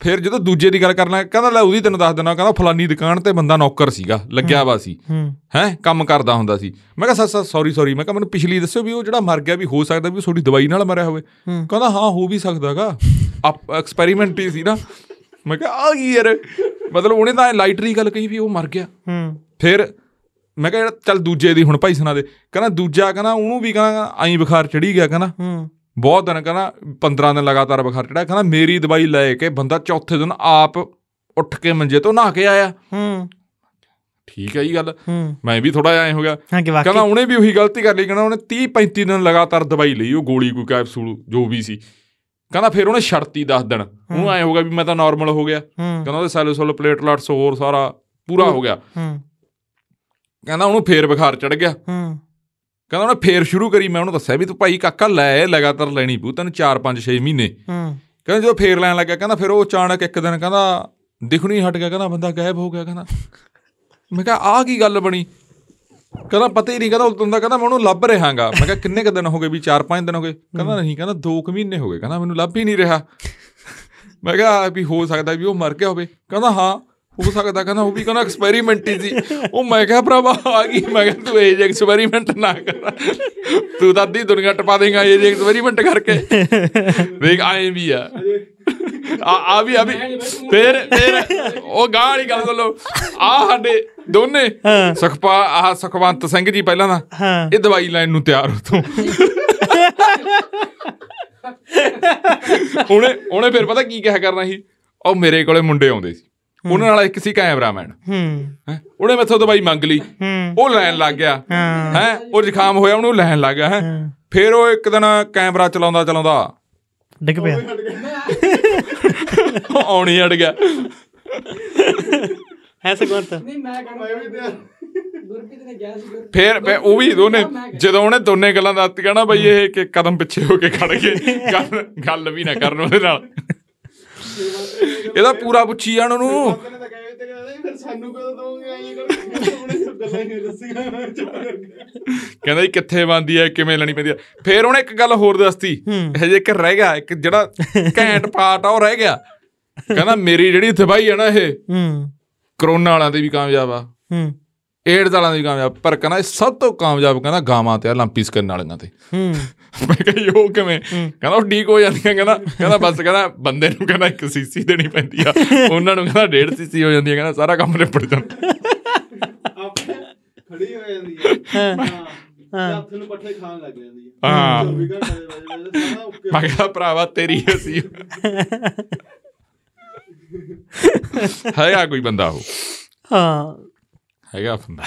Speaker 2: ਫਿਰ ਜਦੋਂ ਦੂਜੇ ਦੀ ਗੱਲ ਕਰਨਾ ਕਹਿੰਦਾ ਲੈ ਉਹਦੀ ਤੈਨੂੰ ਦੱਸ ਦਿੰਦਾ ਕਹਿੰਦਾ ਫਲਾਨੀ ਦੁਕਾਨ ਤੇ ਬੰਦਾ ਨੌਕਰ ਸੀਗਾ ਲੱਗਿਆ ਵਾ ਸੀ
Speaker 1: ਹੂੰ
Speaker 2: ਹੈਂ ਕੰਮ ਕਰਦਾ ਹੁੰਦਾ ਸੀ ਮੈਂ ਕਿਹਾ ਸੱਸ ਸੱਸ ਸੌਰੀ ਸੌਰੀ ਮੈਂ ਕਿਹਾ ਮੈਨੂੰ ਪਿਛਲੀ ਦੱਸਿਓ ਵੀ ਉਹ ਜਿਹੜਾ ਮਰ ਗਿਆ ਵੀ ਹੋ ਸਕਦਾ ਵੀ ਉਹ ਤੁਹਾਡੀ ਦਵਾਈ ਨਾਲ ਮਰਿਆ ਹੋਵੇ
Speaker 1: ਹੂੰ।
Speaker 2: ਕਹਿੰਦਾ ਹਾਂ ਹੋ ਵੀ ਸਕਦਾਗਾ ਆਪ ਐਕਸਪੈਰੀਮੈਂਟ ਹੀ ਸੀ ਨਾ ਮੈਂ ਕਿਹਾ ਆ ਕੀ ਯਾਰ ਮਤਲਬ ਉਹਨੇ ਤਾਂ ਲਾਈਟਰੀ ਗੱਲ ਕਹੀ ਵੀ ਉਹ ਮਰ ਗਿਆ
Speaker 1: ਹੂੰ
Speaker 2: ਫਿਰ ਮੈਂ ਕਿਹਾ ਜਿਹੜਾ ਚੱਲ ਦੂਜੇ ਦੀ ਹੁਣ ਭਾਈ ਸੁਣਾ ਦੇ ਕਹਿੰਦਾ ਦੂਜਾ ਕਹਿੰਦਾ ਉਹਨੂੰ ਵੀ ਕਹਿੰਦਾ ਆਈ ਬੁਖਾਰ ਚੜੀ ਗਿਆ ਕਹਿੰਦਾ
Speaker 1: ਹੂੰ
Speaker 2: ਬਹੁਤ ਦਿਨ ਕਹਿੰਦਾ 15 ਦਿਨ ਲਗਾਤਾਰ ਬੁਖਾਰ ਚੜਿਆ ਕਹਿੰਦਾ ਮੇਰੀ ਦਵਾਈ ਲੈ ਕੇ ਬੰਦਾ ਚੌਥੇ ਦਿਨ ਆਪ ਉੱਠ ਕੇ ਮੰਜੇ ਤੋਂ ਨਹਾ ਕੇ ਆਇਆ
Speaker 1: ਹੂੰ
Speaker 2: ਠੀਕ ਹੈ ਜੀ ਗੱਲ
Speaker 1: ਹੂੰ
Speaker 2: ਮੈਂ ਵੀ ਥੋੜਾ ਐ ਹੋ ਗਿਆ
Speaker 1: ਹਾਂ ਕਿ
Speaker 2: ਕਹਿੰਦਾ
Speaker 1: ਵਾਕਈ
Speaker 2: ਉਹਨੇ ਵੀ ਉਹੀ ਗਲਤੀ ਕਰ ਲਈ ਕਹਿੰਦਾ ਉਹਨੇ 30 35 ਦਿਨ ਲਗਾਤਾਰ ਦਵਾਈ ਲਈ ਉਹ ਗੋਲੀ ਕੋਈ ਕੈਪਸੂਲ ਜੋ ਵੀ ਸੀ ਕਹਿੰਦਾ ਫਿਰ ਉਹਨੇ ਛੜਤੀ 10 ਦਿਨ ਉਹਨੂੰ ਐ ਹੋਗਾ ਵੀ ਮੈਂ ਤਾਂ ਨਾਰਮਲ ਹੋ ਗਿਆ
Speaker 1: ਹੂੰ
Speaker 2: ਕਹਿੰਦਾ ਉਹਦੇ ਸੈਲੂਸੋਲ ਪਲੇਟਲੈਟਸ ਹੋਰ ਸਾਰਾ ਪੂਰਾ ਹੋ ਗਿਆ
Speaker 1: ਹੂੰ
Speaker 2: ਕਹਿੰਦਾ ਉਹਨੂੰ ਫੇਰ ਬੁਖਾਰ ਚੜ ਗਿਆ
Speaker 1: ਹੂੰ
Speaker 2: ਕਹਿੰਦਾ ਉਹਨੇ ਫੇਰ ਸ਼ੁਰੂ ਕਰੀ ਮੈਂ ਉਹਨੂੰ ਦੱਸਿਆ ਵੀ ਤੂੰ ਭਾਈ ਕਾਕਾ ਲੈ ਲਗਾਤਾਰ ਲੈਣੀ ਪਊ ਤੈਨੂੰ 4 5 6 ਮਹੀਨੇ
Speaker 1: ਹੂੰ
Speaker 2: ਕਹਿੰਦਾ ਜਦੋਂ ਫੇਰ ਲੈਣ ਲੱਗਿਆ ਕਹਿੰਦਾ ਫਿਰ ਉਹ ਅਚਾਨਕ ਇੱਕ ਦਿਨ ਕਹਿੰਦਾ ਦਿਖਣੀ ਹਟ ਗਿਆ ਕਹਿੰਦਾ ਬੰਦਾ ਗਾਇਬ ਹੋ ਗਿਆ ਕਹਿੰਦਾ ਮੈਂ ਕਿਹਾ ਆਹ ਕੀ ਗੱਲ ਬਣੀ ਕਹਿੰਦਾ ਪਤਾ ਹੀ ਨਹੀਂ ਕਹਿੰਦਾ ਉਦੋਂ ਦਾ ਕਹਿੰਦਾ ਮੈਂ ਉਹਨੂੰ ਲੱਭ ਰਿਹਾਗਾ ਮੈਂ ਕਿਹਾ ਕਿੰਨੇ ਕੁ ਦਿਨ ਹੋ ਗਏ ਵੀ 4-5 ਦਿਨ ਹੋ ਗਏ ਕਹਿੰਦਾ ਨਹੀਂ ਕਹਿੰਦਾ 2 ਕੁ ਮਹੀਨੇ ਹੋ ਗਏ ਕਹਿੰਦਾ ਮੈਨੂੰ ਲੱਭ ਹੀ ਨਹੀਂ ਰਿਹਾ ਮੈਂ ਕਿਹਾ ਵੀ ਹੋ ਸਕਦਾ ਵੀ ਉਹ ਮਰ ਗਿਆ ਹੋਵੇ ਕਹਿੰਦਾ ਹਾਂ ਹੋ ਸਕਦਾ ਕਹਿੰਦਾ ਉਹ ਵੀ ਕਹਿੰਦਾ ਐਕਸਪੈਰੀਮੈਂਟ ਹੀ ਸੀ ਉਹ ਮੈਂ ਕਿਹਾ ਭਰਾਵਾ ਆ ਗਈ ਮੈਂ ਕਿਹਾ ਤੂੰ ਇਹ ਐਕਸਪੈਰੀਮੈਂਟ ਨਾ ਕਰ ਤੂੰ ਤਾਂ ਅੱਧੀ ਦੁਨੀਆ ਟਪਾ ਦੇਗਾ ਇਹ ਐਕਸਪੈਰੀਮੈਂਟ ਕਰਕੇ ਵੇਖ ਆਏ ਵੀ ਆ ਆ ਆ ਵੀ ਆ ਵੀ ਫੇਰ ਫੇਰ ਉਹ ਗਾਂ ਵਾਲੀ ਗੱਲ ਸੁਣੋ ਆ ਸਾਡੇ ਦੋਨੇ ਸੁਖਪਾ ਆਹ ਸੁਖਵੰਤ ਸਿੰਘ ਜੀ ਪਹਿਲਾਂ ਦਾ
Speaker 1: ਹਾਂ
Speaker 2: ਇਹ ਦਵਾਈ ਲੈਣ ਨੂੰ ਤਿਆਰ ਹੋ ਤੂੰ ਉਹਨੇ ਉਹਨੇ ਫਿਰ ਪਤਾ ਕੀ ਕਿਹਾ ਕਰਨਾ ਸੀ ਉਹ ਮੇਰੇ ਕੋਲੇ ਮੁੰਡੇ ਆਉਂਦੇ ਸੀ ਉਹਨਾਂ ਨਾਲ ਇੱਕ ਸੀ ਕੈਮਰਾਮੈਨ
Speaker 1: ਹੂੰ
Speaker 2: ਹੈਂ। ਉਹਨੇ ਮੈਥੋਂ ਦਵਾਈ ਮੰਗ ਲਈ
Speaker 1: ਹੂੰ
Speaker 2: ਉਹ ਲੈਣ ਲੱਗ ਗਿਆ
Speaker 1: ਹਾਂ।
Speaker 2: ਹੈ ਉਹ ਜ਼ੁਕਾਮ ਹੋਇਆ ਉਹਨੂੰ ਲੈਣ ਲੱਗ ਗਿਆ ਹੈ
Speaker 1: ਹਾਂ।
Speaker 2: ਫਿਰ ਉਹ ਇੱਕ ਦਿਨ ਕੈਮਰਾ ਚਲਾਉਂਦਾ ਚਲਾਉਂਦਾ
Speaker 1: ਡਿੱਗ ਪਿਆ
Speaker 2: ਆਉਣੀ ਅੜ ਗਿਆ
Speaker 1: ਹੈ ਸਗਵੰਤ
Speaker 3: ਨਹੀਂ ਮੈਂ ਕਹਿੰਦਾ ਮੈਂ ਵੀ ਤੇ ਗੁਰਪ੍ਰੀਤ ਨੇ ਗਿਆ ਸੀ ਗੁਰਪ੍ਰੀਤ
Speaker 2: ਫਿਰ ਫਿਰ ਉਹ ਵੀ ਦੋਨੇ ਜਦੋਂ ਉਹਨੇ ਦੋਨੇ ਗੱਲਾਂ ਦੱਸਤੀਆਂ ਨਾ ਬਈ ਇਹ ਕਿ ਕਦਮ ਪਿੱਛੇ ਹੋ ਕੇ ਖੜ ਗਏ ਗੱਲ ਗੱਲ ਵੀ ਨਾ ਕਰਨ ਉਹਦੇ ਨਾਲ ਇਹਦਾ ਪੂਰਾ ਪੁੱਛੀ ਜਾਣ ਉਹਨੂੰ
Speaker 4: ਉਹਨੇ ਤਾਂ ਕਹਿ ਦਿੱਤਾ ਕਹਿੰਦਾ ਫਿਰ ਸਾਨੂੰ ਕਦੋਂ ਦੋਗੇ ਆਈਏ ਕਰਕੇ ਉਹਨੇ ਸਭ ਗੱਲਾਂ ਹੀ ਦੱਸੀਆਂ ਮੈਂ ਚੁੱਪ ਕਰ ਗਿਆ
Speaker 2: ਕਹਿੰਦਾ ਜੀ ਕਿੱਥੇ ਬੰਦੀ ਹੈ ਕਿਵੇਂ ਲੈਣੀ ਪੈਂਦੀ ਹੈ ਫਿਰ ਉਹਨੇ ਇੱਕ ਗੱਲ ਹੋਰ ਦੱਸਤੀ ਹਜੇ ਇੱਕ ਰਹਿ ਗਿਆ ਇੱਕ ਜਿਹੜਾ ਘੈਂਟ ਪਾਰਟ ਆ ਉਹ ਰਹਿ ਗਿਆ ਕਹਿੰਦਾ ਮੇਰੀ ਜਿਹੜੀ ਤਬਾਹੀ ਹੈ ਨਾ ਇਹ
Speaker 1: ਹੂੰ
Speaker 2: ਕਰੋਨਾ ਵਾਲਿਆਂ ਤੇ ਵੀ ਕਾਮਯਾਬ ਆ
Speaker 1: ਹੂੰ
Speaker 2: ਏਡਜ਼ ਵਾਲਿਆਂ ਤੇ ਵੀ ਕਾਮਯਾਬ ਪਰ ਕਹਿੰਦਾ ਇਹ ਸਭ ਤੋਂ ਕਾਮਯਾਬ ਕਹਿੰਦਾ ਗਾਵਾਂ ਤੇ ਆ ਲੰਪੀਸ ਕਰਨ ਵਾਲਿਆਂ ਤੇ
Speaker 1: ਹੂੰ
Speaker 2: ਮੈਂ ਕਿਹਾ ਜੀ ਉਹ ਕਿਵੇਂ ਕਹਿੰਦਾ ਉਹ ਠੀਕ ਹੋ ਜਾਂਦੀਆਂ ਕਹਿੰਦਾ ਕਹਿੰਦਾ ਬਸ ਕਹਿੰਦਾ ਬੰਦੇ ਨੂੰ ਕਹਿੰਦਾ ਇੱਕ ਸੀਸੀ ਦੇਣੀ ਪੈਂਦੀ ਆ ਉਹਨਾਂ ਨੂੰ ਕਹਿੰਦਾ ਡੇਢ ਸੀਸੀ ਹੋ ਜਾਂਦੀ ਆ ਕਹਿੰਦਾ ਸਾਰਾ ਕੰਮ ਨਿਪਟ ਜਾਂਦਾ
Speaker 4: ਆਪੇ ਖੜੀ ਹੋ ਜਾਂਦੀ ਹੈ
Speaker 1: हाँ,
Speaker 4: ਹਾਂ ਤੇ ਹੱਥ ਨੂੰ ਪੱਠੇ ਖਾਣ ਲੱਗ ਜਾਂਦੀ ਹੈ
Speaker 2: ਹਾਂ।
Speaker 4: ਚੌਵੀ ਘੰਟੇ ਦੇ ਵਜੇ ਵਜੇ ਸਾਰਾ ਉੱਕੇ
Speaker 2: ਮੈਂ ਕਿਹਾ ਭਰਾਵਾ ਤੇਰੀ ਅਸੀਂ ਹੈਗਾ ਕੋਈ ਬੰਦਾ ਉਹ
Speaker 1: ਹਾਂ
Speaker 2: ਹੈਗਾ ਬੰਦਾ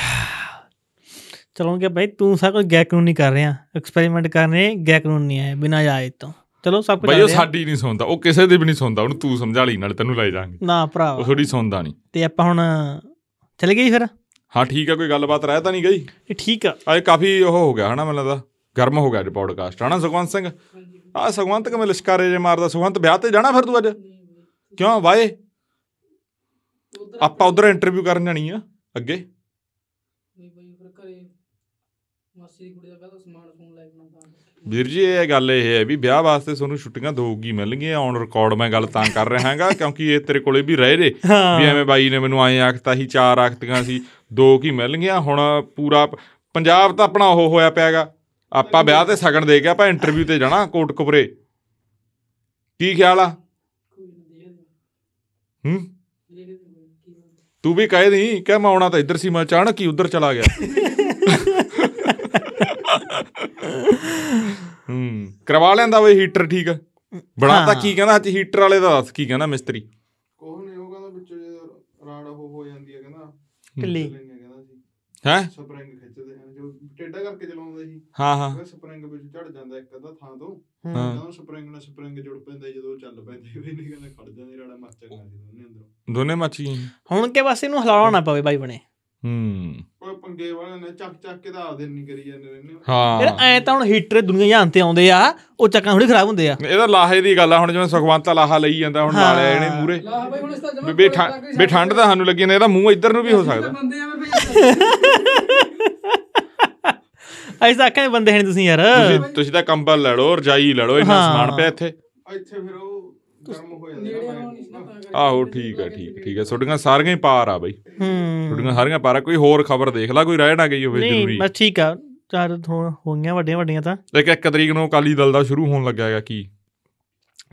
Speaker 1: ਚਲੋਗੇ ਭਾਈ ਤੂੰ ਸਭ ਕੁਝ ਗੈਰ ਕਾਨੂੰਨੀ ਕਰ ਰਿਹਾ ਐਕਸਪੈਰੀਮੈਂਟ ਕਰ ਰਹੇ ਗੈਰ ਕਾਨੂੰਨੀ ਹੈ ਬਿਨਾਂ ਜਾਇਜ਼ ਤੋਂ ਚਲੋ ਸਭ ਕੁਝ
Speaker 2: ਬਈ ਉਹ ਸਾਡੀ ਨਹੀਂ ਸੁਣਦਾ ਉਹ ਕਿਸੇ ਦੀ ਵੀ ਨਹੀਂ ਸੁਣਦਾ ਉਹਨੂੰ ਤੂੰ ਸਮਝਾ ਲਈ ਨਾਲ ਤੈਨੂੰ ਲੈ ਜਾਾਂਗੇ
Speaker 1: ਨਾ
Speaker 2: ਉਹ
Speaker 1: ਭਰਾਵਾ
Speaker 2: ਥੋੜੀ ਸੁਣਦਾ ਨਹੀਂ
Speaker 1: ਤੇ ਆਪਾਂ ਹੁਣ ਚਲੇ ਗਏ ਜੀ ਫਿਰ
Speaker 2: ਹਾਂ ਠੀਕ ਆ ਕੋਈ ਗੱਲਬਾਤ ਰਹਿ ਤਾਂ ਨਹੀਂ ਗਈ
Speaker 1: ਇਹ ਠੀਕ ਆ
Speaker 2: ਆਏ ਕਾਫੀ ਉਹ ਹੋ ਗਿਆ ਹਨਾ ਮੈਨੂੰ ਲੱਗਦਾ ਗਰਮ ਹੋ ਗਿਆ ਅੱਜ ਪੌਡਕਾਸਟ ਹਨਾ ਸੁਖਵੰਤ ਸਿੰਘ ਆ ਸੁਖਵੰਤ ਕਿਵੇਂ ਲਿਸ਼ਕਾਰੇ ਜੇ ਮਾਰਦਾ ਸੁਖਵੰਤ ਵਿਆਹ ਤੇ ਜਾਣਾ ਫਿਰ ਤੂੰ ਅੱਜ ਕਿਉਂ ਵਾਏ
Speaker 3: ਉੱਧਰ
Speaker 2: ਆਪਾਂ ਉਧਰ ਇੰਟਰਵਿਊ ਕਰਨ ਜਾਣੀ ਆ ਅੱਗੇ
Speaker 3: ਨਹੀਂ ਬਈ ਫਿਰ ਘਰੇ ਮਾਸੀ ਦੀ ਕੁੜੀ ਦਾ ਵਿਆਹ ਤਾਂ ਸਮਾਨ ਫੋਨ ਲੈ ਕੇ ਆਉਣਾ ਤਾਂ
Speaker 2: ਵੀਰ ਜੀ ਇਹ ਗੱਲ ਇਹ ਹੈ ਵੀ ਵਿਆਹ ਵਾਸਤੇ ਤੁਹਾਨੂੰ ਛੁੱਟੀਆਂ ਦੋ ਹੀ ਮਿਲਣਗੀਆਂ ਔਨ ਰਿਕਾਰਡ ਮੈਂ ਗੱਲ ਤਾਂ ਕਰ ਰਿਹਾ ਹਾਂਗਾ ਕਿਉਂਕਿ ਇਹ ਤੇਰੇ ਕੋਲੇ ਵੀ ਰਹੇ ਜੇ ਵੀ ਐਵੇਂ ਬਾਈ ਨੇ ਮੈਨੂੰ ਐਂ ਆਖਤਾ ਸੀ ਚਾਰ ਆਖਤੀਆਂ ਸੀ ਦੋ ਕੀ ਮਿਲਣਗੀਆਂ ਹੁਣ ਪੂਰਾ ਪ- ਪੰਜਾਬ ਤਾਂ ਆਪਣਾ ਉਹ ਹੋਇਆ ਪਿਆਗਾ ਆਪਾਂ ਵਿਆਹ ਤੇ ਸਗਣ ਦੇ ਕੇ ਆਪਾਂ ਇੰਟਰਵਿਊ ਤੇ ਜਾਣਾ ਕੋਟਕਪੁਰੇ ਕੀ ਖਿਆਲ ਆ
Speaker 3: ਕੋਈ ਨਾ ਦੇਖ
Speaker 2: ਹੂੰ
Speaker 3: ਦੇਖ ਕੀ ਬਣਦਾ।
Speaker 2: ਤੂੰ ਵੀ ਕਹਿ ਦੀ ਕਿ ਮੈਂ ਆਉਣਾ ਤਾਂ ਇੱਧਰ ਸੀ ਮੈਂ ਅਚਾਨਕ ਹੀ ਉੱਧਰ ਚਲਾ ਗਿਆ ਹੂੰ ਕਰਵਾ ਲੈਂਦਾ ਬਈ ਹੀਟਰ ਠੀਕ ਆ ਬਣਾ ਤਾਂ
Speaker 1: ਹਾਂ।
Speaker 2: ਕੀ ਕਹਿੰਦਾ ਅੱਜ ਹੀਟਰ ਵਾਲੇ ਦਾ ਦੱਸ ਕੀ ਕਹਿੰਦਾ ਮਿਸਤਰੀ
Speaker 4: ਕੋਹ ਨੇ ਉਹ ਕਹਿੰਦਾ ਵਿੱਚੋਂ ਜੇ ਰਾੜ ਉਹ ਹੋ ਜਾਂਦੀ ਹੈ ਕਹਿੰਦਾ
Speaker 1: ਢਿੱਲੀ
Speaker 4: ਚੱਲਣੀ ਹੈ ਕਹਿੰਦਾ ਸੀ
Speaker 2: ਹੈ
Speaker 4: ਸਪਰਿੰਗ ਖਿੱਚਦੇ ਹਨ ਜੋ ਟੇਡਾ ਕਰਕੇ ਚਲਾਉਂਦਾ ਸੀ
Speaker 2: ਹਾਂ ਹਾਂ
Speaker 4: ਉਹ ਸਪਰਿੰਗ ਵਿੱਚ ਝੜ ਜਾਂਦਾ ਇੱਕ ਅੱਧਾ ਥਾਂ ਤੋਂ
Speaker 1: ਹਾਂ
Speaker 2: ਹਾਂ।
Speaker 4: ਜਦੋਂ ਸਪਰਿੰਗ ਨਾਲ ਸਪਰਿੰਗ ਜੁੜ ਪੈਂਦਾ ਜਦੋਂ ਉਹ ਚੱਲ ਪੈਂਦੇ ਵੀ ਨਹੀਂ ਕਹਿੰਦਾ ਖੜ ਜਾਂਦੇ ਰਾੜਾ ਮਰ ਚੰਗਾ ਸੀ ਦੋਨੇ ਅੰਦਰੋਂ
Speaker 2: ਦੋਨੇ ਮਾਚੀ
Speaker 1: ਹੁਣ ਕੇ ਬਸ ਇਹਨੂੰ ਹਿਲਾਉਣਾ ਨਾ ਪਵੇ ਬਾਈ ਬਣੇ
Speaker 2: ਹੂੰ
Speaker 4: ਉਹ ਪੰਗੇ ਵਾਲਿਆਂ ਨੇ ਚੱਕ ਚੱਕ ਕੇ ਤਾਂ ਆਪਦੇ ਨਹੀਂ ਕਰੀ ਜਾਂਦੇ ਰਹਿੰਦੇ ਆ।
Speaker 1: ਯਾਰ
Speaker 2: ਹਾਂ
Speaker 1: ਐ ਤਾਂ ਹੁਣ ਹੀਟਰ ਦੁਨੀਆ ਜਾਣ ਤੇ ਆਉਂਦੇ ਆ ਉਹ ਚੱਕਾਂ ਥੋੜੀ ਖਰਾਬ ਹੁੰਦੇ ਆ
Speaker 2: ਇਹਦਾ ਲਾਹੇ ਦੀ ਗੱਲ ਆ ਹੁਣ ਜਿਵੇਂ ਸੁਖਵੰਤਾ ਲਾਹਾ ਲਈ ਜਾਂਦਾ ਹੁਣ
Speaker 1: ਹਾਂ।
Speaker 2: ਨਾਲ ਆਏ ਨੇ ਮੂਰੇ
Speaker 3: ਲਾ ਬਈ ਹੁਣ ਇਸ ਤਾਂ ਜਮਾ
Speaker 2: ਬੇ ਠੰਡ ਬੇ ਠੰਡ ਤਾਂ ਸਾਨੂੰ ਲੱਗੀ ਜਾਂਦਾ ਇਹਦਾ ਮੂੰਹ ਇੱਧਰ ਨੂੰ ਵੀ ਹੋ ਸਕਦਾ
Speaker 3: ਬੰਦੇ ਆ ਬਈ
Speaker 1: ਅਸੀਂ ਤਾਂ ਆਖਾਂ ਦੇ ਬੰਦੇ ਹੈ ਨੀ ਤੁਸੀਂ ਯਾਰ
Speaker 2: ਤੁਸੀਂ ਤੁਸੀਂ ਤਾਂ ਕੰਬਲ ਲੈ ਲਓ ਰਜਾਈ ਲੈ ਲਓ ਇੰਨਾ
Speaker 1: ਹਾਂ।
Speaker 2: ਸਮਾਨ ਪਿਆ ਇੱਥੇ
Speaker 4: ਇੱਥੇ ਫਿਰ ਉਹ ਗਰਮ ਹੋ
Speaker 3: ਨੇੜੇ
Speaker 4: ਜਾਂਦਾ
Speaker 3: ਆਉਣ
Speaker 4: ਪੈਰ।
Speaker 2: ਆਹੋ ਠੀਕ ਆ ਠੀਕ ਠੀਕ ਆ ਤੁਹਾਡੀਆਂ ਸਾਰੀਆਂ ਹੀ ਪਾਰ ਆ ਬਈ
Speaker 1: ਹੂੰ
Speaker 2: ਤੁਹਾਡੀਆਂ ਸਾਰੀਆਂ ਪਾਰ ਆ ਕੋਈ ਹੋਰ ਖਬਰ ਦੇਖ ਲੈ ਕੋਈ ਰਹਿ ਨਾ ਗਈ ਹੋਵੇ
Speaker 1: ਨਹੀਂ
Speaker 2: ਜ਼ਰੂਰੀ
Speaker 1: ਬਸ ਠੀਕ ਆ ਚਾਰ ਹੁਣ ਹੋ ਗਈਆਂ ਵੱਡੀਆਂ ਵੱਡੀਆਂ ਤਾਂ
Speaker 2: ਇੱਕ ਇੱਕ ਤਰੀਕ ਨੂੰ ਅਕਾਲੀ ਦਲ ਦਾ ਸ਼ੁਰੂ ਹੋਣ ਲੱਗਾ ਹੈਗਾ ਕੀ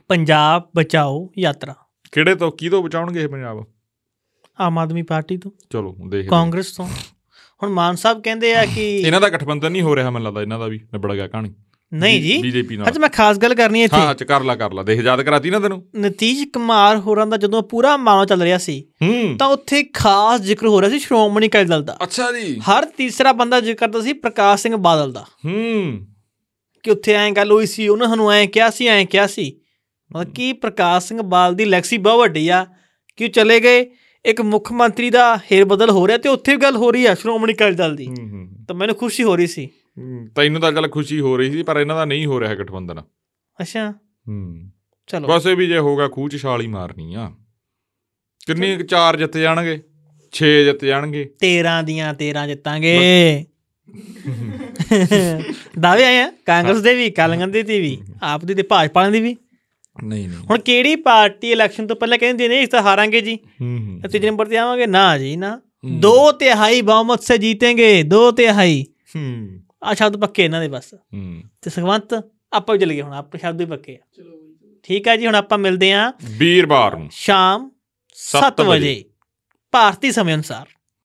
Speaker 1: ਪੰਜਾਬ ਬਚਾਓ ਯਾਤਰਾ
Speaker 2: ਕਿਹੜੇ ਤੋਂ ਕਿਹਦੋਂ ਬਚਾਉਣਗੇ ਇਹ ਪੰਜਾਬ
Speaker 1: ਆਮ ਆਦਮੀ ਪਾਰਟੀ ਤੋਂ
Speaker 2: ਚਲੋ ਦੇਖ
Speaker 1: ਕਾਂਗਰਸ ਤੋਂ ਹੁਣ ਮਾਨ ਸਾਹਿਬ ਕਹਿੰਦੇ ਆ ਕਿ
Speaker 2: ਇਹਨਾਂ ਦਾ ਗਠਬੰਧਨ ਨਹੀਂ ਹੋ ਰਿਹਾ ਮੈਨੂੰ ਲੱਗਦਾ ਇਹਨਾਂ ਦਾ ਵੀ ਨਿਬੜ ਗਿਆ ਕਹਾਣੀ
Speaker 1: ਨਹੀਂ ਜੀ
Speaker 2: ਬੀਜੇਪੀ ਨਾਲ
Speaker 1: ਅੱਜ ਮੈਂ ਖਾਸ ਗੱਲ ਕਰਨੀ ਹੈ
Speaker 2: ਹਾਂ
Speaker 1: ਇੱਥੇ
Speaker 2: ਚ ਕਰ ਲਾ ਕਰ ਲਾ ਦੇਖ ਯਾਦ ਕਰਾਤੀ ਨਾ ਤੈਨੂੰ
Speaker 1: ਨਤੀਜ ਕੁਮਾਰ ਹੋਰਾਂ ਦਾ ਜਦੋਂ ਪੂਰਾ ਮਾਮਲਾ ਚੱਲ ਰਿਹਾ ਸੀ
Speaker 2: ਹੂੰ
Speaker 1: ਤਾਂ ਉੱਥੇ ਖਾਸ ਜ਼ਿਕਰ ਹੋ ਰਿਹਾ ਸੀ ਸ਼੍ਰੋਮਣੀ ਅਕਾਲੀ ਦਲ ਦਾ
Speaker 2: ਅੱਛਾ ਜੀ
Speaker 1: ਹਰ ਤੀਸਰਾ ਬੰਦਾ ਜ਼ਿਕਰ ਕਰਦਾ ਸੀ ਪ੍ਰਕਾਸ਼ ਸਿੰਘ ਬਾਦਲ ਦਾ
Speaker 2: ਹੂੰ
Speaker 1: ਕਿ ਉੱਥੇ ਐਂ ਗੱਲ ਹੋਈ ਸੀ ਉਹਨਾਂ ਸਾਨੂੰ ਐਂ ਕਿਹਾ ਸੀ ਐਂ ਕਿਹਾ ਸੀ ਮਤਲਬ ਕਿ ਪ੍ਰਕਾਸ਼ ਸਿੰਘ ਬਾਲ ਦੀ ਲੈਕਸੀ ਬਹੁਤ ਵੱਡੀ ਆ ਕਿ ਉਹ ਚਲੇ ਗਏ ਇੱਕ ਮੁੱਖ ਮੰਤਰੀ ਦਾ ਹੇਰ ਬਦਲ ਹੋ ਰਿਹਾ ਤੇ ਉੱਥੇ ਵੀ ਗੱਲ ਹੋ ਰਹੀ ਆ ਸ਼੍ਰੋਮਣੀ ਅਕਾਲੀ ਦਲ ਦੀ
Speaker 2: ਹੂੰ, ਹੂੰ
Speaker 1: ਤਾਂ ਮੈਨੂੰ ਖੁਸ਼ੀ ਹੋ ਰਹੀ ਸੀ
Speaker 2: ਹੂੰ। ਤੈਨੂੰ ਤਾਂ ਚੱਲ ਖੁਸ਼ੀ ਹੋ ਰਹੀ ਸੀ ਪਰ ਇਹਨਾਂ ਦਾ ਨਹੀਂ ਹੋ ਰਿਹਾ ਗਠਬੰਧਨ
Speaker 1: ਅੱਛਾ
Speaker 2: ਹੂੰ
Speaker 1: ਚਲੋ
Speaker 2: ਬਸ ਇਹ ਵੀ ਜੇ ਹੋਗਾ ਖੂਹ ਚ ਛਾਲ ਹੀ ਮਾਰਨੀ ਆ ਕਿੰਨੀ ਚਾਰ ਜਿੱਤ ਜਾਣਗੇ 6 ਜਿੱਤ ਜਾਣਗੇ
Speaker 1: 13 ਦੀਆਂ 13 ਜਿੱਤਾਂਗੇ ਦਾਅਵੇ ਆਏ ਆ ਕਾਂਗਰਸ ਦੇ ਵੀ ਕਾਲੰਗਨ ਦੇ ਤੇ ਵੀ ਆਪ ਦੀ ਤੇ ਭਾਜਪਾ ਵਾਲਿਆਂ ਦੀ ਵੀ
Speaker 2: ਨਹੀਂ ਨਹੀਂ
Speaker 1: ਹੁਣ ਕਿਹੜੀ ਪਾਰਟੀ ਇਲੈਕਸ਼ਨ ਤੋਂ ਪਹਿਲਾਂ ਕਹਿੰਦੀ ਨਹੀਂ ਇਸ ਤਾਂ ਹਾਰਾਂਗੇ ਜੀ
Speaker 2: ਹੂੰ
Speaker 1: ਤੇ ਤੀਜੇ ਨੰਬਰ ਤੇ ਆਵਾਂਗੇ ਨਾ ਜੀ ਨਾ ਦੋ ਤਿਹਾਈ ਬਹੁਮਤ ਸੇ ਜੀਤेंगे ਦੋ ਤਿਹਾਈ
Speaker 2: ਹੂੰ
Speaker 1: ਆ ਸ਼ਬਦ ਪੱਕੇ ਇਹਨਾਂ ਦੇ ਬਸ
Speaker 2: ਹੂੰ
Speaker 1: ਤੇ ਸੁਖਵੰਤ ਆਪਾਂ ਵੀ ਚਲੇ ਗਏ ਹੁਣ ਆਪਣੇ ਸ਼ਬਦ ਵੀ ਪੱਕੇ ਆ
Speaker 3: ਚਲੋ ਬਈ
Speaker 1: ਠੀਕ ਆ ਜੀ ਹੁਣ ਆਪਾਂ ਮਿਲਦੇ ਆ
Speaker 2: ਵੀਰਵਾਰ ਨੂੰ
Speaker 1: ਸ਼ਾਮ
Speaker 2: ਸੱਤ
Speaker 1: 7
Speaker 2: ਵਜੇ।
Speaker 1: ਵਜੇ ਭਾਰਤੀ ਸਮੇਂ ਅਨੁਸਾਰ